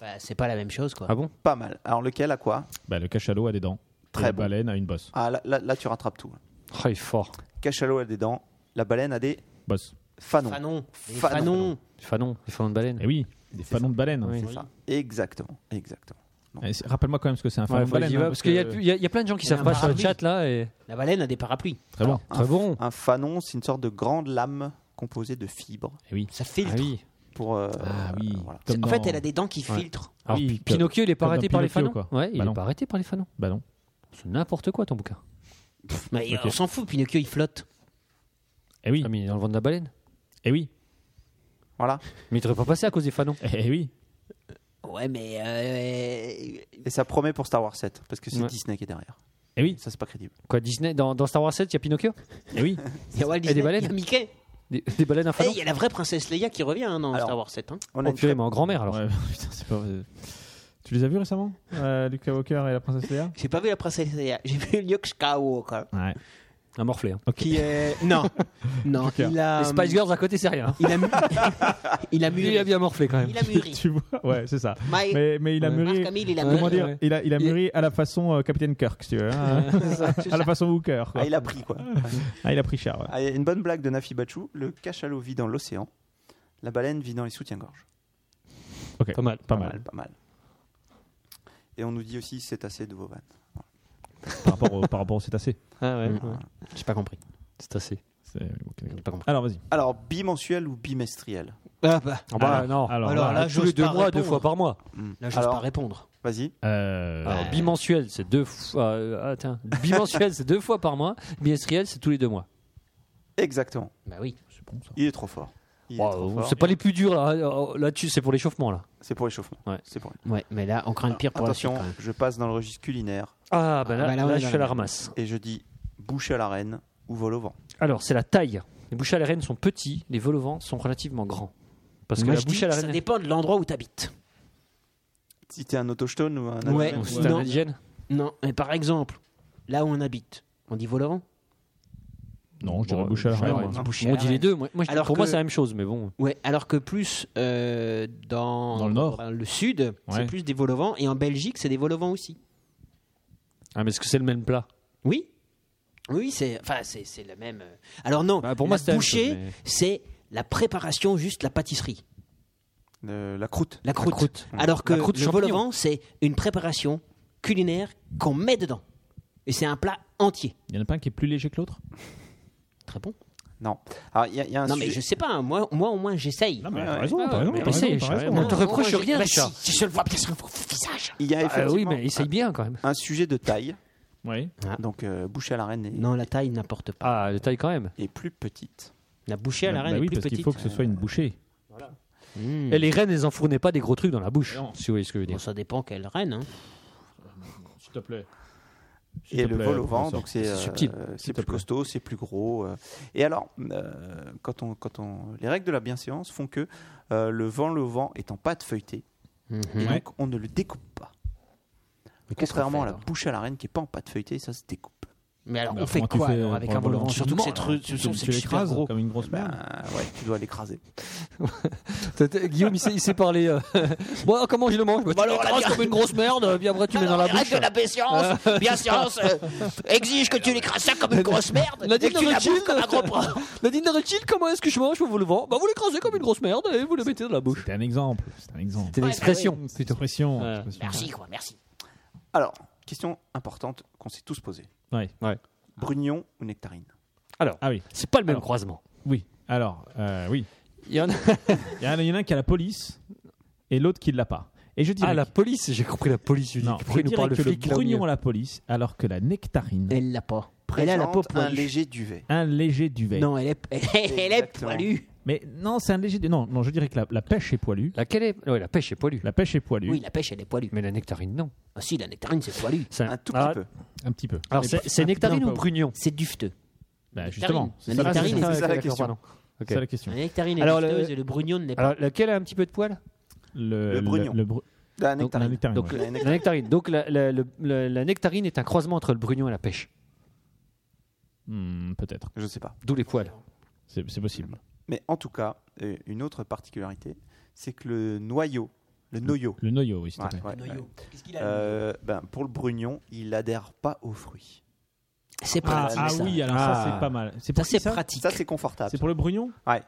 [SPEAKER 5] Bah, c'est pas la même chose, quoi.
[SPEAKER 4] Ah bon
[SPEAKER 3] Pas mal. Alors lequel à quoi
[SPEAKER 2] Bah, le cachalot a des dents.
[SPEAKER 3] Très
[SPEAKER 2] et la
[SPEAKER 3] bon.
[SPEAKER 2] baleine a une bosse.
[SPEAKER 3] Ah là, là- là, tu rattrapes tout.
[SPEAKER 4] Oh, il est fort.
[SPEAKER 3] Cachalot a des dents, la baleine a des
[SPEAKER 2] Bosse.
[SPEAKER 3] fanons.
[SPEAKER 5] Fanon. Les
[SPEAKER 3] Fanon.
[SPEAKER 5] Fanon.
[SPEAKER 4] Fanon, les fanons de baleine.
[SPEAKER 2] Eh oui, des fanons de baleine.
[SPEAKER 4] Oui.
[SPEAKER 3] C'est ça. Exactement, exactement.
[SPEAKER 2] Eh, c'est- Rappelle-moi quand même ce que c'est un fanon
[SPEAKER 4] Ouais,
[SPEAKER 2] de
[SPEAKER 4] faut que
[SPEAKER 2] baleine.
[SPEAKER 4] j'y
[SPEAKER 2] hein,
[SPEAKER 4] va, parce qu'il y, a-
[SPEAKER 2] que-
[SPEAKER 4] il y a- il y a plein de gens qui
[SPEAKER 5] Il y a
[SPEAKER 4] savent
[SPEAKER 5] un
[SPEAKER 4] pas sur le
[SPEAKER 5] parapluie.
[SPEAKER 4] chat là et
[SPEAKER 5] La baleine a des parapluies.
[SPEAKER 2] Très bon.
[SPEAKER 4] très bon.
[SPEAKER 3] Un fanon, c'est une sorte de grande lame composée de fibres.
[SPEAKER 2] Eh oui.
[SPEAKER 5] Ça filtre.
[SPEAKER 4] Ah oui.
[SPEAKER 3] Pour, euh,
[SPEAKER 2] Ah oui.
[SPEAKER 3] euh, voilà.
[SPEAKER 2] Comme
[SPEAKER 5] En fait,
[SPEAKER 2] dans-
[SPEAKER 5] elle a des dents qui
[SPEAKER 4] Ouais.
[SPEAKER 5] filtrent.
[SPEAKER 4] Alors,
[SPEAKER 2] Oui,
[SPEAKER 4] Pi-
[SPEAKER 2] comme-
[SPEAKER 4] Ah Pinocchio, il est pas
[SPEAKER 2] comme
[SPEAKER 4] arrêté
[SPEAKER 2] dans
[SPEAKER 4] par les fanons.
[SPEAKER 2] Pinocchio, quoi.
[SPEAKER 4] Ouais, il
[SPEAKER 2] Bah
[SPEAKER 4] est
[SPEAKER 2] non.
[SPEAKER 4] pas arrêté par les fanons.
[SPEAKER 2] Bah non.
[SPEAKER 4] C'est n'importe quoi ton bouquin.
[SPEAKER 5] Mais
[SPEAKER 2] Ok.
[SPEAKER 5] on s'en fout, Pinocchio, il flotte.
[SPEAKER 2] Eh oui.
[SPEAKER 4] Ah, mais il est dans le ventre de la baleine.
[SPEAKER 2] Eh oui.
[SPEAKER 3] Voilà.
[SPEAKER 4] Mais il devrait pas passer à cause des fanons.
[SPEAKER 2] Eh oui.
[SPEAKER 5] Ouais, mais. euh,
[SPEAKER 3] Et ça promet pour Star Wars 7, parce que c'est
[SPEAKER 4] Ouais.
[SPEAKER 3] Disney qui est derrière.
[SPEAKER 2] Eh oui.
[SPEAKER 3] Ça, c'est pas crédible.
[SPEAKER 4] Quoi, Disney, dans, dans Star Wars 7, il y a Pinocchio
[SPEAKER 2] Eh oui.
[SPEAKER 5] Il y a
[SPEAKER 4] des
[SPEAKER 5] Walt Disney, il y a
[SPEAKER 4] baleines
[SPEAKER 5] Mickey.
[SPEAKER 4] des, des baleines à
[SPEAKER 5] Eh,
[SPEAKER 4] fanons
[SPEAKER 5] il y a la vraie princesse Leia qui revient hein, dans
[SPEAKER 3] Alors,
[SPEAKER 5] Star Wars 7. hein.
[SPEAKER 3] On
[SPEAKER 4] Oh,
[SPEAKER 3] une
[SPEAKER 4] purée,
[SPEAKER 3] très-
[SPEAKER 4] mais en grand-mère alors.
[SPEAKER 2] Ouais, putain, c'est pas vrai. Tu les as vus récemment euh, Luke Walker et la princesse Leia
[SPEAKER 5] J'ai pas vu la princesse Leia, j'ai vu Luke Skywalker.
[SPEAKER 2] Ouais.
[SPEAKER 4] Un morflet. hein.
[SPEAKER 5] Qui est. Non. non, il a.
[SPEAKER 4] Les Spice Girls à côté, c'est rien.
[SPEAKER 5] Il a mu- Il a
[SPEAKER 4] Lui,
[SPEAKER 5] mûri.
[SPEAKER 4] il a bien morflé quand même.
[SPEAKER 5] Il a mûri.
[SPEAKER 2] Tu vois Ouais, c'est ça.
[SPEAKER 5] My-
[SPEAKER 2] Mais, mais il a
[SPEAKER 4] Ouais.
[SPEAKER 5] Marc
[SPEAKER 2] mûri.
[SPEAKER 5] Hamill, il a mûri.
[SPEAKER 2] Comment
[SPEAKER 4] Ouais,
[SPEAKER 2] dire
[SPEAKER 4] ouais.
[SPEAKER 2] il, a, il a
[SPEAKER 4] Il-
[SPEAKER 2] mûri à la façon euh, Capitaine Kirk, si tu veux. hein. à la façon Hooker. quoi.
[SPEAKER 3] Ah, il a pris quoi.
[SPEAKER 2] Ah, il a pris cher. ouais.
[SPEAKER 3] Ah, il y a une bonne blague de Nafi Bachou. Le cachalot vit dans l'océan, la baleine vit dans les soutiens-gorge.
[SPEAKER 2] Ok.
[SPEAKER 4] Pas mal.
[SPEAKER 2] Pas mal.
[SPEAKER 3] Pas mal. Et on nous dit aussi c'est assez de vos vannes.
[SPEAKER 2] Par rapport au, par rapport au cétacé.
[SPEAKER 4] Ah ouais,
[SPEAKER 3] Mmh.
[SPEAKER 4] ouais.
[SPEAKER 5] J'ai pas compris.
[SPEAKER 4] C'est assez.
[SPEAKER 2] C'est- ok, d'accord.
[SPEAKER 5] pas compris.
[SPEAKER 2] Alors, vas-y.
[SPEAKER 3] Alors, bimensuel ou bimestriel
[SPEAKER 5] Ah bah,
[SPEAKER 4] Ah bah non.
[SPEAKER 2] alors,
[SPEAKER 5] Alors
[SPEAKER 2] là,
[SPEAKER 5] là,
[SPEAKER 4] tous
[SPEAKER 5] j'ose
[SPEAKER 4] les deux
[SPEAKER 5] pas
[SPEAKER 4] mois, deux
[SPEAKER 5] répondre.
[SPEAKER 4] fois par mois.
[SPEAKER 5] là, j'ose
[SPEAKER 3] Alors-
[SPEAKER 5] pas répondre.
[SPEAKER 3] Vas-y.
[SPEAKER 2] euh,
[SPEAKER 4] Alors, bimensuel, c'est deux fois. euh, attends. Bimensuel, c'est deux fois par mois. Bimestriel, c'est tous les deux mois.
[SPEAKER 3] Exactement.
[SPEAKER 5] Bah oui.
[SPEAKER 2] c'est bon, ça.
[SPEAKER 3] Il est trop fort. Il est
[SPEAKER 4] Wow,
[SPEAKER 3] trop fort.
[SPEAKER 4] c'est pas les plus durs là. Euh, Là-dessus, c'est pour l'échauffement là.
[SPEAKER 3] C'est pour l'échauffement.
[SPEAKER 4] Ouais.
[SPEAKER 3] C'est pour-
[SPEAKER 5] Ouais, mais là, on craint le pire pour la suite
[SPEAKER 3] Attention,
[SPEAKER 5] quand même.
[SPEAKER 3] je passe dans le registre culinaire
[SPEAKER 4] Ah, bah là,
[SPEAKER 5] Ah, bah là,
[SPEAKER 4] là,
[SPEAKER 5] on est
[SPEAKER 4] je
[SPEAKER 5] dans
[SPEAKER 4] fais la
[SPEAKER 5] le-
[SPEAKER 4] ramasse.
[SPEAKER 3] et je dis bouche à la reine ou vol au vent.
[SPEAKER 4] Alors, c'est la taille. Les bouchées à la reine sont petits, les vols au vent sont relativement grands. Parce que
[SPEAKER 5] Moi,
[SPEAKER 4] la
[SPEAKER 5] je dis,
[SPEAKER 4] bouche à la
[SPEAKER 5] ça
[SPEAKER 4] reine.
[SPEAKER 5] dépend de l'endroit où t'habites.
[SPEAKER 3] Si t'es un autochtone ou un
[SPEAKER 5] Ouais.
[SPEAKER 3] indigène.
[SPEAKER 4] C'est un
[SPEAKER 5] Non.
[SPEAKER 4] indigène
[SPEAKER 5] Non, mais par exemple, là où on habite, on dit Volerand
[SPEAKER 2] Non, je dirais
[SPEAKER 4] Bon,
[SPEAKER 2] bouche à la
[SPEAKER 4] je dirais,
[SPEAKER 2] reine.
[SPEAKER 4] ouais,
[SPEAKER 2] moi.
[SPEAKER 4] Moi, on dit les deux. Moi, moi, je-
[SPEAKER 5] Alors
[SPEAKER 4] pour moi,
[SPEAKER 5] que-
[SPEAKER 4] c'est la même chose, mais bon.
[SPEAKER 5] Ouais, alors que plus euh, dans,
[SPEAKER 2] Dans le nord.
[SPEAKER 5] le sud,
[SPEAKER 2] Ouais.
[SPEAKER 5] c'est plus des volovents et en Belgique, c'est des volovents aussi.
[SPEAKER 4] Ah, mais est-ce que c'est le même plat
[SPEAKER 5] Oui. Oui, c'est enfin c'est c'est le même. euh, Alors non,
[SPEAKER 4] Bah, pour
[SPEAKER 5] la
[SPEAKER 4] moi, c'est la même
[SPEAKER 5] bouchée,
[SPEAKER 4] chose, mais-
[SPEAKER 5] c'est la préparation juste la pâtisserie,
[SPEAKER 3] Euh, la croûte.
[SPEAKER 5] la croûte.
[SPEAKER 4] croûte.
[SPEAKER 5] Alors que
[SPEAKER 4] La croûte
[SPEAKER 5] le
[SPEAKER 4] champignon.
[SPEAKER 5] volovent, c'est une préparation culinaire qu'on met dedans. Et c'est un plat entier.
[SPEAKER 2] Il y en a pas un qui est plus léger que l'autre
[SPEAKER 5] Très bon.
[SPEAKER 3] Non. Alors, il y, a- il y a un
[SPEAKER 5] non mais
[SPEAKER 3] sujet-
[SPEAKER 5] je sais pas, hein, moi moi au moins j'essaye.
[SPEAKER 2] Non, mais
[SPEAKER 3] Ouais,
[SPEAKER 2] t'as
[SPEAKER 3] ouais.
[SPEAKER 2] raison, t'as raison,
[SPEAKER 4] mais
[SPEAKER 2] t'as
[SPEAKER 4] essaye,
[SPEAKER 2] raison, t'as
[SPEAKER 4] je-
[SPEAKER 2] raison.
[SPEAKER 4] on
[SPEAKER 5] Non,
[SPEAKER 4] te reproche
[SPEAKER 5] moi,
[SPEAKER 4] rien,
[SPEAKER 5] j'ai- bah,
[SPEAKER 4] Richard.
[SPEAKER 5] si, si je le vois bien sur mon visage.
[SPEAKER 3] il y a
[SPEAKER 4] Ah, oui,
[SPEAKER 3] effectivement
[SPEAKER 4] mais essaye bien quand même.
[SPEAKER 3] un sujet de taille.
[SPEAKER 2] Oui.
[SPEAKER 3] Donc, euh, bouche à la reine est,
[SPEAKER 5] Non, la taille n'importe pas.
[SPEAKER 4] Ah, la taille quand même.
[SPEAKER 3] est plus petite.
[SPEAKER 5] La bouchée à la
[SPEAKER 2] Bah,
[SPEAKER 5] reine
[SPEAKER 2] bah
[SPEAKER 5] est
[SPEAKER 2] oui,
[SPEAKER 5] plus
[SPEAKER 2] parce
[SPEAKER 5] petite.
[SPEAKER 2] qu'il faut que ce soit une bouchée.
[SPEAKER 5] Mmh.
[SPEAKER 4] Et les reines, elles enfournaient pas des gros trucs dans la bouche,
[SPEAKER 2] Non.
[SPEAKER 4] si vous voyez ce que je veux
[SPEAKER 5] Bon,
[SPEAKER 4] dire.
[SPEAKER 5] ça dépend quelle reine. hein.
[SPEAKER 2] S'il te plaît.
[SPEAKER 3] Et le vol au vent, donc c'est euh,
[SPEAKER 4] subtil,
[SPEAKER 3] c'est
[SPEAKER 4] s'il te
[SPEAKER 3] plus
[SPEAKER 4] plaît.
[SPEAKER 3] costaud, c'est plus gros. euh. Et alors, euh, quand on, quand on, les règles de la bienséance font que euh, le vent, le vent est en pâte feuilletée Et
[SPEAKER 2] Ouais.
[SPEAKER 3] donc, on ne le découpe pas.
[SPEAKER 5] Mais qu'est-ce qu'on
[SPEAKER 3] Contrairement
[SPEAKER 5] fait,
[SPEAKER 3] à la
[SPEAKER 5] alors
[SPEAKER 3] bouche à la reine qui est pas en pâte feuilletée, ça se découpe.
[SPEAKER 5] Mais alors,
[SPEAKER 2] Mais
[SPEAKER 5] on fait
[SPEAKER 2] comment tu
[SPEAKER 5] quoi
[SPEAKER 2] fais
[SPEAKER 5] alors, avec
[SPEAKER 2] pour
[SPEAKER 5] un
[SPEAKER 2] le
[SPEAKER 5] volant
[SPEAKER 2] balancer
[SPEAKER 5] Surtout que
[SPEAKER 2] dedans,
[SPEAKER 5] c'est
[SPEAKER 2] alors
[SPEAKER 5] tru- ce sont-
[SPEAKER 2] tu
[SPEAKER 5] c'est super
[SPEAKER 2] l'écrases
[SPEAKER 5] gros.
[SPEAKER 2] comme une grosse
[SPEAKER 3] Bah,
[SPEAKER 2] merde.
[SPEAKER 3] ouais, tu dois l'écraser.
[SPEAKER 4] Guillaume, il s'est, il s'est parlé. euh, bon, comment je le mange Bah, Tu le crases comme une grosse merde, euh, puis après tu mets dans la bouche.
[SPEAKER 5] Règle de la science, bien science, euh, exige que tu l'écrases ça comme une grosse merde et
[SPEAKER 4] Nadine
[SPEAKER 5] que tu la
[SPEAKER 4] Rothschild.
[SPEAKER 5] bouffes comme un gros porc.
[SPEAKER 4] Nadine Rothschild, comment est-ce que je mange Vous le vend Bah, vous l'écrasez comme une grosse merde et vous le mettez dans la bouche.
[SPEAKER 2] C'était un exemple. C'était un exemple.
[SPEAKER 4] C'est une expression.
[SPEAKER 2] C'est une expression.
[SPEAKER 4] Ouais.
[SPEAKER 2] expression.
[SPEAKER 5] Merci quoi, merci.
[SPEAKER 3] Alors, question importante qu'on s'est tous posée.
[SPEAKER 2] Ouais.
[SPEAKER 3] Brugnon ou nectarine
[SPEAKER 2] Ah oui.
[SPEAKER 4] C'est pas le même
[SPEAKER 2] Alors.
[SPEAKER 4] croisement.
[SPEAKER 2] Oui. Alors, euh, oui.
[SPEAKER 4] Il y en a.
[SPEAKER 2] Il y en a- il y en a un qui a la police et l'autre qui ne l'a pas. Et je dirais,
[SPEAKER 4] Ah, la police, j'ai compris la police. Je dis,
[SPEAKER 2] non,
[SPEAKER 4] pourquoi
[SPEAKER 2] je
[SPEAKER 4] il nous
[SPEAKER 2] dirais
[SPEAKER 4] parle de
[SPEAKER 2] que le
[SPEAKER 4] flic là au
[SPEAKER 2] brugnon
[SPEAKER 4] milieu
[SPEAKER 2] à la police alors que la nectarine,
[SPEAKER 5] Elle l'a pas. Elle a
[SPEAKER 3] Présente
[SPEAKER 5] la peau
[SPEAKER 3] un
[SPEAKER 5] poilue.
[SPEAKER 3] léger duvet.
[SPEAKER 2] un léger duvet.
[SPEAKER 5] Non, elle est, elle, elle est
[SPEAKER 3] Exactement.
[SPEAKER 5] poilue.
[SPEAKER 2] Mais non, c'est un léger du- Non, non, je dirais que la, la pêche est poilue.
[SPEAKER 4] Laquelle est ouais, La pêche est poilue.
[SPEAKER 2] La pêche est poilue.
[SPEAKER 5] Oui, la pêche, elle est poilue.
[SPEAKER 4] Mais la nectarine, non.
[SPEAKER 5] Ah si, la nectarine, c'est poilu.
[SPEAKER 4] C'est
[SPEAKER 3] Un tout petit
[SPEAKER 4] Ah,
[SPEAKER 3] peu.
[SPEAKER 2] Un petit peu.
[SPEAKER 4] Alors, c'est, c'est nectarine
[SPEAKER 2] Non,
[SPEAKER 4] ou
[SPEAKER 2] pas-
[SPEAKER 4] brugnon
[SPEAKER 5] C'est dufteux.
[SPEAKER 2] Bah, justement.
[SPEAKER 5] La
[SPEAKER 2] ça-
[SPEAKER 5] nectarine,
[SPEAKER 2] c'est ça-
[SPEAKER 3] c'est ça la
[SPEAKER 4] d'accord,
[SPEAKER 3] question.
[SPEAKER 4] pardon. Ok.
[SPEAKER 2] c'est ça la question.
[SPEAKER 5] La nectarine est
[SPEAKER 4] Alors,
[SPEAKER 5] dufteuse
[SPEAKER 4] le-
[SPEAKER 5] et le brugnon ne l'est pas.
[SPEAKER 4] Alors, laquelle a un petit peu de poil
[SPEAKER 2] Le,
[SPEAKER 3] Le brugnon.
[SPEAKER 2] Le, bru-
[SPEAKER 3] La
[SPEAKER 2] la
[SPEAKER 3] nectarine.
[SPEAKER 2] nectarine,
[SPEAKER 4] Donc,
[SPEAKER 2] ouais.
[SPEAKER 3] La nectarine.
[SPEAKER 4] La nectarine. Donc, la, la- le- le- la nectarine est un croisement entre le brugnon et la pêche.
[SPEAKER 2] Hmm, peut-être.
[SPEAKER 3] Je sais pas.
[SPEAKER 4] D'où les poils.
[SPEAKER 2] C'est c'est possible.
[SPEAKER 3] Mais en tout cas, euh, une autre particularité, c'est que le noyau, le noyau,
[SPEAKER 2] Le noyau, oui, s'il te
[SPEAKER 3] Ouais,
[SPEAKER 2] plaît.
[SPEAKER 3] ouais, ouais. Euh, ben, pour le brugnon, il adhère pas aux fruits.
[SPEAKER 5] C'est
[SPEAKER 2] Ah,
[SPEAKER 5] pratique
[SPEAKER 2] ah
[SPEAKER 5] ça.
[SPEAKER 2] oui, alors ça,
[SPEAKER 4] Ah.
[SPEAKER 2] c'est pas mal. C'est
[SPEAKER 5] Ça
[SPEAKER 2] pour qui,
[SPEAKER 5] c'est pratique.
[SPEAKER 3] Ça, c'est confortable.
[SPEAKER 2] C'est pour le brugnon
[SPEAKER 3] Ouais.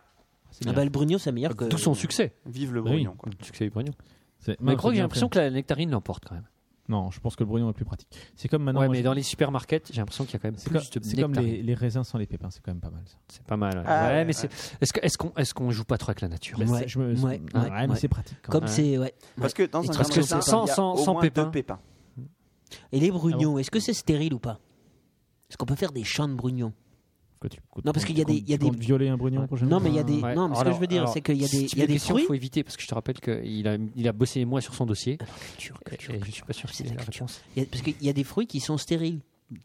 [SPEAKER 2] C'est
[SPEAKER 5] Ah
[SPEAKER 2] bien.
[SPEAKER 5] bah le brugnon c'est meilleur que.
[SPEAKER 4] D'où son succès.
[SPEAKER 3] Vive le
[SPEAKER 2] Oui.
[SPEAKER 3] brugnon. quoi.
[SPEAKER 4] Le succès du brugnon.
[SPEAKER 2] C'est-
[SPEAKER 4] Mais
[SPEAKER 2] non, c'est
[SPEAKER 4] je crois que j'ai
[SPEAKER 2] bien
[SPEAKER 4] l'impression
[SPEAKER 2] fait.
[SPEAKER 4] que la nectarine l'emporte quand même.
[SPEAKER 2] Non, je pense que le brugnon est plus pratique. C'est comme maintenant.
[SPEAKER 4] ouais,
[SPEAKER 2] moi,
[SPEAKER 4] mais
[SPEAKER 2] je-
[SPEAKER 4] dans les supermarkets, j'ai l'impression qu'il y a quand même
[SPEAKER 2] c'est
[SPEAKER 4] plus
[SPEAKER 2] comme-
[SPEAKER 4] de
[SPEAKER 2] C'est comme
[SPEAKER 4] nectarine.
[SPEAKER 2] les, les raisins sans les pépins, c'est quand même pas mal ça.
[SPEAKER 4] C'est pas mal. ouais.
[SPEAKER 3] Ah,
[SPEAKER 4] Ouais,
[SPEAKER 3] ouais,
[SPEAKER 4] mais
[SPEAKER 3] ouais.
[SPEAKER 4] c'est- Est-ce que- est-ce qu'on est qu'on joue pas trop avec la nature
[SPEAKER 5] Ouais,
[SPEAKER 2] C'est- je me-
[SPEAKER 5] ouais,
[SPEAKER 2] Ah,
[SPEAKER 5] ouais,
[SPEAKER 2] mais
[SPEAKER 5] ouais.
[SPEAKER 2] c'est pratique. Quand même.
[SPEAKER 5] Comme c'est ouais.
[SPEAKER 3] Parce que dans
[SPEAKER 5] Et
[SPEAKER 3] un
[SPEAKER 5] parce
[SPEAKER 3] jardin
[SPEAKER 5] que
[SPEAKER 3] de raisin,
[SPEAKER 4] sans-
[SPEAKER 3] il y a
[SPEAKER 4] sans-
[SPEAKER 3] au
[SPEAKER 4] sans
[SPEAKER 3] moins deux
[SPEAKER 4] pépins.
[SPEAKER 3] pépins.
[SPEAKER 5] Et les brugnons, est-ce que c'est stérile ou pas Est-ce qu'on peut faire des champs de brugnons
[SPEAKER 2] Quoi, tu-
[SPEAKER 5] Non, parce qu'il y a
[SPEAKER 2] tu
[SPEAKER 5] des-
[SPEAKER 2] comptes-
[SPEAKER 5] il y a
[SPEAKER 2] tu comptes
[SPEAKER 5] des-
[SPEAKER 2] violer un brugnon
[SPEAKER 4] Ouais.
[SPEAKER 2] prochainement
[SPEAKER 5] Non mais il y a des
[SPEAKER 4] Ouais.
[SPEAKER 5] non mais ce que
[SPEAKER 4] Alors-
[SPEAKER 5] je veux dire
[SPEAKER 4] alors,
[SPEAKER 5] c'est qu'il y a
[SPEAKER 4] ce
[SPEAKER 5] des
[SPEAKER 4] type
[SPEAKER 5] il y a
[SPEAKER 4] de
[SPEAKER 5] des
[SPEAKER 4] questions,
[SPEAKER 5] fruits.
[SPEAKER 4] faut éviter parce que je te rappelle qu'il a, il a bossé moi sur son dossier.
[SPEAKER 5] Culture,
[SPEAKER 4] Et-
[SPEAKER 5] culture,
[SPEAKER 4] et je
[SPEAKER 5] culture.
[SPEAKER 4] suis pas sûr que
[SPEAKER 5] C'est
[SPEAKER 4] c'est
[SPEAKER 5] la
[SPEAKER 4] la
[SPEAKER 5] culture.
[SPEAKER 4] réponse.
[SPEAKER 5] Il y a- parce qu'il y a des fruits qui sont stériles,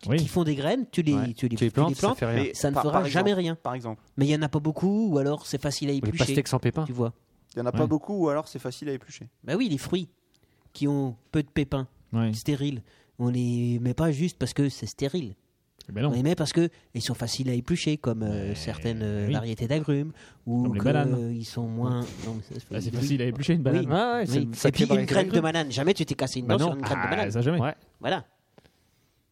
[SPEAKER 2] Oui.
[SPEAKER 5] qui font des graines, tu les,
[SPEAKER 4] Ouais.
[SPEAKER 5] tu les,
[SPEAKER 4] Tu les plantes, ça fait rien.
[SPEAKER 3] Mais
[SPEAKER 5] ça ne
[SPEAKER 3] par-
[SPEAKER 5] fera
[SPEAKER 3] par
[SPEAKER 5] jamais
[SPEAKER 3] exemple-
[SPEAKER 5] rien.
[SPEAKER 3] Par exemple,
[SPEAKER 5] Mais il y en a pas beaucoup, ou alors c'est facile à
[SPEAKER 4] Ou les
[SPEAKER 5] éplucher.
[SPEAKER 4] pastèques sans pépins.
[SPEAKER 5] Tu vois
[SPEAKER 3] il n'y en a
[SPEAKER 2] Ouais.
[SPEAKER 3] pas beaucoup ou alors c'est facile à éplucher.
[SPEAKER 5] Bah oui, les fruits qui ont peu de pépins,
[SPEAKER 2] Ouais.
[SPEAKER 5] stériles. On les met pas juste parce que c'est stérile.
[SPEAKER 2] Ben
[SPEAKER 5] On
[SPEAKER 2] non.
[SPEAKER 5] les met parce que ils sont faciles à éplucher, comme euh, certaines euh,
[SPEAKER 2] oui.
[SPEAKER 5] variétés d'agrumes, ou
[SPEAKER 2] Comme les
[SPEAKER 5] que,
[SPEAKER 2] bananes.
[SPEAKER 5] euh, ils sont moins. Non, mais ça,
[SPEAKER 2] Là, Ah, c'est
[SPEAKER 5] oui.
[SPEAKER 2] facile à éplucher une banane.
[SPEAKER 5] Oui.
[SPEAKER 4] Ouais, ouais,
[SPEAKER 5] Oui.
[SPEAKER 4] c'est une
[SPEAKER 5] Et
[SPEAKER 4] sacrée
[SPEAKER 5] puis une
[SPEAKER 4] variété
[SPEAKER 5] graine de
[SPEAKER 4] d'agrumes.
[SPEAKER 5] banane. Jamais tu t'es cassé une
[SPEAKER 4] Bah
[SPEAKER 5] dent
[SPEAKER 4] non.
[SPEAKER 5] sur une graine de
[SPEAKER 2] Ah,
[SPEAKER 5] banane.
[SPEAKER 2] ça jamais.
[SPEAKER 4] Ouais.
[SPEAKER 5] Voilà.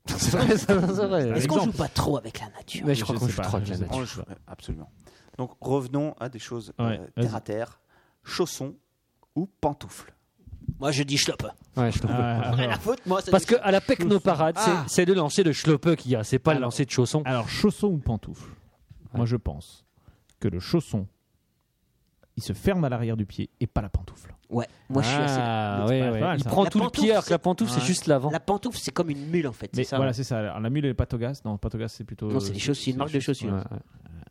[SPEAKER 4] C'est vrai, c'est vrai, c'est vrai.
[SPEAKER 5] Est-ce qu'on
[SPEAKER 2] exemple.
[SPEAKER 5] joue pas trop avec la nature
[SPEAKER 4] Mais je crois
[SPEAKER 2] Je
[SPEAKER 4] qu'on
[SPEAKER 2] sais
[SPEAKER 4] joue
[SPEAKER 2] pas,
[SPEAKER 4] trop avec
[SPEAKER 2] je
[SPEAKER 4] la
[SPEAKER 2] sais
[SPEAKER 4] nature.
[SPEAKER 2] pas.
[SPEAKER 3] On le joue, ouais, Absolument. Donc revenons à des choses
[SPEAKER 2] Ouais,
[SPEAKER 3] euh,
[SPEAKER 2] vas-y.
[SPEAKER 3] terre à terre, chaussons ou pantoufles.
[SPEAKER 5] Moi, je dis schlope.
[SPEAKER 4] Ouais, je trouve.
[SPEAKER 2] Ah,
[SPEAKER 5] Rien à
[SPEAKER 2] alors,
[SPEAKER 5] foutre, moi. ça
[SPEAKER 4] Parce
[SPEAKER 5] dit-
[SPEAKER 4] que à la Pecnoparade, c'est-
[SPEAKER 5] Ah.
[SPEAKER 4] c'est le lancer de Schloppe qu'il y a, c'est pas le
[SPEAKER 2] Alors.
[SPEAKER 4] lancer de chausson.
[SPEAKER 2] alors, chausson ou pantoufle Moi, je pense que le chausson, il se ferme à l'arrière du pied et pas la pantoufle.
[SPEAKER 5] Ouais, moi, je suis assez.
[SPEAKER 4] Ah,
[SPEAKER 2] C'est
[SPEAKER 4] ouais,
[SPEAKER 2] pas
[SPEAKER 4] ouais.
[SPEAKER 2] mal,
[SPEAKER 4] Il
[SPEAKER 2] ça.
[SPEAKER 4] prend
[SPEAKER 5] La
[SPEAKER 4] tout le
[SPEAKER 5] pantoufle,
[SPEAKER 4] pied alors que
[SPEAKER 5] c'est-
[SPEAKER 4] la pantoufle, c'est
[SPEAKER 2] Ouais.
[SPEAKER 4] juste l'avant.
[SPEAKER 5] La pantoufle, c'est comme une mule en fait.
[SPEAKER 2] Mais
[SPEAKER 5] c'est ça,
[SPEAKER 2] voilà,
[SPEAKER 5] ouais.
[SPEAKER 2] c'est ça. Alors, la mule et le patogas. Non, le patogas, c'est plutôt.
[SPEAKER 5] Non, c'est des chaussures, c'est une marque de chaussures.
[SPEAKER 4] Ouais, ouais.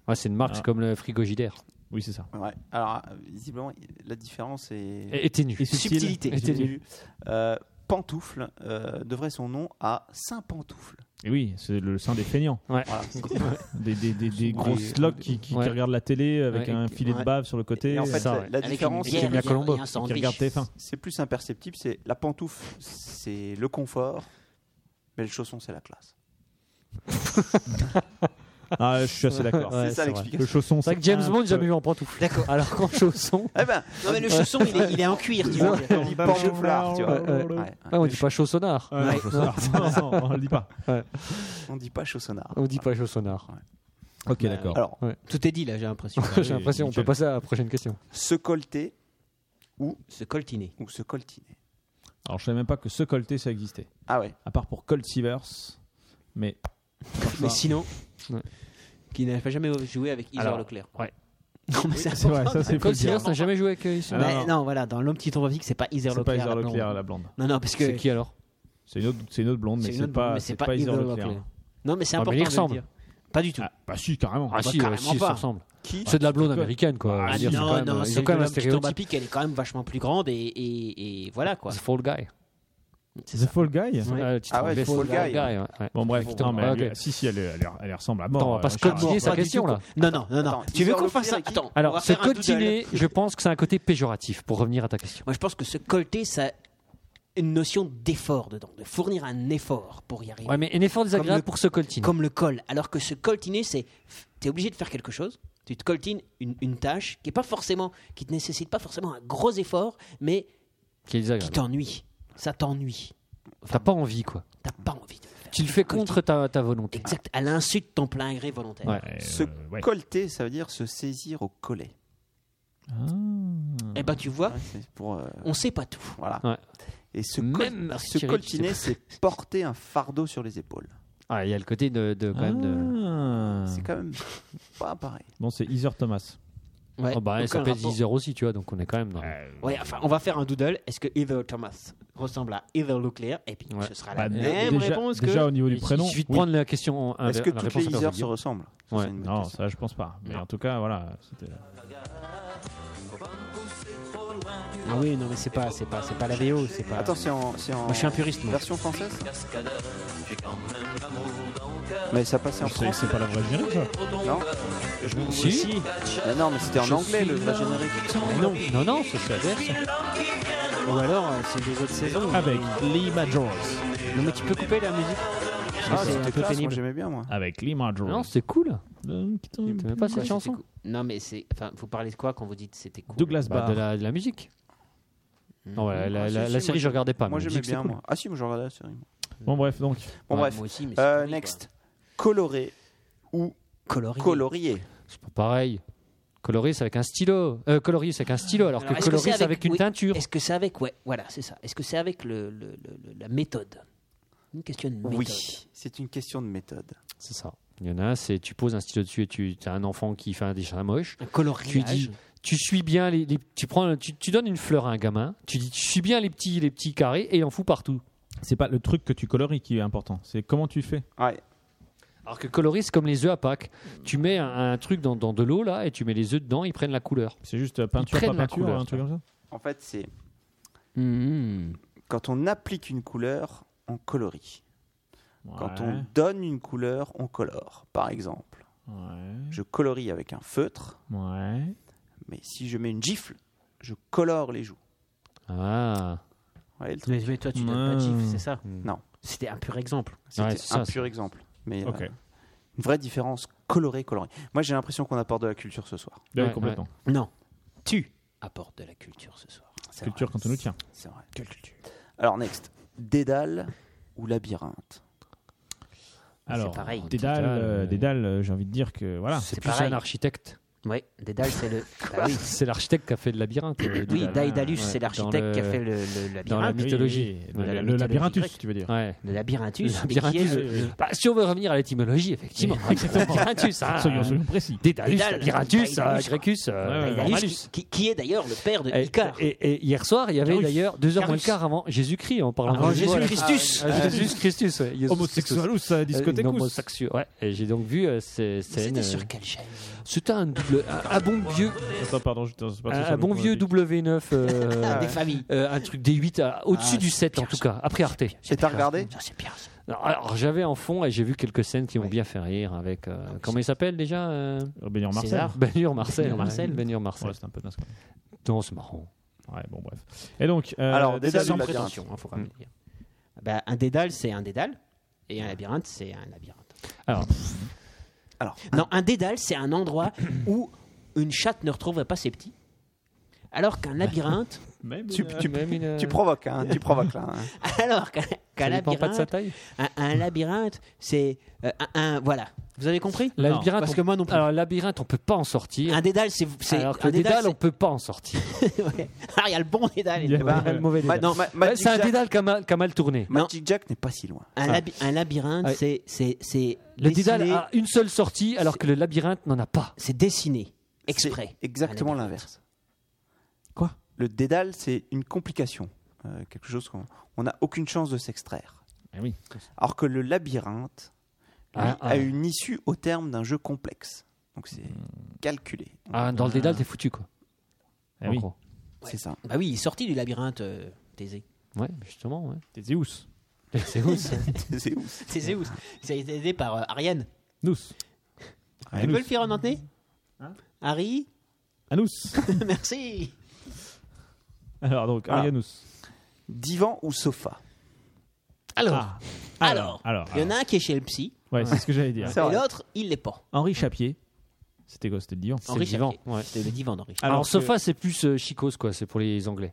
[SPEAKER 4] Ouais, c'est une marque, c'est comme le frigogidaire.
[SPEAKER 2] Oui, c'est ça.
[SPEAKER 3] Ouais. Alors euh, visiblement, la différence est
[SPEAKER 4] Et, et ténu.
[SPEAKER 2] Et subtil.
[SPEAKER 3] subtilité.
[SPEAKER 4] Et ténu.
[SPEAKER 3] Euh, pantoufle euh, devrait son nom à Saint Pantoufle.
[SPEAKER 2] Et oui, c'est le sein des feignants.
[SPEAKER 4] Ouais.
[SPEAKER 3] Voilà.
[SPEAKER 2] Des, des, des, des gros
[SPEAKER 3] des-
[SPEAKER 2] slocks qui, qui, qui
[SPEAKER 4] Ouais.
[SPEAKER 2] regardent la télé avec
[SPEAKER 4] Ouais,
[SPEAKER 2] un
[SPEAKER 4] et-
[SPEAKER 2] filet de
[SPEAKER 5] ouais.
[SPEAKER 2] bave sur le côté.
[SPEAKER 3] Et en fait,
[SPEAKER 2] euh,
[SPEAKER 4] ça,
[SPEAKER 3] la-
[SPEAKER 4] ouais.
[SPEAKER 3] la
[SPEAKER 5] Avec une
[SPEAKER 3] différence,
[SPEAKER 5] bière
[SPEAKER 3] c'est-
[SPEAKER 5] et un-
[SPEAKER 4] Colombo,
[SPEAKER 5] et un
[SPEAKER 2] qui
[SPEAKER 5] sandwich.
[SPEAKER 2] regardent TF1.
[SPEAKER 3] c'est plus imperceptible. C'est la pantoufle, c'est le confort, mais le chausson, c'est la classe.
[SPEAKER 2] Ah, je suis assez d'accord.
[SPEAKER 4] Ouais,
[SPEAKER 3] c'est ça
[SPEAKER 4] c'est
[SPEAKER 2] Le
[SPEAKER 3] l'explication.
[SPEAKER 2] chausson,
[SPEAKER 4] C'est vrai que James
[SPEAKER 2] un
[SPEAKER 4] Bond,
[SPEAKER 2] peu-
[SPEAKER 4] jamais vu en pantoufle. D'accord. Alors qu'en chausson.
[SPEAKER 3] Eh ben,
[SPEAKER 5] Non, mais le chausson, il est, il est en cuir, tu vois.
[SPEAKER 3] on dit pantouflard, tu vois.
[SPEAKER 4] Ouais, ouais.
[SPEAKER 3] Ouais,
[SPEAKER 4] Ah, on
[SPEAKER 3] le
[SPEAKER 4] dit pas chaussonnard.
[SPEAKER 2] Ah, non, chaussonnard. Non, non, on le dit pas.
[SPEAKER 3] On dit pas chaussonnard.
[SPEAKER 4] On dit pas chaussonnard.
[SPEAKER 2] Ok, d'accord.
[SPEAKER 3] Alors,
[SPEAKER 5] Tout est dit là, j'ai l'impression.
[SPEAKER 4] J'ai l'impression, on peut
[SPEAKER 2] nickel.
[SPEAKER 4] passer à la prochaine question.
[SPEAKER 3] se colter
[SPEAKER 5] Se coltiner.
[SPEAKER 3] ou se coltiner.
[SPEAKER 2] Alors, je savais même pas que ce colleté, ça existait.
[SPEAKER 3] Ah ouais.
[SPEAKER 2] À part pour Colt Sivers. Mais
[SPEAKER 5] Mais sinon,
[SPEAKER 4] Ouais.
[SPEAKER 5] qui n'a pas jamais joué avec Isor
[SPEAKER 4] Alors,
[SPEAKER 5] Leclerc.
[SPEAKER 4] ouais.
[SPEAKER 5] Non, mais ça-
[SPEAKER 2] c'est vrai, ça c'est fou.
[SPEAKER 4] Cole Silence n'a jamais joué avec euh, Isor.
[SPEAKER 2] Ah,
[SPEAKER 5] Mais
[SPEAKER 2] non,
[SPEAKER 5] non, voilà, dans l'homme petit tour c'est pas Isor
[SPEAKER 2] C'est pas
[SPEAKER 5] Leclerc.
[SPEAKER 2] Isor
[SPEAKER 5] là, non.
[SPEAKER 2] Leclerc, la blonde.
[SPEAKER 5] Non, non, parce que
[SPEAKER 4] C'est qui alors
[SPEAKER 2] C'est une autre, c'est une autre blonde, mais
[SPEAKER 5] une
[SPEAKER 2] c'est
[SPEAKER 5] autre-
[SPEAKER 2] pas,
[SPEAKER 5] mais
[SPEAKER 2] c'est pas Isor Leclerc. hein.
[SPEAKER 5] Non, mais c'est
[SPEAKER 4] Ah, mais
[SPEAKER 5] important.
[SPEAKER 4] il
[SPEAKER 5] de le
[SPEAKER 4] ressemble.
[SPEAKER 5] dire. Pas du tout.
[SPEAKER 2] Ah, bah si, carrément.
[SPEAKER 4] Ah,
[SPEAKER 5] bah,
[SPEAKER 4] si, euh,
[SPEAKER 5] carrément
[SPEAKER 4] si, ils se
[SPEAKER 5] pas.
[SPEAKER 4] ressemblent.
[SPEAKER 3] Qui
[SPEAKER 4] C'est de la blonde
[SPEAKER 2] quoi
[SPEAKER 4] américaine, quoi.
[SPEAKER 2] Ah,
[SPEAKER 4] Je veux dire, c'est quand
[SPEAKER 5] non,
[SPEAKER 4] même,
[SPEAKER 5] non,
[SPEAKER 4] euh,
[SPEAKER 5] c'est
[SPEAKER 4] Ils ont quand même un
[SPEAKER 5] l'homme qui tombe à
[SPEAKER 4] stéréotype.
[SPEAKER 5] pic, elle est quand même vachement plus grande et, et, et voilà quoi.
[SPEAKER 4] C'est Fall Guy.
[SPEAKER 2] The Fall Guy
[SPEAKER 4] Euh, le titre
[SPEAKER 3] Ah ouais,
[SPEAKER 4] anglais,
[SPEAKER 3] Fall
[SPEAKER 4] c'est Fall
[SPEAKER 3] Guy.
[SPEAKER 4] Guy, ouais, ouais.
[SPEAKER 2] Bon, bref,
[SPEAKER 4] Putain,
[SPEAKER 2] non, mais elle-
[SPEAKER 4] ok.
[SPEAKER 2] si, si, elle, elle, elle ressemble à mort.
[SPEAKER 4] Attends, on va pas
[SPEAKER 2] euh,
[SPEAKER 4] se
[SPEAKER 2] Charles.
[SPEAKER 4] continuer sa
[SPEAKER 5] Pas du
[SPEAKER 4] question
[SPEAKER 5] tout.
[SPEAKER 4] là.
[SPEAKER 5] Non, non, non, non.
[SPEAKER 3] Attends,
[SPEAKER 5] Tu veux
[SPEAKER 3] Isor
[SPEAKER 5] qu'on fasse
[SPEAKER 3] Lofir
[SPEAKER 5] un
[SPEAKER 3] et qui
[SPEAKER 5] Attends, on va
[SPEAKER 4] Alors, se
[SPEAKER 5] faire un doodle.
[SPEAKER 4] coltiner, je pense que c'est un côté péjoratif pour revenir à ta question.
[SPEAKER 5] Moi, je pense que se colter, ça a une notion d'effort dedans, de fournir un effort pour y arriver.
[SPEAKER 4] Ouais, mais un effort désagréable
[SPEAKER 5] le-
[SPEAKER 4] pour se coltiner.
[SPEAKER 5] Comme le col. Alors que se coltiner, c'est. T'es obligé de faire quelque chose. Tu te coltines une, une tâche qui est pas forcément. qui te nécessite pas forcément un gros effort, mais
[SPEAKER 4] Qui est
[SPEAKER 5] qui
[SPEAKER 4] désagréable.
[SPEAKER 5] t'ennuie. Ça t'ennuie.
[SPEAKER 4] T'as pas envie quoi.
[SPEAKER 5] T'as pas envie de le faire.
[SPEAKER 4] Tu le fais contre ta, ta volonté.
[SPEAKER 5] Exact. À l'insu de ton plein gré volontaire.
[SPEAKER 4] Ouais.
[SPEAKER 2] Euh,
[SPEAKER 3] Se
[SPEAKER 2] ouais.
[SPEAKER 3] colter, ça veut dire se saisir au collet.
[SPEAKER 5] Eh ben, tu vois,
[SPEAKER 3] Ouais, c'est pour, euh,
[SPEAKER 5] on sait pas tout.
[SPEAKER 3] voilà.
[SPEAKER 4] Ouais.
[SPEAKER 3] Et se, col-
[SPEAKER 4] Même Thierry,
[SPEAKER 3] se
[SPEAKER 4] tu sais
[SPEAKER 3] coltiner,
[SPEAKER 4] pas.
[SPEAKER 3] c'est porter un fardeau sur les épaules.
[SPEAKER 4] Ah, il y a le côté de, de- quand même de.
[SPEAKER 2] Ah.
[SPEAKER 3] C'est quand même pas pareil.
[SPEAKER 2] Bon, c'est Heather Thomas.
[SPEAKER 5] Ouais.
[SPEAKER 4] Oh, bah, elle
[SPEAKER 5] Aucun
[SPEAKER 4] s'appelle
[SPEAKER 5] rapport.
[SPEAKER 4] Deezer aussi, tu vois, donc on est quand même dans.
[SPEAKER 5] Ouais, enfin, on va faire un doodle. Est-ce que Heather Thomas ressemble à Heather Leclerc Et puis,
[SPEAKER 4] Ouais.
[SPEAKER 5] ce sera
[SPEAKER 2] Bah,
[SPEAKER 5] la
[SPEAKER 2] d-
[SPEAKER 5] même
[SPEAKER 2] déjà,
[SPEAKER 5] réponse
[SPEAKER 2] déjà
[SPEAKER 5] que.
[SPEAKER 2] au niveau du
[SPEAKER 4] Il-
[SPEAKER 2] prénom.
[SPEAKER 4] Il suffit de
[SPEAKER 2] oui.
[SPEAKER 4] prendre la question. en-
[SPEAKER 3] Est-ce
[SPEAKER 4] Ah, la-
[SPEAKER 3] que
[SPEAKER 4] la
[SPEAKER 3] toutes
[SPEAKER 4] réponse
[SPEAKER 3] les
[SPEAKER 4] inverse, je
[SPEAKER 3] Isers se
[SPEAKER 4] veux dire.
[SPEAKER 3] ressemblent Ça,
[SPEAKER 4] Ouais.
[SPEAKER 3] c'est une bonne
[SPEAKER 2] Non,
[SPEAKER 3] question.
[SPEAKER 2] ça, je pense pas. Mais en tout cas, voilà. c'était-
[SPEAKER 5] Ah oui, non, mais c'est pas, c'est pas, c'est pas la VO. C'est pas.
[SPEAKER 3] Attends, c'est en, c'est en
[SPEAKER 5] Moi, je suis un puriste, moi.
[SPEAKER 3] version française Mais ça passait en
[SPEAKER 2] C'est
[SPEAKER 3] français.
[SPEAKER 2] c'est pas la vraie générique, ça.
[SPEAKER 3] Non,
[SPEAKER 4] Si,
[SPEAKER 3] Mais non, mais c'était en anglais le vrai générique.
[SPEAKER 4] non, non, non, c'est ça. inverse.
[SPEAKER 5] Ou alors, euh, c'est des autres saisons.
[SPEAKER 2] Avec
[SPEAKER 5] Lee Majors. Non, mais tu peux couper la musique.
[SPEAKER 3] Ah,
[SPEAKER 5] c'est un
[SPEAKER 3] c'était
[SPEAKER 5] peu
[SPEAKER 3] classe, moi
[SPEAKER 5] pénible.
[SPEAKER 3] j'aimais bien moi.
[SPEAKER 2] Avec Lee Marjorie.
[SPEAKER 4] Non, c'est cool.
[SPEAKER 2] Euh,
[SPEAKER 4] Tu même pas cette chanson
[SPEAKER 5] Non, mais c'est. Enfin, vous parlez de quoi quand vous dites c'était cool Hmm.
[SPEAKER 2] Douglas
[SPEAKER 4] Bah,
[SPEAKER 2] Barr.
[SPEAKER 4] de, la, de la musique. Non, voilà, la, la-
[SPEAKER 3] Ah, si, si,
[SPEAKER 4] la
[SPEAKER 3] moi,
[SPEAKER 4] série,
[SPEAKER 3] je-
[SPEAKER 4] je regardais pas.
[SPEAKER 3] Moi
[SPEAKER 4] mais la
[SPEAKER 3] j'aimais
[SPEAKER 4] musique,
[SPEAKER 3] bien
[SPEAKER 4] bah, c'est cool.
[SPEAKER 3] moi. Ah si, moi je regardais la série.
[SPEAKER 2] Bon, bref, donc.
[SPEAKER 3] Bon
[SPEAKER 5] Ouais,
[SPEAKER 3] bref.
[SPEAKER 5] Moi aussi, mais c'est
[SPEAKER 3] Euh,
[SPEAKER 5] pourri,
[SPEAKER 3] next. Coloré ou
[SPEAKER 5] quoi. Colorier.
[SPEAKER 3] colorier
[SPEAKER 4] C'est pas pareil. Coloré, c'est avec un stylo. Euh, colorier, c'est avec un stylo, alors,
[SPEAKER 5] Alors,
[SPEAKER 4] que
[SPEAKER 5] est-ce que
[SPEAKER 4] coloré, c'est
[SPEAKER 5] c'est
[SPEAKER 4] avec,
[SPEAKER 5] avec-
[SPEAKER 4] une
[SPEAKER 5] oui.
[SPEAKER 4] teinture.
[SPEAKER 5] Est-ce que c'est avec. Ouais, voilà, c'est ça. Est-ce que c'est avec le, le- le- la méthode Une question de méthode.
[SPEAKER 3] Oui, c'est une question de méthode.
[SPEAKER 4] C'est ça. Il y en a, c'est tu poses un stylo dessus et tu as un enfant qui fait un dessin moche.
[SPEAKER 5] Un coloriage.
[SPEAKER 4] Tu dis, tu suis bien les, les- tu prends, tu, tu donnes une fleur à un gamin. Tu dis, tu suis bien les petits, les petits carrés et il en fout partout.
[SPEAKER 2] C'est pas le truc que tu coloris qui est important, c'est comment tu fais.
[SPEAKER 3] Ouais.
[SPEAKER 4] Alors que coloré, c'est comme les œufs à Pâques. Tu mets un, un truc dans, dans de l'eau là et tu mets les œufs dedans, ils prennent la couleur.
[SPEAKER 2] C'est juste euh, peinture, pas
[SPEAKER 4] prennent la
[SPEAKER 2] peinture,
[SPEAKER 4] couleur,
[SPEAKER 2] un truc comme ça.
[SPEAKER 3] En fait, c'est
[SPEAKER 5] Mhm.
[SPEAKER 3] quand on applique une couleur, on colorie. Quand on
[SPEAKER 2] Ouais,
[SPEAKER 3] donne une couleur, on colore. Par exemple,
[SPEAKER 2] Ouais.
[SPEAKER 3] je colorie avec un feutre,
[SPEAKER 2] Ouais.
[SPEAKER 3] mais si je mets une gifle, je colore les joues.
[SPEAKER 4] Ah.
[SPEAKER 3] Vous voyez le truc
[SPEAKER 5] Mais, mais toi, tu donnes pas de
[SPEAKER 2] Mhm.
[SPEAKER 5] gifle, c'est ça
[SPEAKER 3] Non.
[SPEAKER 5] C'était un pur exemple.
[SPEAKER 3] C'était
[SPEAKER 4] Ouais,
[SPEAKER 3] un
[SPEAKER 4] c'est ça,
[SPEAKER 3] pur exemple. Mais
[SPEAKER 2] Ok.
[SPEAKER 3] euh, une vraie différence colorée-colorée. Moi, j'ai l'impression qu'on apporte de la culture ce soir.
[SPEAKER 2] Ouais,
[SPEAKER 4] Ouais,
[SPEAKER 2] complètement.
[SPEAKER 5] Non. Tu apportes de la culture ce soir. C'est
[SPEAKER 2] Culture
[SPEAKER 5] vrai.
[SPEAKER 2] quand on nous tient.
[SPEAKER 3] C'est vrai. Alors, next. Dédale ou labyrinthe
[SPEAKER 2] Alors,
[SPEAKER 5] pareil.
[SPEAKER 2] Dédale,
[SPEAKER 4] Dédale,
[SPEAKER 2] euh,
[SPEAKER 4] euh,
[SPEAKER 2] Dédale, euh, j'ai envie de dire que voilà.
[SPEAKER 4] C'est
[SPEAKER 5] Ah, C'est
[SPEAKER 4] plus
[SPEAKER 5] pareil.
[SPEAKER 4] un architecte.
[SPEAKER 5] Ouais, Dédale, c'est le. Bah oui.
[SPEAKER 4] C'est l'architecte qui a fait le labyrinthe. euh,
[SPEAKER 5] Oui,
[SPEAKER 4] Dédale.
[SPEAKER 5] Daedalus,
[SPEAKER 4] Ouais,
[SPEAKER 5] c'est
[SPEAKER 4] dans
[SPEAKER 5] l'architecte
[SPEAKER 4] le-
[SPEAKER 5] qui a fait le, le
[SPEAKER 4] dans la
[SPEAKER 5] labyrinthe.
[SPEAKER 4] mythologie.
[SPEAKER 2] Oui, oui,
[SPEAKER 5] Ah Ouais,
[SPEAKER 2] le,
[SPEAKER 5] la
[SPEAKER 2] le
[SPEAKER 5] mythologie
[SPEAKER 2] labyrinthus,
[SPEAKER 5] grecque.
[SPEAKER 2] tu veux dire.
[SPEAKER 4] Ouais.
[SPEAKER 5] Le labyrinthius,
[SPEAKER 4] Le
[SPEAKER 5] mais qui est
[SPEAKER 4] labyrinthius,
[SPEAKER 5] le- le-
[SPEAKER 4] Bah, si on veut revenir à l'étymologie, effectivement. Labyrinthius, hein.
[SPEAKER 2] Soyons, soyons précis.
[SPEAKER 4] Dédalus,
[SPEAKER 5] Dédale,
[SPEAKER 4] Labyrinthius,
[SPEAKER 5] Daedalus.
[SPEAKER 4] euh, Grecus, euh,
[SPEAKER 2] Ouais, ouais, ouais.
[SPEAKER 5] Daedalus,
[SPEAKER 4] Normalus.
[SPEAKER 5] qui- qui, qui est d'ailleurs le père de
[SPEAKER 4] Et,
[SPEAKER 5] Icar.
[SPEAKER 4] et- et hier soir, il y avait
[SPEAKER 2] Carus.
[SPEAKER 4] d'ailleurs deux heures moins le
[SPEAKER 2] Carus.
[SPEAKER 4] quart avant Jésus-Christ en parlant
[SPEAKER 5] Avant
[SPEAKER 4] de Ah, Jésus.
[SPEAKER 5] Jésus-Christ. Christus.
[SPEAKER 4] Ah, Jésus Christus, ouais, Jésus
[SPEAKER 2] Homosexualus à
[SPEAKER 4] Christus. Euh,
[SPEAKER 2] discothèque.
[SPEAKER 4] une homosexu- Ouais, et j'ai donc vu euh, ces scènes.
[SPEAKER 5] C'était
[SPEAKER 4] euh,
[SPEAKER 5] sur quelle chaîne
[SPEAKER 4] C'était un double, un, un bon vieux,
[SPEAKER 2] Attends, pardon, je t'en- c'est pas
[SPEAKER 4] un,
[SPEAKER 2] ça, ça
[SPEAKER 4] un
[SPEAKER 2] me
[SPEAKER 4] bon
[SPEAKER 2] prend la
[SPEAKER 4] vieux
[SPEAKER 2] pique.
[SPEAKER 4] W9, euh,
[SPEAKER 5] Des familles.
[SPEAKER 4] euh, un truc des 8 à- au-dessus
[SPEAKER 5] Ah,
[SPEAKER 4] du 7 en
[SPEAKER 5] bien,
[SPEAKER 4] tout
[SPEAKER 5] ça.
[SPEAKER 4] cas, après Arte.
[SPEAKER 3] Et t'as regardé
[SPEAKER 5] Ça, c'est bien. ça.
[SPEAKER 4] Alors, alors, j'avais en fond et j'ai vu quelques scènes qui m'ont bien fait rire avec euh, comment il s'appelle déjà euh,
[SPEAKER 2] Robénior Marcel.
[SPEAKER 5] Ah, César.
[SPEAKER 4] Benhur Marcel.
[SPEAKER 5] Benhur Marcel.
[SPEAKER 4] ouais, Benhur Marcel.
[SPEAKER 2] Ouais, c'est un peu naze. quoi.
[SPEAKER 4] Non, c'est marrant.
[SPEAKER 2] Ouais, bon, bref. Et donc. euh,
[SPEAKER 3] Alors, Dédale
[SPEAKER 2] sans prétention.
[SPEAKER 3] ou labyrinthe
[SPEAKER 5] Attention, hein, faut quand
[SPEAKER 4] Hmm.
[SPEAKER 5] même dire. Bah, un dédale, c'est un dédale. Et un labyrinthe, c'est un labyrinthe.
[SPEAKER 4] Alors,
[SPEAKER 3] Alors,
[SPEAKER 5] Non, un dédale, c'est un endroit où une chatte ne retrouve pas ses petits. Alors qu'un labyrinthe.
[SPEAKER 2] Même
[SPEAKER 3] tu,
[SPEAKER 5] Euh,
[SPEAKER 2] une-
[SPEAKER 3] tu-
[SPEAKER 4] même euh, une.
[SPEAKER 3] tu provoques, hein, tu provoques là. hein.
[SPEAKER 5] alors qu'un
[SPEAKER 4] ça
[SPEAKER 5] qu'un
[SPEAKER 4] dépend pas de sa
[SPEAKER 5] labyrinthe.
[SPEAKER 4] taille.
[SPEAKER 5] Un, un labyrinthe, c'est. euh, un, un- Voilà. Vous avez compris
[SPEAKER 4] La labyrinthe,
[SPEAKER 5] parce
[SPEAKER 4] on-
[SPEAKER 5] que moi non plus.
[SPEAKER 4] Alors, labyrinthe, on peut pas en sortir.
[SPEAKER 5] Un dédale, c'est. c'est-
[SPEAKER 4] alors que
[SPEAKER 5] un
[SPEAKER 4] le dédale, on
[SPEAKER 5] c'est-
[SPEAKER 4] peut pas en sortir.
[SPEAKER 5] Ouais. Ah, il y a le bon dédale.
[SPEAKER 2] Il y a-
[SPEAKER 5] et le mauvais.
[SPEAKER 2] ouais, ouais.
[SPEAKER 4] mauvais
[SPEAKER 3] Ma-
[SPEAKER 5] Non,
[SPEAKER 3] ma-
[SPEAKER 4] Ouais,
[SPEAKER 3] Magic
[SPEAKER 4] c'est un
[SPEAKER 3] Jack-
[SPEAKER 4] dédale qui a mal, qui a mal tourné.
[SPEAKER 3] Magic Jack n'est pas si loin.
[SPEAKER 5] Un, laby- un labyrinthe,
[SPEAKER 4] Ah, Ouais.
[SPEAKER 5] c'est c'est c'est
[SPEAKER 4] Le ah.
[SPEAKER 5] dessiné-
[SPEAKER 4] dédale a une seule sortie, alors que le labyrinthe n'en a pas.
[SPEAKER 5] c'est dessiné exprès.
[SPEAKER 3] C'est exactement
[SPEAKER 5] Un labyrinthe.
[SPEAKER 3] l'inverse. Quoi Le dédale, c'est une complication. Euh, quelque chose qu'on on n'a aucune chance de s'extraire.
[SPEAKER 2] Eh oui.
[SPEAKER 3] Alors que le labyrinthe lui,
[SPEAKER 4] Ah, ah.
[SPEAKER 3] a une issue au terme d'un jeu complexe. Donc c'est calculé.
[SPEAKER 4] Ah, dans le dédale, t'es foutu, quoi.
[SPEAKER 2] Eh
[SPEAKER 4] En
[SPEAKER 2] oui.
[SPEAKER 4] gros.
[SPEAKER 3] C'est ça.
[SPEAKER 5] Bah oui, il est sorti du labyrinthe euh, Thésée.
[SPEAKER 4] Ouais, justement, ouais.
[SPEAKER 2] T'es Zeus.
[SPEAKER 4] C'est ouf.
[SPEAKER 3] C'est ouf.
[SPEAKER 5] C'est Zeus. Ça a été aidé par euh, Ariane.
[SPEAKER 2] Nous.
[SPEAKER 4] Ah,
[SPEAKER 5] Tu peux le faire en anglais
[SPEAKER 2] Hein
[SPEAKER 5] Harry
[SPEAKER 2] Anus.
[SPEAKER 5] Merci.
[SPEAKER 2] Alors donc,
[SPEAKER 3] Voilà.
[SPEAKER 2] Arianus.
[SPEAKER 3] Divan ou sofa
[SPEAKER 5] Alors,
[SPEAKER 4] Ah.
[SPEAKER 5] alors,
[SPEAKER 2] Alors.
[SPEAKER 5] il y en a un qui est chez le psy,
[SPEAKER 2] Ouais, c'est ce que j'allais dire.
[SPEAKER 3] C'est
[SPEAKER 5] et
[SPEAKER 3] vrai.
[SPEAKER 5] l'autre, il l'est pas.
[SPEAKER 2] Henri Chapier. C'était quoi C'était le divan.
[SPEAKER 4] C'est
[SPEAKER 5] Henri
[SPEAKER 4] le divan.
[SPEAKER 5] Chapier.
[SPEAKER 4] Ouais.
[SPEAKER 5] C'était le divan d'Henri.
[SPEAKER 4] Alors,
[SPEAKER 2] Alors que-
[SPEAKER 4] sofa, c'est plus euh, chicose, quoi. C'est pour les Anglais.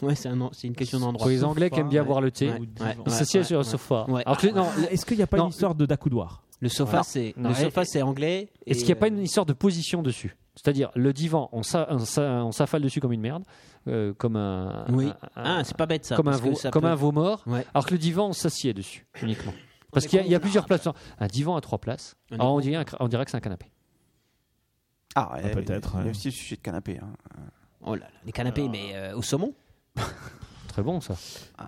[SPEAKER 5] Ouais, c'est un- c'est une question d'endroit.
[SPEAKER 4] Ah. Pour les Anglais qui aiment bien
[SPEAKER 2] ouais.
[SPEAKER 4] boire le thé.
[SPEAKER 5] Ouais, ouais,
[SPEAKER 4] On s'assied
[SPEAKER 5] ouais,
[SPEAKER 4] sur
[SPEAKER 5] ouais.
[SPEAKER 4] le sofa.
[SPEAKER 5] Ouais.
[SPEAKER 4] Alors que- non, le-
[SPEAKER 2] Est-ce qu'il n'y a pas
[SPEAKER 4] Non.
[SPEAKER 2] une histoire de d'accoudoir
[SPEAKER 5] Le sofa, c'est
[SPEAKER 4] Non,
[SPEAKER 5] le
[SPEAKER 4] et-
[SPEAKER 5] sofa, c'est anglais.
[SPEAKER 4] Est-ce
[SPEAKER 5] et,
[SPEAKER 4] qu'il n'y a pas
[SPEAKER 5] euh,
[SPEAKER 4] une histoire de position dessus C'est-à-dire, le divan, on, s'a- on s'a- on s'affale dessus comme une merde, euh, comme un.
[SPEAKER 5] Oui.
[SPEAKER 4] un-
[SPEAKER 5] Ah, c'est pas bête ça.
[SPEAKER 4] comme un,
[SPEAKER 5] parce que
[SPEAKER 4] veau,
[SPEAKER 5] ça
[SPEAKER 4] comme
[SPEAKER 5] peut-
[SPEAKER 4] un veau mort,
[SPEAKER 5] Ouais.
[SPEAKER 4] alors que le divan, on s'assied dessus uniquement. Parce
[SPEAKER 5] est
[SPEAKER 4] qu'il y a,
[SPEAKER 5] con,
[SPEAKER 4] il y a
[SPEAKER 5] là.
[SPEAKER 4] plusieurs places. Un divan à trois places.
[SPEAKER 5] On est
[SPEAKER 4] Alors, on,
[SPEAKER 5] con.
[SPEAKER 4] dirait, un cra- on dirait que c'est un canapé.
[SPEAKER 3] Ah, euh,
[SPEAKER 2] peut-être,
[SPEAKER 3] Il y
[SPEAKER 2] ouais.
[SPEAKER 3] a aussi le sujet de canapé. hein.
[SPEAKER 5] Oh là là, les canapés, mais euh, au saumon.
[SPEAKER 4] Très bon, ça.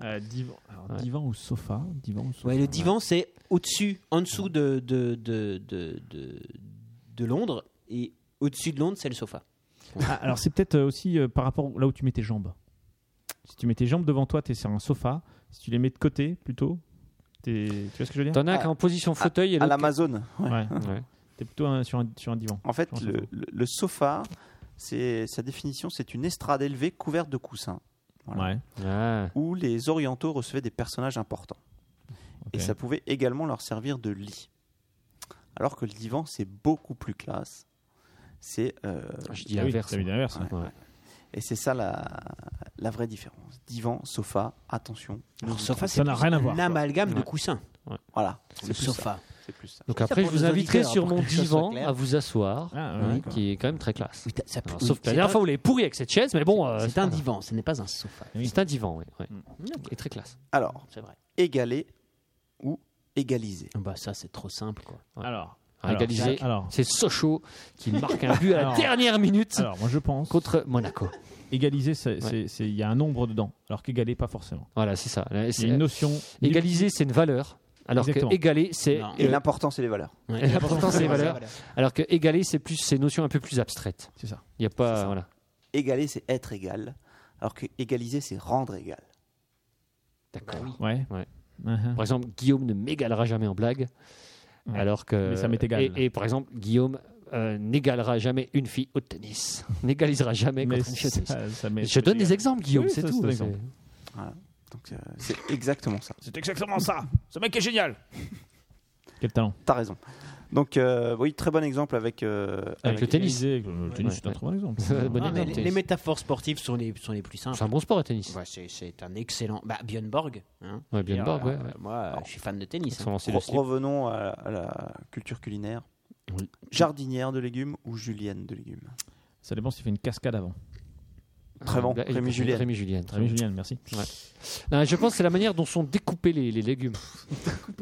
[SPEAKER 2] Euh, divan.
[SPEAKER 4] Ouais.
[SPEAKER 2] divan ou sofa Divan ou sofa.
[SPEAKER 5] Ouais, le divan, c'est au-dessus, en dessous de de de de, de, de Londres et au-dessus de Londres, c'est le sofa.
[SPEAKER 2] Ah, alors c'est peut-être euh, aussi euh, par rapport là où tu mets tes jambes. Si tu mets tes jambes devant toi, t'es sur un sofa. Si tu les mets de côté plutôt, t'es- tu vois ce que je veux dire
[SPEAKER 4] T'en as qu'en position fauteuil et
[SPEAKER 3] À
[SPEAKER 4] l'autre-
[SPEAKER 3] l'Amazon. ouais.
[SPEAKER 2] Ouais.
[SPEAKER 4] Ouais.
[SPEAKER 2] T'es plutôt un- sur, un, sur un divan.
[SPEAKER 3] En fait,
[SPEAKER 2] Je pense
[SPEAKER 3] le,
[SPEAKER 2] que-
[SPEAKER 3] le- le sofa, c'est sa définition, c'est une estrade élevée couverte de coussins Voilà.
[SPEAKER 2] Ouais.
[SPEAKER 4] Ah.
[SPEAKER 3] où les orientaux recevaient des personnages importants. Et
[SPEAKER 2] Ok.
[SPEAKER 3] ça pouvait également leur servir de lit. Alors que le divan, c'est beaucoup plus classe. C'est euh,
[SPEAKER 4] Je dis
[SPEAKER 2] Ah oui,
[SPEAKER 4] l'inverse. hein.
[SPEAKER 2] t'as mis l'inverse.
[SPEAKER 3] Ouais.
[SPEAKER 4] Ouais.
[SPEAKER 3] et c'est ça la, la vraie différence. Divan, sofa, attention.
[SPEAKER 5] Alors, sofa,
[SPEAKER 2] Ça
[SPEAKER 5] c'est
[SPEAKER 2] n'a rien à voir.
[SPEAKER 5] un amalgame de
[SPEAKER 4] Ouais.
[SPEAKER 5] coussins.
[SPEAKER 3] Voilà, c'est
[SPEAKER 5] Le
[SPEAKER 3] plus ça.
[SPEAKER 5] sofa.
[SPEAKER 3] C'est plus ça.
[SPEAKER 4] Donc
[SPEAKER 5] Ça,
[SPEAKER 4] après, je
[SPEAKER 5] pour
[SPEAKER 4] vous
[SPEAKER 5] nos
[SPEAKER 4] inviterai
[SPEAKER 5] auditeurs,
[SPEAKER 4] sur
[SPEAKER 5] pour
[SPEAKER 4] mon
[SPEAKER 5] que les choses
[SPEAKER 4] divan
[SPEAKER 5] soient claires.
[SPEAKER 4] à vous asseoir,
[SPEAKER 2] Ah,
[SPEAKER 4] hein,
[SPEAKER 2] ouais.
[SPEAKER 4] qui est quand même très classe.
[SPEAKER 5] Oui, t'as- ça-
[SPEAKER 4] Alors,
[SPEAKER 5] oui,
[SPEAKER 4] sauf que la
[SPEAKER 5] c'est
[SPEAKER 4] dernière
[SPEAKER 5] un-
[SPEAKER 4] fois, vous l'avez pourri avec cette chaise, mais bon, euh,
[SPEAKER 5] c'est
[SPEAKER 4] c'est
[SPEAKER 5] un
[SPEAKER 4] pas grave.
[SPEAKER 5] divan, ce n'est pas un sofa.
[SPEAKER 2] Oui.
[SPEAKER 4] C'est un divan, oui. ouais.
[SPEAKER 5] Mm.
[SPEAKER 4] Et très classe.
[SPEAKER 3] Alors,
[SPEAKER 5] C'est vrai.
[SPEAKER 3] égaler ou égaliser.
[SPEAKER 5] Ah Bah ça, c'est trop simple quoi.
[SPEAKER 2] Alors, alors,
[SPEAKER 4] Égalisé.
[SPEAKER 2] alors,
[SPEAKER 4] C'est Sochaux qui marque un but à la
[SPEAKER 2] Alors.
[SPEAKER 4] dernière minute
[SPEAKER 2] alors, moi je pense.
[SPEAKER 4] contre Monaco.
[SPEAKER 2] Égaliser, c'est-
[SPEAKER 4] Ouais.
[SPEAKER 2] c'est- c'est- il y a un nombre dedans, alors qu'égaler, pas forcément.
[SPEAKER 4] Voilà, c'est ça. Là,
[SPEAKER 2] C'est
[SPEAKER 4] c'est- euh,
[SPEAKER 2] une notion.
[SPEAKER 4] Égaliser, c'est une valeur. Alors
[SPEAKER 2] Exactement.
[SPEAKER 4] que égaler, c'est.
[SPEAKER 5] Non.
[SPEAKER 3] Et
[SPEAKER 4] euh,
[SPEAKER 3] l'important, c'est les valeurs.
[SPEAKER 5] Ouais.
[SPEAKER 4] L'important, c'est les valeurs.
[SPEAKER 5] valeurs.
[SPEAKER 4] Alors que égaler, c'est plus ces notions un peu plus abstraites.
[SPEAKER 2] C'est ça.
[SPEAKER 4] Il n'y a
[SPEAKER 3] C'est
[SPEAKER 4] pas.
[SPEAKER 3] ça.
[SPEAKER 4] Voilà.
[SPEAKER 3] Égaler, c'est être égal. Alors que égaliser, c'est rendre égal.
[SPEAKER 4] D'accord.
[SPEAKER 2] Ouais.
[SPEAKER 4] Ouais.
[SPEAKER 2] Uh-huh.
[SPEAKER 4] Ah Par exemple, Guillaume ne m'égalera jamais en blague.
[SPEAKER 2] Ouais.
[SPEAKER 4] Alors que.
[SPEAKER 2] Mais ça m'est égal.
[SPEAKER 4] Et, et par exemple, Guillaume euh, n'égalera jamais une fille au tennis. N'égalisera jamais
[SPEAKER 2] Mais
[SPEAKER 4] contre une fille au tennis.
[SPEAKER 2] ça- ça m'est-
[SPEAKER 4] Je donne des exemples, Guillaume,
[SPEAKER 2] Oui,
[SPEAKER 4] c'est
[SPEAKER 2] ça,
[SPEAKER 4] tout.
[SPEAKER 2] c'est un
[SPEAKER 4] C'est-
[SPEAKER 2] exemple.
[SPEAKER 3] Donc, euh, c'est exactement ça.
[SPEAKER 7] C'est exactement ça. Ce mec est génial.
[SPEAKER 2] Quel talent.
[SPEAKER 3] T'as raison. Donc, euh, oui, très bon exemple avec. euh,
[SPEAKER 4] Avec le tennis.
[SPEAKER 2] Égaliser, avec le tennis, c'est un
[SPEAKER 4] Ouais.
[SPEAKER 2] très bon exemple.
[SPEAKER 4] Bon
[SPEAKER 5] Ah, mais
[SPEAKER 4] exemple,
[SPEAKER 5] les, les
[SPEAKER 4] tennis.
[SPEAKER 5] métaphores sportives sont les, sont les plus simples.
[SPEAKER 4] C'est un bon sport, le tennis.
[SPEAKER 5] Ouais, c'est- c'est un excellent. Bah, Björn Borg. hein.
[SPEAKER 4] Ouais, Björn Borg,
[SPEAKER 5] Alors,
[SPEAKER 4] ouais, ouais.
[SPEAKER 5] euh, Moi, euh, je suis fan de tennis.
[SPEAKER 4] Sans
[SPEAKER 5] hein.
[SPEAKER 4] lancer
[SPEAKER 3] Re-
[SPEAKER 4] le slip.
[SPEAKER 3] revenons à, à la culture culinaire.
[SPEAKER 4] Oui.
[SPEAKER 3] Jardinière de légumes ou julienne de légumes
[SPEAKER 2] Ça dépend s'il fait une cascade avant.
[SPEAKER 3] Très bon,
[SPEAKER 4] Là, il-
[SPEAKER 3] Rémi Julien.
[SPEAKER 4] Rémi Julien. très
[SPEAKER 2] Très bien, Julien, merci.
[SPEAKER 4] Non, je pense que c'est la manière dont sont découpés les, les légumes.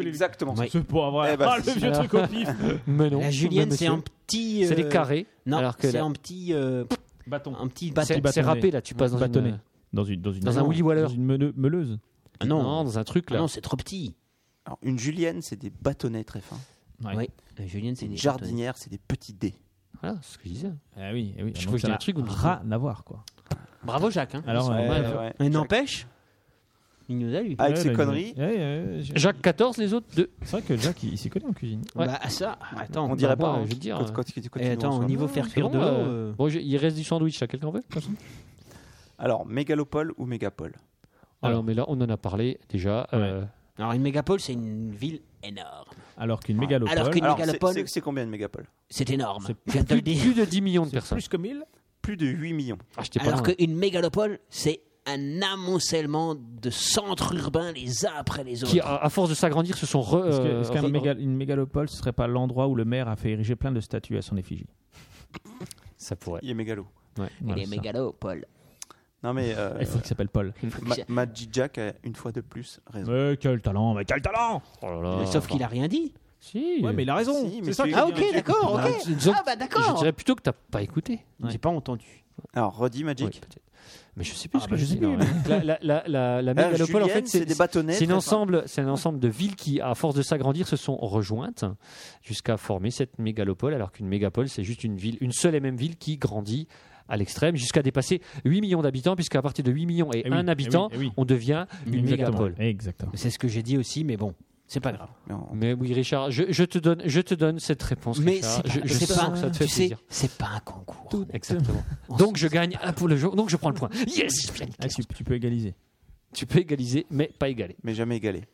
[SPEAKER 3] Exactement.
[SPEAKER 5] Oui.
[SPEAKER 2] C'est pour avoir
[SPEAKER 3] Eh ben,
[SPEAKER 2] ah, le
[SPEAKER 3] c'est-
[SPEAKER 2] vieux truc au pif.
[SPEAKER 4] Mais non.
[SPEAKER 5] La julienne,
[SPEAKER 4] mais
[SPEAKER 5] c'est
[SPEAKER 4] monsieur,
[SPEAKER 5] un petit.
[SPEAKER 4] C'est
[SPEAKER 5] euh,
[SPEAKER 4] des carrés.
[SPEAKER 5] Non,
[SPEAKER 4] alors que
[SPEAKER 5] c'est
[SPEAKER 4] la-
[SPEAKER 5] un petit. euh,
[SPEAKER 2] Bâton.
[SPEAKER 5] un petit
[SPEAKER 4] C'est-
[SPEAKER 5] bâton.
[SPEAKER 4] C'est
[SPEAKER 2] bâtonnet.
[SPEAKER 4] râpé là, tu passes dans
[SPEAKER 2] Bâtonnet.
[SPEAKER 4] une. euh,
[SPEAKER 2] Dans, une, dans, une,
[SPEAKER 4] Dans un
[SPEAKER 2] non,
[SPEAKER 4] Willy Waller.
[SPEAKER 2] Dans une meule- meuleuse.
[SPEAKER 5] Ah
[SPEAKER 4] Non.
[SPEAKER 5] non,
[SPEAKER 4] dans un truc
[SPEAKER 5] ah
[SPEAKER 4] là.
[SPEAKER 5] non, c'est trop petit.
[SPEAKER 3] Alors, une julienne, c'est des bâtonnets très fins.
[SPEAKER 2] Ouais.
[SPEAKER 5] Oui. La julienne, Euh, c'est
[SPEAKER 3] C'est une
[SPEAKER 5] des
[SPEAKER 3] jardinière, c'est des petits dés.
[SPEAKER 4] Voilà, c'est ce que je disais.
[SPEAKER 2] Ah oui, eh oui. donc
[SPEAKER 4] Je trouve que
[SPEAKER 2] ça
[SPEAKER 4] j'ai un
[SPEAKER 2] n'a
[SPEAKER 4] truc où on dit-
[SPEAKER 2] Rien à voir, quoi.
[SPEAKER 5] bâtonnets. Bravo Jacques. hein.
[SPEAKER 2] Alors,
[SPEAKER 4] Ouais,
[SPEAKER 2] euh,
[SPEAKER 4] ouais.
[SPEAKER 5] Mais n'empêche, il nous a eu.
[SPEAKER 3] Ah, Avec
[SPEAKER 2] ouais,
[SPEAKER 3] ses
[SPEAKER 2] bah,
[SPEAKER 3] conneries.
[SPEAKER 2] ouais, ouais, j'ai-
[SPEAKER 4] Jacques 14, les autres deux.
[SPEAKER 2] C'est vrai que Jack, il, il s'y connaît en cuisine.
[SPEAKER 4] ouais.
[SPEAKER 5] Bah, ça, attends.
[SPEAKER 3] On dirait
[SPEAKER 4] bah,
[SPEAKER 3] pas.
[SPEAKER 4] ouais,
[SPEAKER 3] hein.
[SPEAKER 4] je veux dire,
[SPEAKER 3] Quand-
[SPEAKER 4] euh,
[SPEAKER 3] quand- quand- quand-
[SPEAKER 5] Et attends,
[SPEAKER 3] quand-
[SPEAKER 5] au niveau faire
[SPEAKER 4] C'est
[SPEAKER 5] cuire
[SPEAKER 4] bon,
[SPEAKER 5] de l'eau.
[SPEAKER 4] euh,
[SPEAKER 5] euh,
[SPEAKER 4] Bon, je- il reste du sandwich là, quelqu'un veut de toute façon
[SPEAKER 3] Alors, mégalopole ou mégapole
[SPEAKER 5] Ah.
[SPEAKER 4] Alors, mais là, on en a parlé déjà. euh,
[SPEAKER 5] Alors, une mégapole, c'est une ville énorme.
[SPEAKER 2] Alors
[SPEAKER 4] ah,
[SPEAKER 2] qu'une mégalopole.
[SPEAKER 5] Alors qu'une- Une
[SPEAKER 3] Alors, c'est-
[SPEAKER 5] mégalopole
[SPEAKER 3] c'est- C'est combien une mégapole
[SPEAKER 5] C'est énorme.
[SPEAKER 2] C'est
[SPEAKER 5] Je viens de te le
[SPEAKER 4] plus,
[SPEAKER 5] dire.
[SPEAKER 4] plus de 10 millions de personnes.
[SPEAKER 7] Plus que 1000.
[SPEAKER 3] Plus de 8 millions.
[SPEAKER 4] Ah, j'étais pas
[SPEAKER 5] Alors
[SPEAKER 4] loin.
[SPEAKER 5] qu'une mégalopole, c'est un amoncellement de centres urbains les uns après les autres.
[SPEAKER 4] Qui, à, à force de s'agrandir, se sont. re-
[SPEAKER 2] Est-ce que-
[SPEAKER 4] euh,
[SPEAKER 2] est-ce qu'une
[SPEAKER 4] re-
[SPEAKER 2] mégalopole, ce serait pas l'endroit où le maire a fait ériger plein de statues à son effigie
[SPEAKER 4] Oh, Ça pourrait.
[SPEAKER 3] Il est mégalo.
[SPEAKER 5] Il
[SPEAKER 2] Voilà,
[SPEAKER 5] est
[SPEAKER 2] ça.
[SPEAKER 5] mégalopole.
[SPEAKER 3] Non, mais euh,
[SPEAKER 2] Il faut qu'il s'appelle Paul.
[SPEAKER 5] Bah,
[SPEAKER 3] Ma- Magic Jack a une fois de plus raison.
[SPEAKER 2] Mais quel talent, Euh, mais quel talent
[SPEAKER 4] Oh là là.
[SPEAKER 5] Sauf qu'il a rien dit.
[SPEAKER 4] Si.
[SPEAKER 2] Ouais, mais il a raison.
[SPEAKER 3] Si, mais
[SPEAKER 2] c'est ça
[SPEAKER 3] tu-
[SPEAKER 2] qu'il
[SPEAKER 5] Ah,
[SPEAKER 2] dit.
[SPEAKER 5] ok, d'accord,
[SPEAKER 4] Ah,
[SPEAKER 5] ok.
[SPEAKER 4] disons-
[SPEAKER 5] Ah, bah,
[SPEAKER 4] Je
[SPEAKER 5] d'accord.
[SPEAKER 4] dirais plutôt que t'as pas écouté.
[SPEAKER 5] J'ai pas entendu.
[SPEAKER 3] Alors, redis
[SPEAKER 4] Oui,
[SPEAKER 3] Magic.
[SPEAKER 4] peut-être. Mais je sais plus
[SPEAKER 2] Ah,
[SPEAKER 4] ce
[SPEAKER 2] bah,
[SPEAKER 4] que
[SPEAKER 2] je
[SPEAKER 4] je
[SPEAKER 2] sais
[SPEAKER 4] sais
[SPEAKER 2] plus,
[SPEAKER 4] La, la, la, la, la
[SPEAKER 3] Alors,
[SPEAKER 4] mégalopole, en
[SPEAKER 3] Euh, julienne,
[SPEAKER 4] fait, c'est
[SPEAKER 3] Ah, des bâtonnets.
[SPEAKER 4] c'est un
[SPEAKER 3] très
[SPEAKER 4] ensemble, c'est un ensemble de villes qui, à force de s'agrandir, se sont rejointes jusqu'à former cette mégalopole, alors qu'une mégapole, c'est juste une ville, une seule et même ville qui grandit à l'extrême jusqu'à dépasser 8 millions d'habitants, puisqu'à partir de 8 millions et
[SPEAKER 2] Eh oui,
[SPEAKER 4] 1
[SPEAKER 2] eh oui,
[SPEAKER 4] habitant,
[SPEAKER 2] eh oui.
[SPEAKER 4] on devient une
[SPEAKER 2] Exactement.
[SPEAKER 4] mégapole.
[SPEAKER 2] Exactement.
[SPEAKER 5] C'est ce que j'ai dit aussi, mais bon, c'est pas grave.
[SPEAKER 3] Mais on-
[SPEAKER 4] Mais oui, Richard, je, je te, donne, je te donne cette réponse.
[SPEAKER 5] Mais
[SPEAKER 4] Richard.
[SPEAKER 5] c'est pas,
[SPEAKER 4] je, je
[SPEAKER 5] c'est
[SPEAKER 4] sens
[SPEAKER 5] pas-
[SPEAKER 4] que ça te fait
[SPEAKER 5] tu sais,
[SPEAKER 4] plaisir.
[SPEAKER 5] c'est pas un concours.
[SPEAKER 4] Exactement.
[SPEAKER 5] On
[SPEAKER 4] Donc
[SPEAKER 5] s-
[SPEAKER 4] je gagne un pour le jour, donc je prends le point. Yes je gagne.
[SPEAKER 2] Ah, tu, tu peux égaliser.
[SPEAKER 4] Tu peux égaliser, mais pas égaler.
[SPEAKER 3] mais jamais égalé.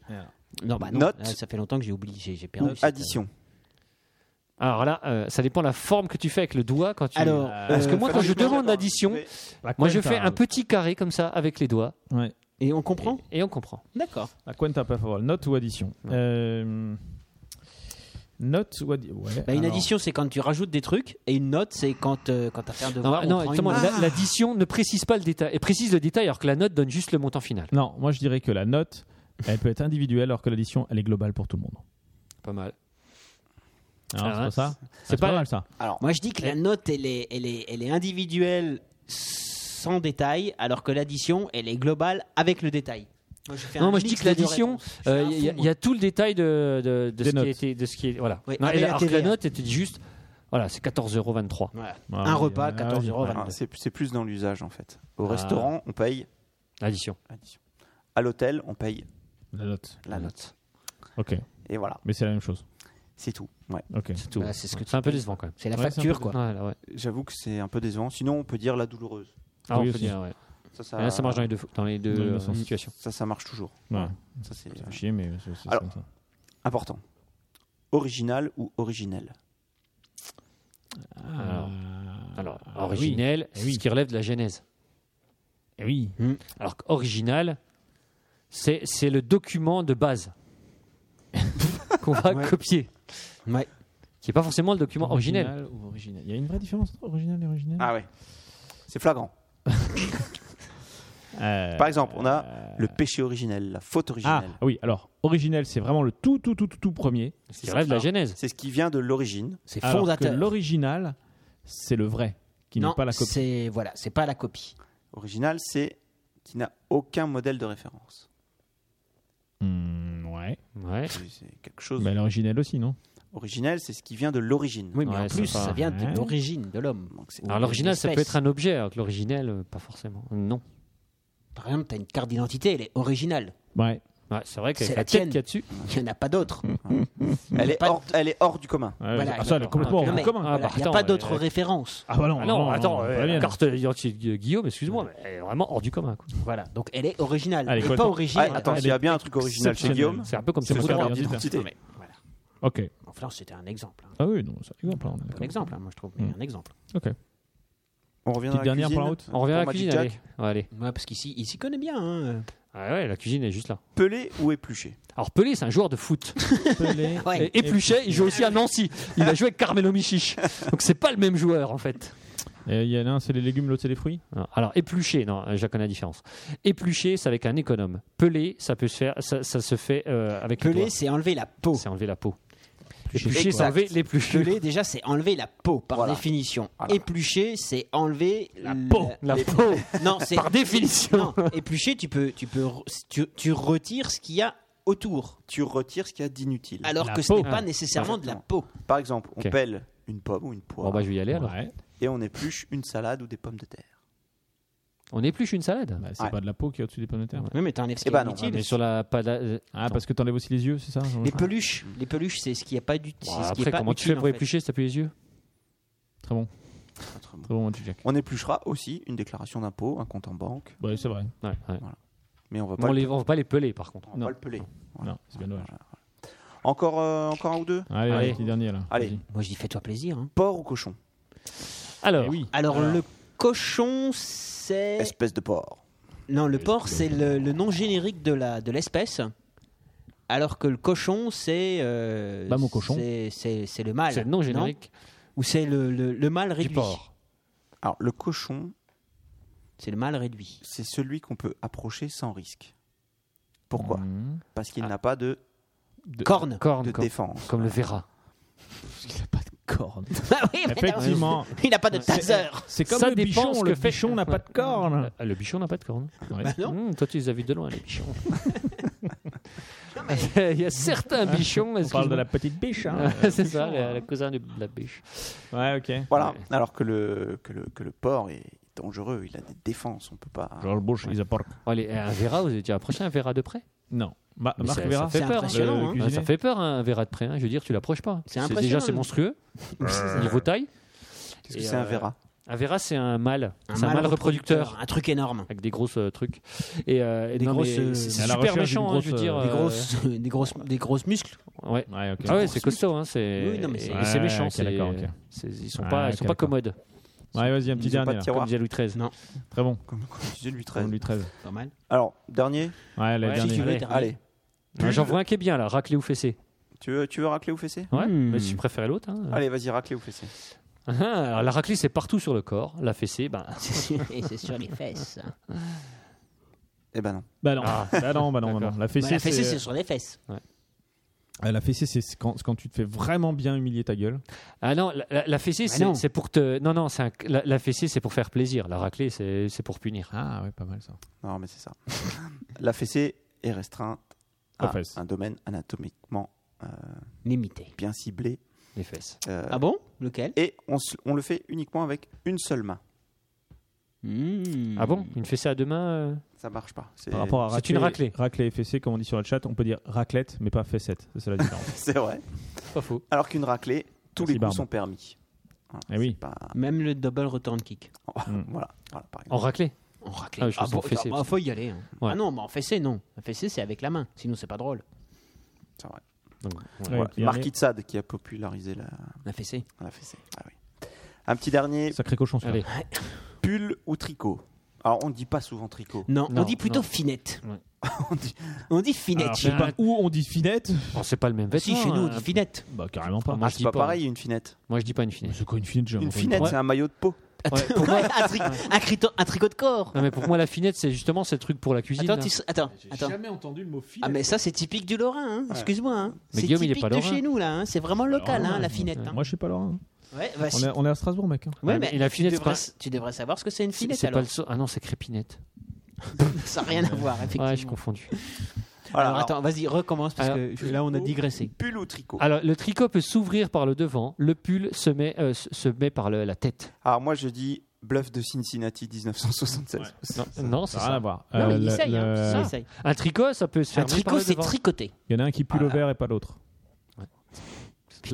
[SPEAKER 5] non, bah non,
[SPEAKER 3] Note.
[SPEAKER 5] là, ça fait longtemps que j'ai oublié, j'ai- j'ai perdu. cette-
[SPEAKER 3] Addition.
[SPEAKER 4] Alors là, euh, ça dépend la forme que tu fais avec le doigt quand tu.
[SPEAKER 5] Alors,
[SPEAKER 4] Parce que
[SPEAKER 5] euh,
[SPEAKER 4] moi, quand je demande l'addition,
[SPEAKER 3] Mais-
[SPEAKER 4] moi je fais un petit carré comme ça avec les doigts
[SPEAKER 2] Ouais.
[SPEAKER 5] Et on comprend
[SPEAKER 4] et on comprend.
[SPEAKER 5] D'accord.
[SPEAKER 2] À cuenta, pas favorable. Note ou addition Euh, Note ou addition
[SPEAKER 5] Bah, une addition, c'est quand tu rajoutes des trucs, et une note, c'est quand, euh, quand t'as fait un
[SPEAKER 4] Non,
[SPEAKER 5] devoir. on
[SPEAKER 4] Ah, non,
[SPEAKER 5] prend une
[SPEAKER 4] exactement,
[SPEAKER 5] note.
[SPEAKER 4] la- l'addition ne précise pas le détail, et précise le détail alors que la note donne juste le montant final.
[SPEAKER 2] Non, moi je dirais que la note, elle peut être individuelle, alors que l'addition, elle est globale pour tout le monde.
[SPEAKER 4] Pas mal.
[SPEAKER 2] Alors,
[SPEAKER 4] Ah,
[SPEAKER 2] c'est pas ça
[SPEAKER 4] C'est
[SPEAKER 2] pas,
[SPEAKER 4] pas-
[SPEAKER 2] mal ça.
[SPEAKER 3] Alors,
[SPEAKER 5] Moi, je dis que la note, elle est, elle est, elle est individuelle sans détail, alors que l'addition, elle est globale avec le détail. Moi, je, fais
[SPEAKER 4] Non,
[SPEAKER 5] un
[SPEAKER 4] moi je dis
[SPEAKER 5] mix
[SPEAKER 4] que
[SPEAKER 5] des deux
[SPEAKER 4] l'addition,
[SPEAKER 5] réponses. Je suis
[SPEAKER 4] euh,
[SPEAKER 5] un
[SPEAKER 4] il y, a-
[SPEAKER 5] fou,
[SPEAKER 4] il y a tout le détail de, de, de
[SPEAKER 2] Des
[SPEAKER 4] ce qui
[SPEAKER 2] notes.
[SPEAKER 4] était, de ce qui est, voilà.
[SPEAKER 5] Oui,
[SPEAKER 4] Non,
[SPEAKER 5] avec
[SPEAKER 4] et
[SPEAKER 5] la
[SPEAKER 4] alors que la
[SPEAKER 5] TVA.
[SPEAKER 4] note, elle te dit juste, voilà, c'est 14,23€.
[SPEAKER 5] moi. Voilà.
[SPEAKER 2] Ah,
[SPEAKER 5] un
[SPEAKER 2] oui,
[SPEAKER 5] repas,
[SPEAKER 2] ah,
[SPEAKER 5] 14
[SPEAKER 2] oui,
[SPEAKER 5] euros.
[SPEAKER 2] ouais.
[SPEAKER 3] Ah, c'est c'est plus dans l'usage en fait. Au
[SPEAKER 4] Ah.
[SPEAKER 3] restaurant, on paye
[SPEAKER 4] Addition.
[SPEAKER 3] l'addition. À l'hôtel, on paye
[SPEAKER 2] La note.
[SPEAKER 3] la note.
[SPEAKER 2] Ok,
[SPEAKER 3] Et voilà,
[SPEAKER 2] mais c'est la même chose.
[SPEAKER 3] c'est tout. Ouais.
[SPEAKER 2] Ok.
[SPEAKER 4] C'est tout.
[SPEAKER 5] Bah, c'est ce que tu-
[SPEAKER 4] C'est un peu décevant quand même.
[SPEAKER 5] C'est la
[SPEAKER 2] Ouais, c'est un
[SPEAKER 5] facture,
[SPEAKER 2] peu
[SPEAKER 5] quoi.
[SPEAKER 4] Ouais, là, ouais.
[SPEAKER 3] J'avoue que c'est un peu décevant. Sinon, on peut dire la douloureuse.
[SPEAKER 4] Ah, on
[SPEAKER 2] Oui,
[SPEAKER 4] peut
[SPEAKER 2] aussi.
[SPEAKER 4] dire, ouais.
[SPEAKER 3] Ça, ça,
[SPEAKER 4] Là, ça marche dans les deux, dans les deux
[SPEAKER 2] Dans les deux
[SPEAKER 4] euh,
[SPEAKER 2] sens.
[SPEAKER 4] situations.
[SPEAKER 3] ça, ça marche toujours.
[SPEAKER 2] Ouais.
[SPEAKER 4] Mm.
[SPEAKER 3] Ça, c'est
[SPEAKER 2] Ça
[SPEAKER 3] euh,
[SPEAKER 2] fait chier, mais c'est- c'est
[SPEAKER 3] Alors-
[SPEAKER 2] comme ça.
[SPEAKER 3] important. Original ou originel
[SPEAKER 4] Alors, alors
[SPEAKER 2] Ah,
[SPEAKER 4] originel,
[SPEAKER 2] oui.
[SPEAKER 4] c'est
[SPEAKER 2] Oui.
[SPEAKER 4] ce qui relève de la genèse. Hmm.
[SPEAKER 2] Eh oui.
[SPEAKER 4] Alors qu'original, c'est c'est le document de base qu'on va copier,
[SPEAKER 5] Ouais.
[SPEAKER 4] qui n'est pas forcément le document originel.
[SPEAKER 2] ou original. Il y a une vraie différence entre original et original.
[SPEAKER 3] Ah ouais. C'est flagrant.
[SPEAKER 2] Euh,
[SPEAKER 3] Par exemple, on a le péché originel, la faute
[SPEAKER 2] Ah
[SPEAKER 3] originelle.
[SPEAKER 2] oui, alors original, c'est vraiment le tout, tout, tout, tout, tout premier.
[SPEAKER 4] Ce Ah, qui relève de la genèse.
[SPEAKER 3] C'est ce qui vient de l'origine.
[SPEAKER 5] C'est
[SPEAKER 2] alors que
[SPEAKER 5] fondateur.
[SPEAKER 2] L'original, c'est le vrai, qui n'est
[SPEAKER 5] non,
[SPEAKER 2] pas la copie.
[SPEAKER 5] c'est voilà, c'est pas la copie.
[SPEAKER 3] Original, c'est qui n'a aucun modèle de référence.
[SPEAKER 2] Hmm, ouais.
[SPEAKER 4] Ouais.
[SPEAKER 3] C'est c'est quelque chose.
[SPEAKER 2] Bah, l'original aussi, non
[SPEAKER 3] Originel, c'est ce qui vient de l'origine.
[SPEAKER 5] Oui, mais
[SPEAKER 4] Ouais,
[SPEAKER 5] en plus,
[SPEAKER 4] c'est pas-
[SPEAKER 5] ça vient de
[SPEAKER 2] Ouais.
[SPEAKER 5] l'origine de l'homme.
[SPEAKER 3] Donc, c'est-
[SPEAKER 5] Ou
[SPEAKER 4] Alors l'original, ça peut
[SPEAKER 5] l'espèce.
[SPEAKER 4] être un objet, alors que l'originel, euh, pas forcément. Non.
[SPEAKER 5] Par exemple, t'as une carte d'identité, elle est originale.
[SPEAKER 2] Ouais.
[SPEAKER 4] Ouais, c'est vrai qu'avec
[SPEAKER 5] C'est
[SPEAKER 4] la
[SPEAKER 5] la
[SPEAKER 4] tête
[SPEAKER 5] tienne.
[SPEAKER 4] qu'il y a dessus.
[SPEAKER 5] Il n'y en a pas d'autre.
[SPEAKER 3] Elle est, hors, elle est hors du commun.
[SPEAKER 2] Ouais,
[SPEAKER 5] Voilà,
[SPEAKER 2] ah, ça, elle est
[SPEAKER 5] d'accord.
[SPEAKER 2] complètement
[SPEAKER 4] Ah,
[SPEAKER 2] hors
[SPEAKER 5] Non,
[SPEAKER 2] du
[SPEAKER 5] mais
[SPEAKER 2] commun.
[SPEAKER 5] voilà,
[SPEAKER 4] Ah, bah,
[SPEAKER 5] Il n'y a
[SPEAKER 4] attends,
[SPEAKER 5] pas d'autres
[SPEAKER 4] euh,
[SPEAKER 5] références.
[SPEAKER 2] Ah bah non,
[SPEAKER 4] Ah non, attends,
[SPEAKER 2] pas
[SPEAKER 4] euh,
[SPEAKER 2] la
[SPEAKER 4] la
[SPEAKER 2] mienne.
[SPEAKER 4] carte d'identité de Guillaume, excuse-moi, mais elle est vraiment hors du commun. quoi.
[SPEAKER 5] Voilà, donc elle est originale.
[SPEAKER 2] Allez,
[SPEAKER 5] Elle
[SPEAKER 2] quoi,
[SPEAKER 5] n'est pas
[SPEAKER 2] attends.
[SPEAKER 3] Ah,
[SPEAKER 5] originelle.
[SPEAKER 3] attends,
[SPEAKER 2] elle
[SPEAKER 3] il y
[SPEAKER 2] est
[SPEAKER 3] a bien un truc original chez
[SPEAKER 2] exceptionnelle.
[SPEAKER 3] Guillaume.
[SPEAKER 4] C'est un peu comme
[SPEAKER 2] C'est
[SPEAKER 4] ça.
[SPEAKER 2] le
[SPEAKER 3] C'est la
[SPEAKER 2] Carte
[SPEAKER 3] carte
[SPEAKER 2] d'identité.
[SPEAKER 3] d'identité.
[SPEAKER 2] Ok.
[SPEAKER 5] Enfin, là, c'était un exemple. hein.
[SPEAKER 2] Ah oui, non, c'est exemple. hein, on est
[SPEAKER 5] Un
[SPEAKER 2] d'accord.
[SPEAKER 5] exemple, hein, moi je trouve. mais Un exemple.
[SPEAKER 3] On revient
[SPEAKER 2] Petite
[SPEAKER 3] dans la
[SPEAKER 2] dernière pour la
[SPEAKER 3] cuisine.
[SPEAKER 2] route.
[SPEAKER 4] On revient à la
[SPEAKER 3] Pour Magic
[SPEAKER 4] cuisine,
[SPEAKER 3] Jack.
[SPEAKER 4] allez. Ouais, allez.
[SPEAKER 5] Ouais, parce qu'ici, il s'y connaît bien. hein.
[SPEAKER 4] Ah ouais, la cuisine est juste là.
[SPEAKER 3] Pelé ou épluché
[SPEAKER 4] Alors Pelé, c'est un joueur de foot.
[SPEAKER 2] Pelé.
[SPEAKER 5] Ouais.
[SPEAKER 4] Et Épluchet, il joue aussi à Nancy. Il a joué avec Carmelo Michich. Donc c'est pas le même joueur en fait.
[SPEAKER 2] Et Il y en a un, c'est les légumes, l'autre, c'est les fruits.
[SPEAKER 4] Non, Alors Épluché, non, euh, je connais la différence. Épluché, c'est avec un économe. Pelé, ça peut se faire, ça, ça se fait euh, avec le
[SPEAKER 5] Pelé,
[SPEAKER 4] doigt.
[SPEAKER 5] c'est enlever la peau.
[SPEAKER 4] c'est enlever la peau.
[SPEAKER 2] Épluché,
[SPEAKER 4] Épluché, c'est
[SPEAKER 3] exact.
[SPEAKER 4] enlever l'épluchure.
[SPEAKER 5] Pelé, déjà, c'est enlever la peau, par définition.
[SPEAKER 3] Voilà.
[SPEAKER 5] Éplucher, c'est enlever la
[SPEAKER 4] peau. La peau.
[SPEAKER 5] Non, c'est
[SPEAKER 4] Par définition.
[SPEAKER 5] Non, éplucher, tu peux, tu peux, re- tu, tu retires ce qu'il y a autour,
[SPEAKER 3] Tu retires ce qu'il y a d'inutile.
[SPEAKER 5] alors
[SPEAKER 2] La
[SPEAKER 5] que ce
[SPEAKER 2] peau.
[SPEAKER 5] n'est pas
[SPEAKER 4] Ah,
[SPEAKER 5] nécessairement de la peau.
[SPEAKER 3] Par exemple, on
[SPEAKER 4] Ok.
[SPEAKER 3] pèle une pomme ou une poire
[SPEAKER 4] Bon bah je vais y aller alors.
[SPEAKER 2] Ouais.
[SPEAKER 3] et on épluche une salade ou des pommes de terre.
[SPEAKER 4] On épluche une salade.
[SPEAKER 2] Bah, c'est
[SPEAKER 3] Ouais.
[SPEAKER 2] pas de la peau qui est au-dessus des pommes de terre.
[SPEAKER 5] Oui, mais t'enlèves ce qui
[SPEAKER 3] Eh ben
[SPEAKER 5] est
[SPEAKER 3] non,
[SPEAKER 5] inutile.
[SPEAKER 4] Mais sur la pas la- euh,
[SPEAKER 2] Ah, parce que t'enlèves aussi les yeux, c'est ça
[SPEAKER 5] Les peluches, les peluches, c'est ce qui n'est pas du.
[SPEAKER 4] bon,
[SPEAKER 5] c'est ce qui est
[SPEAKER 4] après
[SPEAKER 5] pas
[SPEAKER 4] comment tu
[SPEAKER 5] utile,
[SPEAKER 4] fais pour
[SPEAKER 5] en fait.
[SPEAKER 4] éplucher si t'as plus les yeux
[SPEAKER 2] Très bon,
[SPEAKER 3] Autrement.
[SPEAKER 2] très bon, Magic Jack.
[SPEAKER 3] On épluchera aussi une déclaration d'impôt, un compte en banque,
[SPEAKER 2] Ouais, c'est vrai.
[SPEAKER 4] Ouais, ouais.
[SPEAKER 3] mais on va
[SPEAKER 4] Bon,
[SPEAKER 3] pas,
[SPEAKER 4] on
[SPEAKER 3] le,
[SPEAKER 4] les on va pas les peler par contre.
[SPEAKER 3] on va
[SPEAKER 2] non.
[SPEAKER 3] pas le peler. Voilà.
[SPEAKER 2] Non, c'est bien dommage.
[SPEAKER 3] Encore, euh, encore un ou deux
[SPEAKER 2] Allez,
[SPEAKER 4] Allez.
[SPEAKER 2] allez, petit dernier là.
[SPEAKER 3] Allez.
[SPEAKER 2] Vas-y.
[SPEAKER 5] Moi, je dis fais-toi plaisir. hein.
[SPEAKER 3] Porc ou cochon
[SPEAKER 4] Alors,
[SPEAKER 2] Eh oui.
[SPEAKER 5] Alors, le cochon, c'est
[SPEAKER 3] Espèce de porc.
[SPEAKER 5] non le porc, c'est le, le nom générique de la de l'espèce. Alors que le cochon, c'est euh,
[SPEAKER 2] Bah, mon cochon.
[SPEAKER 5] c'est- c'est c'est le mâle.
[SPEAKER 4] c'est le nom générique
[SPEAKER 5] non ou c'est le, le, le mâle réduit.
[SPEAKER 4] du porc.
[SPEAKER 3] Alors, le cochon,
[SPEAKER 5] C'est le mâle réduit.
[SPEAKER 3] c'est celui qu'on peut approcher sans risque. Pourquoi
[SPEAKER 2] Mmh.
[SPEAKER 3] Parce qu'il
[SPEAKER 4] Ah.
[SPEAKER 3] n'a pas de,
[SPEAKER 5] Corne.
[SPEAKER 4] Corne,
[SPEAKER 3] de
[SPEAKER 4] comme,
[SPEAKER 3] défense.
[SPEAKER 4] comme le verra.
[SPEAKER 2] Corne.
[SPEAKER 5] Ah oui, mais non,
[SPEAKER 2] Effectivement.
[SPEAKER 5] il n'a pas de taser.
[SPEAKER 2] C'est comme
[SPEAKER 4] Ça
[SPEAKER 2] le
[SPEAKER 4] dépend
[SPEAKER 2] bichon,
[SPEAKER 4] ce
[SPEAKER 2] le
[SPEAKER 4] que fait- Bah,
[SPEAKER 2] bichon n'a pas de
[SPEAKER 4] Euh,
[SPEAKER 2] corne.
[SPEAKER 4] Le bichon n'a pas de corne. Hmm,
[SPEAKER 2] Ouais.
[SPEAKER 5] non.
[SPEAKER 4] Mmh, toi, tu les as vus de loin, les bichons.
[SPEAKER 5] Non, mais.
[SPEAKER 4] Il y a certains bichons.
[SPEAKER 2] On parle de
[SPEAKER 4] excuse-moi.
[SPEAKER 2] la petite biche. hein.
[SPEAKER 4] Ah, C'est ça, la, la cousin de la biche.
[SPEAKER 2] ouais, ok.
[SPEAKER 3] Voilà. Alors que le, que, le, que le porc est dangereux, il a des défenses, on peut pas.
[SPEAKER 2] George Bush is a porc.
[SPEAKER 4] Oh, les- un Vera, vous avez déjà approché un Vera de près
[SPEAKER 2] Non. Ma-
[SPEAKER 4] Mais
[SPEAKER 2] Marc
[SPEAKER 4] ça-
[SPEAKER 2] Vera.
[SPEAKER 4] ça fait
[SPEAKER 5] C'est
[SPEAKER 4] peur.
[SPEAKER 5] impressionnant,
[SPEAKER 4] le-
[SPEAKER 5] hein.
[SPEAKER 4] le
[SPEAKER 2] Ah,
[SPEAKER 4] cuisinier.
[SPEAKER 2] ça
[SPEAKER 4] ça fait peur, un verre de près. hein. Je veux dire, tu l'approches pas.
[SPEAKER 5] C'est
[SPEAKER 4] Déjà,
[SPEAKER 5] impressionnant.
[SPEAKER 4] c'est monstrueux. Niveau taille.
[SPEAKER 3] Qu'est-ce que
[SPEAKER 4] Et,
[SPEAKER 3] c'est un
[SPEAKER 4] euh,
[SPEAKER 3] verra
[SPEAKER 4] Un Vera, c'est un mâle.
[SPEAKER 5] Un
[SPEAKER 4] C'est un mâle reproducteur.
[SPEAKER 5] Un truc énorme.
[SPEAKER 4] Avec des grosses euh, trucs. Et, euh, et
[SPEAKER 5] Des
[SPEAKER 4] non,
[SPEAKER 5] grosses,
[SPEAKER 4] mais
[SPEAKER 5] euh,
[SPEAKER 4] c'est
[SPEAKER 2] à
[SPEAKER 4] c'est
[SPEAKER 2] la
[SPEAKER 4] super
[SPEAKER 2] recherche
[SPEAKER 4] méchant,
[SPEAKER 2] d'une
[SPEAKER 4] hein, je veux
[SPEAKER 2] grosse,
[SPEAKER 4] dire.
[SPEAKER 2] euh,
[SPEAKER 5] Des
[SPEAKER 4] euh,
[SPEAKER 5] grosses, des grosses, des grosses muscles.
[SPEAKER 4] Ouais.
[SPEAKER 2] Ouais, ok.
[SPEAKER 4] Ah ouais, c'est costaud, hein, c'est.
[SPEAKER 5] Oui, non, mais c'est-
[SPEAKER 4] et c'est
[SPEAKER 2] Ouais,
[SPEAKER 4] méchant,
[SPEAKER 2] ok,
[SPEAKER 4] c'est-
[SPEAKER 2] d'accord, ok.
[SPEAKER 4] c'est- Ils sont
[SPEAKER 2] Ah,
[SPEAKER 4] pas, ils
[SPEAKER 2] ok,
[SPEAKER 4] sont pas
[SPEAKER 2] d'accord.
[SPEAKER 4] commodes.
[SPEAKER 2] Ouais, vas-y, un
[SPEAKER 3] Ils
[SPEAKER 2] petit
[SPEAKER 3] ont pas
[SPEAKER 2] dernier.
[SPEAKER 3] de
[SPEAKER 2] là.
[SPEAKER 3] tiroir,
[SPEAKER 4] Comme Jalou 13.
[SPEAKER 5] Non.
[SPEAKER 2] Très bon.
[SPEAKER 3] comme, comme disait Louis
[SPEAKER 2] Comme
[SPEAKER 3] XIII.
[SPEAKER 2] lui 13.
[SPEAKER 5] Pas mal.
[SPEAKER 3] Alors, dernier,
[SPEAKER 2] Ouais, la
[SPEAKER 4] Ouais, si
[SPEAKER 2] dernière.
[SPEAKER 4] tu veux.
[SPEAKER 5] dernier.
[SPEAKER 3] allez.
[SPEAKER 4] Ah, J'en vois un qui est bien là, raclé ou fessé.
[SPEAKER 3] Tu veux, tu veux racler ou fesser
[SPEAKER 4] Ouais,
[SPEAKER 5] Hmm.
[SPEAKER 4] mais si tu préfères l'autre. hein.
[SPEAKER 3] Allez, vas-y, racler ou fesser.
[SPEAKER 4] Ah, alors la raclée, c'est partout sur le corps. La fessée, ben.
[SPEAKER 5] Et c'est sur les fesses.
[SPEAKER 3] Eh ben non.
[SPEAKER 2] Bah non,
[SPEAKER 4] Ah.
[SPEAKER 2] bah non, bah non, bah non. La fessée,
[SPEAKER 5] Bah, la fessée,
[SPEAKER 2] c'est-
[SPEAKER 5] c'est sur les fesses.
[SPEAKER 2] Ah, la fessée, c'est quand, quand tu te fais vraiment bien humilier ta gueule.
[SPEAKER 4] Ah non, la, la- la fessée,
[SPEAKER 5] Bah
[SPEAKER 4] c'est
[SPEAKER 5] non.
[SPEAKER 4] c'est pour te. Non, non, c'est un- la, la fessée, c'est pour faire plaisir. La raclée, c'est c'est pour punir.
[SPEAKER 2] Ah ouais, pas mal ça.
[SPEAKER 3] Non, mais c'est ça. la fessée est restreinte
[SPEAKER 2] Aux
[SPEAKER 3] à
[SPEAKER 2] fesses.
[SPEAKER 3] un domaine anatomiquement euh,
[SPEAKER 5] Limité.
[SPEAKER 3] bien ciblé.
[SPEAKER 4] Les fesses.
[SPEAKER 3] euh,
[SPEAKER 5] Ah bon Lequel
[SPEAKER 3] et on, se- on le fait uniquement avec une seule main.
[SPEAKER 5] Hmm.
[SPEAKER 4] Ah bon Une fessée à deux mains euh,
[SPEAKER 3] Ça marche pas. C'est
[SPEAKER 2] Par rapport à
[SPEAKER 4] C'est
[SPEAKER 2] racler,
[SPEAKER 4] une raclée.
[SPEAKER 2] Raclée et fessée, comme on dit sur le chat, on peut dire raclette, mais pas fessette. C'est ça la différence.
[SPEAKER 3] c'est vrai.
[SPEAKER 4] Pas faux.
[SPEAKER 3] Alors qu'une raclée, tous
[SPEAKER 2] Merci,
[SPEAKER 3] les coups
[SPEAKER 2] Barbe.
[SPEAKER 3] sont permis. Voilà,
[SPEAKER 2] Eh oui.
[SPEAKER 3] c'est pas-
[SPEAKER 5] Même le double return kick.
[SPEAKER 2] Mm.
[SPEAKER 3] voilà, voilà, par
[SPEAKER 4] En
[SPEAKER 3] exemple.
[SPEAKER 4] raclée
[SPEAKER 5] On racle.
[SPEAKER 4] Ah, je pense en fessée,
[SPEAKER 5] Oh, bah, faut y aller. hein.
[SPEAKER 4] Ouais.
[SPEAKER 5] Ah non, bah, en fessée, non. En fessée, c'est avec la main. Sinon, c'est pas drôle.
[SPEAKER 3] C'est vrai.
[SPEAKER 4] Donc, ouais.
[SPEAKER 2] Ouais,
[SPEAKER 3] Voilà.
[SPEAKER 2] puis
[SPEAKER 3] Marquis
[SPEAKER 2] dernier.
[SPEAKER 3] de Sade qui a popularisé la,
[SPEAKER 5] La fessée.
[SPEAKER 3] la fessée. Ah oui. Un petit dernier,
[SPEAKER 2] Sacré cochon, celui-là.
[SPEAKER 4] Allez.
[SPEAKER 3] pull ou tricot Alors on dit pas souvent tricot.
[SPEAKER 5] Non,
[SPEAKER 4] Non,
[SPEAKER 5] on dit plutôt
[SPEAKER 4] non.
[SPEAKER 5] finette.
[SPEAKER 4] Ouais.
[SPEAKER 5] on, dit... finette.
[SPEAKER 2] Alors, je sais pas où on dit finette.
[SPEAKER 4] Bon, c'est pas le même
[SPEAKER 5] si,
[SPEAKER 4] vêtement.
[SPEAKER 5] chez nous, on
[SPEAKER 4] hein.
[SPEAKER 5] dit finette.
[SPEAKER 2] Bah carrément pas.
[SPEAKER 4] Ah,
[SPEAKER 3] Ah,
[SPEAKER 4] moi, je
[SPEAKER 3] c'est
[SPEAKER 4] dis
[SPEAKER 3] pas
[SPEAKER 4] pas.
[SPEAKER 3] pareil, une finette.
[SPEAKER 4] Moi, je dis pas une finette.
[SPEAKER 2] C'est quoi une finette j'ai
[SPEAKER 3] Une
[SPEAKER 2] entendu
[SPEAKER 3] finette,
[SPEAKER 2] parler.
[SPEAKER 3] c'est un maillot de peau.
[SPEAKER 4] Ouais, pour, moi,
[SPEAKER 5] un, tri- un crito- un tricot de corps.
[SPEAKER 4] non, mais pour moi, la finette, c'est justement ce truc pour la cuisine. hein.
[SPEAKER 5] Attends,
[SPEAKER 4] là.
[SPEAKER 5] tu sais- attends, attends.
[SPEAKER 2] jamais entendu le mot finette.
[SPEAKER 5] Ah mais ça c'est typique du Lorrain, hein. excuse-moi. Hein.
[SPEAKER 4] Mais
[SPEAKER 5] C'est
[SPEAKER 4] Guillaume, il est
[SPEAKER 5] typique
[SPEAKER 4] pas
[SPEAKER 5] de
[SPEAKER 4] Lorrain.
[SPEAKER 5] chez nous là, hein. c'est vraiment local
[SPEAKER 2] Alors,
[SPEAKER 5] hein, la
[SPEAKER 2] ouais,
[SPEAKER 5] finette. hein.
[SPEAKER 2] Moi je sais pas Laurent.
[SPEAKER 5] Ouais, bah,
[SPEAKER 2] On
[SPEAKER 5] si-
[SPEAKER 2] est, on est à Strasbourg mec. hein.
[SPEAKER 5] ouais,
[SPEAKER 4] Ouais,
[SPEAKER 5] mais
[SPEAKER 4] mais la finette,
[SPEAKER 5] tu
[SPEAKER 4] c'est
[SPEAKER 5] devrais,
[SPEAKER 4] pas-
[SPEAKER 5] s- tu devrais savoir ce que c'est une
[SPEAKER 4] C'est
[SPEAKER 5] finette
[SPEAKER 4] c'est pas
[SPEAKER 5] alors.
[SPEAKER 4] le so- Ah non, c'est crépinette.
[SPEAKER 5] Ça n'a rien à voir effectivement.
[SPEAKER 4] Ouais, je suis confondu.
[SPEAKER 3] Voilà,
[SPEAKER 5] alors, euh,
[SPEAKER 3] alors,
[SPEAKER 5] attends, vas-y, recommence parce
[SPEAKER 4] Alors,
[SPEAKER 5] que là on a digressé.
[SPEAKER 3] pull ou tricot
[SPEAKER 4] Alors, le tricot peut s'ouvrir par le devant, le pull se met, euh, se se met par le- la tête.
[SPEAKER 3] Alors moi je dis bluff de Cincinnati 1976.
[SPEAKER 4] Non, non, c'est
[SPEAKER 2] Ça a rien à
[SPEAKER 4] ça.
[SPEAKER 2] voir.
[SPEAKER 5] Non,
[SPEAKER 2] Euh,
[SPEAKER 5] il
[SPEAKER 2] le-
[SPEAKER 5] essaye, hein,
[SPEAKER 2] le-
[SPEAKER 5] il essaye.
[SPEAKER 4] Un tricot, ça peut se
[SPEAKER 5] Un
[SPEAKER 4] faire
[SPEAKER 5] tricot c'est tricoté.
[SPEAKER 2] Il y en a un qui pue
[SPEAKER 5] Ah.
[SPEAKER 2] le verre et pas l'autre.
[SPEAKER 3] Très,
[SPEAKER 5] C'est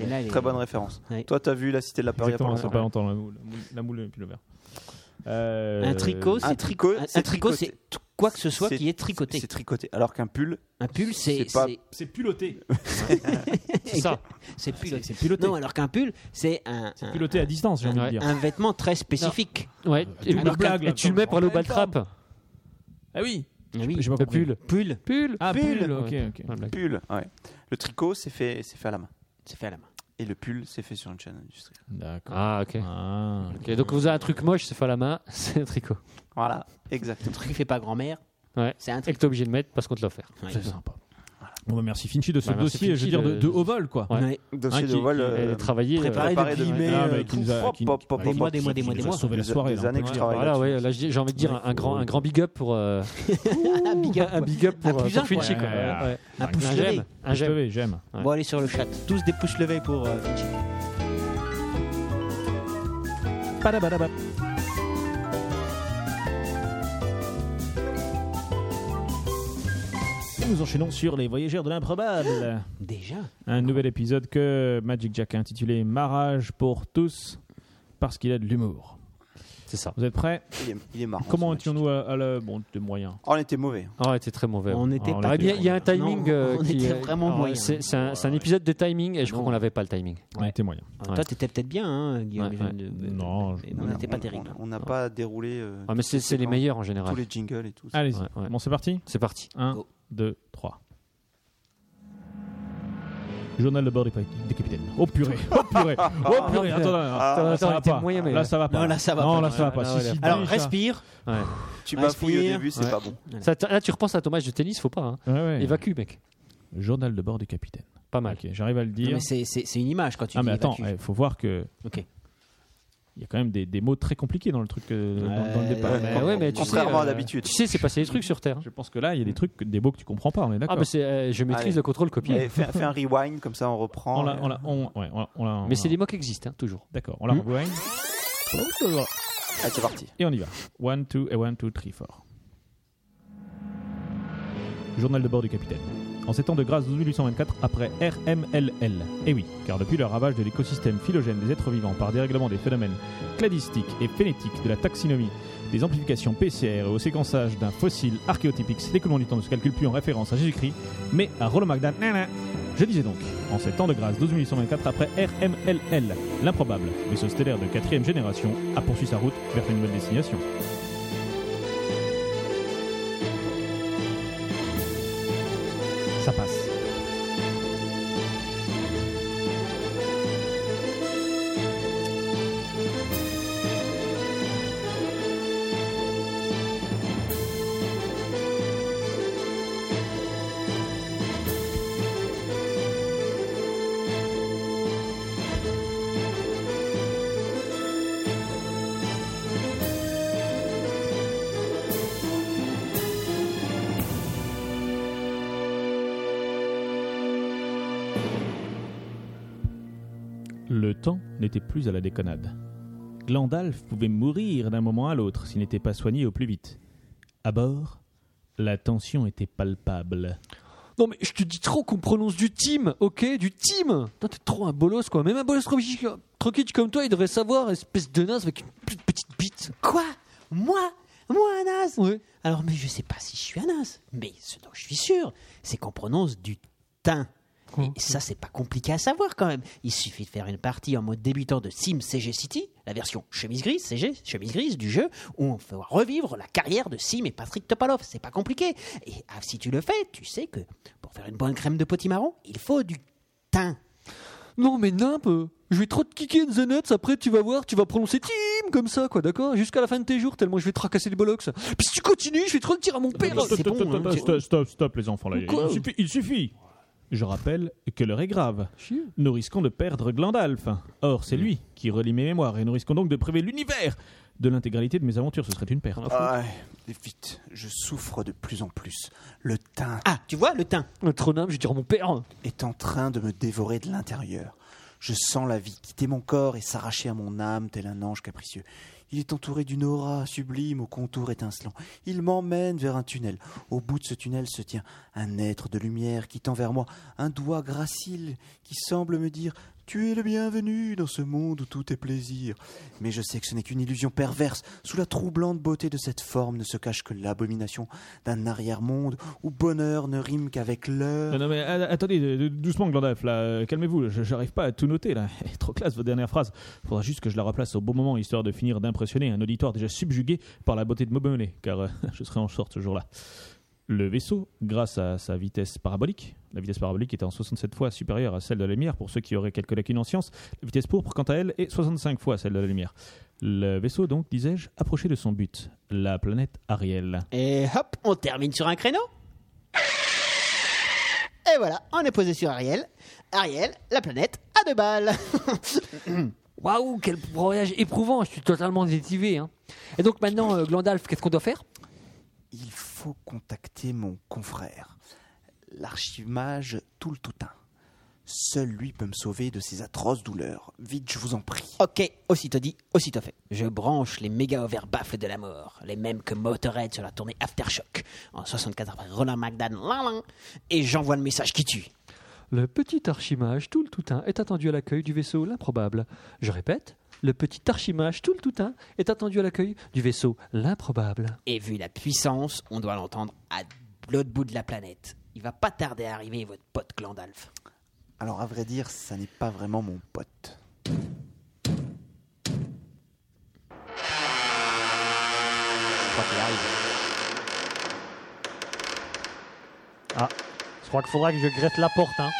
[SPEAKER 3] bon.
[SPEAKER 5] là, les-
[SPEAKER 3] Très bonne référence.
[SPEAKER 5] Ouais.
[SPEAKER 3] Toi t'as vu la cité de la peur il y a pas
[SPEAKER 2] Exactement, ça fait
[SPEAKER 3] longtemps.
[SPEAKER 2] pas longtemps la moule, la moule- la moule et puis le verre. Euh,
[SPEAKER 5] Un tricot,
[SPEAKER 3] Un
[SPEAKER 5] c'est
[SPEAKER 3] tricot,
[SPEAKER 5] tricot. Un,
[SPEAKER 3] c'est
[SPEAKER 5] un tricot,
[SPEAKER 3] tricoté.
[SPEAKER 5] c'est t- quoi que ce soit
[SPEAKER 3] C'est-
[SPEAKER 5] qui est tricoté.
[SPEAKER 3] C'est tricoté. Alors qu'un pull,
[SPEAKER 5] un pull, c'est
[SPEAKER 3] c'est pas-
[SPEAKER 5] c'est-
[SPEAKER 2] C'est piloté.
[SPEAKER 4] C'est ça.
[SPEAKER 5] c'est pull.
[SPEAKER 2] C'est piloté.
[SPEAKER 5] Non, alors qu'un pull, c'est un, un,
[SPEAKER 2] Piloté à distance, j'ai envie de
[SPEAKER 4] Ouais.
[SPEAKER 2] dire.
[SPEAKER 5] un vêtement très spécifique.
[SPEAKER 4] Ouais. Et,
[SPEAKER 2] double blague, là,
[SPEAKER 4] et tu le mets par le bas de trappe.
[SPEAKER 2] Ah oui.
[SPEAKER 5] Oui.
[SPEAKER 2] J'ai pas
[SPEAKER 4] Le
[SPEAKER 2] compris.
[SPEAKER 4] pull.
[SPEAKER 5] Pull,
[SPEAKER 4] Pull.
[SPEAKER 2] Ah pull.
[SPEAKER 4] Pull.
[SPEAKER 2] Ok
[SPEAKER 4] Ouais.
[SPEAKER 2] ok.
[SPEAKER 4] Ouais, blague.
[SPEAKER 3] pull, ouais. Le tricot c'est fait, c'est fait à la main.
[SPEAKER 5] c'est fait à la main.
[SPEAKER 3] Et le pull c'est fait sur une chaîne industrielle.
[SPEAKER 2] D'accord.
[SPEAKER 4] Ah, ok.
[SPEAKER 2] Ah.
[SPEAKER 4] Ok, donc vous avez un truc moche, c'est fait à la main, c'est un tricot.
[SPEAKER 3] Voilà, exactement.
[SPEAKER 5] Un truc qui fait pas grand-mère.
[SPEAKER 4] Ouais.
[SPEAKER 5] C'est un
[SPEAKER 4] Et
[SPEAKER 5] truc.
[SPEAKER 4] que t'es obligé de mettre parce qu'on te l'a offert.
[SPEAKER 5] Ouais.
[SPEAKER 2] C'est sympa. Bon, bah, merci Finchy de ce
[SPEAKER 4] Bah, merci,
[SPEAKER 2] dossier, je veux
[SPEAKER 4] Finchy,
[SPEAKER 2] dire, de,
[SPEAKER 4] de-
[SPEAKER 2] de haut vol, quoi.
[SPEAKER 4] Ouais.
[SPEAKER 5] Ouais.
[SPEAKER 3] Dossier
[SPEAKER 2] Hein,
[SPEAKER 3] de
[SPEAKER 2] qui-
[SPEAKER 3] vol.
[SPEAKER 2] qui-
[SPEAKER 3] euh,
[SPEAKER 4] Et travailler.
[SPEAKER 5] préparer
[SPEAKER 3] préparé
[SPEAKER 5] depuis
[SPEAKER 3] de-
[SPEAKER 5] mai,
[SPEAKER 2] Ah,
[SPEAKER 5] euh,
[SPEAKER 2] mais qui nous a-
[SPEAKER 3] Hop,
[SPEAKER 2] qui-
[SPEAKER 3] hop, hop,
[SPEAKER 5] des
[SPEAKER 3] hop.
[SPEAKER 5] mois, des mois, des mois, des
[SPEAKER 2] qui nous a
[SPEAKER 5] mois.
[SPEAKER 2] sauvé la
[SPEAKER 3] Des-
[SPEAKER 2] soirée.
[SPEAKER 3] des
[SPEAKER 2] là.
[SPEAKER 3] années que je
[SPEAKER 2] Ouais.
[SPEAKER 3] travaille.
[SPEAKER 4] Voilà,
[SPEAKER 3] là-dessus.
[SPEAKER 4] ouais, là j'ai j'ai envie de dire un, un grand, un grand big up pour. euh,
[SPEAKER 5] Un big up,
[SPEAKER 4] un
[SPEAKER 5] quoi.
[SPEAKER 4] big up pour,
[SPEAKER 5] Un
[SPEAKER 4] euh,
[SPEAKER 5] plus un,
[SPEAKER 4] pour Finchy,
[SPEAKER 2] quoi.
[SPEAKER 4] quoi. Ouais, ouais.
[SPEAKER 5] Un pouce
[SPEAKER 4] Un
[SPEAKER 5] levé.
[SPEAKER 4] j'aime. Un j'aime.
[SPEAKER 2] J'aime. J'aime.
[SPEAKER 4] Ouais.
[SPEAKER 5] Bon, allez sur le chat. Tous des pouces levés pour euh, Finchy.
[SPEAKER 2] Padabadabap. Et nous enchaînons sur les voyageurs de l'improbable.
[SPEAKER 5] Déjà.
[SPEAKER 2] Un nouvel épisode que Magic Jack a intitulé Marrage pour tous parce qu'il a de l'humour.
[SPEAKER 4] C'est ça. Oh,
[SPEAKER 2] Vous êtes prêts
[SPEAKER 3] Il est, il est marrant.
[SPEAKER 2] Comment
[SPEAKER 3] ce
[SPEAKER 2] étions-nous à, à la... Bon, de moyen.
[SPEAKER 3] match. Oh, On était mauvais.
[SPEAKER 4] Ah, ouais, t'es très mauvais.
[SPEAKER 5] On était
[SPEAKER 2] on
[SPEAKER 5] pas.
[SPEAKER 2] l'a
[SPEAKER 4] Ah, bien, il y a un
[SPEAKER 5] très
[SPEAKER 4] timing
[SPEAKER 5] moyen.
[SPEAKER 4] euh,
[SPEAKER 5] Non, on
[SPEAKER 4] qui
[SPEAKER 5] était
[SPEAKER 4] est-
[SPEAKER 5] vraiment
[SPEAKER 4] alors,
[SPEAKER 5] moyen.
[SPEAKER 4] C'est c'est un, c'est un épisode de timing et je crois qu'on n'avait pas le timing.
[SPEAKER 2] On était moyen.
[SPEAKER 5] Toi, t'étais peut-être bien, hein, Guillaume.
[SPEAKER 4] Ouais,
[SPEAKER 5] je-
[SPEAKER 4] ouais.
[SPEAKER 5] de- de-
[SPEAKER 2] Non, je-
[SPEAKER 5] mais On n'était pas terrible.
[SPEAKER 3] On on n'a pas déroulé euh,
[SPEAKER 4] Ah, mais c'est c'est les meilleurs en général.
[SPEAKER 3] tous les jingles et tout. ça.
[SPEAKER 2] Allez-y.
[SPEAKER 4] Ouais, ouais.
[SPEAKER 2] Bon, c'est parti
[SPEAKER 4] C'est parti.
[SPEAKER 2] 1,
[SPEAKER 5] Go.
[SPEAKER 2] 2, 3. Journal de bord des pa- des capitaines. Oh purée, oh purée, oh purée.
[SPEAKER 4] Ah,
[SPEAKER 2] Attends, attends,
[SPEAKER 4] attends,
[SPEAKER 2] attends, ça
[SPEAKER 4] il
[SPEAKER 2] va
[SPEAKER 4] était
[SPEAKER 2] pas.
[SPEAKER 4] moyen, mais-
[SPEAKER 2] Là, ça va pas.
[SPEAKER 5] Non, là, ça va
[SPEAKER 2] Non,
[SPEAKER 5] pas.
[SPEAKER 2] là, ça va
[SPEAKER 4] Ouais,
[SPEAKER 2] pas.
[SPEAKER 4] là,
[SPEAKER 2] Si,
[SPEAKER 4] il a
[SPEAKER 2] si,
[SPEAKER 4] pas.
[SPEAKER 5] Alors,
[SPEAKER 2] dis, ça-
[SPEAKER 5] respire.
[SPEAKER 4] Ouais.
[SPEAKER 3] Tu bafouilles au
[SPEAKER 5] Respire.
[SPEAKER 3] début, c'est
[SPEAKER 4] Ouais.
[SPEAKER 3] pas bon.
[SPEAKER 4] Ça te- là, tu repenses à ton match de tennis, faut pas. Hein.
[SPEAKER 2] Ouais, ouais.
[SPEAKER 4] Évacue, mec.
[SPEAKER 2] Journal de bord du capitaine.
[SPEAKER 4] Pas mal.
[SPEAKER 2] Ok, j'arrive à le
[SPEAKER 5] Non,
[SPEAKER 2] dire.
[SPEAKER 5] mais c'est- C'est c'est une image quand tu
[SPEAKER 2] Ah mais
[SPEAKER 5] dis
[SPEAKER 2] attends,
[SPEAKER 5] évacue.
[SPEAKER 2] il faut voir que
[SPEAKER 5] Ok.
[SPEAKER 2] Il y a quand même des, des mots très compliqués dans le truc euh, dans, dans le
[SPEAKER 5] Ouais,
[SPEAKER 2] départ.
[SPEAKER 5] ouais,
[SPEAKER 4] ouais, mais tu
[SPEAKER 3] Contrairement
[SPEAKER 4] sais,
[SPEAKER 3] à
[SPEAKER 4] euh,
[SPEAKER 3] d'habitude.
[SPEAKER 4] Tu sais, c'est passé des trucs sur Terre.
[SPEAKER 2] Je pense que là, il y a des trucs, des mots que tu comprends pas. On est
[SPEAKER 4] Ah,
[SPEAKER 2] d'accord.
[SPEAKER 4] bah, c'est, euh, je maîtrise
[SPEAKER 3] Allez.
[SPEAKER 4] le contrôle copier.
[SPEAKER 3] Allez, fais, fais un rewind, comme ça on reprend.
[SPEAKER 2] on l'a, on l'a- on- ouais, on l'a- on l'a-
[SPEAKER 4] Mais
[SPEAKER 2] on
[SPEAKER 4] c'est
[SPEAKER 2] l'a-
[SPEAKER 4] des mots qui existent, hein, toujours.
[SPEAKER 2] D'accord. On la
[SPEAKER 4] Hmm.
[SPEAKER 2] rewind. Oh,
[SPEAKER 3] Allez, c'est parti.
[SPEAKER 2] Et on y va. 1, 2, et 1, 2, 3, 4. Journal de bord du capitaine. En ces temps de grâce 12824 après RMLL. Eh oui, car depuis le ravage de l'écosystème phylogène des êtres vivants par dérèglement des phénomènes cladistiques et phénétiques de la taxinomie, des amplifications PCR et au séquençage d'un fossile archéotypique, l'écoulement du temps ne se calcule plus en référence à Jésus-Christ, mais à Roland Magdane. Nana. Je disais donc, en ces temps de grâce 12824 après RMLL, l'improbable vaisseau stellaire de quatrième génération a poursuivi sa route vers une nouvelle destination. Ça passe. Le temps n'était plus à la déconnade. Glandalf pouvait mourir d'un moment à l'autre s'il n'était pas soigné au plus vite. À bord, la tension était palpable.
[SPEAKER 4] Non, mais je te dis trop qu'on prononce du team, ok Du team Toi, t'es trop un bolos, quoi. Même un bolos tranquille tranquille comme toi, il devrait savoir, espèce de naze avec une toute petite bite.
[SPEAKER 5] Quoi Moi Moi un as
[SPEAKER 4] Ouais.
[SPEAKER 5] Alors, mais je sais pas si je suis un as, mais ce dont je suis sûr, c'est qu'on prononce du tin. Et ça, c'est pas compliqué à savoir quand même. Il suffit de faire une partie en mode débutant de Sim CG City, la version chemise grise, CG, chemise grise du jeu, où on fera revivre la carrière de Sim et Patrick Topalov. C'est pas compliqué. Et ah, si tu le fais, tu sais que pour faire une bonne crème de potimarron, il faut du tin.
[SPEAKER 4] Non, mais nimp, euh, je vais trop te kicker de the nuts, après tu vas voir, tu vas prononcer team comme ça, quoi, d'accord Jusqu'à la fin de tes jours, tellement je vais te racasser les bollocks. Puis si tu continues, je vais te retirer à mon père.
[SPEAKER 5] mais c'est
[SPEAKER 2] Stop,
[SPEAKER 5] bon,
[SPEAKER 2] stop,
[SPEAKER 5] hein.
[SPEAKER 2] stop, stop, stop, les enfants. Là.
[SPEAKER 4] Quoi
[SPEAKER 2] Il, suffit, il suffit. Je rappelle que l'heure est grave. Nous risquons de perdre Glandalf. Or, c'est lui qui relie mes mémoires et nous risquons donc de priver l'univers de l'intégralité de mes aventures. Ce serait une perte.
[SPEAKER 3] Ouais, et vite, je souffre de plus en plus. Le teint
[SPEAKER 5] Ah, tu vois, le tin.
[SPEAKER 4] Le Trop nimp, je vais dire à mon père.
[SPEAKER 3] est en train de me dévorer de l'intérieur. Je sens la vie quitter mon corps et s'arracher à mon âme tel un ange capricieux. Il est entouré d'une aura sublime au contour étincelant. Il m'emmène vers un tunnel. Au bout de ce tunnel se tient un être de lumière qui tend vers moi un doigt gracile qui semble me dire Tu es le bienvenu dans ce monde où tout est plaisir. Mais je sais que ce n'est qu'une illusion perverse. Sous la troublante beauté de cette forme ne se cache que l'abomination d'un arrière-monde où bonheur ne rime qu'avec l'heure.
[SPEAKER 2] Non, non, mais a- attendez, euh, doucement, Glandalf, là, euh, calmez-vous, je- j'arrive pas à tout noter, là. Trop classe, votre dernière phrase. Faudra juste que je la replace au bon moment, histoire de finir d'impressionner un auditoire déjà subjugué par la beauté de Mobonnet, car euh, je serai en short ce jour-là. Le vaisseau, grâce à sa vitesse parabolique, la vitesse parabolique était en 67 fois supérieure à celle de la lumière, pour ceux qui auraient quelques lacunes en science, la vitesse pourpre, quant à elle, est 65 fois celle de la lumière. Le vaisseau, donc, disais-je, approchait de son but, la planète Ariel.
[SPEAKER 5] Et hop, on termine sur un créneau. Et voilà, on est posé sur Ariel. Ariel, la planète à deux balles.
[SPEAKER 4] Waouh, quel voyage éprouvant, je suis totalement détivé. Hein. Et donc maintenant, euh, Glandalf, qu'est-ce qu'on doit faire
[SPEAKER 3] Il faut contacter mon confrère, l'archimage Toultoutin. Seul lui peut me sauver de ces atroces douleurs. Vite, je vous en prie.
[SPEAKER 5] ok, aussitôt dit, aussitôt fait. Je branche les méga overbaffles de la mort, les mêmes que Motorhead sur la tournée Aftershock en 64 après Roland McDan, lin, lin, et j'envoie le message qui tue.
[SPEAKER 4] Le petit archimage tout le toutin est attendu à l'accueil du vaisseau l'improbable. Je répète, le petit archimage tout le toutin est attendu à l'accueil du vaisseau l'improbable.
[SPEAKER 5] Et vu la puissance, on doit l'entendre à l'autre bout de la planète. Il va pas tarder à arriver, votre pote Glandalf.
[SPEAKER 3] Alors, à vrai dire, ça n'est pas vraiment mon pote.
[SPEAKER 5] Je crois qu'il arrive.
[SPEAKER 4] Je crois qu'il faudra que je grette la porte. Hein.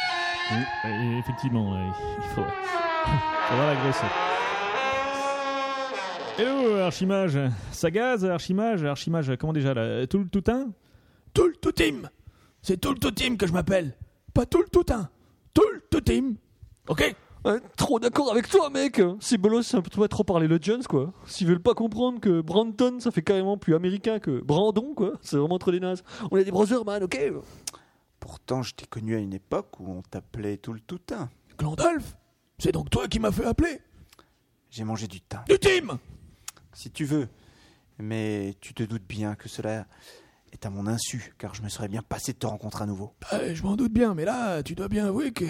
[SPEAKER 2] Euh, Effectivement, euh, il faut. faudra l'agresser. Hello, Archimage. Ça gaze, Archimage Archimage, comment déjà là Tout le toutin
[SPEAKER 8] Tout le toutim. C'est tout le toutim que je m'appelle. Pas tout le toutin. Tout le toutim. Ok
[SPEAKER 4] Euh, trop d'accord avec toi, mec C'est bolos, c'est un peu trop- trop parler le Jones, quoi. S'ils veulent pas comprendre que Brandon, ça fait carrément plus américain que Brandon, quoi. C'est vraiment trop des nazes. On est des brothers, man, ok
[SPEAKER 5] Ah,
[SPEAKER 3] Pourtant, je t'ai connu à une époque où on t'appelait tout le toutin.
[SPEAKER 8] Glandalf, c'est donc toi qui m'as fait appeler
[SPEAKER 3] J'ai mangé du thym,
[SPEAKER 8] Du team
[SPEAKER 3] si tu veux. Mais tu te doutes bien que cela est à mon insu, car je me serais bien passé de te rencontrer à nouveau.
[SPEAKER 8] Bah, Je m'en doute bien, mais là, tu dois bien avouer que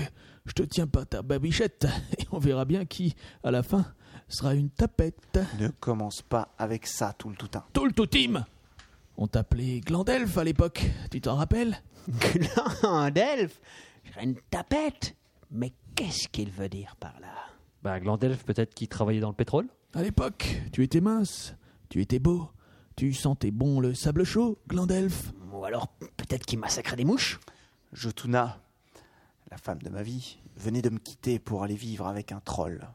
[SPEAKER 8] je te tiens pas ta babichette. Et on verra bien qui, à la fin, sera une tapette.
[SPEAKER 3] Ne commence pas avec ça, tout le toutin.
[SPEAKER 8] Tout le tout team On t'appelait Glandelf à l'époque, tu t'en rappelles
[SPEAKER 5] Glandelf J'ai une tapette Mais qu'est-ce qu'il veut dire par là
[SPEAKER 4] Bah, Glandelf, peut-être qu'il travaillait dans le pétrole.
[SPEAKER 8] À l'époque, tu étais mince, tu étais beau, tu sentais bon le sable chaud, Glandelf.
[SPEAKER 5] Ou alors peut-être qu'il massacrait des mouches
[SPEAKER 3] Jotuna, la femme de ma vie, venait de me quitter pour aller vivre avec un troll.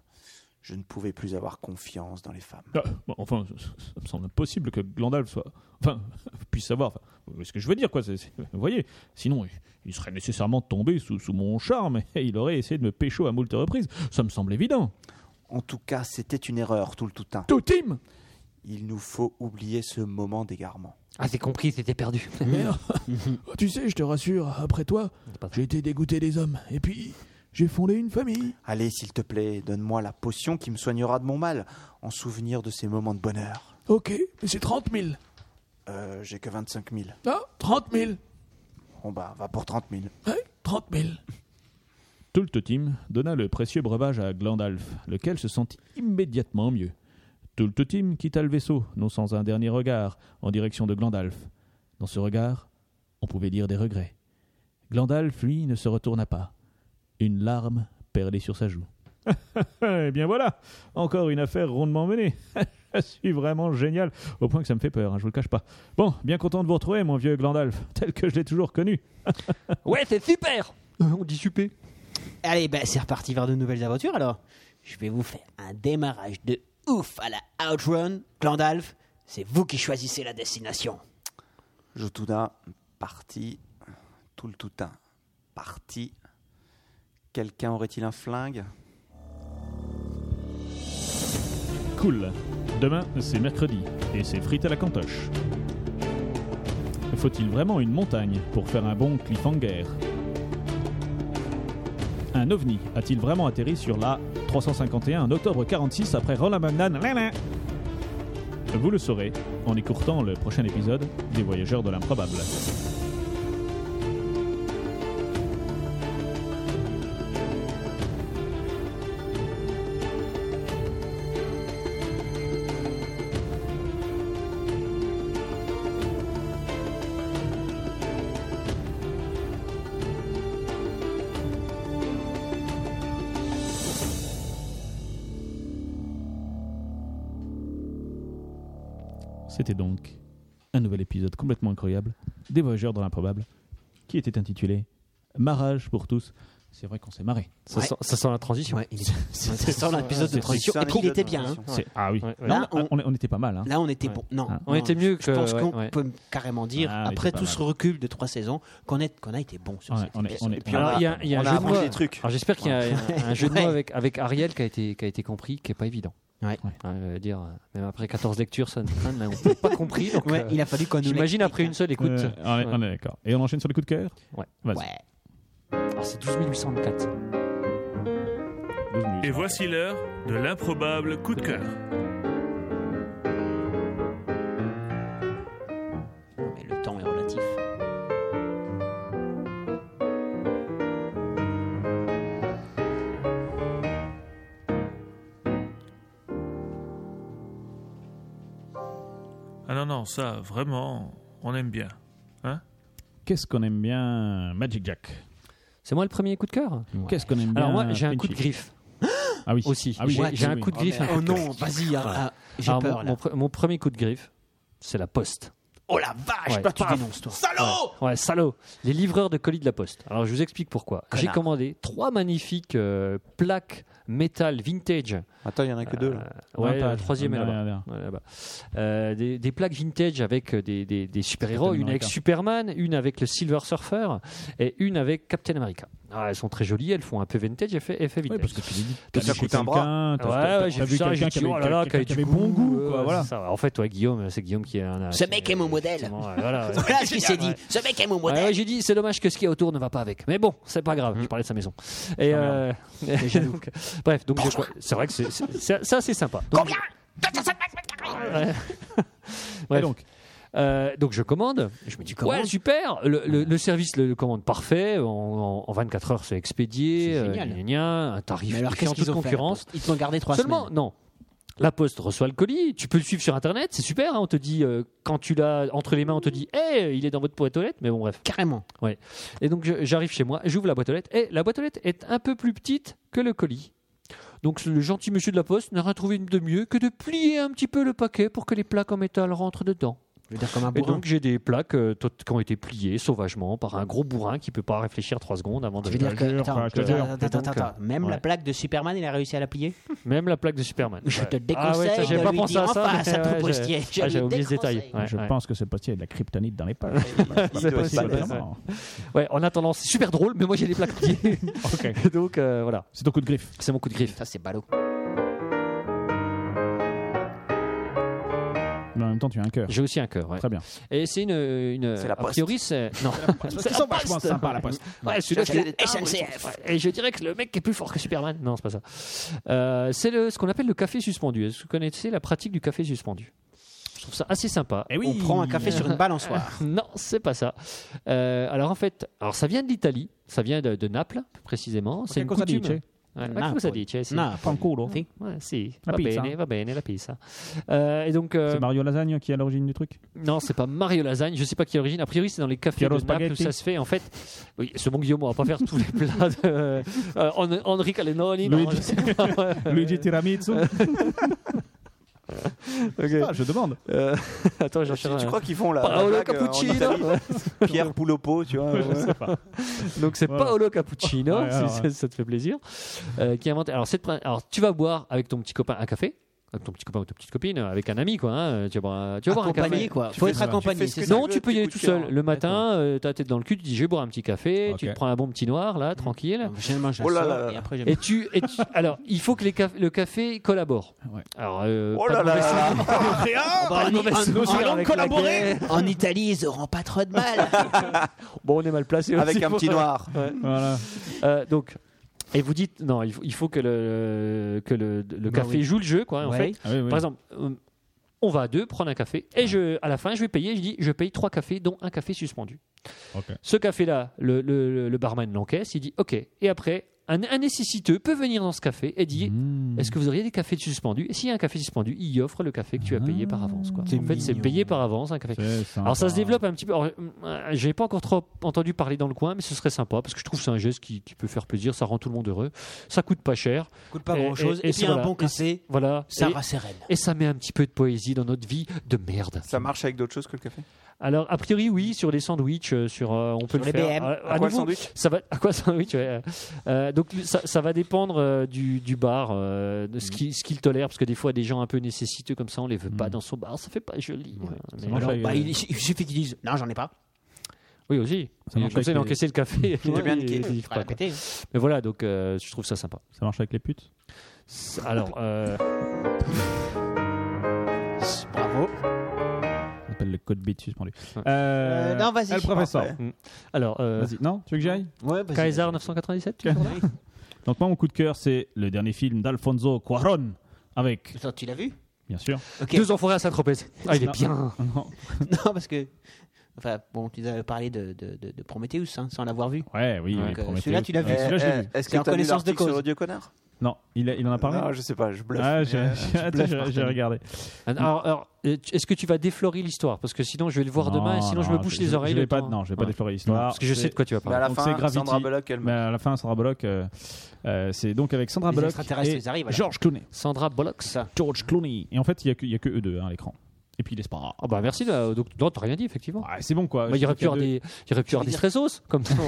[SPEAKER 3] Je ne pouvais plus avoir confiance dans les femmes.
[SPEAKER 2] Ah, bon, enfin, ça- ça me semble impossible que Glandalf soit. Enfin, puisse savoir. Enfin, vous voyez ce que je veux dire, quoi. c'est- c'est- vous voyez Sinon, il, il serait nécessairement tombé sous, sous mon charme et il aurait essayé de me pécho à moult reprises. Ça me semble évident.
[SPEAKER 3] En tout cas, c'était une erreur, tout le toutin.
[SPEAKER 8] Tout team
[SPEAKER 3] Il nous faut oublier ce moment d'égarement.
[SPEAKER 4] Ah, c'est compris, c'était perdu.
[SPEAKER 8] Mais non. Oh, tu sais, je te rassure, après toi, j'ai été dégoûté des hommes. Et puis, j'ai fondé une famille.
[SPEAKER 3] Allez, s'il te plaît, donne-moi la potion qui me soignera de mon mal, en souvenir de ces moments de bonheur.
[SPEAKER 8] Ok, mais c'est 30 000.
[SPEAKER 3] Euh, j'ai que 25 000.
[SPEAKER 8] Ah, 30 000.
[SPEAKER 3] Bon bah, va pour 30 000.
[SPEAKER 8] Ouais, 30 000.
[SPEAKER 2] Toultetim donna le précieux breuvage à Glandalf, lequel se sentit immédiatement mieux. Toultetim quitta le vaisseau, non sans un dernier regard, en direction de Glandalf. Dans ce regard, on pouvait lire des regrets. Glandalf, lui, ne se retourna pas. Une larme perlait sur sa joue. eh bien voilà, encore une affaire rondement menée. Je suis vraiment génial, au point que ça me fait peur, hein, je vous le cache pas. Bon, bien content de vous retrouver, mon vieux Glandalf, tel que je l'ai toujours connu.
[SPEAKER 4] ouais, c'est super On dit super.
[SPEAKER 5] Allez, ben c'est reparti vers de nouvelles aventures alors. Je vais vous faire un démarrage de ouf à la Outrun. Glandalf, c'est vous qui choisissez la destination.
[SPEAKER 3] Jotuna, parti. Tout le toutin, parti. Quelqu'un aurait-il un flingue
[SPEAKER 2] Cool. Demain, c'est mercredi et c'est frites à la cantoche. Faut-il vraiment une montagne pour faire un bon cliffhanger Un ovni a-t-il vraiment atterri sur la 351 en octobre 46 après Roland Magnan Vous le saurez en écourtant le prochain épisode des Voyageurs de l'improbable. C'était donc un nouvel épisode complètement incroyable des Voyageurs dans l'improbable qui était intitulé Marrage pour tous. C'est vrai qu'on s'est marré.
[SPEAKER 4] Ça,
[SPEAKER 5] Ouais.
[SPEAKER 4] sent, ça sent la transition.
[SPEAKER 5] il est... Ça sent l'épisode de
[SPEAKER 3] C'est
[SPEAKER 5] transition.
[SPEAKER 3] ça,
[SPEAKER 5] Et puis il
[SPEAKER 3] l'épisode
[SPEAKER 5] était
[SPEAKER 3] de
[SPEAKER 5] bien. hein.
[SPEAKER 3] transition.
[SPEAKER 2] C'est- Ah oui.
[SPEAKER 4] Ouais, ouais.
[SPEAKER 2] Là,
[SPEAKER 5] Là,
[SPEAKER 2] on, on- on était pas mal. hein.
[SPEAKER 5] Là, on était
[SPEAKER 4] Ouais.
[SPEAKER 5] bon. Non,
[SPEAKER 2] Ah.
[SPEAKER 4] On était mieux
[SPEAKER 5] Je
[SPEAKER 4] que-
[SPEAKER 5] pense
[SPEAKER 4] ouais,
[SPEAKER 5] qu'on
[SPEAKER 4] ouais.
[SPEAKER 5] peut carrément dire,
[SPEAKER 2] Ah, on était
[SPEAKER 5] après
[SPEAKER 2] pas
[SPEAKER 5] tout
[SPEAKER 2] mal.
[SPEAKER 5] ce recul de trois saisons, qu'on est- qu'on a été bon sur
[SPEAKER 2] Ouais,
[SPEAKER 5] cette
[SPEAKER 2] on est- on est-
[SPEAKER 3] Et puis on
[SPEAKER 4] Alors,
[SPEAKER 3] a,
[SPEAKER 4] il y a- il y a
[SPEAKER 3] on
[SPEAKER 4] un jeu
[SPEAKER 3] a
[SPEAKER 4] de
[SPEAKER 3] arrangé
[SPEAKER 4] mots.
[SPEAKER 3] des trucs.
[SPEAKER 4] Alors j'espère qu'il y a un, un jeu de mots
[SPEAKER 5] Ouais.
[SPEAKER 4] avec, avec Ariel qui a, été, qui a été compris, qui est pas évident.
[SPEAKER 5] Ouais.
[SPEAKER 4] Hein, je veux dire, euh, même après 14 lectures, ça ne traîne, là, on n'a pas compris. donc,
[SPEAKER 5] Ouais,
[SPEAKER 4] euh,
[SPEAKER 5] il a fallu qu'on nous
[SPEAKER 4] J'imagine après une
[SPEAKER 5] l'explique,
[SPEAKER 4] seule écoute.
[SPEAKER 2] Euh, on est, on est d'accord. Et on enchaîne sur le coup de cœur
[SPEAKER 4] Ouais.
[SPEAKER 2] Vas-y.
[SPEAKER 5] hein. Ouais.
[SPEAKER 4] Alors, ah, c'est 12 804.
[SPEAKER 2] 12 minutes.
[SPEAKER 6] Et voici l'heure de l'improbable coup de cœur.
[SPEAKER 5] Non, Mais le temps est relatif.
[SPEAKER 6] Ah non, non, ça, vraiment, on aime bien.
[SPEAKER 2] Qu'est-ce qu'on aime bien Magic Jack
[SPEAKER 4] C'est moi le premier coup de cœur
[SPEAKER 2] Qu'est-ce qu'on aime bien
[SPEAKER 4] Alors moi j'ai un coup de
[SPEAKER 2] Pinchy
[SPEAKER 4] griffe
[SPEAKER 2] Ah oui.
[SPEAKER 4] aussi.
[SPEAKER 2] Ah oui,
[SPEAKER 4] J'ai-
[SPEAKER 2] oui,
[SPEAKER 4] j'ai
[SPEAKER 2] oui,
[SPEAKER 4] un
[SPEAKER 2] oui.
[SPEAKER 4] coup de griffe. un coup
[SPEAKER 5] Oh
[SPEAKER 4] de
[SPEAKER 5] non,
[SPEAKER 4] cœur.
[SPEAKER 5] vas-y, ah, ah, j'ai
[SPEAKER 4] Alors,
[SPEAKER 5] peur
[SPEAKER 4] mon,
[SPEAKER 5] là.
[SPEAKER 4] mon pre- mon premier coup de griffe, c'est la poste.
[SPEAKER 5] Oh la vache,
[SPEAKER 4] Ouais.
[SPEAKER 5] toi tu dénonces toi.
[SPEAKER 4] Ouais, salaud Les livreurs de colis de la poste. Alors je vous explique pourquoi. J'ai
[SPEAKER 5] Connard.
[SPEAKER 4] commandé trois magnifiques euh, plaques métal vintage.
[SPEAKER 3] Attends, il y en a que deux. là.
[SPEAKER 4] Euh, ouais,
[SPEAKER 2] Vintage.
[SPEAKER 4] la troisième est
[SPEAKER 2] Dernière,
[SPEAKER 4] là-bas.
[SPEAKER 2] dernière.
[SPEAKER 4] Ouais, là-bas. Euh, des, des plaques vintage avec euh, des, des- des super-héros,
[SPEAKER 2] Captain
[SPEAKER 4] une avec
[SPEAKER 2] America.
[SPEAKER 4] Superman, une avec le Silver Surfer et une avec Captain America. Ah, elles sont très jolies, elles font un peu vintage, elles fait, elles fait
[SPEAKER 2] Ouais, parce
[SPEAKER 4] vintage.
[SPEAKER 2] que tu dis,
[SPEAKER 3] Que
[SPEAKER 2] t'as
[SPEAKER 3] ça
[SPEAKER 2] vu
[SPEAKER 3] coûte
[SPEAKER 2] chez
[SPEAKER 3] un bras.
[SPEAKER 2] quelqu'un,
[SPEAKER 4] Ouais,
[SPEAKER 2] t'as-
[SPEAKER 4] ouais,
[SPEAKER 2] t'as
[SPEAKER 4] j'ai
[SPEAKER 2] vu
[SPEAKER 4] vu ça, j'ai
[SPEAKER 2] quelqu'un
[SPEAKER 4] dit,
[SPEAKER 2] qui avait
[SPEAKER 4] oh là là,
[SPEAKER 2] quelqu'un qui
[SPEAKER 4] du
[SPEAKER 2] avait bon goût,
[SPEAKER 4] euh,
[SPEAKER 2] quoi,
[SPEAKER 4] ouais,
[SPEAKER 2] voilà.
[SPEAKER 4] c'est ça. En fait, toi, Guillaume, c'est Guillaume qui est un.
[SPEAKER 5] Ce mec est mon modèle.
[SPEAKER 4] Effectivement, ouais, voilà, ouais.
[SPEAKER 5] Voilà ce qu'il s'est dit.
[SPEAKER 4] Ouais.
[SPEAKER 5] Ce mec est mon
[SPEAKER 4] Ouais,
[SPEAKER 5] modèle.
[SPEAKER 4] ouais, j'ai dit, c'est dommage que ce qu'il y a autour ne va pas avec. Mais bon, c'est pas grave, je
[SPEAKER 2] Mm.
[SPEAKER 4] parlais de sa maison. Et euh, donc, bref, donc je crois- c'est vrai que c'est, c'est- c'est- ça c'est sympa. Donc, Combien
[SPEAKER 2] Et
[SPEAKER 4] donc,
[SPEAKER 2] donc,
[SPEAKER 4] Euh, donc je commande, je me dis ouais
[SPEAKER 5] commandes
[SPEAKER 4] super, le, le- le service le, le commande parfait, en, en- en 24 heures c'est expédié,
[SPEAKER 5] C'est
[SPEAKER 4] euh,
[SPEAKER 5] génial.
[SPEAKER 4] gna, gna, gna, un tarif
[SPEAKER 5] Mais alors,
[SPEAKER 4] qui est
[SPEAKER 5] qu'est-ce
[SPEAKER 4] en
[SPEAKER 5] qu'ils
[SPEAKER 4] toute
[SPEAKER 5] ont fait à la
[SPEAKER 4] concurrence.
[SPEAKER 5] Poste Ils te l'ont gardé trois
[SPEAKER 4] Seulement,
[SPEAKER 5] semaines.
[SPEAKER 4] non. La Poste reçoit le colis, tu peux le suivre sur internet, c'est super. hein, on te dit, euh, quand tu l'as entre les mains, on te dit, hé, il est dans votre boîte aux lettres, mais bon, bref.
[SPEAKER 5] Carrément.
[SPEAKER 4] Et donc je- j'arrive chez moi, j'ouvre la boîte aux lettres, et la boîte aux lettres est un peu plus petite que le colis. Donc le gentil monsieur de la poste n'a rien trouvé de mieux que de plier un petit peu le paquet pour que les plaques en métal rentrent dedans.
[SPEAKER 5] Je veux dire, comme un
[SPEAKER 4] Et
[SPEAKER 5] bourrin.
[SPEAKER 4] donc j'ai des plaques euh, tot- qui ont été pliées sauvagement par un gros bourrin qui peut pas réfléchir trois secondes avant de...
[SPEAKER 5] je veux dire que.
[SPEAKER 2] Jure,
[SPEAKER 5] Attends,
[SPEAKER 2] enfin, je te
[SPEAKER 5] attends,
[SPEAKER 2] jure.
[SPEAKER 5] attends, attends,
[SPEAKER 4] Donc,
[SPEAKER 5] attends. Même
[SPEAKER 4] ouais.
[SPEAKER 5] la plaque de Superman, il a réussi à la plier
[SPEAKER 4] Même la plaque de Superman.
[SPEAKER 5] Je te
[SPEAKER 4] Ouais.
[SPEAKER 5] déconseille
[SPEAKER 4] Ah ouais, ça, j'avais
[SPEAKER 5] de
[SPEAKER 4] pas
[SPEAKER 5] lui
[SPEAKER 4] pensé
[SPEAKER 5] dire
[SPEAKER 4] à
[SPEAKER 5] en
[SPEAKER 4] ça,
[SPEAKER 5] face,
[SPEAKER 4] mais
[SPEAKER 5] à ton
[SPEAKER 4] ouais,
[SPEAKER 5] broustier.
[SPEAKER 4] j'ai- ah,
[SPEAKER 5] Je
[SPEAKER 4] j'ai
[SPEAKER 5] lui
[SPEAKER 4] oublié ce détail.
[SPEAKER 5] déconseille.
[SPEAKER 4] Ouais,
[SPEAKER 2] je
[SPEAKER 4] ouais.
[SPEAKER 2] pense que c'est parce qu'il y a de la kryptonite dans les pages. C'est
[SPEAKER 3] Il doit être
[SPEAKER 2] possible,
[SPEAKER 3] balèze.
[SPEAKER 2] vraiment.
[SPEAKER 4] Ouais, en attendant, c'est super drôle, mais moi j'ai des plaques pliées.
[SPEAKER 2] Ok.
[SPEAKER 4] Donc euh, voilà,
[SPEAKER 2] C'est ton coup de griffe.
[SPEAKER 4] c'est mon coup de griffe.
[SPEAKER 5] Ça, c'est ballot.
[SPEAKER 2] Mais en même temps, tu as un cœur.
[SPEAKER 4] J'ai aussi un cœur. ouais.
[SPEAKER 2] Très bien.
[SPEAKER 4] Et c'est une, une
[SPEAKER 3] C'est la
[SPEAKER 4] a
[SPEAKER 3] Poste.
[SPEAKER 4] priori c'est non.
[SPEAKER 2] Ils sont vachement sympas, la poste.
[SPEAKER 4] Ouais, celui-là,
[SPEAKER 5] C'est
[SPEAKER 4] je-
[SPEAKER 5] la SNCF.
[SPEAKER 4] Ouais, Et je dirais que le mec est plus fort que Superman. Non, c'est pas ça. Euh, c'est le, ce qu'on appelle le café suspendu. Est-ce que vous connaissez la pratique du café suspendu Je trouve ça assez sympa.
[SPEAKER 2] Eh oui.
[SPEAKER 5] On prend un café sur une balançoire.
[SPEAKER 4] Non, c'est pas ça. Euh, alors en fait, alors ça vient de l'Italie, ça vient de, de Naples précisément. C'est
[SPEAKER 2] Che
[SPEAKER 4] une
[SPEAKER 2] cosa
[SPEAKER 4] coutume.
[SPEAKER 2] dice?
[SPEAKER 4] Ouais, ma
[SPEAKER 5] Naples.
[SPEAKER 4] cosa dice, sì.
[SPEAKER 5] Non,
[SPEAKER 2] Pas en cours, là.
[SPEAKER 4] Sì, ouais, sì.
[SPEAKER 2] La
[SPEAKER 4] va
[SPEAKER 2] pizza.
[SPEAKER 4] bene, va bene, la pizza. Euh, et donc, euh,
[SPEAKER 2] C'est Mario Lasagne qui est à l'origine du truc
[SPEAKER 4] non, c'est pas Mario Lasagne, je sais pas qui est l'origine. A priori, c'est dans les cafés
[SPEAKER 2] Piero
[SPEAKER 4] de Naples où
[SPEAKER 2] Spaghetti.
[SPEAKER 4] ça se fait. En fait, oui, ce bon Guillaume, on va pas faire tous les plats de euh, Hen- Enrico Lenoni. non,
[SPEAKER 2] Luigi-
[SPEAKER 4] je sais pas.
[SPEAKER 2] Luigi Tiramisu
[SPEAKER 4] euh, Ok.
[SPEAKER 2] Ah, Je demande.
[SPEAKER 4] Euh, attends, j'en
[SPEAKER 3] Tu,
[SPEAKER 4] cherche
[SPEAKER 3] tu
[SPEAKER 4] un.
[SPEAKER 3] crois qu'ils font la, la
[SPEAKER 4] Paolo
[SPEAKER 3] blague, euh, en Italie
[SPEAKER 4] Cappuccino
[SPEAKER 3] Pierre Poulopo, tu vois. ouais.
[SPEAKER 4] Donc c'est
[SPEAKER 2] Voilà.
[SPEAKER 4] Paolo Cappuccino,
[SPEAKER 2] Ouais,
[SPEAKER 4] si
[SPEAKER 2] ouais,
[SPEAKER 4] ça-
[SPEAKER 2] ouais.
[SPEAKER 4] ça te fait plaisir, euh, qui a inventé. Alors, cette prin- alors, tu vas boire avec ton petit copain un café, avec ton petit copain ou ta petite copine, avec un ami, quoi. hein, tu vas boire, un- tu vas boire un café.
[SPEAKER 5] Accompagné, quoi.
[SPEAKER 3] Tu
[SPEAKER 5] Faut
[SPEAKER 3] fais
[SPEAKER 5] être
[SPEAKER 3] ça, tu
[SPEAKER 5] accompagné.
[SPEAKER 3] fais ce
[SPEAKER 5] c'est
[SPEAKER 3] que
[SPEAKER 5] ça.
[SPEAKER 4] Non,
[SPEAKER 3] veux,
[SPEAKER 4] tu peux y aller
[SPEAKER 3] t'écoutes
[SPEAKER 4] tout
[SPEAKER 3] Pierre.
[SPEAKER 4] seul. Le matin, euh, t'as la tête dans le cul, tu dis je vais boire un petit café, tu
[SPEAKER 2] Ok.
[SPEAKER 4] te prends un bon petit noir,
[SPEAKER 3] Mm.
[SPEAKER 4] là, tranquille.
[SPEAKER 5] Finalement, je
[SPEAKER 3] Oh là
[SPEAKER 5] la
[SPEAKER 3] là
[SPEAKER 5] sors
[SPEAKER 3] là.
[SPEAKER 5] et après, je
[SPEAKER 4] Et tu, et tu- alors, il faut que les caf- le café collabore.
[SPEAKER 2] Ouais.
[SPEAKER 4] Alors, euh,
[SPEAKER 3] Oh
[SPEAKER 4] pas
[SPEAKER 3] là
[SPEAKER 4] de
[SPEAKER 3] là
[SPEAKER 4] mauvais
[SPEAKER 3] là là.
[SPEAKER 4] pas de mauvais souvenir avec laquelle-
[SPEAKER 5] En Italie, ils auront pas trop de mal.
[SPEAKER 4] Bon, on est mal placé
[SPEAKER 3] Avec
[SPEAKER 4] aussi
[SPEAKER 3] un
[SPEAKER 4] pour-
[SPEAKER 3] petit noir.
[SPEAKER 2] Voilà.
[SPEAKER 4] Euh, donc, et vous dites non, il faut, il faut que le que le, le
[SPEAKER 5] Bah
[SPEAKER 4] café
[SPEAKER 5] oui.
[SPEAKER 4] joue le jeu, quoi. En
[SPEAKER 5] Ouais.
[SPEAKER 4] fait,
[SPEAKER 2] Ah oui, oui.
[SPEAKER 4] par exemple. euh, on va à deux, prendre un café, et je, à la fin, je vais payer. Je dis, je paye trois cafés, dont un café suspendu.
[SPEAKER 2] Ok.
[SPEAKER 4] Ce café-là, le, le- le barman l'encaisse, il dit OK. Et après, un, un nécessiteux peut venir dans ce café et dit
[SPEAKER 2] Mmh.
[SPEAKER 4] Est-ce que vous auriez des cafés suspendus Et s'il y a un café suspendu, il offre le café que tu as payé par avance. Quoi. En
[SPEAKER 5] C'est
[SPEAKER 4] fait, c'est
[SPEAKER 5] mignon.
[SPEAKER 4] payé par avance un café.
[SPEAKER 2] Ah, C'est sympa.
[SPEAKER 4] Alors ça se développe un petit peu. Alors, euh, J'ai pas encore trop entendu parler dans le coin, mais ce serait sympa parce que je trouve que c'est un geste qui, qui peut faire plaisir, ça rend tout le monde heureux, ça coûte pas cher,
[SPEAKER 5] Coûte pas
[SPEAKER 4] Et-
[SPEAKER 5] grand chose.
[SPEAKER 4] et- et
[SPEAKER 5] Et puis,
[SPEAKER 4] voilà.
[SPEAKER 5] un bon café,
[SPEAKER 4] voilà.
[SPEAKER 5] ça
[SPEAKER 4] et,
[SPEAKER 5] rassérène.
[SPEAKER 4] et ça met un petit peu de poésie dans notre vie de merde.
[SPEAKER 3] Ça marche avec d'autres choses que le café.
[SPEAKER 4] Alors a priori oui sur les sandwichs, euh, sur euh, on peut le
[SPEAKER 5] Sur les
[SPEAKER 4] faire.
[SPEAKER 5] BM.
[SPEAKER 4] Euh,
[SPEAKER 3] À
[SPEAKER 4] à
[SPEAKER 3] quoi le
[SPEAKER 4] nouveau,
[SPEAKER 3] sandwich
[SPEAKER 4] ça va à quoi ça oui, tu vois, euh, euh, donc ça, ça va dépendre euh, du, du bar euh, de ce qui- ce qu'il tolère parce que des fois des gens un peu nécessiteux comme ça on les veut pas
[SPEAKER 2] Mm.
[SPEAKER 4] dans son bar ça fait pas joli hein, mais
[SPEAKER 2] marche
[SPEAKER 4] alors-
[SPEAKER 2] avec-
[SPEAKER 5] Bah, il, il suffit qu'ils disent non, j'en ai pas.
[SPEAKER 4] oui aussi
[SPEAKER 2] Ça marche
[SPEAKER 4] comme ça il a
[SPEAKER 2] avec
[SPEAKER 4] encaissé le café
[SPEAKER 3] était bien
[SPEAKER 4] Il-
[SPEAKER 3] niqué.
[SPEAKER 4] il- il- il-
[SPEAKER 5] Faut la
[SPEAKER 4] quoi.
[SPEAKER 5] péter.
[SPEAKER 4] mais voilà donc euh, je trouve ça sympa
[SPEAKER 2] Ça marche avec les putes
[SPEAKER 4] C'est- alors euh,
[SPEAKER 5] Bravo.
[SPEAKER 2] Ça s'appelle le code bit suspendu.
[SPEAKER 4] Ouais.
[SPEAKER 2] Euh,
[SPEAKER 5] Euh, non, vas-y.
[SPEAKER 2] Le professeur.
[SPEAKER 3] Parfait.
[SPEAKER 4] alors euh,
[SPEAKER 2] Vas-y. Non, tu veux que j'aille
[SPEAKER 5] Ouais, vas-y.
[SPEAKER 4] Kaiser 997 tu
[SPEAKER 2] Kaiser. Donc moi, mon coup de cœur, c'est le dernier film d'Alfonso Cuaron avec,
[SPEAKER 5] Attends, tu l'as vu
[SPEAKER 2] bien sûr.
[SPEAKER 5] Ok.
[SPEAKER 4] deux enfoirés à Saint-Tropez ah il est
[SPEAKER 2] Non.
[SPEAKER 4] bien
[SPEAKER 2] Non.
[SPEAKER 5] Non, parce que. Enfin, bon, tu nous avais parlé de, de, de, de Prometheus hein, sans l'avoir vu.
[SPEAKER 2] Ouais, oui.
[SPEAKER 5] Donc,
[SPEAKER 2] il est
[SPEAKER 5] euh,
[SPEAKER 2] prometteur.
[SPEAKER 5] celui-là, tu l'as vu.
[SPEAKER 2] Ouais, Celui-là, je l'ai
[SPEAKER 3] Eh,
[SPEAKER 2] vu.
[SPEAKER 3] eh, Est-ce
[SPEAKER 5] C'est
[SPEAKER 3] que
[SPEAKER 5] en
[SPEAKER 3] t'as lu
[SPEAKER 5] connaissance de
[SPEAKER 3] l'article sur
[SPEAKER 5] cause.
[SPEAKER 3] Audio Connard
[SPEAKER 2] Non, il, a- il en a parlé.
[SPEAKER 3] Non, je sais pas, je bluffe.
[SPEAKER 2] Ah, j'ai-
[SPEAKER 3] Mais, euh,
[SPEAKER 2] j'ai attends,
[SPEAKER 5] bluffes,
[SPEAKER 2] j'ai- j'ai
[SPEAKER 5] Martin.
[SPEAKER 2] regardé.
[SPEAKER 4] alors, alors, euh, tu- est-ce que tu vas déflorer l'histoire parce que sinon je vais le voir
[SPEAKER 2] Non,
[SPEAKER 4] demain et sinon je me
[SPEAKER 2] non,
[SPEAKER 4] bouche les oreilles
[SPEAKER 2] Je vais
[SPEAKER 4] le
[SPEAKER 2] pas,
[SPEAKER 4] temps.
[SPEAKER 2] non, je vais pas
[SPEAKER 4] Ouais.
[SPEAKER 2] déflorer l'histoire.
[SPEAKER 4] parce que je sais de quoi tu vas
[SPEAKER 3] Mais à
[SPEAKER 4] parler
[SPEAKER 3] la
[SPEAKER 2] Donc, c'est
[SPEAKER 3] fin,
[SPEAKER 2] Gravity.
[SPEAKER 3] Sandra Bullock, elle
[SPEAKER 2] Mais à la fin, Sandra Bullock, euh, euh, c'est donc avec Sandra
[SPEAKER 5] Les
[SPEAKER 2] Bullock
[SPEAKER 5] extraterrestres,
[SPEAKER 2] et
[SPEAKER 5] ils arrivent. alors.
[SPEAKER 2] George Clooney.
[SPEAKER 4] Sandra Bollocks
[SPEAKER 2] George Clooney. Et en fait, il y a que, il y a que eux deux hein, à l'écran. Et puis il est pas.
[SPEAKER 4] Ah bah merci, là, donc non, t'as rien dit, effectivement.
[SPEAKER 2] Ouais, c'est bon quoi.
[SPEAKER 4] Bah, il
[SPEAKER 2] Ah, Je
[SPEAKER 4] aurait pu
[SPEAKER 2] trouve
[SPEAKER 4] avoir
[SPEAKER 2] qu'il y a
[SPEAKER 4] des, il aurait pu avoir des stressos, comme ça,
[SPEAKER 2] deux-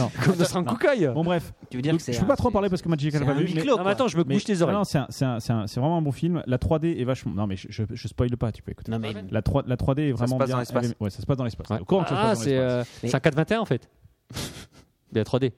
[SPEAKER 2] Non.
[SPEAKER 4] comme dans Sran Kukai.
[SPEAKER 2] Bon bref,
[SPEAKER 5] Tu veux dire
[SPEAKER 2] Donc,
[SPEAKER 5] que c'est
[SPEAKER 2] je peux pas
[SPEAKER 5] un-
[SPEAKER 2] trop en
[SPEAKER 5] c'est-
[SPEAKER 2] parler parce que Magical
[SPEAKER 5] c'est
[SPEAKER 2] pas
[SPEAKER 5] un
[SPEAKER 2] vu.
[SPEAKER 5] huis
[SPEAKER 2] mais-
[SPEAKER 5] clos,
[SPEAKER 4] Ah, mais
[SPEAKER 5] quoi.
[SPEAKER 4] attends, je me
[SPEAKER 2] mais-
[SPEAKER 4] couche les oreilles.
[SPEAKER 2] Non, non, c'est un- c'est un- c'est un- c'est vraiment un bon film. La 3D est vachement. Non mais je, je, je spoil pas, tu peux écouter.
[SPEAKER 5] Non, mais
[SPEAKER 2] La, 3, la 3D est
[SPEAKER 3] Ça se
[SPEAKER 2] vraiment
[SPEAKER 3] passe
[SPEAKER 2] bien.
[SPEAKER 3] dans l'espace.
[SPEAKER 2] elle est- Ouais, ça se passe dans l'espace.
[SPEAKER 4] Ouais.
[SPEAKER 2] Au courant que ça se
[SPEAKER 4] ah,
[SPEAKER 2] passe dans
[SPEAKER 4] c'est
[SPEAKER 2] l'espace.
[SPEAKER 4] euh,
[SPEAKER 5] Mais-
[SPEAKER 4] c'est un 421 en fait. Il y a 3D.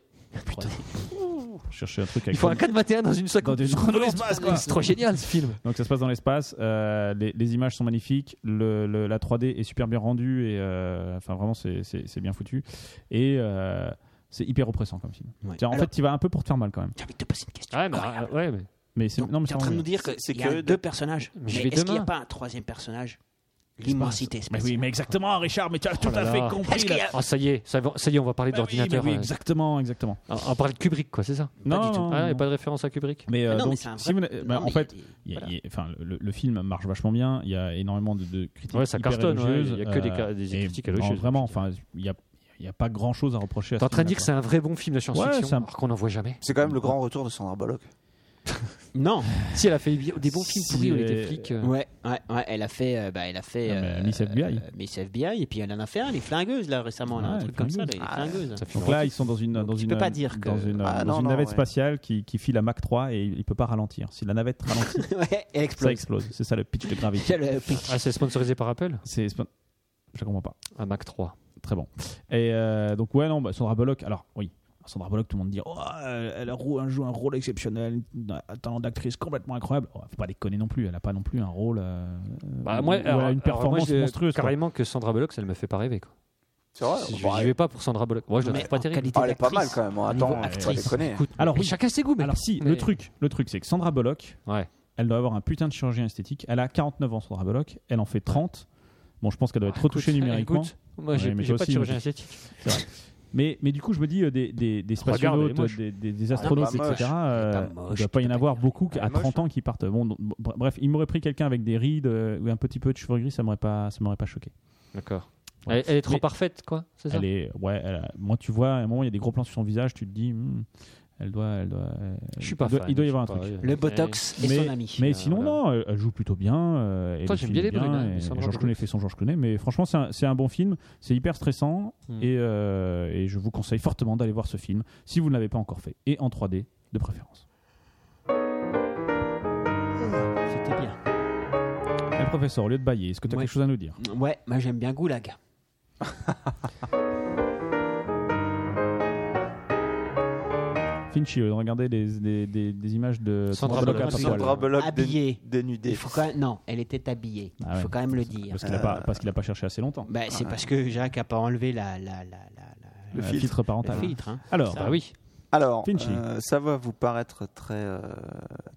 [SPEAKER 2] Je cherchais un truc
[SPEAKER 4] euh, Il
[SPEAKER 2] avec
[SPEAKER 4] faut un 421 dans une seconde.
[SPEAKER 2] Dans une
[SPEAKER 4] Dans l'espace, quoi. C'est trop génial ce film.
[SPEAKER 2] Donc ça se passe dans l'espace, euh, les, les images sont magnifiques, le, le- la 3D est super bien rendue et euh, enfin vraiment c'est- c'est c'est bien foutu et euh, c'est hyper oppressant comme film.
[SPEAKER 5] Ouais.
[SPEAKER 2] C'est-à-dire, En
[SPEAKER 5] Alors-
[SPEAKER 2] fait, tu vas un peu pour te faire mal quand même.
[SPEAKER 5] J'ai envie de te poser une question.
[SPEAKER 4] Ouais, mais,
[SPEAKER 5] incroyable.
[SPEAKER 4] ouais, mais
[SPEAKER 2] Mais c'est
[SPEAKER 5] Donc,
[SPEAKER 2] non mais
[SPEAKER 5] t'es
[SPEAKER 2] c'est
[SPEAKER 5] en train de
[SPEAKER 2] vraiment
[SPEAKER 5] nous
[SPEAKER 2] bien.
[SPEAKER 5] dire que
[SPEAKER 3] C'est
[SPEAKER 5] il y a
[SPEAKER 3] que-
[SPEAKER 5] deux personnages.
[SPEAKER 4] Mais
[SPEAKER 5] Mais
[SPEAKER 4] je vais
[SPEAKER 5] est-ce qu'il n'y a
[SPEAKER 4] demain.
[SPEAKER 5] pas un troisième personnage L'immensité
[SPEAKER 2] Mais
[SPEAKER 5] spatiale.
[SPEAKER 2] oui, mais
[SPEAKER 8] Exactement, Richard, mais tu as tout
[SPEAKER 4] Oh là
[SPEAKER 8] à fait
[SPEAKER 4] là.
[SPEAKER 8] compris.
[SPEAKER 5] Est-ce qu'il y
[SPEAKER 2] Bah
[SPEAKER 8] Là.
[SPEAKER 5] a-
[SPEAKER 4] Ah, ça y est, ça, va- ça y est, on va parler
[SPEAKER 8] Bah oui,
[SPEAKER 4] d'ordinateur.
[SPEAKER 8] mais
[SPEAKER 4] euh,
[SPEAKER 8] oui,
[SPEAKER 2] exactement, exactement.
[SPEAKER 4] on on parle de Kubrick, quoi, c'est ça
[SPEAKER 2] Non,
[SPEAKER 5] du
[SPEAKER 2] non,
[SPEAKER 5] tout.
[SPEAKER 2] non,
[SPEAKER 4] Ah, il n'y a
[SPEAKER 2] non.
[SPEAKER 4] pas Ah de référence à Kubrick.
[SPEAKER 2] Mais, euh,
[SPEAKER 5] Ah non, mais
[SPEAKER 2] donc,
[SPEAKER 5] c'est un
[SPEAKER 2] si vous
[SPEAKER 5] vrai-
[SPEAKER 2] n'avez- bah,
[SPEAKER 5] Non, mais
[SPEAKER 2] en fait,
[SPEAKER 5] il y a des-
[SPEAKER 2] il y a- il
[SPEAKER 5] voilà.
[SPEAKER 2] y a- enfin, le, le film marche vachement bien. Il y a énormément de, de critiques.
[SPEAKER 4] Ouais, ça
[SPEAKER 2] hyper
[SPEAKER 4] cartonne, ouais,
[SPEAKER 2] élogieuses,
[SPEAKER 4] il y a que des
[SPEAKER 2] euh,
[SPEAKER 4] ca- des
[SPEAKER 2] et
[SPEAKER 4] critiques
[SPEAKER 2] non,
[SPEAKER 4] élogieuses,
[SPEAKER 2] Vraiment,
[SPEAKER 4] je veux
[SPEAKER 2] enfin, il n'y a, il y a pas grand chose à reprocher. à
[SPEAKER 4] T'es en
[SPEAKER 2] ce
[SPEAKER 4] train de
[SPEAKER 2] film-là,
[SPEAKER 4] dire que c'est un vrai bon film de
[SPEAKER 2] Ouais,
[SPEAKER 4] science-fiction,
[SPEAKER 2] c'est un-
[SPEAKER 4] alors qu'on n'en voit jamais.
[SPEAKER 3] C'est quand même le grand retour de Sandra Bullock.
[SPEAKER 5] Non.
[SPEAKER 4] Si elle a fait des bons films pourris où elle était
[SPEAKER 2] C'est-
[SPEAKER 4] flic. euh,
[SPEAKER 5] Ouais, ouais, ouais, elle a fait, euh, bah, elle a fait
[SPEAKER 2] Ah, mais
[SPEAKER 5] euh,
[SPEAKER 2] Miss FBI.
[SPEAKER 5] euh, Miss FBI, et puis elle en a fait un, les flingueuses là récemment, là,
[SPEAKER 2] Ouais,
[SPEAKER 5] un
[SPEAKER 2] les
[SPEAKER 5] truc comme ça,
[SPEAKER 2] flingueuses. Ah,
[SPEAKER 5] les flingueuses.
[SPEAKER 4] ça fait
[SPEAKER 2] Donc
[SPEAKER 4] une
[SPEAKER 2] là, ils sont dans une,
[SPEAKER 5] Donc,
[SPEAKER 2] dans
[SPEAKER 5] tu
[SPEAKER 2] une,
[SPEAKER 5] peux pas dire que-
[SPEAKER 2] dans une,
[SPEAKER 3] Ah,
[SPEAKER 2] dans
[SPEAKER 3] non,
[SPEAKER 2] une
[SPEAKER 3] non,
[SPEAKER 2] navette
[SPEAKER 3] ouais.
[SPEAKER 2] spatiale qui, qui file à Mach 3 et il peut pas ralentir. Si la navette ralentit,
[SPEAKER 5] ouais, elle
[SPEAKER 2] ça
[SPEAKER 5] explose.
[SPEAKER 2] explose. C'est ça le pitch de Gravity.
[SPEAKER 5] Quel, euh, pitch.
[SPEAKER 4] Ah, c'est sponsorisé par Apple
[SPEAKER 2] C'est, c'est pas- je comprends pas.
[SPEAKER 4] Un Mac 3.
[SPEAKER 2] Très bon. Et euh, donc ouais, non, bah, Sandra Bullock. Alors oui, Sandra Bullock, tout le monde dit, oh, euh, elle joue un, joue un rôle exceptionnel, un talent d'actrice complètement incroyable. Oh, faut pas déconner non plus. Elle a pas non plus un rôle. euh,
[SPEAKER 4] Bah,
[SPEAKER 2] euh,
[SPEAKER 4] moi,
[SPEAKER 2] ou elle a
[SPEAKER 4] alors-
[SPEAKER 2] une
[SPEAKER 4] alors, moi,
[SPEAKER 2] performance
[SPEAKER 4] je-
[SPEAKER 2] monstrueuse. quoi.
[SPEAKER 4] Carrément que Sandra Bullock, elle me fait pas rêver. Quoi.
[SPEAKER 3] C'est vrai.
[SPEAKER 4] Si je
[SPEAKER 3] Bah,
[SPEAKER 4] n'y vais pas pour Sandra Bullock. Moi, je la
[SPEAKER 5] Mais
[SPEAKER 4] trouve pas
[SPEAKER 5] en
[SPEAKER 4] terrible.
[SPEAKER 5] qualité
[SPEAKER 3] Oh, elle est pas mal
[SPEAKER 5] d'actrice,
[SPEAKER 3] quand même. hein.
[SPEAKER 5] niveau
[SPEAKER 3] Attends, faut pas
[SPEAKER 5] actrice.
[SPEAKER 3] déconner.
[SPEAKER 2] Alors,
[SPEAKER 4] mais
[SPEAKER 2] oui.
[SPEAKER 4] chacun ses goûts, mais
[SPEAKER 2] Alors si,
[SPEAKER 4] mais-
[SPEAKER 2] le truc, le truc, c'est que Sandra Bullock,
[SPEAKER 4] Ouais.
[SPEAKER 2] elle doit avoir un putain de chirurgien esthétique. Elle a 49 ans, Sandra Bullock. Elle en fait 30. Bon, je pense qu'elle doit être retouchée
[SPEAKER 4] Ah, Écoute,
[SPEAKER 2] numériquement.
[SPEAKER 4] écoute, Moi, j'ai
[SPEAKER 2] Ouais, mais
[SPEAKER 4] j'ai
[SPEAKER 2] toi
[SPEAKER 4] pas de
[SPEAKER 2] aussi,
[SPEAKER 4] chirurgien
[SPEAKER 2] mais-
[SPEAKER 4] esthétique.
[SPEAKER 2] Mais, mais du coup, je me dis, euh, des, des, des
[SPEAKER 4] Regarde, elle est
[SPEAKER 2] spationautes,
[SPEAKER 4] moche.
[SPEAKER 2] des, des- des astronautes,
[SPEAKER 3] Elle est pas
[SPEAKER 2] etc., euh,
[SPEAKER 5] moche,
[SPEAKER 2] il doit
[SPEAKER 5] tout
[SPEAKER 2] pas y en
[SPEAKER 5] à
[SPEAKER 2] avoir beaucoup
[SPEAKER 3] Elle est
[SPEAKER 2] à
[SPEAKER 3] moche,
[SPEAKER 2] 30 ans qui partent. Bon, donc, bon, bref, il m'aurait pris quelqu'un avec des rides euh, ou un petit peu de cheveux gris, ça m'aurait pas, ça m'aurait pas choqué.
[SPEAKER 4] D'accord.
[SPEAKER 2] Ouais.
[SPEAKER 4] Elle, elle est trop
[SPEAKER 2] Mais-
[SPEAKER 4] parfaite, quoi. C'est ça
[SPEAKER 2] Elle est, ouais, elle a- moi, tu vois, à un moment, il y a des gros plans sur son visage, tu te dis, Hmm, elle doit, elle doit. euh,
[SPEAKER 4] Je suis pas
[SPEAKER 2] il doit-
[SPEAKER 4] fan,
[SPEAKER 2] Il doit y
[SPEAKER 4] je
[SPEAKER 2] avoir un
[SPEAKER 4] sais
[SPEAKER 2] truc.
[SPEAKER 4] pas, euh,
[SPEAKER 5] Le botox est
[SPEAKER 2] mais,
[SPEAKER 5] son ami.
[SPEAKER 2] mais
[SPEAKER 4] Euh,
[SPEAKER 2] sinon,
[SPEAKER 4] voilà.
[SPEAKER 2] non, elle- elle joue plutôt bien. euh, et
[SPEAKER 4] Toi,
[SPEAKER 2] le
[SPEAKER 4] j'aime
[SPEAKER 2] film
[SPEAKER 4] bien les
[SPEAKER 2] est
[SPEAKER 4] brunes, hein,
[SPEAKER 2] et
[SPEAKER 4] mais Sandra
[SPEAKER 2] Georges
[SPEAKER 4] Bullock.
[SPEAKER 2] Clooney fait son Georges Clooney, mais franchement, c'est un, c'est un bon film. C'est hyper stressant
[SPEAKER 4] Hmm.
[SPEAKER 2] et, euh, et je vous conseille fortement d'aller voir ce film si vous ne l'avez pas encore fait et en 3D de préférence.
[SPEAKER 5] C'était bien.
[SPEAKER 2] Eh, professeur, au lieu de bailler, est-ce que tu as
[SPEAKER 5] Ouais.
[SPEAKER 2] quelque chose à nous dire
[SPEAKER 5] Ouais, moi j'aime bien Goulag.
[SPEAKER 2] Finchi, euh, regardez des, des- des- des images de
[SPEAKER 4] Sandra
[SPEAKER 2] à poil.
[SPEAKER 4] Bullock.
[SPEAKER 3] Sandra Bullock dé-
[SPEAKER 5] Habillée. Il
[SPEAKER 3] dénudée.
[SPEAKER 5] faut quand même- Non, elle était habillée.
[SPEAKER 2] Ah
[SPEAKER 5] Il
[SPEAKER 2] ouais.
[SPEAKER 5] faut quand même le dire.
[SPEAKER 2] Parce Ah. qu'il n'a pas, parce qu'il a pas cherché assez longtemps.
[SPEAKER 5] Bah, c'est parce que Jacques a pas enlevé la, la, la, la, la-
[SPEAKER 3] Le
[SPEAKER 2] Euh,
[SPEAKER 3] filtre.
[SPEAKER 2] parental.
[SPEAKER 5] le filtre. hein.
[SPEAKER 2] Alors,
[SPEAKER 4] Bah oui.
[SPEAKER 3] Alors,
[SPEAKER 2] Finchi.
[SPEAKER 3] euh, ça va vous paraître très, euh,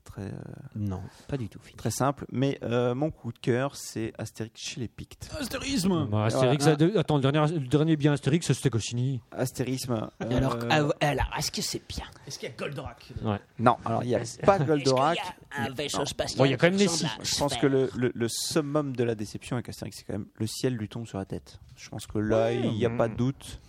[SPEAKER 3] très, euh,
[SPEAKER 5] Non, pas du tout. filtre.
[SPEAKER 3] très simple, mais euh, mon coup de cœur, c'est Astérix chez les Pictes.
[SPEAKER 8] Astérisme
[SPEAKER 4] Bah, Astérix,
[SPEAKER 3] Voilà.
[SPEAKER 4] a deux- attends, le dernier, le dernier bien Astérix, c'était Goscinny.
[SPEAKER 3] Astérisme. euh,
[SPEAKER 5] Alors, ah, alors, est-ce que c'est bien
[SPEAKER 8] Est-ce qu'il y a Goldorak
[SPEAKER 3] non, alors il n'y a pas de Goldorak.
[SPEAKER 5] Est-ce qu'il y a un vaisseau
[SPEAKER 3] Non.
[SPEAKER 5] spatial
[SPEAKER 4] Bon, il y a quand même
[SPEAKER 5] qui
[SPEAKER 4] les
[SPEAKER 5] ressemble à
[SPEAKER 3] Je
[SPEAKER 5] un
[SPEAKER 3] pense
[SPEAKER 5] sphère
[SPEAKER 3] que le, le- le summum de la déception avec Astérix, c'est quand même le ciel lui tombe sur la tête. Je pense que là, il n'y a pas de doute.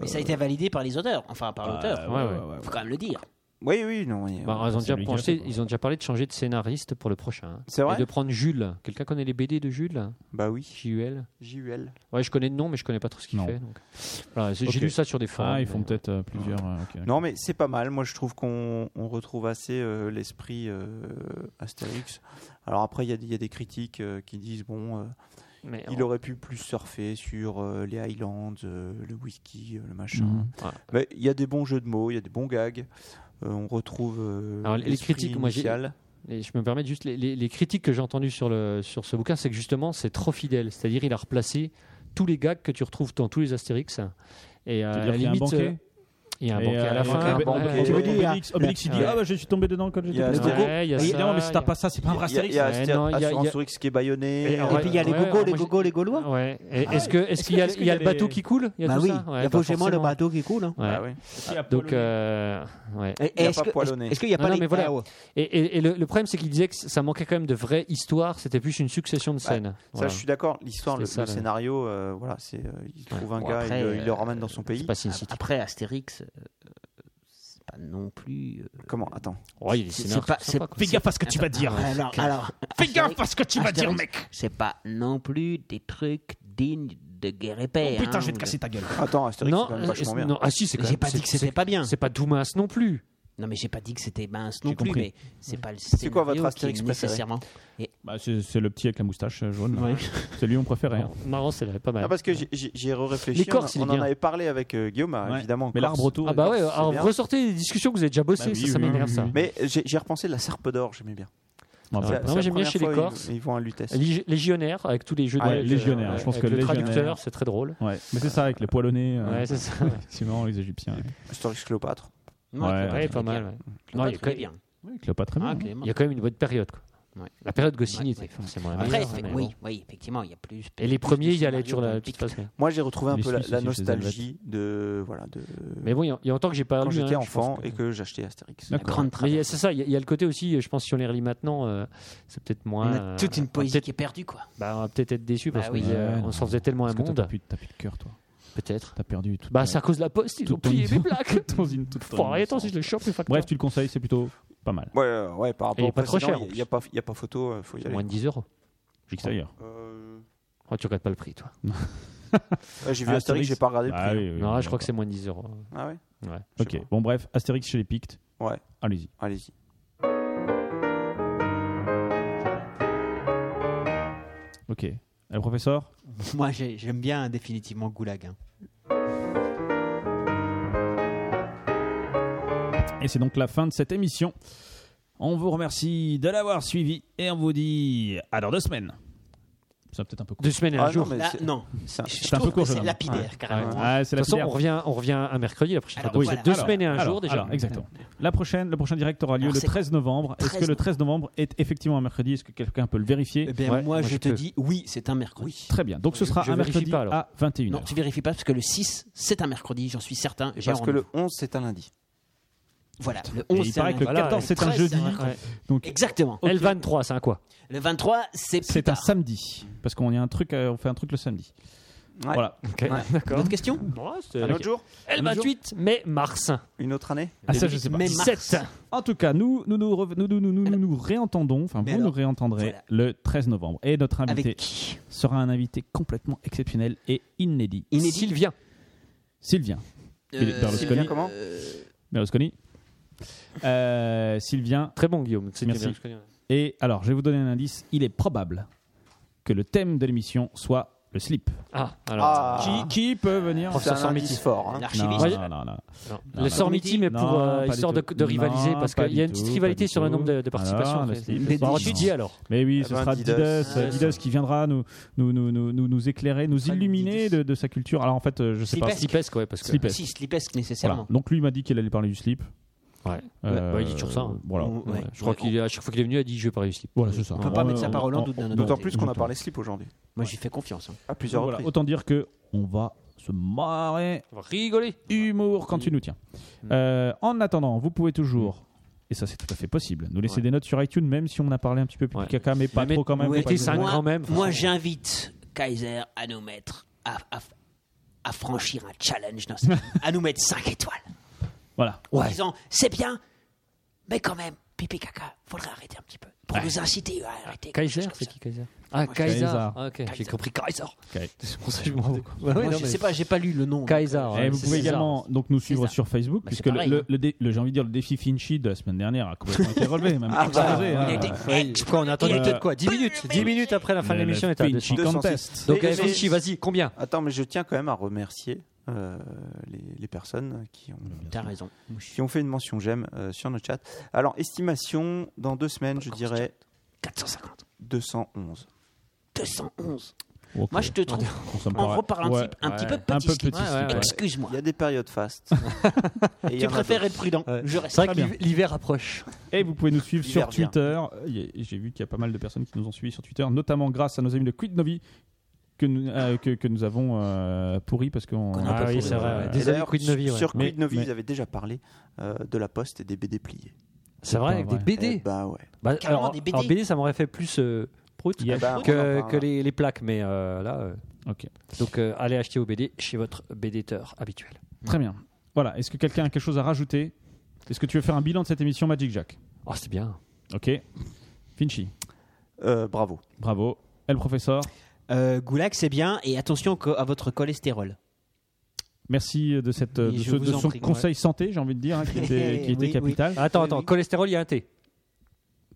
[SPEAKER 5] Mais ça a été validé par les auteurs, enfin par
[SPEAKER 2] Ah,
[SPEAKER 5] l'auteur.
[SPEAKER 4] ouais, ouais.
[SPEAKER 5] Il faut quand même le dire.
[SPEAKER 3] Oui, oui, non. il y a-
[SPEAKER 4] Bah, ils, ont déjà
[SPEAKER 2] lui qui
[SPEAKER 4] pensé-
[SPEAKER 2] a fait, quoi.
[SPEAKER 4] ils ont déjà parlé de changer de scénariste pour le prochain. hein.
[SPEAKER 3] C'est vrai
[SPEAKER 4] Et de prendre Jules. Quelqu'un connaît les BD de Jules
[SPEAKER 3] Bah oui,
[SPEAKER 4] J-U-L
[SPEAKER 3] JUL.
[SPEAKER 4] Ouais, je connais le nom, mais je connais pas trop ce qu'il
[SPEAKER 2] Non.
[SPEAKER 4] fait. donc. Voilà, c'est- J'ai
[SPEAKER 2] Ok.
[SPEAKER 4] lu ça sur des forums.
[SPEAKER 2] Ah, ils font
[SPEAKER 4] mais-
[SPEAKER 2] peut-être euh, plusieurs. euh, ok,
[SPEAKER 3] Non, mais c'est pas mal. Moi, je trouve qu'on on retrouve assez euh, l'esprit euh, Astérix. Alors après, il y a des- il y, a des critiques euh, qui disent bon, euh,
[SPEAKER 4] mais
[SPEAKER 3] il aurait pu plus surfer sur euh, les Highlands, euh, le whisky, euh, le machin.
[SPEAKER 2] Mhm.
[SPEAKER 4] Ouais.
[SPEAKER 3] Mais il y a des bons jeux de mots, il y a des bons gags. Euh, on retrouve euh,
[SPEAKER 4] Alors, les
[SPEAKER 3] l'esprit
[SPEAKER 4] critiques, moi, j'ai-
[SPEAKER 3] initial.
[SPEAKER 4] Et je me permets juste les, les- les critiques que j'ai entendues sur, le, sur ce bouquin, c'est que justement c'est trop fidèle. C'est-à-dire il a replacé tous les gags que tu retrouves dans tous les Astérix. Et euh, à
[SPEAKER 2] C'est-à-dire
[SPEAKER 4] la
[SPEAKER 2] qu'il y a un
[SPEAKER 4] limite, euh,
[SPEAKER 2] banquet
[SPEAKER 4] il y a un
[SPEAKER 2] Et,
[SPEAKER 4] banquet à la
[SPEAKER 2] euh,
[SPEAKER 4] fin.
[SPEAKER 3] un
[SPEAKER 4] ouais,
[SPEAKER 3] banquet.
[SPEAKER 4] ouais,
[SPEAKER 2] Tu veux
[SPEAKER 4] ouais,
[SPEAKER 2] dire,
[SPEAKER 4] ouais,
[SPEAKER 2] Obélix, Obélix, il dit
[SPEAKER 4] Ouais.
[SPEAKER 2] Ah, bah, je suis tombé dedans quand
[SPEAKER 3] Il y
[SPEAKER 2] j'étais
[SPEAKER 3] a
[SPEAKER 2] petit.
[SPEAKER 3] Astérix.
[SPEAKER 4] ouais, il y a
[SPEAKER 2] Oui,
[SPEAKER 4] ça,
[SPEAKER 2] non, mais si t'as
[SPEAKER 4] il y a-
[SPEAKER 2] pas ça, c'est pas un vrai
[SPEAKER 3] Il y a- il
[SPEAKER 2] Astérix.
[SPEAKER 3] y a
[SPEAKER 4] Ouais, non, il y a-
[SPEAKER 3] Astér-
[SPEAKER 4] il y a-
[SPEAKER 3] Assurance Oryx qui est baïonné.
[SPEAKER 4] Et
[SPEAKER 3] euh,
[SPEAKER 5] Et puis il y a les
[SPEAKER 4] Ouais,
[SPEAKER 5] Gogos,
[SPEAKER 4] alors
[SPEAKER 5] les
[SPEAKER 4] moi,
[SPEAKER 5] Gogos, les Gaulois.
[SPEAKER 4] Ouais. Et
[SPEAKER 2] Ah
[SPEAKER 4] Est-ce que est-ce qu'il y a,
[SPEAKER 2] est-ce
[SPEAKER 4] il y a
[SPEAKER 2] qu'il
[SPEAKER 4] le
[SPEAKER 2] y a
[SPEAKER 4] bateau
[SPEAKER 2] des-
[SPEAKER 4] qui coule Il y a
[SPEAKER 5] Bah
[SPEAKER 4] tout
[SPEAKER 5] oui,
[SPEAKER 4] ça
[SPEAKER 5] il
[SPEAKER 4] Ouais,
[SPEAKER 5] y a
[SPEAKER 4] pas
[SPEAKER 5] forcément le
[SPEAKER 4] forcément.
[SPEAKER 5] bateau qui coule. hein.
[SPEAKER 4] Ouais.
[SPEAKER 3] Ah oui.
[SPEAKER 4] Donc, euh, ouais.
[SPEAKER 5] Et-
[SPEAKER 3] Il y a
[SPEAKER 5] est-ce
[SPEAKER 3] pas
[SPEAKER 5] que-
[SPEAKER 3] poilonné.
[SPEAKER 5] Est-ce qu'il n'y a
[SPEAKER 4] Non,
[SPEAKER 5] pas
[SPEAKER 4] non,
[SPEAKER 5] les
[SPEAKER 4] mais voilà.
[SPEAKER 5] Ah ouais.
[SPEAKER 4] et, et- et le, le problème, c'est qu'il disait que ça manquait quand même de vraies histoires. C'était plus une succession de scènes.
[SPEAKER 3] Ça,
[SPEAKER 4] Voilà.
[SPEAKER 3] je suis d'accord. L'histoire,
[SPEAKER 4] C'est
[SPEAKER 3] le,
[SPEAKER 4] ça,
[SPEAKER 3] le
[SPEAKER 4] le-
[SPEAKER 3] scénario, euh, voilà, c'est euh, il trouve un
[SPEAKER 5] Bon,
[SPEAKER 3] gars,
[SPEAKER 5] après,
[SPEAKER 3] il, le- il le
[SPEAKER 5] euh,
[SPEAKER 3] ramène dans son
[SPEAKER 4] C'est
[SPEAKER 3] pays.
[SPEAKER 4] pas si- si-
[SPEAKER 5] Après Astérix, euh, c'est pas non plus. euh,
[SPEAKER 3] Comment Attends.
[SPEAKER 4] Oh, il y a des
[SPEAKER 5] C'est-
[SPEAKER 4] scénarios
[SPEAKER 5] c'est pas-
[SPEAKER 4] qui sont
[SPEAKER 5] c'est
[SPEAKER 4] sympas, quoi.
[SPEAKER 7] Fais gaffe à ce que tu vas dire.
[SPEAKER 5] Ah, Alors, alors,
[SPEAKER 7] Fais gaffe à ce que tu vas dire,
[SPEAKER 5] Astérix.
[SPEAKER 7] mec.
[SPEAKER 5] c'est pas non plus des trucs dignes de guerre et paix.
[SPEAKER 7] Putain,
[SPEAKER 5] hein,
[SPEAKER 7] je vais te
[SPEAKER 5] ou de-
[SPEAKER 7] casser ta gueule.
[SPEAKER 3] Attends, Astérix, c'est
[SPEAKER 4] Non,
[SPEAKER 3] quand même vachement
[SPEAKER 4] euh,
[SPEAKER 3] bien.
[SPEAKER 4] non, ah si, c'est quand
[SPEAKER 5] J'ai
[SPEAKER 4] même-
[SPEAKER 5] pas dit que c'était
[SPEAKER 4] c'est-
[SPEAKER 5] pas bien.
[SPEAKER 4] C'est pas Doumas non plus.
[SPEAKER 5] Non, mais j'ai pas dit que c'était mince non plus,
[SPEAKER 2] compris.
[SPEAKER 5] mais c'est pas le C'est
[SPEAKER 3] quoi votre Astérix préféré
[SPEAKER 5] nécessairement.
[SPEAKER 2] Bah, c'est c'est le petit avec la moustache euh, jaune. là.
[SPEAKER 4] Ouais.
[SPEAKER 2] C'est lui, on préférait. hein.
[SPEAKER 4] Non, Marrant, c'est pas mal.
[SPEAKER 3] Ah, parce que j'y- j'y j'y ai réfléchi.
[SPEAKER 4] Les Corses,
[SPEAKER 3] on
[SPEAKER 4] il est
[SPEAKER 3] on en
[SPEAKER 4] bien.
[SPEAKER 3] avait parlé avec euh, Guillaume,
[SPEAKER 2] Ouais.
[SPEAKER 3] évidemment.
[SPEAKER 2] Mais l'arbre
[SPEAKER 3] Corse.
[SPEAKER 2] autour.
[SPEAKER 4] Ah bah ouais,
[SPEAKER 3] c'est
[SPEAKER 4] alors
[SPEAKER 3] bien.
[SPEAKER 4] ressortez des discussions que vous avez déjà bossées,
[SPEAKER 2] Bah oui,
[SPEAKER 4] ça, ça
[SPEAKER 2] oui,
[SPEAKER 4] m'énerve
[SPEAKER 2] oui,
[SPEAKER 4] ça.
[SPEAKER 2] oui.
[SPEAKER 3] Mais j'ai j'ai repensé la serpe d'or, j'aimais bien.
[SPEAKER 2] Non,
[SPEAKER 4] Ah
[SPEAKER 2] c'est-
[SPEAKER 4] ouais.
[SPEAKER 3] C'est la-
[SPEAKER 4] moi,
[SPEAKER 3] c'est la
[SPEAKER 4] j'aime bien
[SPEAKER 3] première
[SPEAKER 4] chez les
[SPEAKER 3] fois, ils-
[SPEAKER 4] Corses.
[SPEAKER 3] Ils, vont à Lutèce.
[SPEAKER 4] Lég- Légionnaire, avec tous les jeux de
[SPEAKER 2] Ah ouais,
[SPEAKER 4] avec,
[SPEAKER 2] légionnaire, je pense
[SPEAKER 4] avec
[SPEAKER 2] que
[SPEAKER 4] le
[SPEAKER 2] légionnaire.
[SPEAKER 4] traducteur, c'est très drôle.
[SPEAKER 2] Ouais. Mais c'est ça, avec les poils au nez. euh,
[SPEAKER 4] Ouais, c'est ça. Ouais,
[SPEAKER 2] Effectivement, les Égyptiens. ouais.
[SPEAKER 3] Astérix Cléopâtre.
[SPEAKER 5] Non,
[SPEAKER 2] Ouais.
[SPEAKER 5] Cléopâtre, il est
[SPEAKER 4] pas mal.
[SPEAKER 5] bien.
[SPEAKER 4] ouais.
[SPEAKER 5] Cléopâtre,
[SPEAKER 4] Non, il y a quand
[SPEAKER 5] il est bien.
[SPEAKER 2] Oui, Cléopâtre est bien.
[SPEAKER 5] Ah,
[SPEAKER 2] hein.
[SPEAKER 5] Clément.
[SPEAKER 4] Il y a quand même une bonne période. quoi.
[SPEAKER 5] Ouais.
[SPEAKER 4] La période Goscinny
[SPEAKER 5] Ouais,
[SPEAKER 4] était
[SPEAKER 5] ouais.
[SPEAKER 4] forcément la
[SPEAKER 5] Après,
[SPEAKER 4] meilleure.
[SPEAKER 5] c'est-
[SPEAKER 4] mais bon.
[SPEAKER 5] oui, oui, effectivement, il y a plus.
[SPEAKER 4] Et les premiers, il y allait
[SPEAKER 5] scénarios
[SPEAKER 4] toujours la
[SPEAKER 5] qu'on
[SPEAKER 4] petite
[SPEAKER 5] pique.
[SPEAKER 4] phase. Mais
[SPEAKER 3] Moi, j'ai retrouvé un
[SPEAKER 2] Les
[SPEAKER 3] peu la,
[SPEAKER 2] Suisses
[SPEAKER 3] la
[SPEAKER 2] aussi, chez les
[SPEAKER 3] nostalgie de. Voilà, de
[SPEAKER 4] mais bon, il y a- il y a longtemps que j'ai pas
[SPEAKER 3] quand
[SPEAKER 4] lu.
[SPEAKER 3] j'étais
[SPEAKER 4] hein, je pense
[SPEAKER 3] enfant
[SPEAKER 4] que-
[SPEAKER 3] et que j'achetais Astérix.
[SPEAKER 5] La
[SPEAKER 2] D'accord.
[SPEAKER 5] grande
[SPEAKER 4] Mais il y a-
[SPEAKER 5] traversée.
[SPEAKER 4] c'est ça, il y, a- il y a le côté aussi, je pense, si on les relit maintenant, euh, c'est peut-être moins.
[SPEAKER 5] On
[SPEAKER 4] euh,
[SPEAKER 5] a toute une poésie
[SPEAKER 4] peut-être-
[SPEAKER 5] qui est perdue, quoi.
[SPEAKER 4] bah, on va peut-être être déçu parce
[SPEAKER 5] Bah
[SPEAKER 4] qu'on
[SPEAKER 5] oui.
[SPEAKER 4] disait, euh,
[SPEAKER 2] Ouais,
[SPEAKER 4] on
[SPEAKER 2] non.
[SPEAKER 4] s'en faisait tellement un
[SPEAKER 2] Parce que toi, t'as
[SPEAKER 4] monde.
[SPEAKER 2] plus, t'as plus de cœur, toi.
[SPEAKER 4] Peut-être.
[SPEAKER 2] T'as perdu tout.
[SPEAKER 4] Bah, c'est à cause de la poste, ils
[SPEAKER 2] Tout
[SPEAKER 4] ont plié
[SPEAKER 2] ton-
[SPEAKER 4] mes plaques.
[SPEAKER 2] Ton- tout ton
[SPEAKER 4] Faut arrêter,
[SPEAKER 2] innocence.
[SPEAKER 4] si je le chope, les facteurs.
[SPEAKER 2] Bref, tu le conseilles, c'est plutôt pas mal.
[SPEAKER 3] Ouais, euh, ouais, par
[SPEAKER 4] Et
[SPEAKER 3] rapport au
[SPEAKER 4] pas trop
[SPEAKER 3] précédent,
[SPEAKER 4] cher, en
[SPEAKER 3] Il n'y a, pas- il y a pas photo, euh, faut y aller.
[SPEAKER 4] moins de 10 euros.
[SPEAKER 2] J'ai que ça ailleurs.
[SPEAKER 3] Euh,
[SPEAKER 4] Oh, tu regardes pas le prix, toi.
[SPEAKER 3] ouais, j'ai vu
[SPEAKER 2] Ah,
[SPEAKER 3] Astérix,
[SPEAKER 2] Astérix.
[SPEAKER 3] j'ai pas regardé le
[SPEAKER 2] Ah
[SPEAKER 3] prix.
[SPEAKER 2] oui, oui,
[SPEAKER 4] non,
[SPEAKER 2] oui,
[SPEAKER 4] je crois que c'est moins de 10 euros.
[SPEAKER 3] Ah ouais
[SPEAKER 4] Ouais.
[SPEAKER 3] Je sais
[SPEAKER 2] Ok, bon bref, Astérix chez les Pictes.
[SPEAKER 3] Ouais.
[SPEAKER 2] Allez-y.
[SPEAKER 3] pas. Allez-y.
[SPEAKER 2] Ok. Euh, Le professeur
[SPEAKER 5] Moi, j'ai- j'aime bien définitivement Goulag. hein.
[SPEAKER 2] Et c'est donc la fin de cette émission. On vous remercie de l'avoir suivi et on vous dit à dans deux semaines. Ça va peut-être un peu court.
[SPEAKER 4] Deux semaines et
[SPEAKER 3] Ah,
[SPEAKER 4] un
[SPEAKER 3] non,
[SPEAKER 4] jour.
[SPEAKER 3] mais
[SPEAKER 5] Là,
[SPEAKER 3] c'est-
[SPEAKER 5] non,
[SPEAKER 3] c'est un-
[SPEAKER 5] Je-
[SPEAKER 2] c'est
[SPEAKER 5] je
[SPEAKER 2] un peu
[SPEAKER 5] trouve que
[SPEAKER 2] court,
[SPEAKER 5] c'est
[SPEAKER 2] Jérôme.
[SPEAKER 5] lapidaire, carrément.
[SPEAKER 2] Ah, c'est
[SPEAKER 4] De
[SPEAKER 2] la
[SPEAKER 4] toute façon, on
[SPEAKER 2] première.
[SPEAKER 4] revient, on revient un mercredi la prochaine
[SPEAKER 5] Alors,
[SPEAKER 4] fois. Donc,
[SPEAKER 5] oui.
[SPEAKER 4] c'est deux
[SPEAKER 5] Alors,
[SPEAKER 4] semaines et un
[SPEAKER 2] Alors,
[SPEAKER 4] jour déjà.
[SPEAKER 2] Alors, exactement. La prochaine, le prochain direct aura lieu
[SPEAKER 5] Alors,
[SPEAKER 2] le
[SPEAKER 5] c'est
[SPEAKER 2] 13 novembre. Est-ce
[SPEAKER 5] 13
[SPEAKER 2] que le 13 novembre est effectivement un mercredi Est-ce que quelqu'un peut le vérifier
[SPEAKER 5] Eh bien,
[SPEAKER 4] Ouais,
[SPEAKER 5] moi,
[SPEAKER 4] moi,
[SPEAKER 5] je,
[SPEAKER 4] je
[SPEAKER 5] te
[SPEAKER 4] peux.
[SPEAKER 5] dis oui, c'est un mercredi.
[SPEAKER 2] Très bien. Donc ce
[SPEAKER 4] Je-
[SPEAKER 2] sera
[SPEAKER 4] je
[SPEAKER 2] un
[SPEAKER 4] vérifie
[SPEAKER 2] mercredi
[SPEAKER 4] pas, alors.
[SPEAKER 2] à 21h.
[SPEAKER 5] Non, tu vérifies pas parce que le 6, c'est un mercredi, j'en suis certain. J'ai
[SPEAKER 3] Parce que
[SPEAKER 5] rendez-vous.
[SPEAKER 3] le 11, c'est un lundi.
[SPEAKER 5] Voilà, le
[SPEAKER 2] Et
[SPEAKER 5] 11,
[SPEAKER 2] il
[SPEAKER 5] c'est un
[SPEAKER 2] paraît que le
[SPEAKER 5] lundi.
[SPEAKER 2] 14, c'est un
[SPEAKER 5] 13,
[SPEAKER 2] jeudi.
[SPEAKER 5] mercredi.
[SPEAKER 4] Ouais.
[SPEAKER 2] Donc
[SPEAKER 5] Exactement.
[SPEAKER 4] L23, c'est un quoi
[SPEAKER 5] Le 23, c'est plus
[SPEAKER 2] c'est un
[SPEAKER 5] tard.
[SPEAKER 2] samedi. Parce qu'on y a un truc, à- on fait un truc le samedi.
[SPEAKER 3] Ouais.
[SPEAKER 2] Voilà.
[SPEAKER 4] D'accord.
[SPEAKER 5] D'autres questions
[SPEAKER 3] Un autre jour
[SPEAKER 4] L28 mai mars
[SPEAKER 3] Une autre année
[SPEAKER 2] Ah, ça, je sais pas.
[SPEAKER 5] Mais mars.
[SPEAKER 4] 17.
[SPEAKER 2] En tout cas, nous nous, nous, rev- nous, nous, nous, nous, nous,
[SPEAKER 5] Alors-
[SPEAKER 2] nous réentendons, enfin vous
[SPEAKER 5] Mais alors,
[SPEAKER 2] nous réentendrez
[SPEAKER 5] voilà.
[SPEAKER 2] le 13 novembre. Et notre invité
[SPEAKER 5] Avec qui
[SPEAKER 2] sera un invité complètement exceptionnel et inédit.
[SPEAKER 5] Inédit.
[SPEAKER 4] Sylvien.
[SPEAKER 2] Sylvien. Philippe Berlusconi.
[SPEAKER 3] Sylvien, comment
[SPEAKER 5] euh,
[SPEAKER 2] Berlusconi. Euh, Sylvien.
[SPEAKER 4] Très bon Guillaume. C'était
[SPEAKER 2] Merci.
[SPEAKER 4] bien, je connais.
[SPEAKER 2] Et alors, je vais vous donner un indice. Il est probable que le thème de l'émission soit le slip.
[SPEAKER 4] Ah, alors.
[SPEAKER 3] Ah,
[SPEAKER 2] Qui, qui peut venir
[SPEAKER 4] Professeur Ah,
[SPEAKER 3] c'est un
[SPEAKER 4] Sormiti.
[SPEAKER 3] indice fort. hein.
[SPEAKER 5] L'archiviste.
[SPEAKER 4] Ouais,
[SPEAKER 2] non, non, non, non.
[SPEAKER 4] non.
[SPEAKER 2] Non,
[SPEAKER 4] le
[SPEAKER 2] non.
[SPEAKER 4] Sormiti, mais
[SPEAKER 2] Ah, bah, Non,
[SPEAKER 4] pour euh,
[SPEAKER 2] pas du
[SPEAKER 4] histoire de,
[SPEAKER 2] tout.
[SPEAKER 4] de rivaliser,
[SPEAKER 2] Non,
[SPEAKER 4] parce
[SPEAKER 2] pas
[SPEAKER 4] qu'il y a
[SPEAKER 2] du
[SPEAKER 4] une petite
[SPEAKER 2] tout,
[SPEAKER 4] rivalité
[SPEAKER 2] pas du
[SPEAKER 4] sur le
[SPEAKER 2] tout. Ah,
[SPEAKER 4] nombre de, de
[SPEAKER 2] Alors,
[SPEAKER 4] participations.
[SPEAKER 2] le slip,
[SPEAKER 5] Des
[SPEAKER 2] ce soir,
[SPEAKER 4] Alors, tu
[SPEAKER 2] non.
[SPEAKER 4] dis alors.
[SPEAKER 2] Mais oui,
[SPEAKER 3] Eh
[SPEAKER 2] ce
[SPEAKER 3] ben,
[SPEAKER 2] sera
[SPEAKER 3] Didas.
[SPEAKER 2] Didas, euh, Didas qui viendra nous, nous, nous, nous, nous- nous éclairer, nous
[SPEAKER 5] Ah,
[SPEAKER 2] illuminer
[SPEAKER 5] Didas.
[SPEAKER 2] de, de sa culture. Alors en fait, euh, je sais pas.
[SPEAKER 5] Slipesque.
[SPEAKER 4] Slipesque, ouais, parce que.
[SPEAKER 2] Slipesque.
[SPEAKER 5] Si, Slipesque,
[SPEAKER 2] Voilà.
[SPEAKER 5] nécessairement.
[SPEAKER 2] Donc lui il m'a dit qu'il allait parler du slip.
[SPEAKER 4] Ouais.
[SPEAKER 2] Euh,
[SPEAKER 4] Bah, il dit toujours ça, hein.
[SPEAKER 2] Voilà.
[SPEAKER 5] On- ouais.
[SPEAKER 4] Je crois
[SPEAKER 5] Ouais,
[SPEAKER 4] qu'il est- à chaque fois qu'il est venu, il a dit je vais parler du slip.
[SPEAKER 2] Voilà, c'est ça.
[SPEAKER 5] On peut
[SPEAKER 4] Ouais,
[SPEAKER 5] pas
[SPEAKER 2] On-
[SPEAKER 5] mettre ça
[SPEAKER 2] on-
[SPEAKER 5] par Hollande
[SPEAKER 2] on-
[SPEAKER 5] ou de notre
[SPEAKER 3] D'autant
[SPEAKER 5] côté.
[SPEAKER 3] plus qu'on a
[SPEAKER 2] Exactement.
[SPEAKER 3] parlé slip aujourd'hui.
[SPEAKER 5] Moi, j'y fais confiance. hein.
[SPEAKER 3] À plusieurs
[SPEAKER 2] Voilà.
[SPEAKER 3] reprises.
[SPEAKER 2] Autant dire que on va se marrer
[SPEAKER 4] On va rigoler.
[SPEAKER 2] humour quand tu nous tiens.
[SPEAKER 4] Mm.
[SPEAKER 2] Euh, en attendant, vous pouvez toujours. Et ça, c'est tout à fait possible. Nous laisser
[SPEAKER 4] Ouais.
[SPEAKER 2] des notes sur iTunes, même si on a parlé un petit peu plus
[SPEAKER 4] Ouais.
[SPEAKER 2] du caca, mais pas
[SPEAKER 4] Mais
[SPEAKER 2] trop quand même.
[SPEAKER 4] mettez
[SPEAKER 2] faut pas
[SPEAKER 4] ça
[SPEAKER 2] exagérer.
[SPEAKER 4] un grand même.
[SPEAKER 5] Moi, j'invite Kaiser à nous mettre à, à- à franchir un challenge, dans ce- à nous mettre 5 étoiles.
[SPEAKER 2] Voilà.
[SPEAKER 5] En disant, c'est bien, mais quand même, pipi caca, faudrait arrêter un petit peu. Pour nous inciter à arrêter. quelque
[SPEAKER 4] Kaiser,
[SPEAKER 5] chose comme
[SPEAKER 4] c'est
[SPEAKER 5] ça.
[SPEAKER 4] qui Kaiser Ah,
[SPEAKER 2] Kaiser.
[SPEAKER 4] Kaiser. Ah, ok,
[SPEAKER 5] Kaiser.
[SPEAKER 4] j'ai compris Kaiser.
[SPEAKER 2] Ok.
[SPEAKER 4] C'est pour ça que je me rends compte.
[SPEAKER 5] Moi, je sais pas, j'ai pas lu le nom.
[SPEAKER 4] Kaiser. ouais,
[SPEAKER 2] Et vous
[SPEAKER 4] c'est
[SPEAKER 2] pouvez
[SPEAKER 4] César.
[SPEAKER 2] également donc nous suivre
[SPEAKER 5] César.
[SPEAKER 2] sur Facebook,
[SPEAKER 5] Bah, c'est
[SPEAKER 2] puisque le,
[SPEAKER 5] pareil,
[SPEAKER 2] le-
[SPEAKER 5] hein.
[SPEAKER 2] le dé- le- j'ai envie de dire le défi Finchy de la semaine dernière a complètement été relevé, même
[SPEAKER 3] Ah, bah,
[SPEAKER 2] explosé,
[SPEAKER 5] Il
[SPEAKER 2] hein.
[SPEAKER 5] a été
[SPEAKER 4] Je crois on a attendu
[SPEAKER 2] Euh,
[SPEAKER 4] peut-être quoi 10 minutes 10 minutes après la fin de
[SPEAKER 2] Le- le
[SPEAKER 4] l'émission était à
[SPEAKER 2] Finchy
[SPEAKER 4] 200.
[SPEAKER 3] 206.
[SPEAKER 2] Contest.
[SPEAKER 4] Donc,
[SPEAKER 3] Mais-
[SPEAKER 4] eh,
[SPEAKER 3] mais-
[SPEAKER 4] Finchy, vas-y, combien
[SPEAKER 3] Attends, mais je tiens quand même à remercier euh, les, les personnes qui ont,
[SPEAKER 5] T'as raison.
[SPEAKER 3] qui ont fait une mention j'aime euh, sur notre chat. Alors, estimation, dans deux semaines, je dirais
[SPEAKER 5] 450.
[SPEAKER 3] 211.
[SPEAKER 5] 211.
[SPEAKER 2] Ok.
[SPEAKER 5] Moi, je te trouve,
[SPEAKER 2] On s'en
[SPEAKER 5] on
[SPEAKER 2] parle.
[SPEAKER 5] reparle un,
[SPEAKER 2] Ouais.
[SPEAKER 5] petit, un petit peu
[SPEAKER 4] ouais.
[SPEAKER 5] petit.
[SPEAKER 2] Un peu
[SPEAKER 5] slip.
[SPEAKER 2] petit slip,
[SPEAKER 4] ouais.
[SPEAKER 5] Excuse-moi.
[SPEAKER 3] Il y a des périodes fastes. Et il y
[SPEAKER 5] Tu
[SPEAKER 3] en a
[SPEAKER 5] préfères être prudent. Je reste.
[SPEAKER 4] C'est vrai
[SPEAKER 2] Très
[SPEAKER 4] que l'hiv- l'hiver approche.
[SPEAKER 2] Et vous pouvez nous suivre
[SPEAKER 3] L'hiver
[SPEAKER 2] sur Twitter. Il y a- J'ai vu qu'il y a pas mal de personnes qui nous ont suivis sur Twitter, notamment grâce à nos amis de Quid Novi que nous, euh, que, que nous avons euh, pourri parce qu'on
[SPEAKER 5] Qu'on a Ah pas oui, pourri. c'est
[SPEAKER 2] Euh,
[SPEAKER 5] vrai, ouais.
[SPEAKER 3] Et
[SPEAKER 4] Désolé,
[SPEAKER 3] d'ailleurs,
[SPEAKER 4] Quid Novi, ouais.
[SPEAKER 3] Sur
[SPEAKER 2] Mais-
[SPEAKER 3] Quid Novi,
[SPEAKER 2] mais-
[SPEAKER 3] ils avaient déjà parlé euh, de la poste et des BD pliés.
[SPEAKER 4] C'est
[SPEAKER 2] pas
[SPEAKER 4] vrai, avec des
[SPEAKER 2] vrai.
[SPEAKER 3] Eh
[SPEAKER 4] BD.
[SPEAKER 3] bah ouais.
[SPEAKER 4] Bah,
[SPEAKER 5] Carrément
[SPEAKER 4] alors,
[SPEAKER 5] des BD.
[SPEAKER 4] alors, BD, ça m'aurait fait plus euh, prout
[SPEAKER 2] Yeah.
[SPEAKER 3] Bah, on en
[SPEAKER 4] que,
[SPEAKER 3] parlera.
[SPEAKER 4] que les, les plaques, mais euh, là. euh,
[SPEAKER 2] Ok.
[SPEAKER 4] Donc, euh, allez acheter au BD chez votre BDteur habituel.
[SPEAKER 2] Très bien. Voilà. Est-ce que quelqu'un a quelque chose à rajouter Est-ce que tu veux faire un bilan de cette émission Magic Jack
[SPEAKER 4] Oh, c'est bien.
[SPEAKER 2] Ok. Finchi,
[SPEAKER 3] Euh, bravo.
[SPEAKER 2] bravo. El professeur,
[SPEAKER 5] Euh, Goulag, c'est bien, et attention co- à votre cholestérol.
[SPEAKER 2] merci de, cette, de,
[SPEAKER 5] Et je
[SPEAKER 2] ce-
[SPEAKER 5] vous
[SPEAKER 2] de
[SPEAKER 5] en
[SPEAKER 2] son
[SPEAKER 5] prie,
[SPEAKER 2] conseil santé, j'ai envie de dire, hein, qui était, qui était
[SPEAKER 5] Oui,
[SPEAKER 2] capital.
[SPEAKER 4] Attends,
[SPEAKER 5] Oui,
[SPEAKER 4] attends,
[SPEAKER 5] oui.
[SPEAKER 4] cholestérol, il y a un T.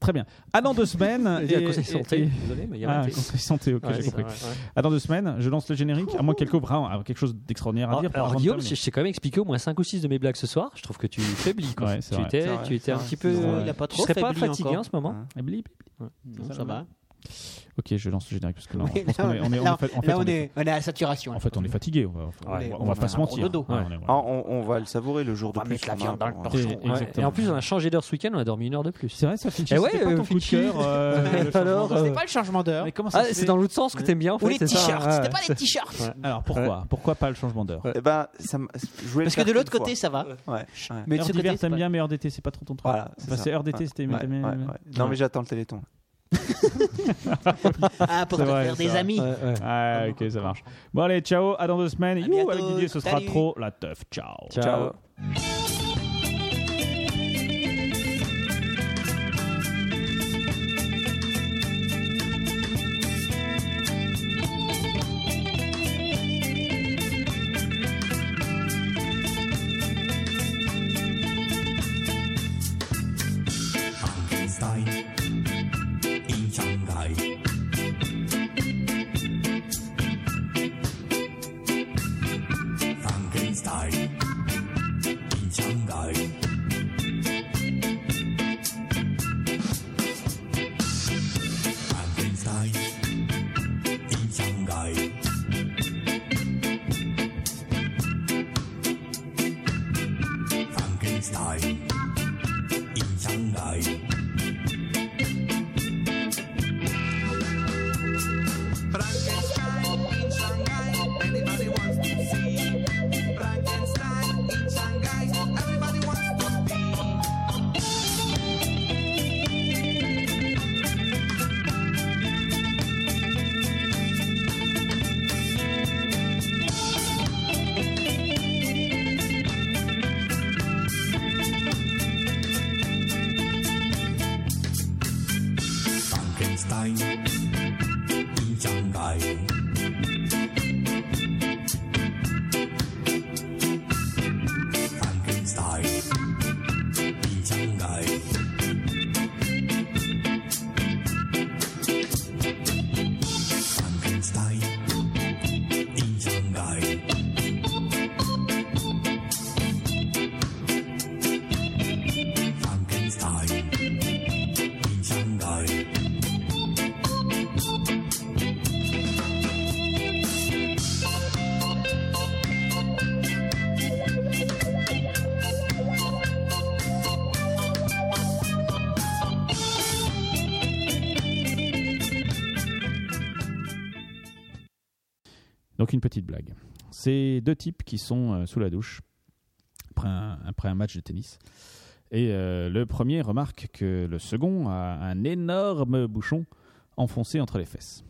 [SPEAKER 2] Très bien. À dans deux semaines.
[SPEAKER 4] Il y a
[SPEAKER 2] et-
[SPEAKER 4] un conseil
[SPEAKER 2] et-
[SPEAKER 4] santé,
[SPEAKER 2] et-
[SPEAKER 4] désolé, mais il y a
[SPEAKER 2] Ah,
[SPEAKER 4] un
[SPEAKER 2] un
[SPEAKER 4] T.
[SPEAKER 2] conseil santé, ok,
[SPEAKER 4] Ouais,
[SPEAKER 2] j'ai
[SPEAKER 4] c'est
[SPEAKER 2] compris.
[SPEAKER 4] vrai, ouais.
[SPEAKER 2] À dans deux semaines, je lance le générique, à moins qu'Elko Brun a quelque chose d'extraordinaire à
[SPEAKER 4] Alors,
[SPEAKER 2] dire.
[SPEAKER 4] alors,
[SPEAKER 2] avant de
[SPEAKER 4] Guillaume,
[SPEAKER 2] terminer.
[SPEAKER 4] je je t'ai quand même expliqué au moins 5 ou 6 de mes blagues ce soir. Je trouve que tu faiblis. Quoi.
[SPEAKER 2] Ouais, c'est
[SPEAKER 4] tu
[SPEAKER 2] vrai.
[SPEAKER 4] étais,
[SPEAKER 3] C'est vrai,
[SPEAKER 4] tu étais
[SPEAKER 3] c'est
[SPEAKER 4] un
[SPEAKER 3] vrai.
[SPEAKER 4] petit peu.
[SPEAKER 2] Non,
[SPEAKER 5] il a pas trop
[SPEAKER 4] je serais pas
[SPEAKER 5] faibli
[SPEAKER 4] fatigué
[SPEAKER 5] encore.
[SPEAKER 4] en ce moment.
[SPEAKER 2] Et blip, blip.
[SPEAKER 5] Non, ça va.
[SPEAKER 2] Ok, je lance le générique parce que là,
[SPEAKER 5] Oui,
[SPEAKER 2] je pense
[SPEAKER 5] là,
[SPEAKER 2] qu'on est- on est- on est
[SPEAKER 5] là,
[SPEAKER 2] fa- en fait,
[SPEAKER 5] là,
[SPEAKER 2] on
[SPEAKER 5] on
[SPEAKER 2] est-
[SPEAKER 5] est on est à saturation.
[SPEAKER 2] en fait, on est fatigué. On va, on va- on
[SPEAKER 5] Ouais,
[SPEAKER 2] va
[SPEAKER 5] on
[SPEAKER 2] pas
[SPEAKER 5] va
[SPEAKER 2] se
[SPEAKER 5] faire un
[SPEAKER 2] mentir.
[SPEAKER 5] gros dodo.
[SPEAKER 2] Ouais, on est-
[SPEAKER 3] Ah, on, on va le savourer le jour de
[SPEAKER 5] va
[SPEAKER 3] plus.
[SPEAKER 5] mettre la
[SPEAKER 3] qu'on a.
[SPEAKER 5] viande dans le
[SPEAKER 3] Ouais.
[SPEAKER 5] torchon.
[SPEAKER 2] Et-
[SPEAKER 4] Ouais. Et
[SPEAKER 2] exactement.
[SPEAKER 4] en plus, on a changé d'heure ce week-end, on a dormi une heure de plus.
[SPEAKER 2] C'est vrai, ça Finchi.
[SPEAKER 4] Eh
[SPEAKER 2] C'était
[SPEAKER 4] ouais,
[SPEAKER 2] pas
[SPEAKER 4] euh,
[SPEAKER 2] ton coup de
[SPEAKER 4] Finchi.
[SPEAKER 2] cœur. euh, le changement
[SPEAKER 4] Alors,
[SPEAKER 2] d'heure.
[SPEAKER 4] euh,
[SPEAKER 5] C'était pas le changement d'heure.
[SPEAKER 2] Mais comment ça
[SPEAKER 4] Ah,
[SPEAKER 2] se
[SPEAKER 4] c'est
[SPEAKER 2] fait
[SPEAKER 4] dans l'autre sens que t'aimes bien en
[SPEAKER 5] Ou
[SPEAKER 4] fait.
[SPEAKER 5] les
[SPEAKER 4] c'est ça
[SPEAKER 5] t-shirts,
[SPEAKER 4] Ouais,
[SPEAKER 5] c'était pas
[SPEAKER 4] ouais.
[SPEAKER 5] les t-shirts.
[SPEAKER 4] Ouais.
[SPEAKER 2] Alors pourquoi Pourquoi pas le changement d'heure
[SPEAKER 3] Eh ben, ça m'a- je voulais le
[SPEAKER 5] Parce que
[SPEAKER 3] faire
[SPEAKER 5] de l'autre
[SPEAKER 3] une
[SPEAKER 5] côté, ça va.
[SPEAKER 3] fois. Ouais, ouais.
[SPEAKER 5] Mais de
[SPEAKER 2] Heure
[SPEAKER 5] ce
[SPEAKER 2] d'hiver,
[SPEAKER 5] côté, c'est
[SPEAKER 2] t'aimes
[SPEAKER 5] pas-
[SPEAKER 2] bien, mais heure d'été, c'est pas trop ton truc.
[SPEAKER 3] Voilà, c'est
[SPEAKER 2] Enfin,
[SPEAKER 3] ça.
[SPEAKER 2] c'est heure d'été,
[SPEAKER 3] Ouais,
[SPEAKER 2] c'était.
[SPEAKER 3] ouais,
[SPEAKER 2] t'aimais-
[SPEAKER 3] ouais, ouais. Non, mais j'attends le téléthon.
[SPEAKER 5] Ah, pour te
[SPEAKER 2] C'est vrai,
[SPEAKER 5] faire
[SPEAKER 2] c'est
[SPEAKER 5] des
[SPEAKER 2] vrai.
[SPEAKER 5] amis.
[SPEAKER 2] Ah, ok, ça marche. Bon, allez, ciao, à dans deux semaines. You,
[SPEAKER 5] bientôt,
[SPEAKER 2] avec Didier, ce sera
[SPEAKER 5] salut.
[SPEAKER 2] trop la teuf. Ciao.
[SPEAKER 4] Ciao.
[SPEAKER 9] Frankenstein in Shanghai. Frankenstein in Shanghai. Frankenstein in Shanghai. Frankenstein in Shanghai.
[SPEAKER 2] Donc une petite blague. C'est deux types qui sont euh, sous la douche après un, après un match de tennis. Et euh, le premier remarque que le second a un énorme bouchon enfoncé entre les fesses.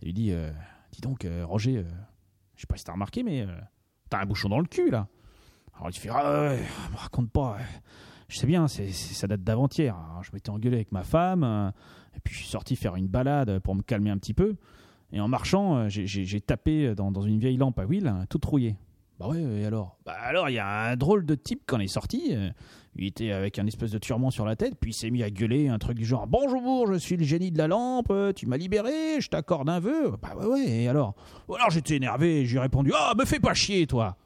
[SPEAKER 2] Il lui dit euh, Dis donc, euh, Roger, euh, je sais pas si t'as remarqué, mais euh, t'as un bouchon dans le cul là. Alors il fait Ah ouais, me raconte pas. euh, Je sais bien, c'est- c'est- ça date d'avant-hier. Alors, Je m'étais engueulé avec ma femme, euh, et puis je suis sorti faire une balade pour me calmer un petit peu. Et en marchant, euh, j'ai- j'ai j'ai tapé dans, dans une vieille lampe à huile, hein, toute rouillée. Bah ouais, et alors Bah alors, il y a un drôle de type quand il est sorti. euh, il était avec un espèce de turban sur la tête, puis il s'est mis à gueuler un truc du genre Bonjour, je suis le génie de la lampe, euh, tu m'as libéré, je t'accorde un vœu. Bah ouais, ouais, et alors Ou alors j'étais énervé, et j'ai répondu Ah, me fais pas chier, toi